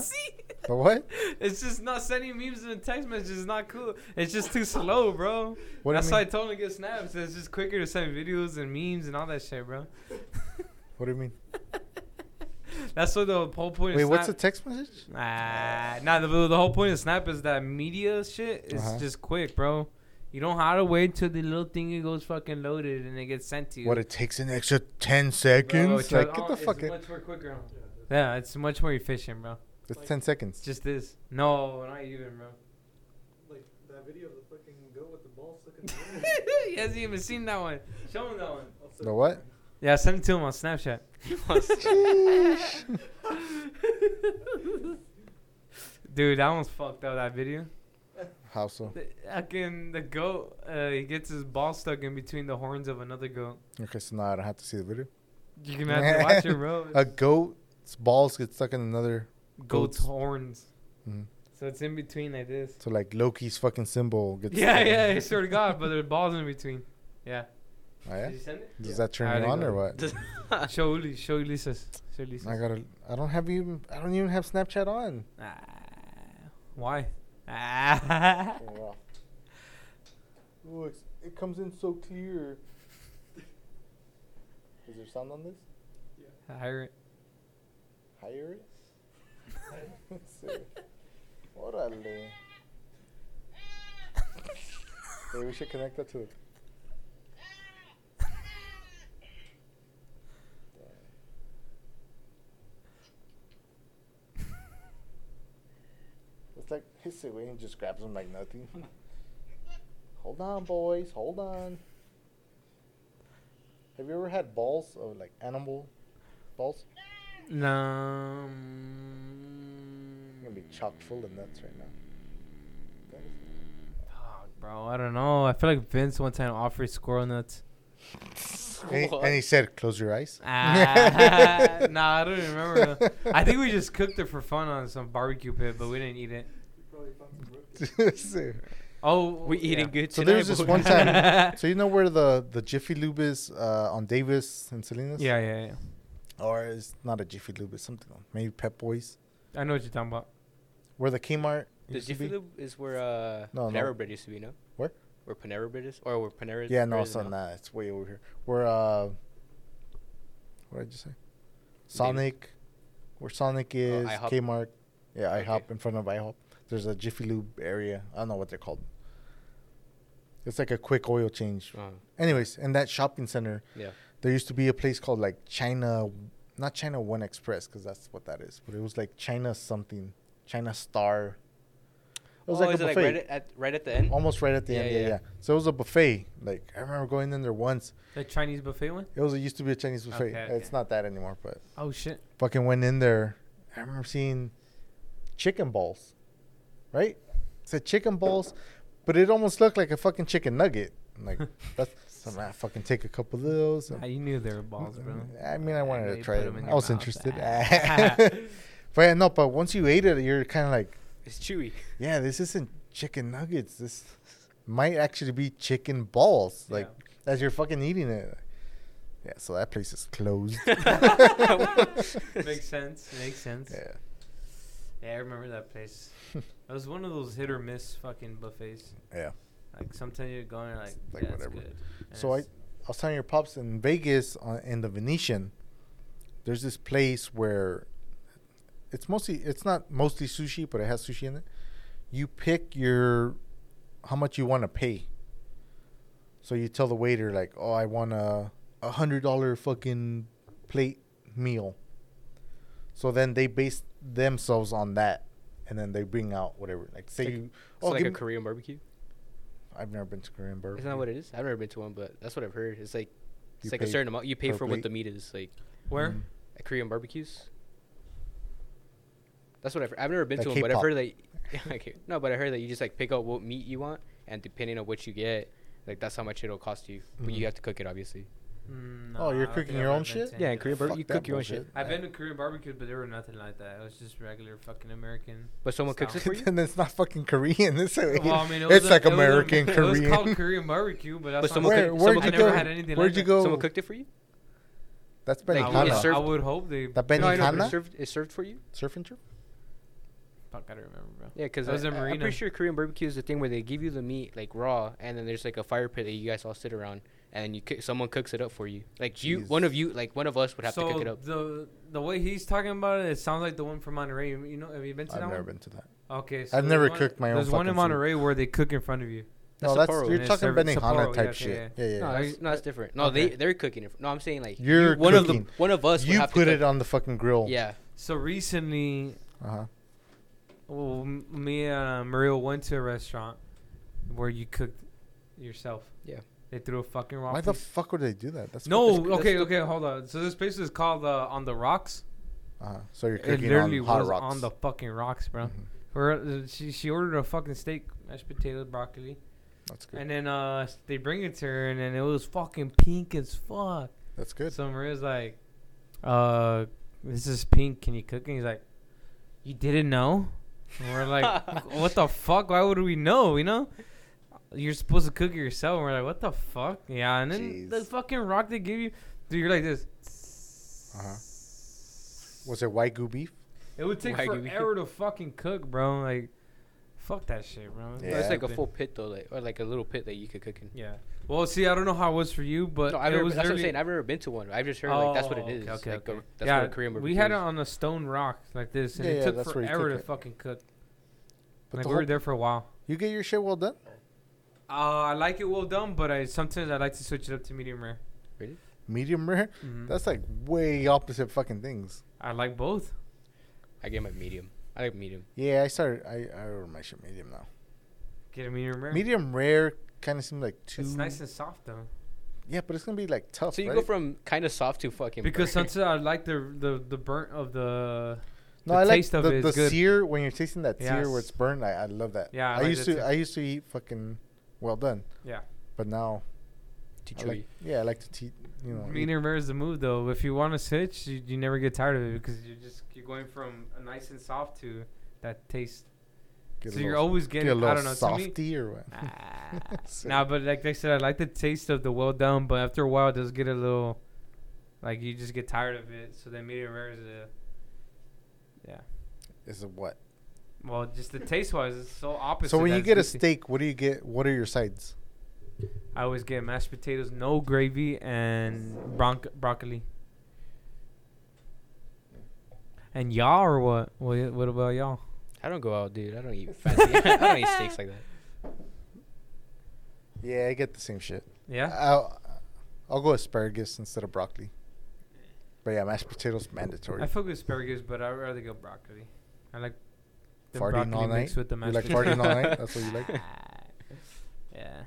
S1: See?
S2: The what?
S1: It's just not sending memes in a text message is not cool. It's just too slow, bro.
S2: What do you
S1: That's why I
S2: mean?
S1: told him to get snaps. It's just quicker to send videos and memes and all that shit, bro.
S2: What do you mean?
S1: That's what the whole point.
S2: Wait,
S1: of
S2: what's a
S1: Snap-
S2: text message?
S1: Nah, nah. The, the whole point of Snap is that media shit is
S2: Uh-huh.
S1: just quick, bro. You don't have to wait till the little thing goes fucking loaded and it gets sent to you.
S2: What it takes an extra ten
S1: Bro,
S2: seconds?
S1: it's
S2: like,
S1: all-
S2: get the
S1: it's
S2: fuck out.
S1: much more quicker.
S5: Yeah, that's-
S1: Yeah, it's much more efficient, bro.
S2: It's ten seconds.
S1: It's just this. No, not even, bro.
S5: like that video of the fucking girl with the ball stuck in the air.
S1: he hasn't even seen that one. Show him that one.
S5: I'll send
S2: the
S5: it
S2: what?
S1: Yeah, send it to him on Snapchat. Dude, that one's fucked up. That video.
S2: How so?
S1: The, fucking the goat. Uh, he gets his ball stuck in between the horns of another goat.
S2: Okay, so now I don't have to see the video.
S1: You're gonna have to watch it, bro.
S2: a goat's balls get stuck in another.
S1: goat's
S2: goats.
S1: horns.
S2: Mhm.
S1: So it's in between like this.
S2: So like Loki's fucking symbol gets.
S1: Yeah,
S2: stuck in-
S1: yeah. I swear to God, but there's balls in between. Yeah.
S2: Oh, yeah?
S1: Did you send it?
S2: Does that turn
S1: Alright,
S2: you on
S1: go.
S2: or what?
S1: show Uli, show Ulises. Show Ulises.
S2: I gotta. I don't have even. I don't even have Snapchat on.
S1: Ah, why? Ah.
S2: Ooh, it's, it comes in so clear. Is there sound on this?
S1: Hire it.
S2: Higher it. Orale. Wait, we should connect that to the. It's like hits it away and just grabs him like nothing. hold on, boys, hold on. Have you ever had balls of like animal balls?
S1: No.
S2: I'm gonna be chock full of nuts right now. That is-
S1: Dog, bro, I don't know. I feel like Vince one time offered squirrel nuts.
S2: And he, and he said, "Close your eyes."
S1: Ah, nah, I don't remember. I think we just cooked it for fun on some barbecue pit, but we didn't eat it.
S5: You probably found some rookies.
S2: so
S1: Oh,
S3: We
S1: yeah.
S3: eating good
S2: so
S3: tonight.
S2: there was this
S3: boys.
S2: one time. So you know where the the Jiffy Lube is uh, on Davis and Salinas?
S1: Yeah, yeah, yeah.
S2: Or it's not a Jiffy Lube. It's something maybe Pep Boys.
S1: I know what you're talking about.
S2: Where the Kmart.
S3: The
S2: used to
S3: Jiffy
S2: be?
S3: Lube is where uh,
S2: No,
S3: Panera
S2: no.
S3: Bread used to be, no?
S2: Where?
S3: Where Panera Bread is? Or where Panera
S2: Yeah, no,
S3: Bread
S2: it's
S3: is
S2: not
S3: now?
S2: that. It's way over here. We're uh, what did I just say? Sonic, where Sonic is,
S3: Oh, IHOP?
S2: Kmart. Yeah,
S3: Okay.
S2: IHOP in front of IHOP. There's a Jiffy Lube area. I don't know what they're called. It's like a quick oil change.
S3: Uh-huh.
S2: Anyways, in that shopping center,
S3: Yeah.
S2: there used to be a place called like China, not China One Express, because that's what that is. But it was like China something, China Star. It was
S3: oh,
S2: like
S3: is
S2: a
S3: it like
S2: buffet
S3: right at, at, right at the end?
S2: almost right at the
S3: Yeah,
S2: end. Yeah,
S3: yeah.
S2: yeah, So it was a buffet. Like I remember going in there once.
S1: The Chinese buffet one?
S2: It was it used to be a Chinese buffet.
S1: Okay, okay.
S2: It's not that anymore, but
S1: Oh shit.
S2: fucking went in there. I remember seeing chicken balls, right? It said chicken balls, but it almost looked like a fucking chicken nugget. I'm like that's so I fucking take a couple of those. and-
S1: Nah, you knew they were balls, bro.
S2: I mean, I wanted
S1: know
S2: to
S1: you
S2: try
S1: put
S2: it.
S1: 'em in
S2: I
S1: your
S2: was
S1: mouth. Ah.
S2: interested. but yeah, no, but once you ate it, you're kind of like,
S3: It's chewy.
S2: yeah, this isn't chicken nuggets. This might actually be chicken balls. Like as you're fucking eating it. Yeah, so that place is closed.
S1: makes sense. Makes sense. Yeah.
S2: yeah.
S1: I remember that place. It was one of those hit or miss fucking buffets.
S2: Yeah.
S1: Like sometimes you're going and like,
S2: Like,
S1: yeah, it's
S2: whatever.
S1: good. And
S2: So I, I
S1: it's-
S2: was telling your pops in Vegas on, in the Venetian, there's this place where it's mostly it's not mostly sushi, but it has sushi in it. You pick your how much you want to pay. So you tell the waiter like, "Oh, I want a a hundred dollar fucking plate meal." So then they base themselves on that, and then they bring out whatever. Like say
S3: Like-
S2: you,
S3: It's
S2: oh,
S3: like
S2: give
S3: a
S2: me-
S3: Korean barbecue.
S2: I've never been to Korean barbecue.
S3: Isn't that what it is? I've never been to one, but that's what I've heard. It's like it's
S2: You
S3: like a
S2: pay
S3: certain amount you pay
S2: per
S3: for what
S2: plate?
S3: the meat is, like
S1: where?
S2: Mm.
S3: at Korean barbecues. That's what I've heard. I've never been
S2: Like
S3: to one, but I've
S2: K-pop.
S3: heard that. okay. No, but I heard that you just like pick out what meat you want, and depending on what you get, like that's how much it'll cost you. But
S2: Mhm.
S3: you have to cook it, obviously.
S1: Mm,
S2: Oh, you're
S1: I don't
S2: cooking
S1: think
S2: your
S1: I've
S2: own
S1: ever been
S2: shit?
S1: to
S3: Yeah,
S1: any
S3: in
S1: of
S3: Korean
S1: those.
S3: bar- you
S2: that
S3: cook your own
S2: bullshit.
S3: shit.
S1: I've been to Korean barbecues, but they were nothing like that. It was just regular fucking American.
S3: But someone cooks it
S1: Sounds-
S3: for you.
S2: then it's not fucking Korean. It's, like,
S1: Well, I mean, it was
S2: it's
S1: a-
S2: like
S1: it was a-
S2: American Korean.
S1: It was called Korean barbecue, but that's
S3: But
S1: not
S3: someone
S1: like-
S2: Where,
S3: could-
S2: where'd
S3: someone
S2: you
S3: could
S2: go?
S1: never had anything
S2: where'd
S1: like
S2: you
S1: that.
S2: go?
S3: Someone cooked it for you.
S2: That's
S1: I would-
S3: It's
S2: Benihana.
S3: served-
S1: I would hope they.
S2: That
S3: No, I know, but
S2: Benihana?
S3: it's served, it's served for you.
S2: Surfing trip?
S1: Fuck, I don't remember, bro.
S3: Yeah, because
S1: That was in
S3: I'm
S1: Marina.
S3: pretty sure Korean barbecue is the thing where they give you the meat like raw, and then there's like a fire pit that you guys all sit around, and you cook, someone cooks it up for you. Like you, one
S2: Jeez.
S3: of you, like one of us would have
S1: so
S3: to cook it up.
S1: the the way he's talking about it, it sounds like the one from Monterey. You you know, have you been to
S2: I've
S1: that
S2: never
S1: one?
S2: been to that.
S1: Okay,
S2: I've
S1: there's
S2: never
S1: one-
S2: cooked my own
S1: There's one in
S2: fucking food.
S1: Monterey where they cook in front of you.
S2: No,
S3: That's
S2: that's
S3: Sapporo.
S2: you're
S1: Yeah,
S2: talking
S1: Sapporo,
S2: Benihana
S1: yeah,
S2: type
S1: okay,
S2: shit.
S1: yeah.
S2: Yeah, yeah.
S3: No,
S2: yeah.
S3: that's, no, that's different. No,
S1: Okay.
S3: they they're cooking it. No, I'm saying like
S2: You're
S3: you- one of the
S2: cooking.
S3: one of us. would
S2: you
S3: have to
S2: put
S3: cook.
S2: it on the fucking grill.
S3: Yeah,
S1: So recently,
S2: Uh huh.
S1: well, m- me and uh, Maria went to a restaurant where you cooked yourself.
S3: Yeah.
S1: They threw a fucking raw.
S2: Why the
S1: piece-
S2: fuck would they do that? That's
S1: no,
S3: that's-
S1: okay,
S3: that's
S1: okay, hold on. So this place is called uh, On the Rocks.
S2: Uh huh. So you're
S1: It
S2: cooking
S1: literally
S2: on hot
S1: was
S2: rocks.
S1: on the fucking rocks, bro.
S2: Mhm.
S1: Where uh, she she ordered a fucking steak, mashed potatoes, broccoli,
S2: That's good.
S1: and then uh s- they bring it to her, and then it was fucking pink as fuck.
S2: That's good.
S1: So Maria's like, uh, this is pink. Can you cook? And he's like, you didn't know? And we're like, what the fuck? Why would we know? You know? You're supposed to cook it yourself. And we're like, what the fuck? Yeah. And then the
S2: Jeez.
S1: fucking rock they give you, dude, you're like this.
S2: Uh-huh. Was it Wagyu beef?
S1: It would take
S3: Why do we-
S1: forever to fucking cook, bro. Like, fuck that shit, bro.
S2: Yeah.
S3: it's like a
S1: Stupid.
S3: full pit though, like or like a little pit that you could cook in.
S1: Yeah. Well, see, I don't know how it was for you, but
S3: no, I've
S1: it
S3: never,
S1: was
S3: that's what I'm
S1: literally-
S3: saying. I've never been to one. I've just heard like that's what
S1: Oh,
S3: it is.
S1: Okay, okay,
S3: like,
S1: okay.
S3: A, that's
S1: yeah,
S3: what a Korean barbecue
S1: we had
S3: is.
S1: it on a stone rock like this, and
S2: Yeah,
S1: it
S2: yeah,
S1: took
S2: that's where you
S1: forever
S2: cook
S1: to
S2: it.
S1: fucking cook.
S2: But
S1: like
S2: the
S1: we were
S2: whole,
S1: there for a while.
S2: you get your shit well done.
S1: Uh, I like it well done, but I sometimes I like to switch it up to medium rare.
S3: Really?
S2: Medium rare?
S1: Mhm.
S2: That's like way opposite fucking things.
S1: I like both.
S3: I get my medium. I like medium.
S2: Yeah, I started. I I order my shit medium now.
S1: Get a medium rare.
S2: Medium rare kind of seems like too.
S1: It's nice and soft though.
S2: yeah, but it's gonna be like tough.
S3: so you go
S2: right?
S3: from kind of soft to fucking.
S1: Because
S3: burnt.
S1: sometimes I like the the the burnt of the. the
S2: no, I like
S1: taste of
S2: the,
S1: it is
S2: the
S1: good.
S2: sear when you're tasting that sear
S1: Yes.
S2: where it's burned. I, I love that.
S1: Yeah, I
S2: I,
S1: like
S2: used
S1: that
S2: to.
S1: too.
S2: I used to eat fucking well done,
S1: Yeah.
S2: but now
S3: Too
S2: I
S3: chewy.
S2: like, yeah, I like to te- you know. eat-
S1: Medium rare is the move though. If you want to switch, you, you never get tired of it because you're just you're going from a nice and soft to that taste.
S2: get a
S1: so you're
S2: little-
S1: always
S2: get
S1: getting
S2: a little
S1: I don't know. To me,
S2: softy or what?
S1: Ah.
S2: So-
S1: nah, but like they said, I like the taste of the well done, but after a while, it does get a little, like you just get tired of it. So then medium rare is a, yeah.
S2: Is it what?
S1: Well, just the taste wise, it's so opposite.
S2: So when
S1: that
S2: you
S1: it's
S2: get a
S1: goofy.
S2: steak, what do you get? What are your sides?
S1: I always get mashed potatoes, no gravy, and bronc- broccoli. And y'all or what? What, y- what about y'all?
S3: I don't go out, dude. I don't eat fancy. I don't eat steaks like that.
S2: Yeah, I get the same shit.
S1: Yeah.
S2: I'll, I'll go asparagus instead of broccoli. But yeah, mashed potatoes mandatory.
S1: I fuck with asparagus, but I'd rather go broccoli. I like the
S2: Farting
S1: broccoli
S2: all night.
S1: mixed with the
S2: You
S1: mashed
S2: like
S1: potatoes.
S2: farting all night? That's what you like?
S1: yeah.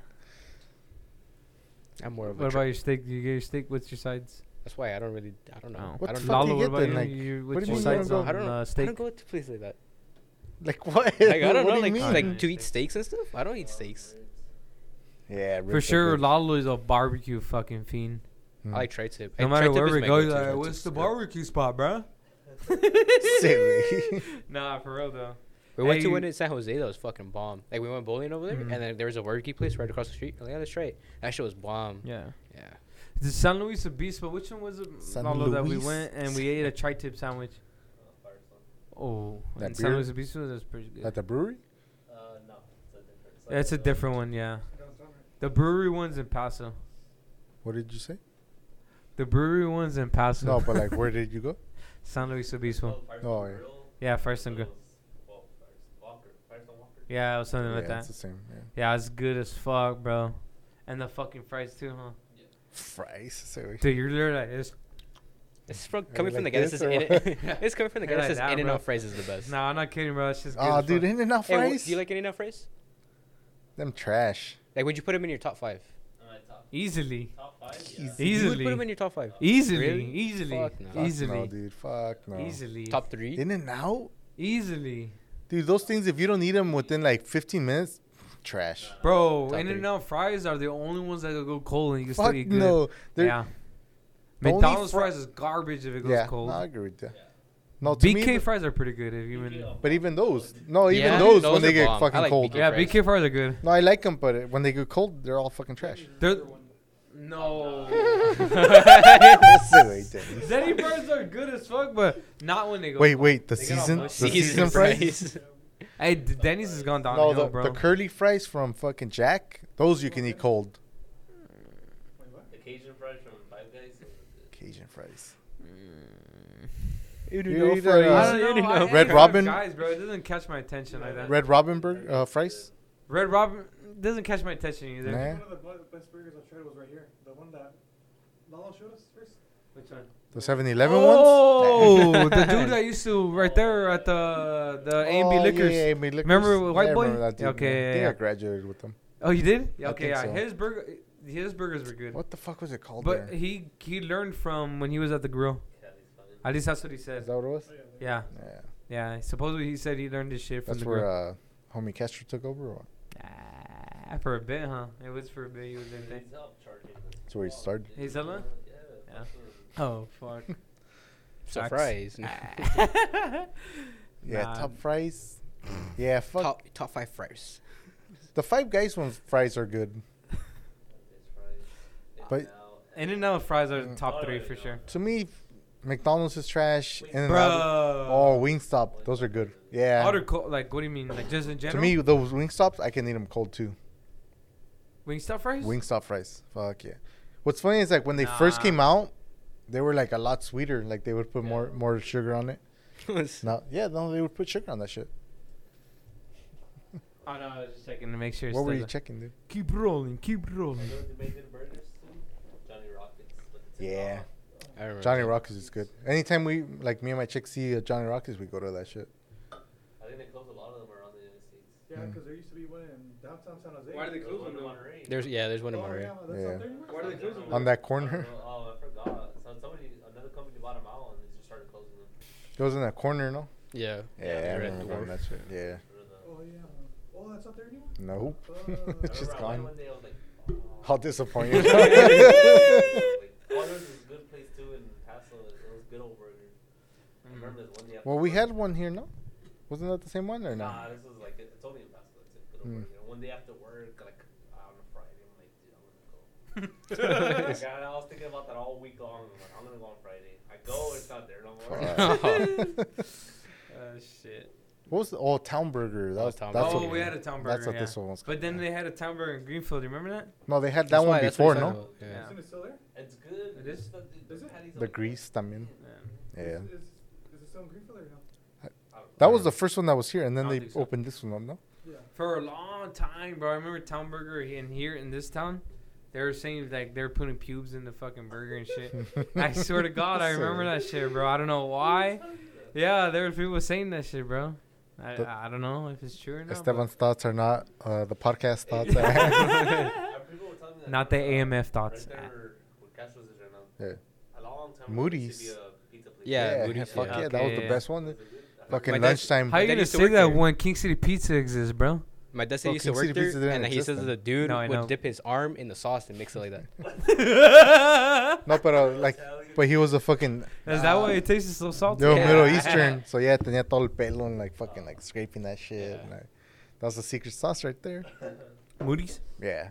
S3: I'm more of a.
S1: What
S3: tr-
S1: about your steak? Do you get your steak? What's your sides?
S3: That's why I don't really. I don't know.
S1: Oh.
S2: What
S3: I
S2: the
S3: don't.
S2: fuck
S1: Lalo,
S2: do you
S1: what
S2: get
S1: about
S2: then?
S1: you?
S2: Like,
S1: You-
S2: what
S1: what's
S2: do
S1: your
S2: you mean you
S1: sides
S2: don't
S1: on
S2: go?
S3: I don't know.
S1: uh,
S3: I
S1: steak?
S3: don't go to places like that.
S2: Like what?
S3: Like, I
S2: What
S3: don't know.
S2: do
S3: Like,
S2: you mean?
S3: like
S1: mean?
S3: to eat steaks and stuff. I don't eat steaks.
S2: yeah,
S1: For sure, Lalo is a barbecue fucking fiend.
S2: Hmm.
S3: I like tri-tip.
S1: No
S3: Hey,
S1: matter
S3: tri-tip
S1: where
S3: is
S1: we
S3: my
S1: go, he's
S3: go-to,
S1: like,
S3: tri-tip's
S1: what's the
S3: good."
S1: barbecue spot, bro?
S2: Silly.
S1: nah, for real though.
S3: We went to
S1: Hey.
S3: one in San Jose that was fucking bomb. Like we went bowling over there,
S1: Mhm.
S3: and then there was a barbecue place right across the street. Like, yeah, that's right. That shit was bomb. Yeah.
S1: Yeah. The San Luis Obispo. Which one was it?
S2: San
S1: Lalo that we
S2: Luis?
S1: went and we ate a tri-tip sandwich.
S3: Uh,
S1: Oh,
S2: That
S1: and San
S2: beer?
S1: Luis Obispo. That's pretty good.
S2: At the brewery?
S6: Uh, no, it's a different. it's like
S1: That's a different one. Yeah. The brewery one's in Paso.
S2: What did you say?
S1: The brewery one's in Paso.
S2: No, but like, where did you go?
S1: San Luis Obispo.
S6: Firestone
S2: Oh, yeah.
S6: Grill,
S1: Yeah, Firestone Grill.
S6: those-
S3: Oh,
S6: well, Firestone Walker, Firestone Walker.
S1: Yeah, it was something
S2: yeah,
S1: like
S2: it's
S1: that.
S2: the same. Yeah.
S1: Yeah, it's good as fuck, bro. And the fucking fries too, huh?
S2: Fries. Silly.
S1: Dude, you're literally like, it's,
S3: It's from,
S2: Are
S3: coming
S2: you
S3: from
S2: like
S3: the guy that
S2: this
S3: says
S2: or
S3: in
S2: what?
S3: It's coming from the guy
S1: You're
S3: that
S1: like
S3: says
S1: that,
S3: in and
S1: bro.
S3: out fries is the best.
S1: nah, I'm not kidding, bro. It's just good.
S2: Oh,
S1: as
S2: dude,
S1: fuck.
S2: in and out
S3: Hey, wh-
S2: fries?
S3: do you like in and out fries?
S2: them trash.
S3: Like, would you put them in your top five?
S6: Uh, top,
S1: Easily.
S6: top five. Yeah.
S2: Easy.
S3: You would put them
S1: Easily.
S3: in your top five.
S1: Easily.
S3: Really?
S1: Easily.
S3: Fuck no. Fuck no,
S1: Easily.
S2: No, dude. Fuck no.
S1: Easily.
S3: Top three.
S2: In and out,
S1: Easily.
S2: dude. Those things, if you don't eat them within like 15 minutes, trash.
S1: Bro,
S3: Top
S1: In
S3: three.
S1: and Out fries are the only ones that go cold and you can
S2: Fuck
S1: still eat good.
S2: no. They're,
S1: yeah.
S2: The only
S1: McDonald's
S2: fri-
S1: fries is garbage if it goes
S2: yeah,
S1: cold.
S2: no, I agree with that. No, to me,
S1: BK
S2: th-
S1: fries are pretty good if you even
S2: but even those, no, even
S3: Yeah,
S2: those,
S3: those
S2: when
S3: are
S2: they get
S3: bomb. I
S2: fucking
S3: like
S2: cold.
S3: BK.
S1: Yeah,
S3: fries.
S1: BK fries are good.
S2: No, I like them, but it, when they get cold, they're all fucking trash.
S1: They're No.
S2: Silly thing.
S1: Zeddy fries are good as fuck, but not when they go.
S2: wait, wait, the
S1: They got all
S2: season, the
S1: mushy.
S2: season,
S3: Season
S2: fries.
S3: fries.
S1: Hey, D- Denny's has gone downhill,
S2: No, the,
S1: bro.
S2: the curly fries from fucking Jack. Those you can eat cold.
S5: Wait, what?
S6: The Cajun fries from Five Guys.
S2: Cajun fries.
S3: In
S2: You
S3: and out
S2: eat that, uh,
S1: I
S3: fries.
S1: don't know. I
S2: Red
S1: ain't one of
S2: Robin?
S1: Guys, bro, it doesn't catch my attention like that. Red,
S2: Red Robin burger uh, fries.
S1: Robin doesn't catch my attention either.
S2: Nah.
S5: One of the bu- best burgers I've tried was right here. The one that Lalo showed us first.
S1: Which one?
S2: The 7-Eleven ones.
S1: Oh, the dude that used to right there at the the Uh, A and B
S2: Oh,
S1: liquors.
S2: Yeah, A&B Liquors.
S1: Remember White
S2: Yeah, I
S1: Boy?
S2: remember that dude,
S1: Okay,
S2: man.
S1: yeah,
S2: I think
S1: yeah.
S2: I graduated with them.
S1: Oh, you did? Yeah,
S2: I
S1: okay,
S2: think
S1: yeah.
S2: so.
S1: His burger, his burgers were good.
S2: What the fuck was it called
S1: But
S2: there?
S1: he he learned from when he was at the grill. At least that's what he
S2: Is
S1: said.
S2: that what it was?
S5: Oh, yeah. they-
S1: Yeah,
S2: Yeah.
S1: yeah. Supposedly he said he learned this shit from
S2: That's
S1: the
S2: where
S1: grill.
S2: uh, homie Castro took over. Or what?
S1: Ah, for a bit, huh? It was for a bit. He was in there.
S2: That's where he started.
S1: He's alone? Yeah.
S6: Yeah. fucking-
S1: Oh fuck.
S3: So
S1: Sucks.
S3: fries.
S2: Yeah,
S1: Nah.
S2: top fries. Yeah, fuck.
S3: Top top five fries.
S2: The Five Guys ones fries are good.
S6: It's fries. It's
S2: But-
S6: now-
S1: In and out fries are the
S2: Mm.
S1: top
S6: Oh,
S1: three
S6: yeah,
S1: for
S6: no.
S1: sure.
S2: To me, McDonald's is trash.
S6: Wait,
S2: In and
S1: Bro.
S2: out. Oh, Wingstop. Those are good. Yeah.
S1: Other co- like what do you mean? Like just in
S2: To
S1: general?
S2: me, those Wingstops, I can eat them cold too.
S1: Wingstop fries?
S2: Wingstop fries. Fuck yeah. What's funny is like when they first
S1: Nah.
S2: came out, they were like a lot sweeter. Like they would put more more sugar on it. No, yeah, no, they would put sugar on that shit.
S1: Oh no, I was just checking to make sure. it's
S2: What were
S1: still
S2: you
S1: the-
S2: checking, dude?
S1: Keep rolling, keep
S6: I
S1: rolling.
S6: know they made the burgers too. Johnny Rockets. but it's in
S2: Yeah.
S6: Ottawa.
S3: I remember
S2: Johnny
S3: that.
S2: Rockets is good. Anytime we, like me and my chick see a Johnny Rockets, we go to that shit.
S6: I think they closed a lot of them around the United States.
S5: Yeah,
S2: Mm.
S5: because there used to be one in downtown San Jose.
S1: Why do they
S6: There's
S1: close
S6: one in
S1: them though?
S6: Monterey.
S3: There's yeah, there's one in
S5: oh,
S3: Monterey.
S5: Yeah, that's
S2: Yeah.
S5: Not there anymore?
S1: Why do they close them?
S2: On that
S6: Oh,
S2: corner?
S6: Oh, I forgot. So somebody, another company bought them out and they just started closing them.
S2: It was in that corner, no?
S3: Yeah.
S2: Yeah,
S6: Yeah,
S2: I
S3: Red
S2: remember going that
S3: Dwarf.
S2: shit.
S6: Rid of
S2: Yeah.
S6: the-
S5: Oh, yeah. Oh, that's not there anymore?
S2: Nope.
S5: Uh,
S2: it's just
S6: I remember I went
S2: gone.
S6: one day, I was like,
S2: How
S6: oh.
S2: disappointing.
S6: Like, Arnold's is a good place too in Paso. It was good old burger. I remember this one day. after
S2: well, we
S6: work-
S2: had one here, no? Wasn't that the same one or no?
S6: Nah, this was like it's only in Paso. It's a good old
S2: Mm.
S6: burger. And one day after work, like on a Friday, I'm like, dude,
S1: Oh,
S6: I'm gonna go. like, I, I was thinking about that all week long. I'm like, I'm gonna go on Friday. I go, it's not there no more.
S2: Fuck.
S1: Oh shit.
S2: what was the oh Town Burger? That
S3: Oh,
S2: was,
S3: Town
S2: that's
S1: oh,
S2: what,
S3: Burger.
S1: we had a town burger.
S2: That's what
S1: yeah.
S2: this one was.
S1: But then
S2: called.
S1: they had a town burger in Greenfield. You remember that?
S2: no, they had that
S3: That's
S2: one
S3: why- that's
S2: before,
S3: what he's
S2: no?
S3: talking about, Yeah.
S1: Yeah.
S5: Isn't it still there?
S6: It's good.
S1: It
S6: it's
S1: is?
S6: just The,
S5: Is it?
S6: patties on
S2: The
S6: corner.
S2: grease, I mean.
S1: Yeah.
S2: Yeah.
S5: Is, is, is it still in Greenfield or no?
S6: I don't know.
S2: That was the first one that was here, and then
S1: I don't
S2: they
S1: think so.
S2: opened this one up, no?
S5: Yeah.
S1: For a long time, bro. I remember town burger in here in this town. They were saying like they were putting pubes in the fucking burger and shit. I swear to God, I remember that shit, bro. I don't know why. Yeah, there were people saying that shit, bro. I,
S2: The-
S1: I don't know if it's true or not. but-
S2: Esteban's thoughts are not uh, the podcast thoughts.
S6: Uh, people were telling me that
S1: Not the
S6: uh,
S1: AMF thoughts.
S6: Right there, where Castro's is right now.
S2: yeah.
S6: A long time ago,
S2: Moody's.
S6: there used to be a pizza place.
S3: Yeah,
S2: Yeah,
S3: Moody's,
S2: fuck yeah,
S3: yeah.
S2: that was
S1: Okay.
S2: the best one.
S6: Was it good? I don't
S2: Fucking
S3: My dad's-
S2: lunchtime.
S1: How are you
S3: My dad
S1: gonna
S3: used to
S1: say
S3: work
S1: that
S3: there.
S1: when King City Pizza exists, bro?
S3: My dad said
S2: Well,
S3: he used to
S2: King
S3: work
S2: City Pizza
S3: there,
S2: didn't
S3: and he
S2: exist
S3: says
S2: then.
S3: the dude
S1: No, I know.
S3: would dip his arm in the sauce and mix it like that.
S1: Is
S2: No, but uh, like,
S6: Italian.
S2: but he was a fucking
S1: that why it tasted so salty?
S2: no
S3: Yeah.
S2: Middle Eastern. So yeah, tenía todo el pelo and like fucking like scraping that shit.
S3: Yeah.
S2: And, like, that was the secret sauce right there.
S1: Moody's.
S2: Yeah.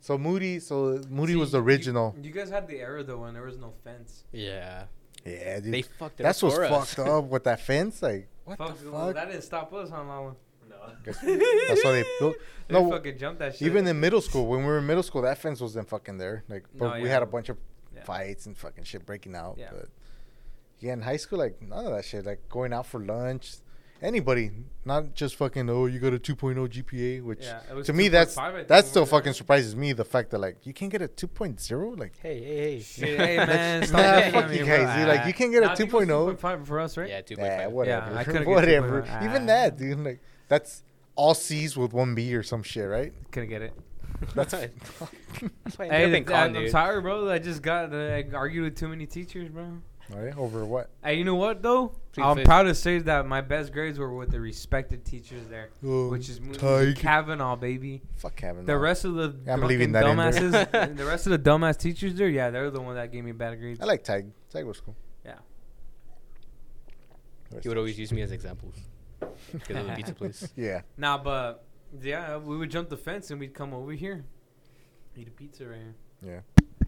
S2: So Moody, so Moody
S1: See,
S2: was the
S1: you-
S2: original.
S1: You, guys had the era though when there was no fence.
S3: Yeah.
S2: yeah, dude.
S3: They fucked it
S2: That's
S3: up
S2: what's
S3: for us.
S2: fucked up with that fence. Like what
S1: Fuck,
S2: the
S1: well,
S2: fuck?
S1: That didn't stop us on that one.
S6: No.
S2: That's why they built.
S1: They
S2: No,
S1: fucking jumped that shit.
S2: even in middle school, when we were in middle school, that fence wasn't fucking there. Like, but
S1: No,
S2: we
S1: yeah.
S2: had a bunch of
S1: Yeah.
S2: fights and fucking shit breaking out.
S1: Yeah.
S2: But yeah, in high school, like none of that shit. Like going out for lunch, anybody, not just fucking oh you got a 2.0 GPA, which
S1: Yeah, it was
S2: to me
S1: 2.5,
S2: that's
S1: I think,
S2: that
S1: when
S2: still
S1: we were
S2: fucking
S1: there.
S2: surprises me. The fact that like you can't get a 2.0, like
S3: Hey, hey, hey.
S1: Shit, hey man, stop
S2: Nah,
S1: laughing
S2: fuck
S1: at
S2: you
S1: me,
S2: guys,
S1: bro.
S2: dude, like, you can't get a oh.
S1: Nah, I think it was
S2: 2.0.
S1: 2.5 for us, right?
S3: Yeah, two point
S2: yeah,
S3: five.
S2: whatever,
S1: I couldn't get
S2: whatever.
S1: 2.0.
S2: Even
S1: Ah.
S2: that, dude, like that's all C's with one B or some shit, right?
S1: Couldn't get it.
S2: That's
S3: That's why I ended
S1: Hey,
S3: up in
S1: th- I'm
S3: con, dude.
S1: sorry, bro. I just got uh, I argued with too many teachers, bro.
S2: all right. Over what?
S1: Hey, you know what though?
S3: Please
S1: I'm
S3: face-
S1: proud to say that my best grades were with the respected teachers there,
S2: Oh,
S1: which is Moody
S2: Tiger.
S1: Kavanaugh, baby.
S2: Fuck Kavanaugh.
S1: The rest of the
S2: I'm
S1: fucking
S2: leaving that in there.
S1: dumbasses, the rest of the dumbass teachers there, yeah, they're the one that gave me bad grades.
S2: I like Tig. Tig was cool.
S1: Yeah.
S3: He would always use me as examples. Because of the pizza place.
S2: Yeah.
S1: Nah, but yeah, we would jump the fence and we'd come over here, eat a pizza right here.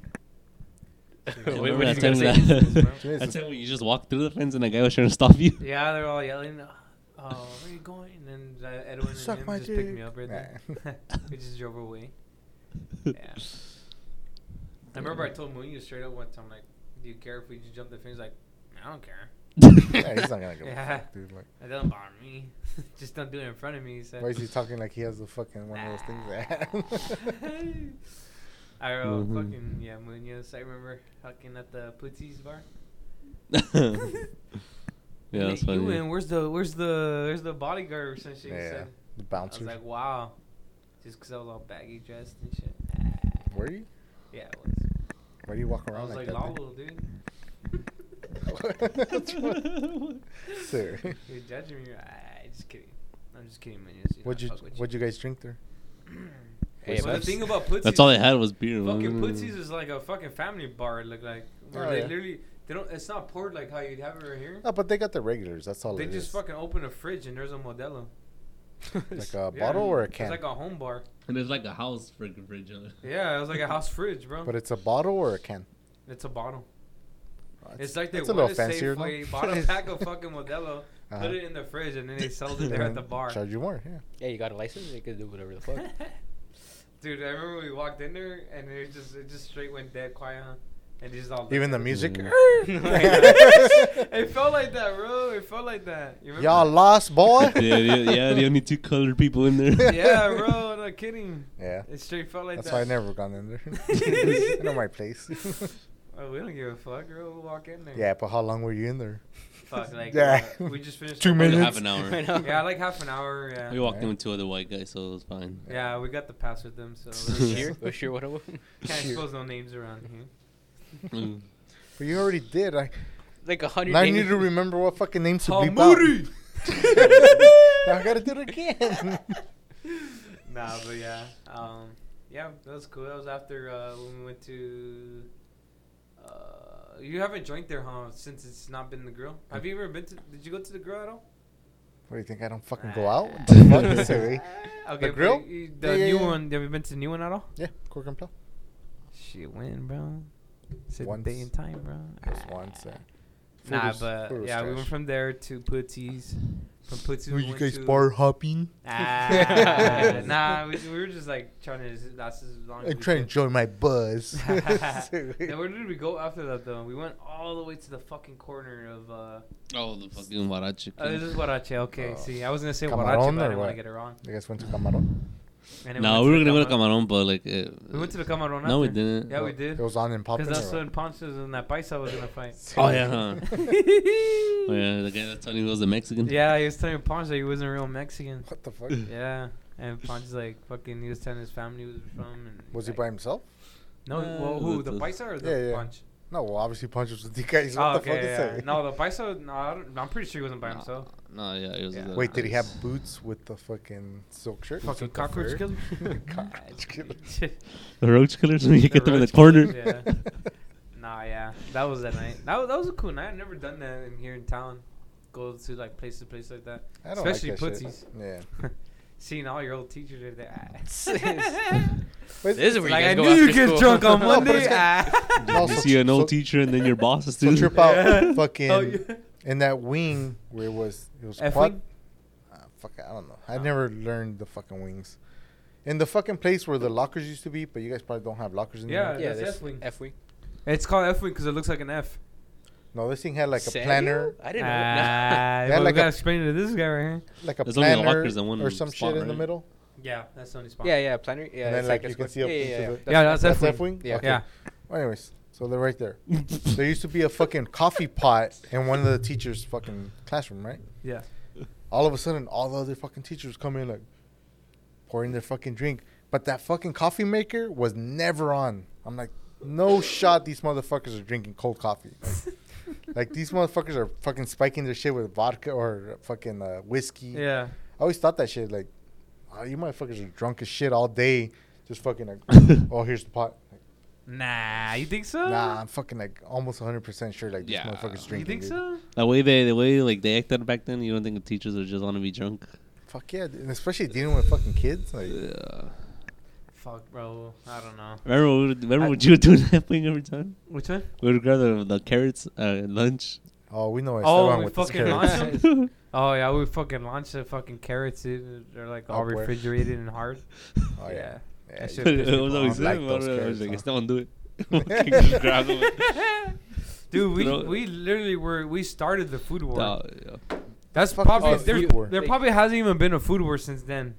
S2: Yeah.
S3: What-
S4: Remember
S3: what
S4: that
S3: you gonna
S4: time
S3: say?
S4: that-
S2: Jesus.
S4: that time when you just walked through the fence and a guy was trying to stop you?
S1: Yeah, they're all yelling, "Oh, where are you going?" And then uh, Edwin and
S2: Suck
S1: him
S2: my
S1: just picked me
S2: dick.
S1: up right there.
S2: Nah.
S1: we just drove away. Yeah. I remember I told Munoz straight up one time, like, "Do you care if we just jump the fence?" He's like, "I don't care.
S2: yeah, he's not gonna give
S1: Yeah.
S2: a fuck, dude. Like,
S1: That doesn't bother me. just don't do it in front of me." He said.
S2: why is he talking like he has the fucking one of those things? That
S1: I uh,
S4: Mhm.
S1: fucking yeah, Munoz. I remember fucking at the Putzi's bar.
S4: yeah, that's
S1: you
S4: funny.
S1: and where's the where's the where's the bodyguard or some shit? he
S2: Yeah.
S1: said.
S2: the
S1: I was
S2: bouncer.
S1: like, wow. Just 'cause I was all baggy dressed and shit.
S2: Where you?
S1: Yeah, it was.
S2: Why do you walk
S1: I
S2: around
S1: was
S2: like,
S1: like,
S2: that?
S1: Lalo, dude.
S2: dude? Sir,
S1: You're judging me. I just kidding. I'm just kidding, man. Yes, you
S2: what'd you
S1: know, I fuck with
S2: what'd you guys drink there?
S3: Hey,
S1: Well, the
S3: Babs.
S1: thing about Putsies,
S4: That's all they had was beer.
S1: Fucking
S4: wasn't it?
S1: Putsies is like a fucking family bar. It looked like where
S2: Oh,
S1: they
S2: yeah.
S1: literally they don't. It's not poured like how you'd have it right here.
S2: No, but they got the regulars. That's all.
S1: They
S2: it
S1: just
S2: is.
S1: fucking open a fridge and there's a Modelo.
S2: like a
S1: Yeah.
S2: bottle or a can.
S1: It's like a home bar.
S4: And it's like a house freaking fridge. on it.
S1: Yeah, it was like a house fridge, bro.
S2: but it's a bottle or a can.
S1: it's a bottle.
S2: Oh,
S1: It's like they
S2: that's
S1: wanted Safeway, bought a pack of fucking Modelo,
S2: Uh-huh.
S1: put it in the fridge, and then they sold it there at the bar.
S2: Charge you more. Yeah.
S3: Yeah, you got a license? They could do whatever the fuck.
S1: Dude, I remember we walked in there and it just it just straight went dead quiet. Huh? And it's all
S2: Even the music.
S1: it felt like that, bro. It felt like that. You remember?
S2: Y'all lost, boy.
S4: yeah, yeah, yeah, the only two colored people in there.
S1: Yeah, bro. No kidding.
S2: Yeah.
S1: It straight felt like
S2: That's
S1: that.
S2: why I never gone in there. I know my place.
S1: Oh, we don't give a fuck, bro. We'll walk in there.
S2: yeah, but how long were you in there?
S1: Fuck, like,
S2: Yeah.
S1: uh, we just finished.
S2: Two
S1: up-
S2: minutes.
S4: Half an hour.
S1: Yeah, like half an hour. Yeah.
S4: We walked in with two other white guys, so it was fine.
S1: Yeah, we got the pass with them, so we're good.
S3: Bashir, Bashir, what about?
S1: can't
S2: Sure.
S1: expose no names around here.
S4: Mm.
S2: But you already did. I,
S3: Like a hundred.
S2: now I need to remember what fucking names to bleep out.
S1: Hamuri!
S2: now I gotta do it again.
S1: nah, but yeah, um, yeah, that was cool. That was after uh, when we went to. Uh, you haven't drank there, huh? Since it's not been the grill. Have you ever been to? Did you go to the grill at all?
S2: what do you think? I don't fucking go out? What the fuck
S1: okay,
S2: is that, eh?
S1: but
S2: grill?
S1: you- The
S2: Yeah, yeah,
S1: new
S2: yeah.
S1: one. Have you been to the new one at all?
S2: Yeah, Cork and Plow.
S1: Shit, when, bro? Said
S2: Once.
S1: day and time, bro.
S2: Just once. Uh, food
S1: Nah,
S2: was-
S1: but
S2: food was
S1: yeah, we
S2: trash.
S1: went from there to Putties. From Putties,
S2: Were
S1: we
S2: you
S1: went
S2: guys
S1: to-
S2: bar hopping?
S1: Ah, nah, we, we were just like trying to last as long. as we
S2: I'm trying to
S1: could.
S2: enjoy my buzz.
S1: Now, where did we go after that though? We went all the way to the fucking corner of. Uh,
S4: Oh, the fucking Huarache.
S1: oh, this is Huarache. Okay,
S2: Oh.
S1: see, I was gonna say Huarache,
S2: Camarón
S1: but I
S2: or
S1: didn't want
S2: what?
S1: to get it wrong.
S2: You guys went to Camarón?
S1: And then
S4: no, we were
S1: went
S4: gonna
S1: the
S4: go to Camarón, but like. Uh,
S1: We went to the Camarón.
S4: No, we
S1: after.
S4: didn't.
S1: Yeah, we
S2: Well,
S1: did.
S2: It was on in
S1: Because
S2: Poppins.
S1: that's
S2: or
S1: when Ponce's and that paisa was gonna fight.
S4: Oh yeah, huh? oh
S1: yeah,
S4: yeah, the guy that told me he was a Mexican.
S1: he was telling Ponce that he wasn't a real Mexican.
S2: What the fuck?
S1: Yeah, and Ponce's like fucking. He was telling his family he was from. And he's
S2: Was he
S1: like-
S2: by himself?
S1: No,
S4: Uh,
S1: well, who
S4: with
S1: the
S4: the-
S1: paisa or the
S2: Yeah, yeah.
S1: Ponce?
S2: No, well, obviously Punch was with the guys. What
S1: Oh,
S2: the
S1: okay,
S2: fuck is
S1: yeah.
S2: that?
S1: No, the paisa. No, I don't, I'm pretty sure he wasn't by
S4: No,
S1: himself.
S4: No, yeah, it was.
S1: Yeah.
S4: the-
S2: Wait, did he have
S4: it's-
S2: boots with the fucking silk shirt?
S1: Fucking cockroach killer.
S2: Cockroach killer.
S4: the roach killers when you
S1: The
S4: get them in the
S1: roach
S4: corner?
S1: killers, yeah. Nah, yeah, that was that night. That was, that was a cool night. I've never done that in here in town. Go to like place to place like that.
S2: I don't Especially
S1: Especially
S2: like that shit.
S1: putsies.
S2: Yeah.
S1: Seeing all your old teachers are there. ah.
S2: But
S3: This is where
S1: like I
S3: you guys go
S1: knew
S3: after
S1: you get
S3: school.
S1: drunk on
S2: No, but
S1: Monday.
S2: it's got-
S1: ah.
S2: No,
S4: you
S2: so-
S4: see an old
S2: so-
S4: teacher and then your boss is
S2: so
S4: too.
S2: trip out.
S1: Oh,
S2: Fucking
S1: yeah.
S2: in that wing where it was it was
S1: F
S2: quad.
S1: wing?
S2: Uh, fuck, I don't know. I
S1: Oh.
S2: never learned the fucking wings. In the fucking place where the lockers used to be, but you guys probably don't have lockers in
S1: Yeah.
S2: there.
S3: Yeah,
S1: That's
S3: that's
S1: F wing.
S3: F wing.
S1: It's called F wing because it looks like an F.
S2: No, this thing had like a
S3: Serio?
S2: planner,
S3: I didn't know.
S1: Ah,
S2: They had
S1: but we
S2: like a-
S1: gotta explain it to this guy right here.
S2: like a
S4: There's only
S2: planner
S4: lockers in one
S2: or some
S4: spot,
S2: shit in the
S4: right?
S2: middle.
S1: Yeah, that's the only spot.
S3: yeah, yeah, planner. Yeah,
S2: And then,
S3: it's
S2: like,
S3: a
S2: you can
S3: square-
S2: see up
S3: yeah,
S2: into
S3: yeah, yeah.
S2: the-
S1: Yeah, that's
S2: That's
S1: F-wing.
S2: F wing.
S3: Yeah.
S1: Yeah.
S2: Anyways, so they're right there. there used to be a fucking coffee pot in one of the teachers' fucking classroom, right?
S1: Yeah.
S2: All of a sudden, all the other fucking teachers come in like pouring their fucking drink, but that fucking coffee maker was never on. I'm like, no shot, these motherfuckers are drinking cold coffee. Like, like, these motherfuckers are fucking spiking their shit with vodka or fucking uh, whiskey.
S1: Yeah.
S2: I always thought that shit like, oh, you motherfuckers are drunk as shit all day, just fucking like, oh here's the pot. Like,
S1: Nah, you think so?
S2: Nah, I'm fucking like almost 100% sure like this
S4: Yeah.
S2: motherfucker's
S1: Ah. You
S2: drinking.
S1: think
S2: dude.
S1: so?
S4: The way they, the way like they acted back then, you don't think the teachers would just want to be drunk?
S2: Fuck yeah, dude. and especially dealing with fucking kids. Like,
S4: Yeah.
S1: Fuck, bro. I don't know.
S4: Remember, what we would- remember
S1: I-
S4: what you would do in that wing every time?
S1: Which one?
S4: We would grab the, the carrots uh, at lunch.
S2: oh, we know it's
S1: Oh,
S2: wrong
S1: we
S2: with this
S1: fucking
S2: kid.
S1: lost him?
S4: yeah,
S1: Oh yeah, we fucking launched the fucking carrots. Dude. They're like all
S2: Oh, boy.
S1: refrigerated and hard.
S2: Oh yeah. Yeah,
S1: That
S2: you-
S1: shit
S4: but it
S1: pissed me
S4: was
S1: off.
S4: always
S2: like
S4: him. I
S2: those
S4: was
S2: carrots,
S4: like,
S2: huh?
S4: "It's not one do it." Fucking just grab them.
S1: Dude, we
S4: Throw it.
S1: we literally were we started the food war.
S4: Nah, yeah.
S1: That's
S2: Fuck
S1: probably
S2: yeah,
S1: there,
S2: food war.
S1: there probably hasn't even been a food war since then,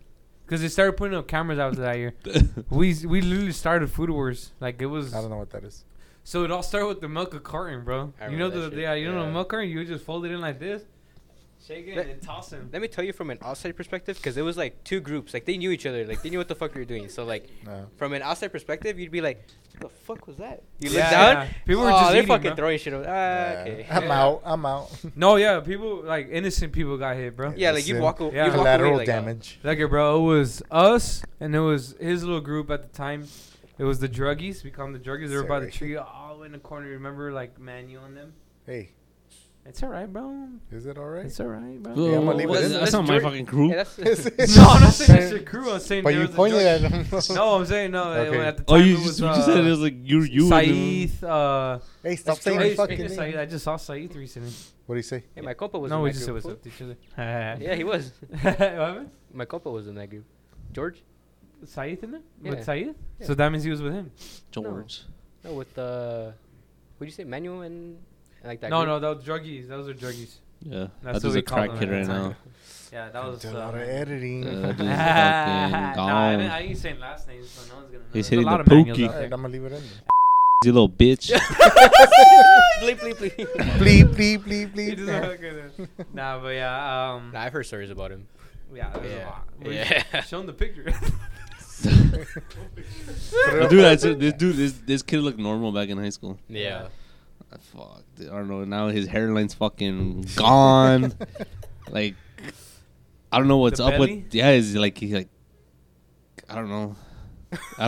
S1: because they started putting up cameras after that year. We we literally started food wars like it was.
S2: I don't know what that is.
S1: So it all started with the milk of carton, bro.
S3: I
S1: You know
S3: remember
S1: the
S3: that shit.
S1: yeah, you know the
S2: Yeah.
S1: milk carton. You would just fold it in like this, shake it
S3: Let-
S1: and toss it.
S3: Let me tell you from an outside perspective, because it was like two groups. Like they knew each other. Like they knew what the fuck we were doing. So like
S2: No.
S3: from an outside perspective, you'd be like, "The fuck was that?" You
S1: Yeah,
S3: look down.
S1: yeah. People were
S3: "Oh,
S1: just
S3: they're
S1: eating,
S3: fucking
S1: bro."
S3: throwing shit. Over. Ah,
S2: Yeah.
S3: okay.
S2: I'm
S1: Yeah.
S2: out. I'm out.
S1: No, yeah, people like innocent people got hit, bro.
S3: Yeah, like you
S2: Listen,
S3: walk. o-
S1: Yeah.
S3: You walk
S2: Collateral
S3: away, like, oh.
S2: damage.
S1: Like uh, it, bro. It was us, and it was his little group at the time. It was the druggies. We called them the druggies. They were by the tree,
S2: Sorry.
S1: all in the corner. Remember, like Manuel and them.
S2: Hey,
S1: It's alright, bro.
S2: is it all right?
S1: It's alright, bro.
S4: Whoa,
S2: Yeah, I'm
S4: whoa,
S2: gonna leave
S4: whoa,
S2: it in.
S4: that's,
S2: That's
S4: not my
S3: Jordan.
S4: fucking group.
S3: Yeah,
S2: Is
S3: that's,
S2: it-
S1: No, I'm not saying it's your crew. I'm saying
S2: But
S1: there
S2: you
S1: was a
S2: pointed
S1: druggie.
S2: at him.
S1: No, I'm saying no.
S2: Okay.
S1: uh, At the
S4: oh,
S1: time,
S4: you
S1: it was,
S4: just, you
S1: uh,
S4: just said it was like you, you, and
S1: Saeed. Uh,
S2: Hey, stop
S1: hey,
S2: saying
S1: speaking
S2: fucking
S1: of Saeed,
S2: name.
S1: I just saw Saeed recently.
S2: What do you say?
S3: Hey, my compa was.
S1: no,
S3: in
S1: we
S3: that
S1: just said
S3: group.
S1: what's up to each other.
S3: Yeah, he was.
S1: what happened?
S3: My compa was in that group. George?
S1: Saeed in there?
S3: Yeah.
S1: With Saeed?
S3: Yeah.
S1: So that means he was with him.
S4: George.
S3: No, with the Would uh, you say manual and like that?
S1: no,
S3: group?
S1: no, those druggies. Those are druggies.
S4: Yeah,
S1: That's
S4: that's
S1: what
S4: was
S1: we
S4: a
S1: call
S4: crack
S1: them
S4: kid
S1: at
S4: right
S1: the
S4: now.
S1: Yeah, that was.
S2: Did a
S1: Uh,
S2: lot of editing.
S4: Uh,
S1: no,
S4: dude.
S1: I,
S4: gone.
S1: didn't- I ain't saying last names, so no one's gonna know.
S4: He's
S1: There's a
S4: hitting
S1: lot
S4: the
S1: of manuals
S4: pokey.
S1: out
S2: All right, I'm
S1: there.
S2: gonna leave it in.
S4: You little bitch.
S3: bleep, bleep, bleep.
S2: bleep bleep bleep
S1: He just
S2: bleep.
S1: look at it. Nah, but yeah, um,
S3: Nah, I've heard stories about him.
S1: yeah, there's a
S3: Yeah.
S1: lot.
S3: Yeah.
S1: Show him the picture.
S4: But dude, I said, this dude, this this kid looked normal back in high school.
S3: Yeah.
S4: Ah, Fuck, dude, I don't know. Now his hairline's fucking gone. like, I don't know what's
S1: The
S4: up
S1: belly?
S4: with. Yeah, is like he's like, I don't know. I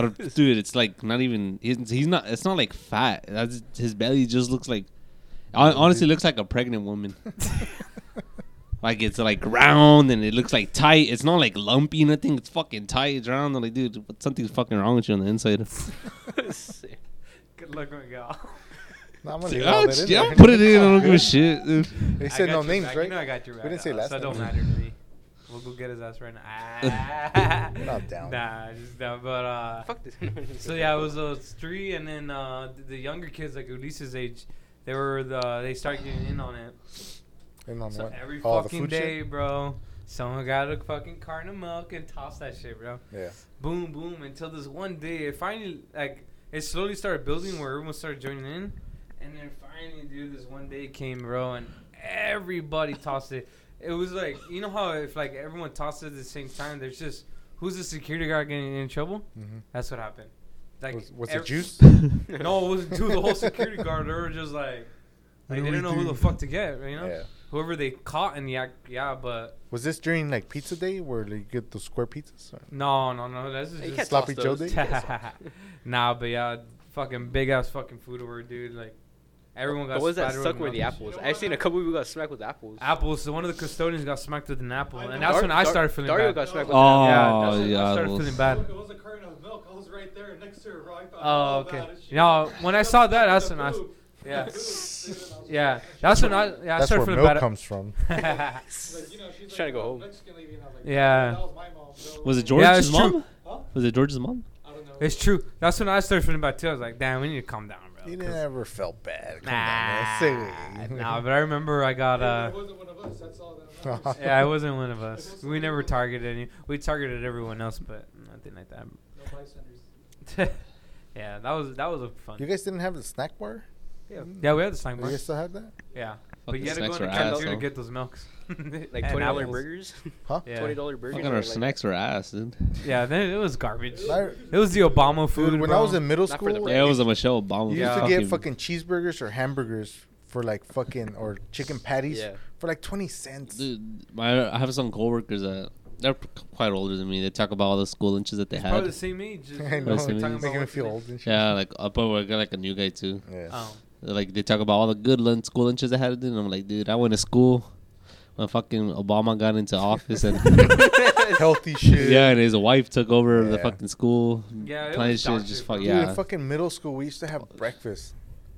S4: don't, dude. It's like not even. He's, he's not. It's not like fat. That's, his belly just looks like. hon- Honestly, looks like a pregnant woman. Like it's like round and it looks like tight. It's not like lumpy, nothing. It's fucking tight. It's round. I'm like, dude, what- something's fucking wrong with you on the inside.
S1: Good luck, my gal.
S2: Nah, I'm gonna leave all
S4: I'll
S2: that in
S4: yeah,
S2: there.
S4: I'll put it in. ah, I don't give a shit. dude.
S2: They
S1: I
S2: said
S1: got
S2: no
S1: your
S2: names,
S1: back.
S2: right?
S1: You know I got your back.
S2: didn't say
S1: uh,
S2: last
S1: So it don't
S2: name.
S1: matter to me. We'll go get his ass right now. Ah.
S2: We're not down.
S1: Nah, just down. But uh,
S3: Fuck this.
S1: so yeah, it was those three, and then uh, th- the younger kids like Ulises' age, they were the they started getting in on it.
S2: And on
S1: So
S2: what?
S1: every
S2: Oh, the
S1: fucking
S2: food shit?
S1: day, bro, someone got a fucking carton of milk and toss that shit, bro.
S2: Yeah.
S1: Boom, boom, until this one day, it finally like it slowly started building where everyone started joining in, and then finally, dude, this one day came, bro, and everybody tossed it. It was like you know how if like everyone tossed it at the same time, there's just who's the security guard getting in trouble?
S2: Mm-hmm.
S1: That's what happened. Like
S2: Was, was it
S1: ev-
S2: juice?
S1: No, it wasn't dude. The whole security guard. They were just like, like
S2: do
S1: they
S2: we
S1: didn't know who the
S2: do?
S1: fuck to get. You know,
S2: Yeah.
S1: whoever they caught in the act. Yeah, but
S2: Was this during like pizza day where like, you get the square pizzas? Or?
S1: no, no, no. This is
S3: You
S1: just
S3: can't
S2: Sloppy
S3: toss
S2: Joe
S3: those.
S2: day? You
S1: nah, but yeah, fucking big ass fucking food over, dude. Like everyone got.
S3: What was that
S1: splattered
S3: stuck with the
S1: milk.
S3: apples? I've seen a couple people got smacked with apples.
S1: Apples. So one of the custodians got smacked with an apple,
S5: I
S1: and
S5: know.
S1: that's
S3: Dar-
S1: when I
S3: Dar-
S1: started feeling
S3: Dario
S1: bad.
S3: got smacked with
S4: Oh,
S3: an apple.
S1: yeah, that's when I started
S4: apples.
S1: feeling bad.
S5: It was a carton of milk. I was right there next to her. I felt
S1: Oh,
S5: so bad
S1: okay.
S5: as shit.
S1: No, when I saw that, that's
S5: The
S1: when I s-
S5: boob.
S1: Yeah,
S5: The boob, dude, and I was
S1: yeah.
S5: like,
S1: That's when I. Yeah, I
S2: That's
S1: started
S2: where
S1: feeling
S2: milk
S1: bad.
S2: comes from.
S5: Like, you know, she's
S3: Trying to
S5: like,
S3: go
S5: "Oh,
S3: home."
S5: Mexican lady," and I was like,
S1: Yeah.
S5: That was my mom. so-
S4: Was it
S1: Yeah,
S4: George's
S1: it's
S4: mom?
S1: true.
S5: Huh?
S4: Was it George's mom?
S5: I don't know.
S1: It's true. That's when I started feeling bad too. I was like, damn, we need to calm down, bro.
S2: He
S1: 'cause-
S2: never felt bad. Come on,
S1: Nah,
S2: man. Say it.
S1: nah, but I remember I got uh
S5: It wasn't one of us. That's all that matters.
S2: Yeah,
S1: yeah, I wasn't one of us. We never targeted any. We targeted everyone else, but nothing like
S5: No bystanders.
S1: that. yeah, that was that was a fun.
S2: you guys didn't have the snack bar?
S1: yeah. yeah, we had the slang
S2: Do you
S1: bar.
S2: guys still have that?
S1: Yeah,
S4: Fuck,
S1: but you
S4: this
S1: had to go
S4: snacks
S1: in the
S4: are
S1: cafeteria to
S4: asshole.
S1: get those milks.
S3: Like
S1: And
S3: twenty dollar
S1: apples.
S3: burgers.
S2: Huh?
S1: Yeah.
S3: Twenty dollar burgers.
S4: Fucking our
S3: are like-
S4: snacks are ass, dude.
S1: Yeah, then it was garbage.
S2: I-
S1: It was the Obama food.
S2: Dude, when I
S1: bro.
S2: was in middle
S3: Not for the
S2: school,
S3: bread.
S4: Yeah, it was a Michelle Obama.
S2: you
S1: Yeah.
S2: used to get fucking cheeseburgers or hamburgers for like fucking or chicken patties
S3: Yeah.
S2: for like twenty cents.
S4: Dude, my I have some coworkers that they're p- quite older than me. They talk about all the school lunches that they
S1: It's probably the
S4: had.
S1: same age. just-
S2: I know,
S1: we're
S2: it's
S1: talking
S4: Listen,
S1: about
S2: making me
S1: what
S2: feel
S1: they-
S2: old and shit.
S4: Yeah, like up over, I got like a new guy too.
S2: Yeah.
S1: Oh,
S4: They're Like they talk about all the good lunch school lunches they had, and I'm like, dude, I went to school when fucking Obama got into office, and
S2: Healthy shit.
S4: yeah, and his wife took over the
S2: Yeah.
S4: fucking school.
S1: Yeah, it
S4: Plain
S1: was
S4: shit,
S1: dog
S4: just
S1: shit,
S4: fuck
S1: bro.
S2: Dude,
S4: yeah.
S2: in fucking middle school, we used to have breakfast.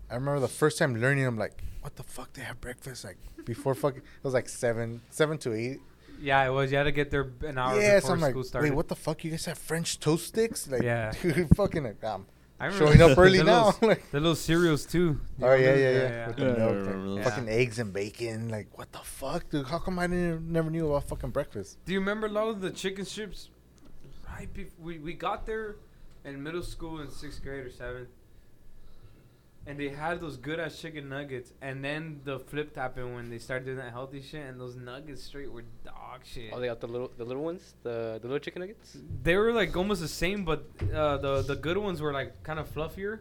S2: I remember the first time learning, I'm like, what the fuck? They have breakfast like before fucking. It was like seven, seven to eight.
S1: yeah, it was. You had to get there b- an hour
S2: yes,
S1: before
S2: I'm
S1: school
S2: like,
S1: started.
S2: wait, what the fuck? You guys have French toast sticks? Like,
S1: Yeah.
S2: dude, fucking, like, I'm
S1: I remember
S2: showing up
S1: the
S2: early now.
S1: little-
S2: like,
S1: The little cereals too. Do you
S2: oh yeah,
S1: remember?
S2: yeah, yeah. With the
S4: Yeah, I
S2: milk,
S4: remember
S2: like,
S4: those.
S2: fucking eggs and bacon. Like, what the fuck, dude? How come I didn't, never knew about fucking breakfast?
S1: Do you remember a lot of the chicken strips? Right, bef- we we got there in middle school in sixth grade or seventh, and they had those good ass chicken nuggets. And then the flip happened when they started doing that healthy shit, and those nuggets straight were dog shit.
S3: Oh, they got the little the little ones, the the little chicken nuggets.
S1: They were like almost the same, but uh, the the good ones were like kind of fluffier.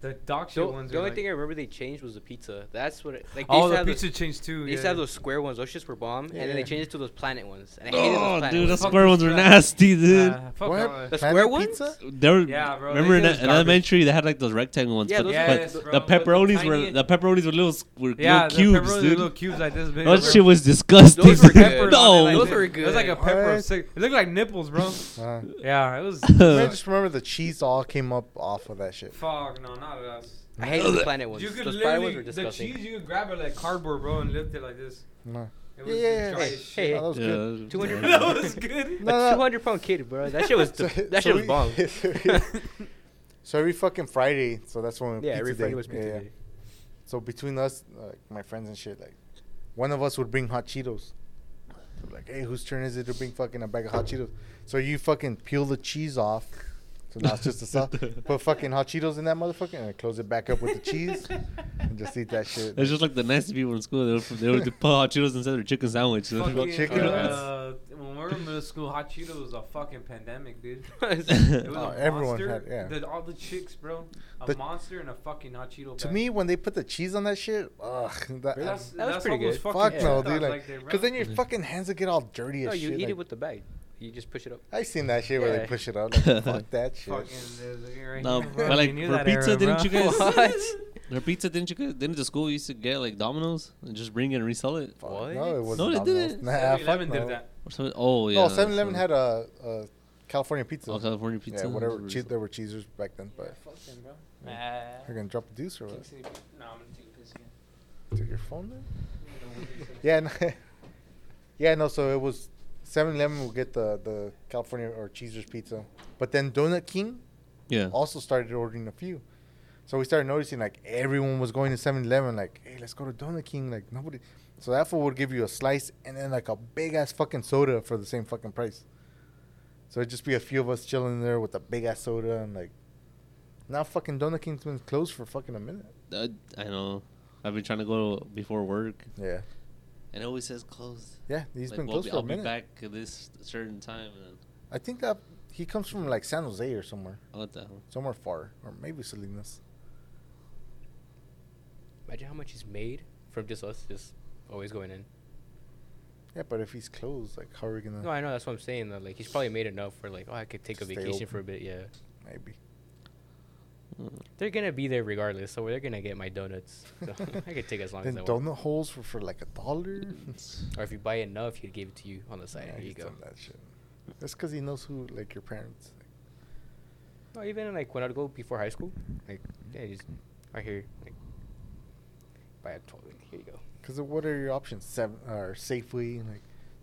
S1: The dog shit
S3: The,
S1: ones.
S3: the
S1: were,
S3: only
S1: like-
S3: thing I remember they changed was the pizza. That's what. It, like they
S1: oh,
S3: used to
S1: the
S3: have
S1: pizza
S3: Those,
S1: changed too.
S3: they
S1: yeah.
S3: used to have those square ones. Those shits were bomb, and then
S2: Yeah.
S3: they changed it to those planet ones. And I hated those
S4: Oh,
S3: planet
S4: dude,
S3: ones.
S4: those
S1: Fuck
S4: square
S1: those
S4: ones are
S1: guys.
S4: nasty, dude.
S1: Nah, fuck
S2: What?
S1: all that.
S3: The
S2: Planet
S3: square ones?
S2: pizza?
S4: They were,
S1: Yeah, bro,
S4: remember
S1: they did
S4: in, the-
S1: was
S4: in
S1: garbage.
S4: elementary they had like those rectangle ones,
S3: Yeah,
S4: but,
S3: those
S1: Yes,
S4: but
S1: bro,
S4: the
S1: but the
S4: pepperonis
S1: tiny-
S4: were the pepperonis were little s- were
S1: Yeah,
S4: little
S1: the
S4: cubes,
S1: pepperoni,
S4: dude.
S1: little cubes like this big.
S4: That
S1: They
S4: shit
S1: were-
S4: was disgusting.
S3: Those were good.
S4: no,
S3: Those were
S1: It was like a
S3: good.
S1: pepper of
S2: What?
S1: six. It looked like nipples, bro.
S2: Uh,
S1: yeah, it was.
S2: I just remember the cheese all came up off of that shit.
S1: Fuck no, not us.
S3: I hated the planet ones.
S1: You could
S3: Those planet ones
S1: literally
S3: were
S1: the
S3: disgusting.
S1: cheese. You could grab it like cardboard, bro, and lift it like this.
S2: No.
S1: It
S2: Uh, Yeah,
S1: was
S2: yeah, yeah.
S1: dry
S3: Hey,
S1: as
S3: hey,
S1: shit.
S2: Oh, that was
S4: Yeah,
S2: good.
S4: that-
S3: 200
S4: yeah.
S1: that was good.
S2: No, no.
S3: A 200 pound kid, bro. That shit was
S2: So-
S3: the, that shit was bomb.
S2: so every fucking Friday, so that's when
S3: Yeah,
S2: pizza
S3: every Friday
S2: day.
S3: was pizza
S2: Yeah, yeah.
S3: day.
S2: So between us, like my friends and shit, like one of us would bring hot Cheetos. We'd be Like, hey, whose turn is it to bring fucking a bag of hot Cheetos? So you fucking peel the cheese off. So now it's just the sauce. Put fucking hot Cheetos in that motherfucker and then close it back up with the cheese and just eat that shit.
S4: It's just like the nasty people in school. They would, they would put hot Cheetos inside their chicken sandwich.
S1: Fucking,
S2: Fucking chicken
S1: uh, when we were in middle school, hot Cheeto was a fucking pandemic, dude. It was
S2: Oh,
S1: a
S2: everyone
S1: monster.
S2: had- yeah.
S1: The- all the chicks, bro. A
S2: The-
S1: monster and a fucking hot Cheeto.
S2: To
S1: bag.
S2: me, when they put the cheese on that shit, ugh, that,
S1: that's,
S3: That was
S1: that's
S3: pretty
S1: what was
S3: good.
S1: fucking
S2: fuck no,
S1: shit. I was
S2: dude. Like,
S1: they're
S2: cause then
S1: round.
S2: your fucking hands would get all dirty
S3: No,
S2: as
S3: you
S2: shit.
S3: eat
S2: like-
S3: it with the bag. You just push it up.
S2: I seen that shit where they
S3: Yeah.
S2: push it up. Like, fuck that shit.
S1: Fucking, there's like right
S4: No,
S1: here.
S4: but
S1: We
S4: like
S1: knew
S4: for
S1: that
S4: pizza,
S1: era,
S4: didn't
S1: bro.
S4: you guys?
S3: What?
S4: For pizza, didn't you guys? Didn't the school used to get like Domino's and just bring it and resell it?
S2: Fuck, No, it wasn't.
S4: No, they
S2: Domino's.
S4: didn't.
S2: Nah, fuck
S1: 7-Eleven
S2: no.
S1: did that.
S4: Or something? Oh yeah.
S2: No, 7 Eleven
S4: so-
S2: had a, a California pizza.
S4: oh, California pizza.
S2: Yeah, whatever.
S4: and
S2: Che-
S4: resell-
S2: there were cheesers back then, but
S1: fuck them, bro.
S2: you're gonna drop the deuce or what?
S1: No, I'm gonna take this again.
S2: Took your phone then? Yeah, no, yeah, no. So it was 7 Eleven will get the, the California or cheesers pizza, but then Donut King
S4: Yeah.
S2: also started ordering a few. So we started noticing like everyone was going to 7 Eleven, like, hey, let's go to Donut King. Like, nobody. So that fool would give you a slice and then like a big ass fucking soda for the same fucking price. So it'd just be a few of us chilling there with a big ass soda and like, now fucking Donut King's been closed for fucking a minute.
S4: Uh, I know. I've been trying to go before work,
S2: Yeah.
S4: and it always says closed.
S2: Yeah, he's
S4: Like,
S2: been
S4: we'll
S2: closed
S4: be-
S2: for a
S4: I'll be
S2: minute.
S4: back at this certain time. And then,
S2: I think that he comes from like San Jose or somewhere,
S4: oh, what the hell?
S2: somewhere far, or maybe Salinas.
S3: Imagine how much he's made from just us just always going in.
S2: Yeah, but if he's closed, like how are we gonna?
S3: No, I know that's what I'm saying. Though. Like he's probably made enough for like, oh, I could take a
S2: Stay
S3: vacation
S2: open.
S3: for a bit. Yeah,
S2: Maybe.
S3: they're gonna be there regardless, so they're gonna get my donuts. So I could take as long as
S2: then
S3: I want.
S2: donut holes were for like a dollar.
S3: Or if you buy enough, he'd give it to you on the side.
S2: Yeah,
S3: Here you
S2: he's
S3: go.
S2: done That shit. That's because he knows who like your parents.
S3: No, even like when I'd go before high school, like yeah, just right here, like buy a twelve. Here you go.
S2: Because what are your options? Seven or Safeway, like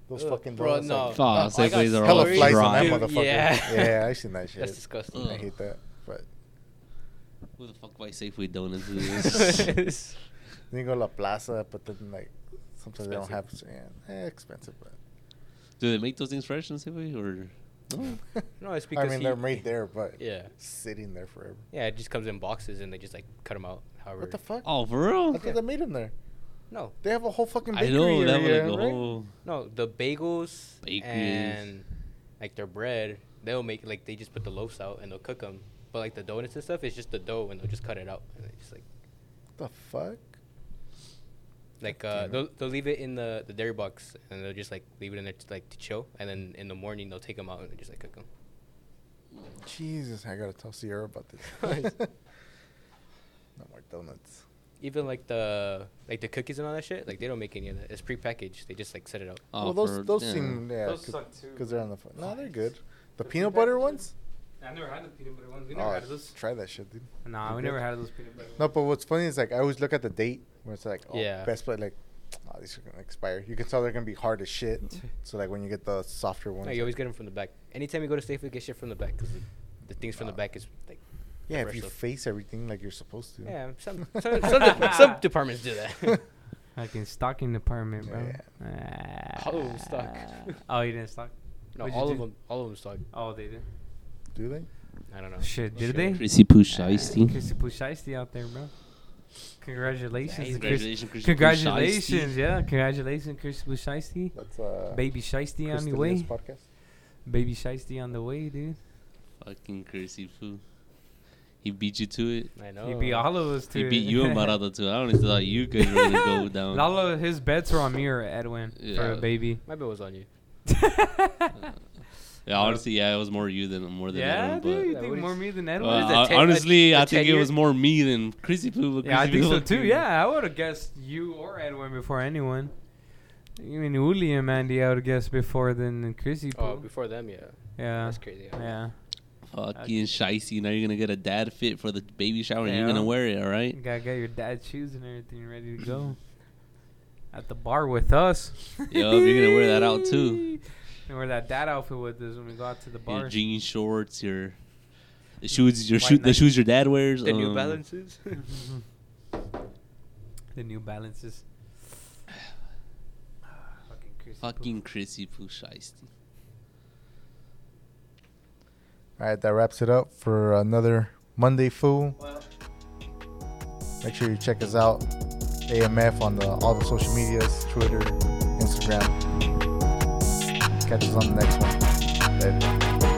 S2: those
S3: Ugh,
S2: fucking
S3: bro,
S2: donuts.
S3: no.
S2: like,
S4: Fuck,
S3: I got
S4: Safeways are all
S2: hella
S3: stories,
S2: flights on that
S4: dry.
S3: dude,
S2: motherfucker.
S3: Yeah,
S2: yeah, I seen that shit.
S3: that's disgusting.
S4: Ugh.
S2: I hate that. But
S4: Who the fuck buys Safeway donuts?
S2: then you go to La Plaza, but then like sometimes they don't have.
S3: Expensive.
S2: Yeah, eh, expensive, but.
S4: Do they make those things fresh in Safeway or? No.
S3: No, it's
S2: I
S3: because
S2: mean
S3: he-
S2: they're right there, but
S3: Yeah.
S2: sitting there forever.
S3: Yeah, it just comes in boxes and they just like cut them out. However,
S2: What the fuck?
S4: Oh, for
S2: I
S4: real?
S2: thought they made them there.
S3: no,
S2: They have a whole fucking
S4: I
S2: bakery
S4: know that was like
S2: area,
S4: a
S2: right?
S4: whole.
S3: no, the bagels
S4: Bakeries.
S3: and like their bread, they'll make like they just put the loaves out and they'll cook them. But like the donuts and stuff, it's just the dough and they'll just cut it out and they just like
S2: The fuck?
S3: like
S2: God
S3: uh
S2: damn it.
S3: they'll, they'll leave it in the the dairy box and they'll just like leave it in there to, like to chill and then in the morning they'll take them out and they just like cook them.
S2: Jesus, I gotta tell Sierra about this. no more donuts.
S3: Even like the like the cookies and all that shit, like they don't make any of that. It's prepackaged. They just like set it out.
S4: Oh,
S2: well, those
S4: for-
S2: those
S4: yeah.
S2: seem yeah,
S1: Those suck too.
S2: because they're on the. Fu- no, they're good. The
S1: The
S2: peanut
S1: prepackaged
S2: butter ones.
S1: ones? I never had the peanut butter ones. We never
S2: Oh,
S1: had those.
S2: try that shit, dude.
S1: Nah, we
S2: good?
S1: never had those peanut butter.
S2: No,
S1: ones.
S2: but what's funny is like I always look at the date where it's like, oh,
S3: Yeah.
S2: best play like. Oh, these are gonna expire. You can tell they're gonna be hard as shit. So like when you get the softer ones,
S3: No, you always get them from the back. Anytime you go to Safeway, get shit from the back because the, the things from the
S1: Ah.
S2: Wow.
S3: back is like
S2: yeah, if
S3: fresh
S2: you
S3: stuff.
S2: face everything like you're supposed to.
S3: Yeah, some some some, dep- some departments do that.
S1: Like in stocking department, bro. Ah.
S2: Yeah.
S3: All of 'em stock.
S1: oh, you didn't stock?
S3: no,
S1: What'd you
S3: all of
S1: do?
S3: them, all of them suck.
S1: Oh, they did.
S2: Do they?
S3: I
S2: Oh,
S3: don't know. Oh,
S1: Shit, did
S3: Shit.
S1: they?
S4: Chrissy Push Ice Tea.
S1: Chrissy Pusheisty out there, bro. Congratulations, to Chris-
S4: Congratulations, Chrissy Push
S1: Congratulations,
S4: Shiesty.
S1: yeah. Congratulations, Chris Busheisty.
S2: That's uh.
S1: Baby Shiesty on the way.
S2: Crystalina's podcast.
S1: Baby Shiesty on the way, dude.
S4: Fucking Chrissy Poo. He beat you to it.
S3: I know.
S1: He beat all of us, too.
S4: He beat you and Marado to it. I only thought you guys were gonna go down.
S1: All of his bets were on me or Edwin for a
S4: Yeah.
S1: baby.
S3: My bill was on you.
S4: Yeah, honestly, yeah, it was more you than more than
S1: yeah,
S4: Adam, but-
S1: dude. You
S3: Yeah,
S1: think
S3: what
S1: more
S3: is-
S1: me than Edwin?
S4: Well,
S3: is that,
S4: hon-
S3: ten- a-
S4: honestly,
S3: a
S4: I think
S3: 10
S4: it was
S3: years?
S4: more me than Chrissy Poo. but
S1: Yeah, I
S4: Chrissy
S1: think
S4: Poo
S1: so
S4: was-
S1: too. Yeah, I would have guessed you or Edwin before anyone. Even Uli and Mandy, I would guess before than Chrissy.
S3: Oh,
S1: Poo.
S3: before them, yeah.
S1: yeah,
S3: That's crazy.
S1: yeah.
S4: Fucking shicey. Now you're gonna get a dad fit for the baby shower, and you're
S1: Yeah.
S4: gonna wear it, all right?
S1: You gotta get your dad's shoes and everything ready to go at the bar with us.
S4: Yup, you're gonna wear that out too.
S1: And wear that dad outfit with us when we go out to the
S4: Your
S1: bar.
S4: jean shorts, your the shoes, your
S1: White
S4: shoe, the
S1: Nike.
S4: um, shoes your dad wears.
S3: The New
S4: um,
S3: Balances.
S1: the New Balances. Fucking Chrissy Poo.
S4: Fucking Chrissy Poo Shiesty.
S2: All right, that wraps it up for another Monday Fool.
S6: Well,
S2: Make sure you check us out, AMF, on the, all the social medias Twitter, Instagram. Catch us on the next one. Later.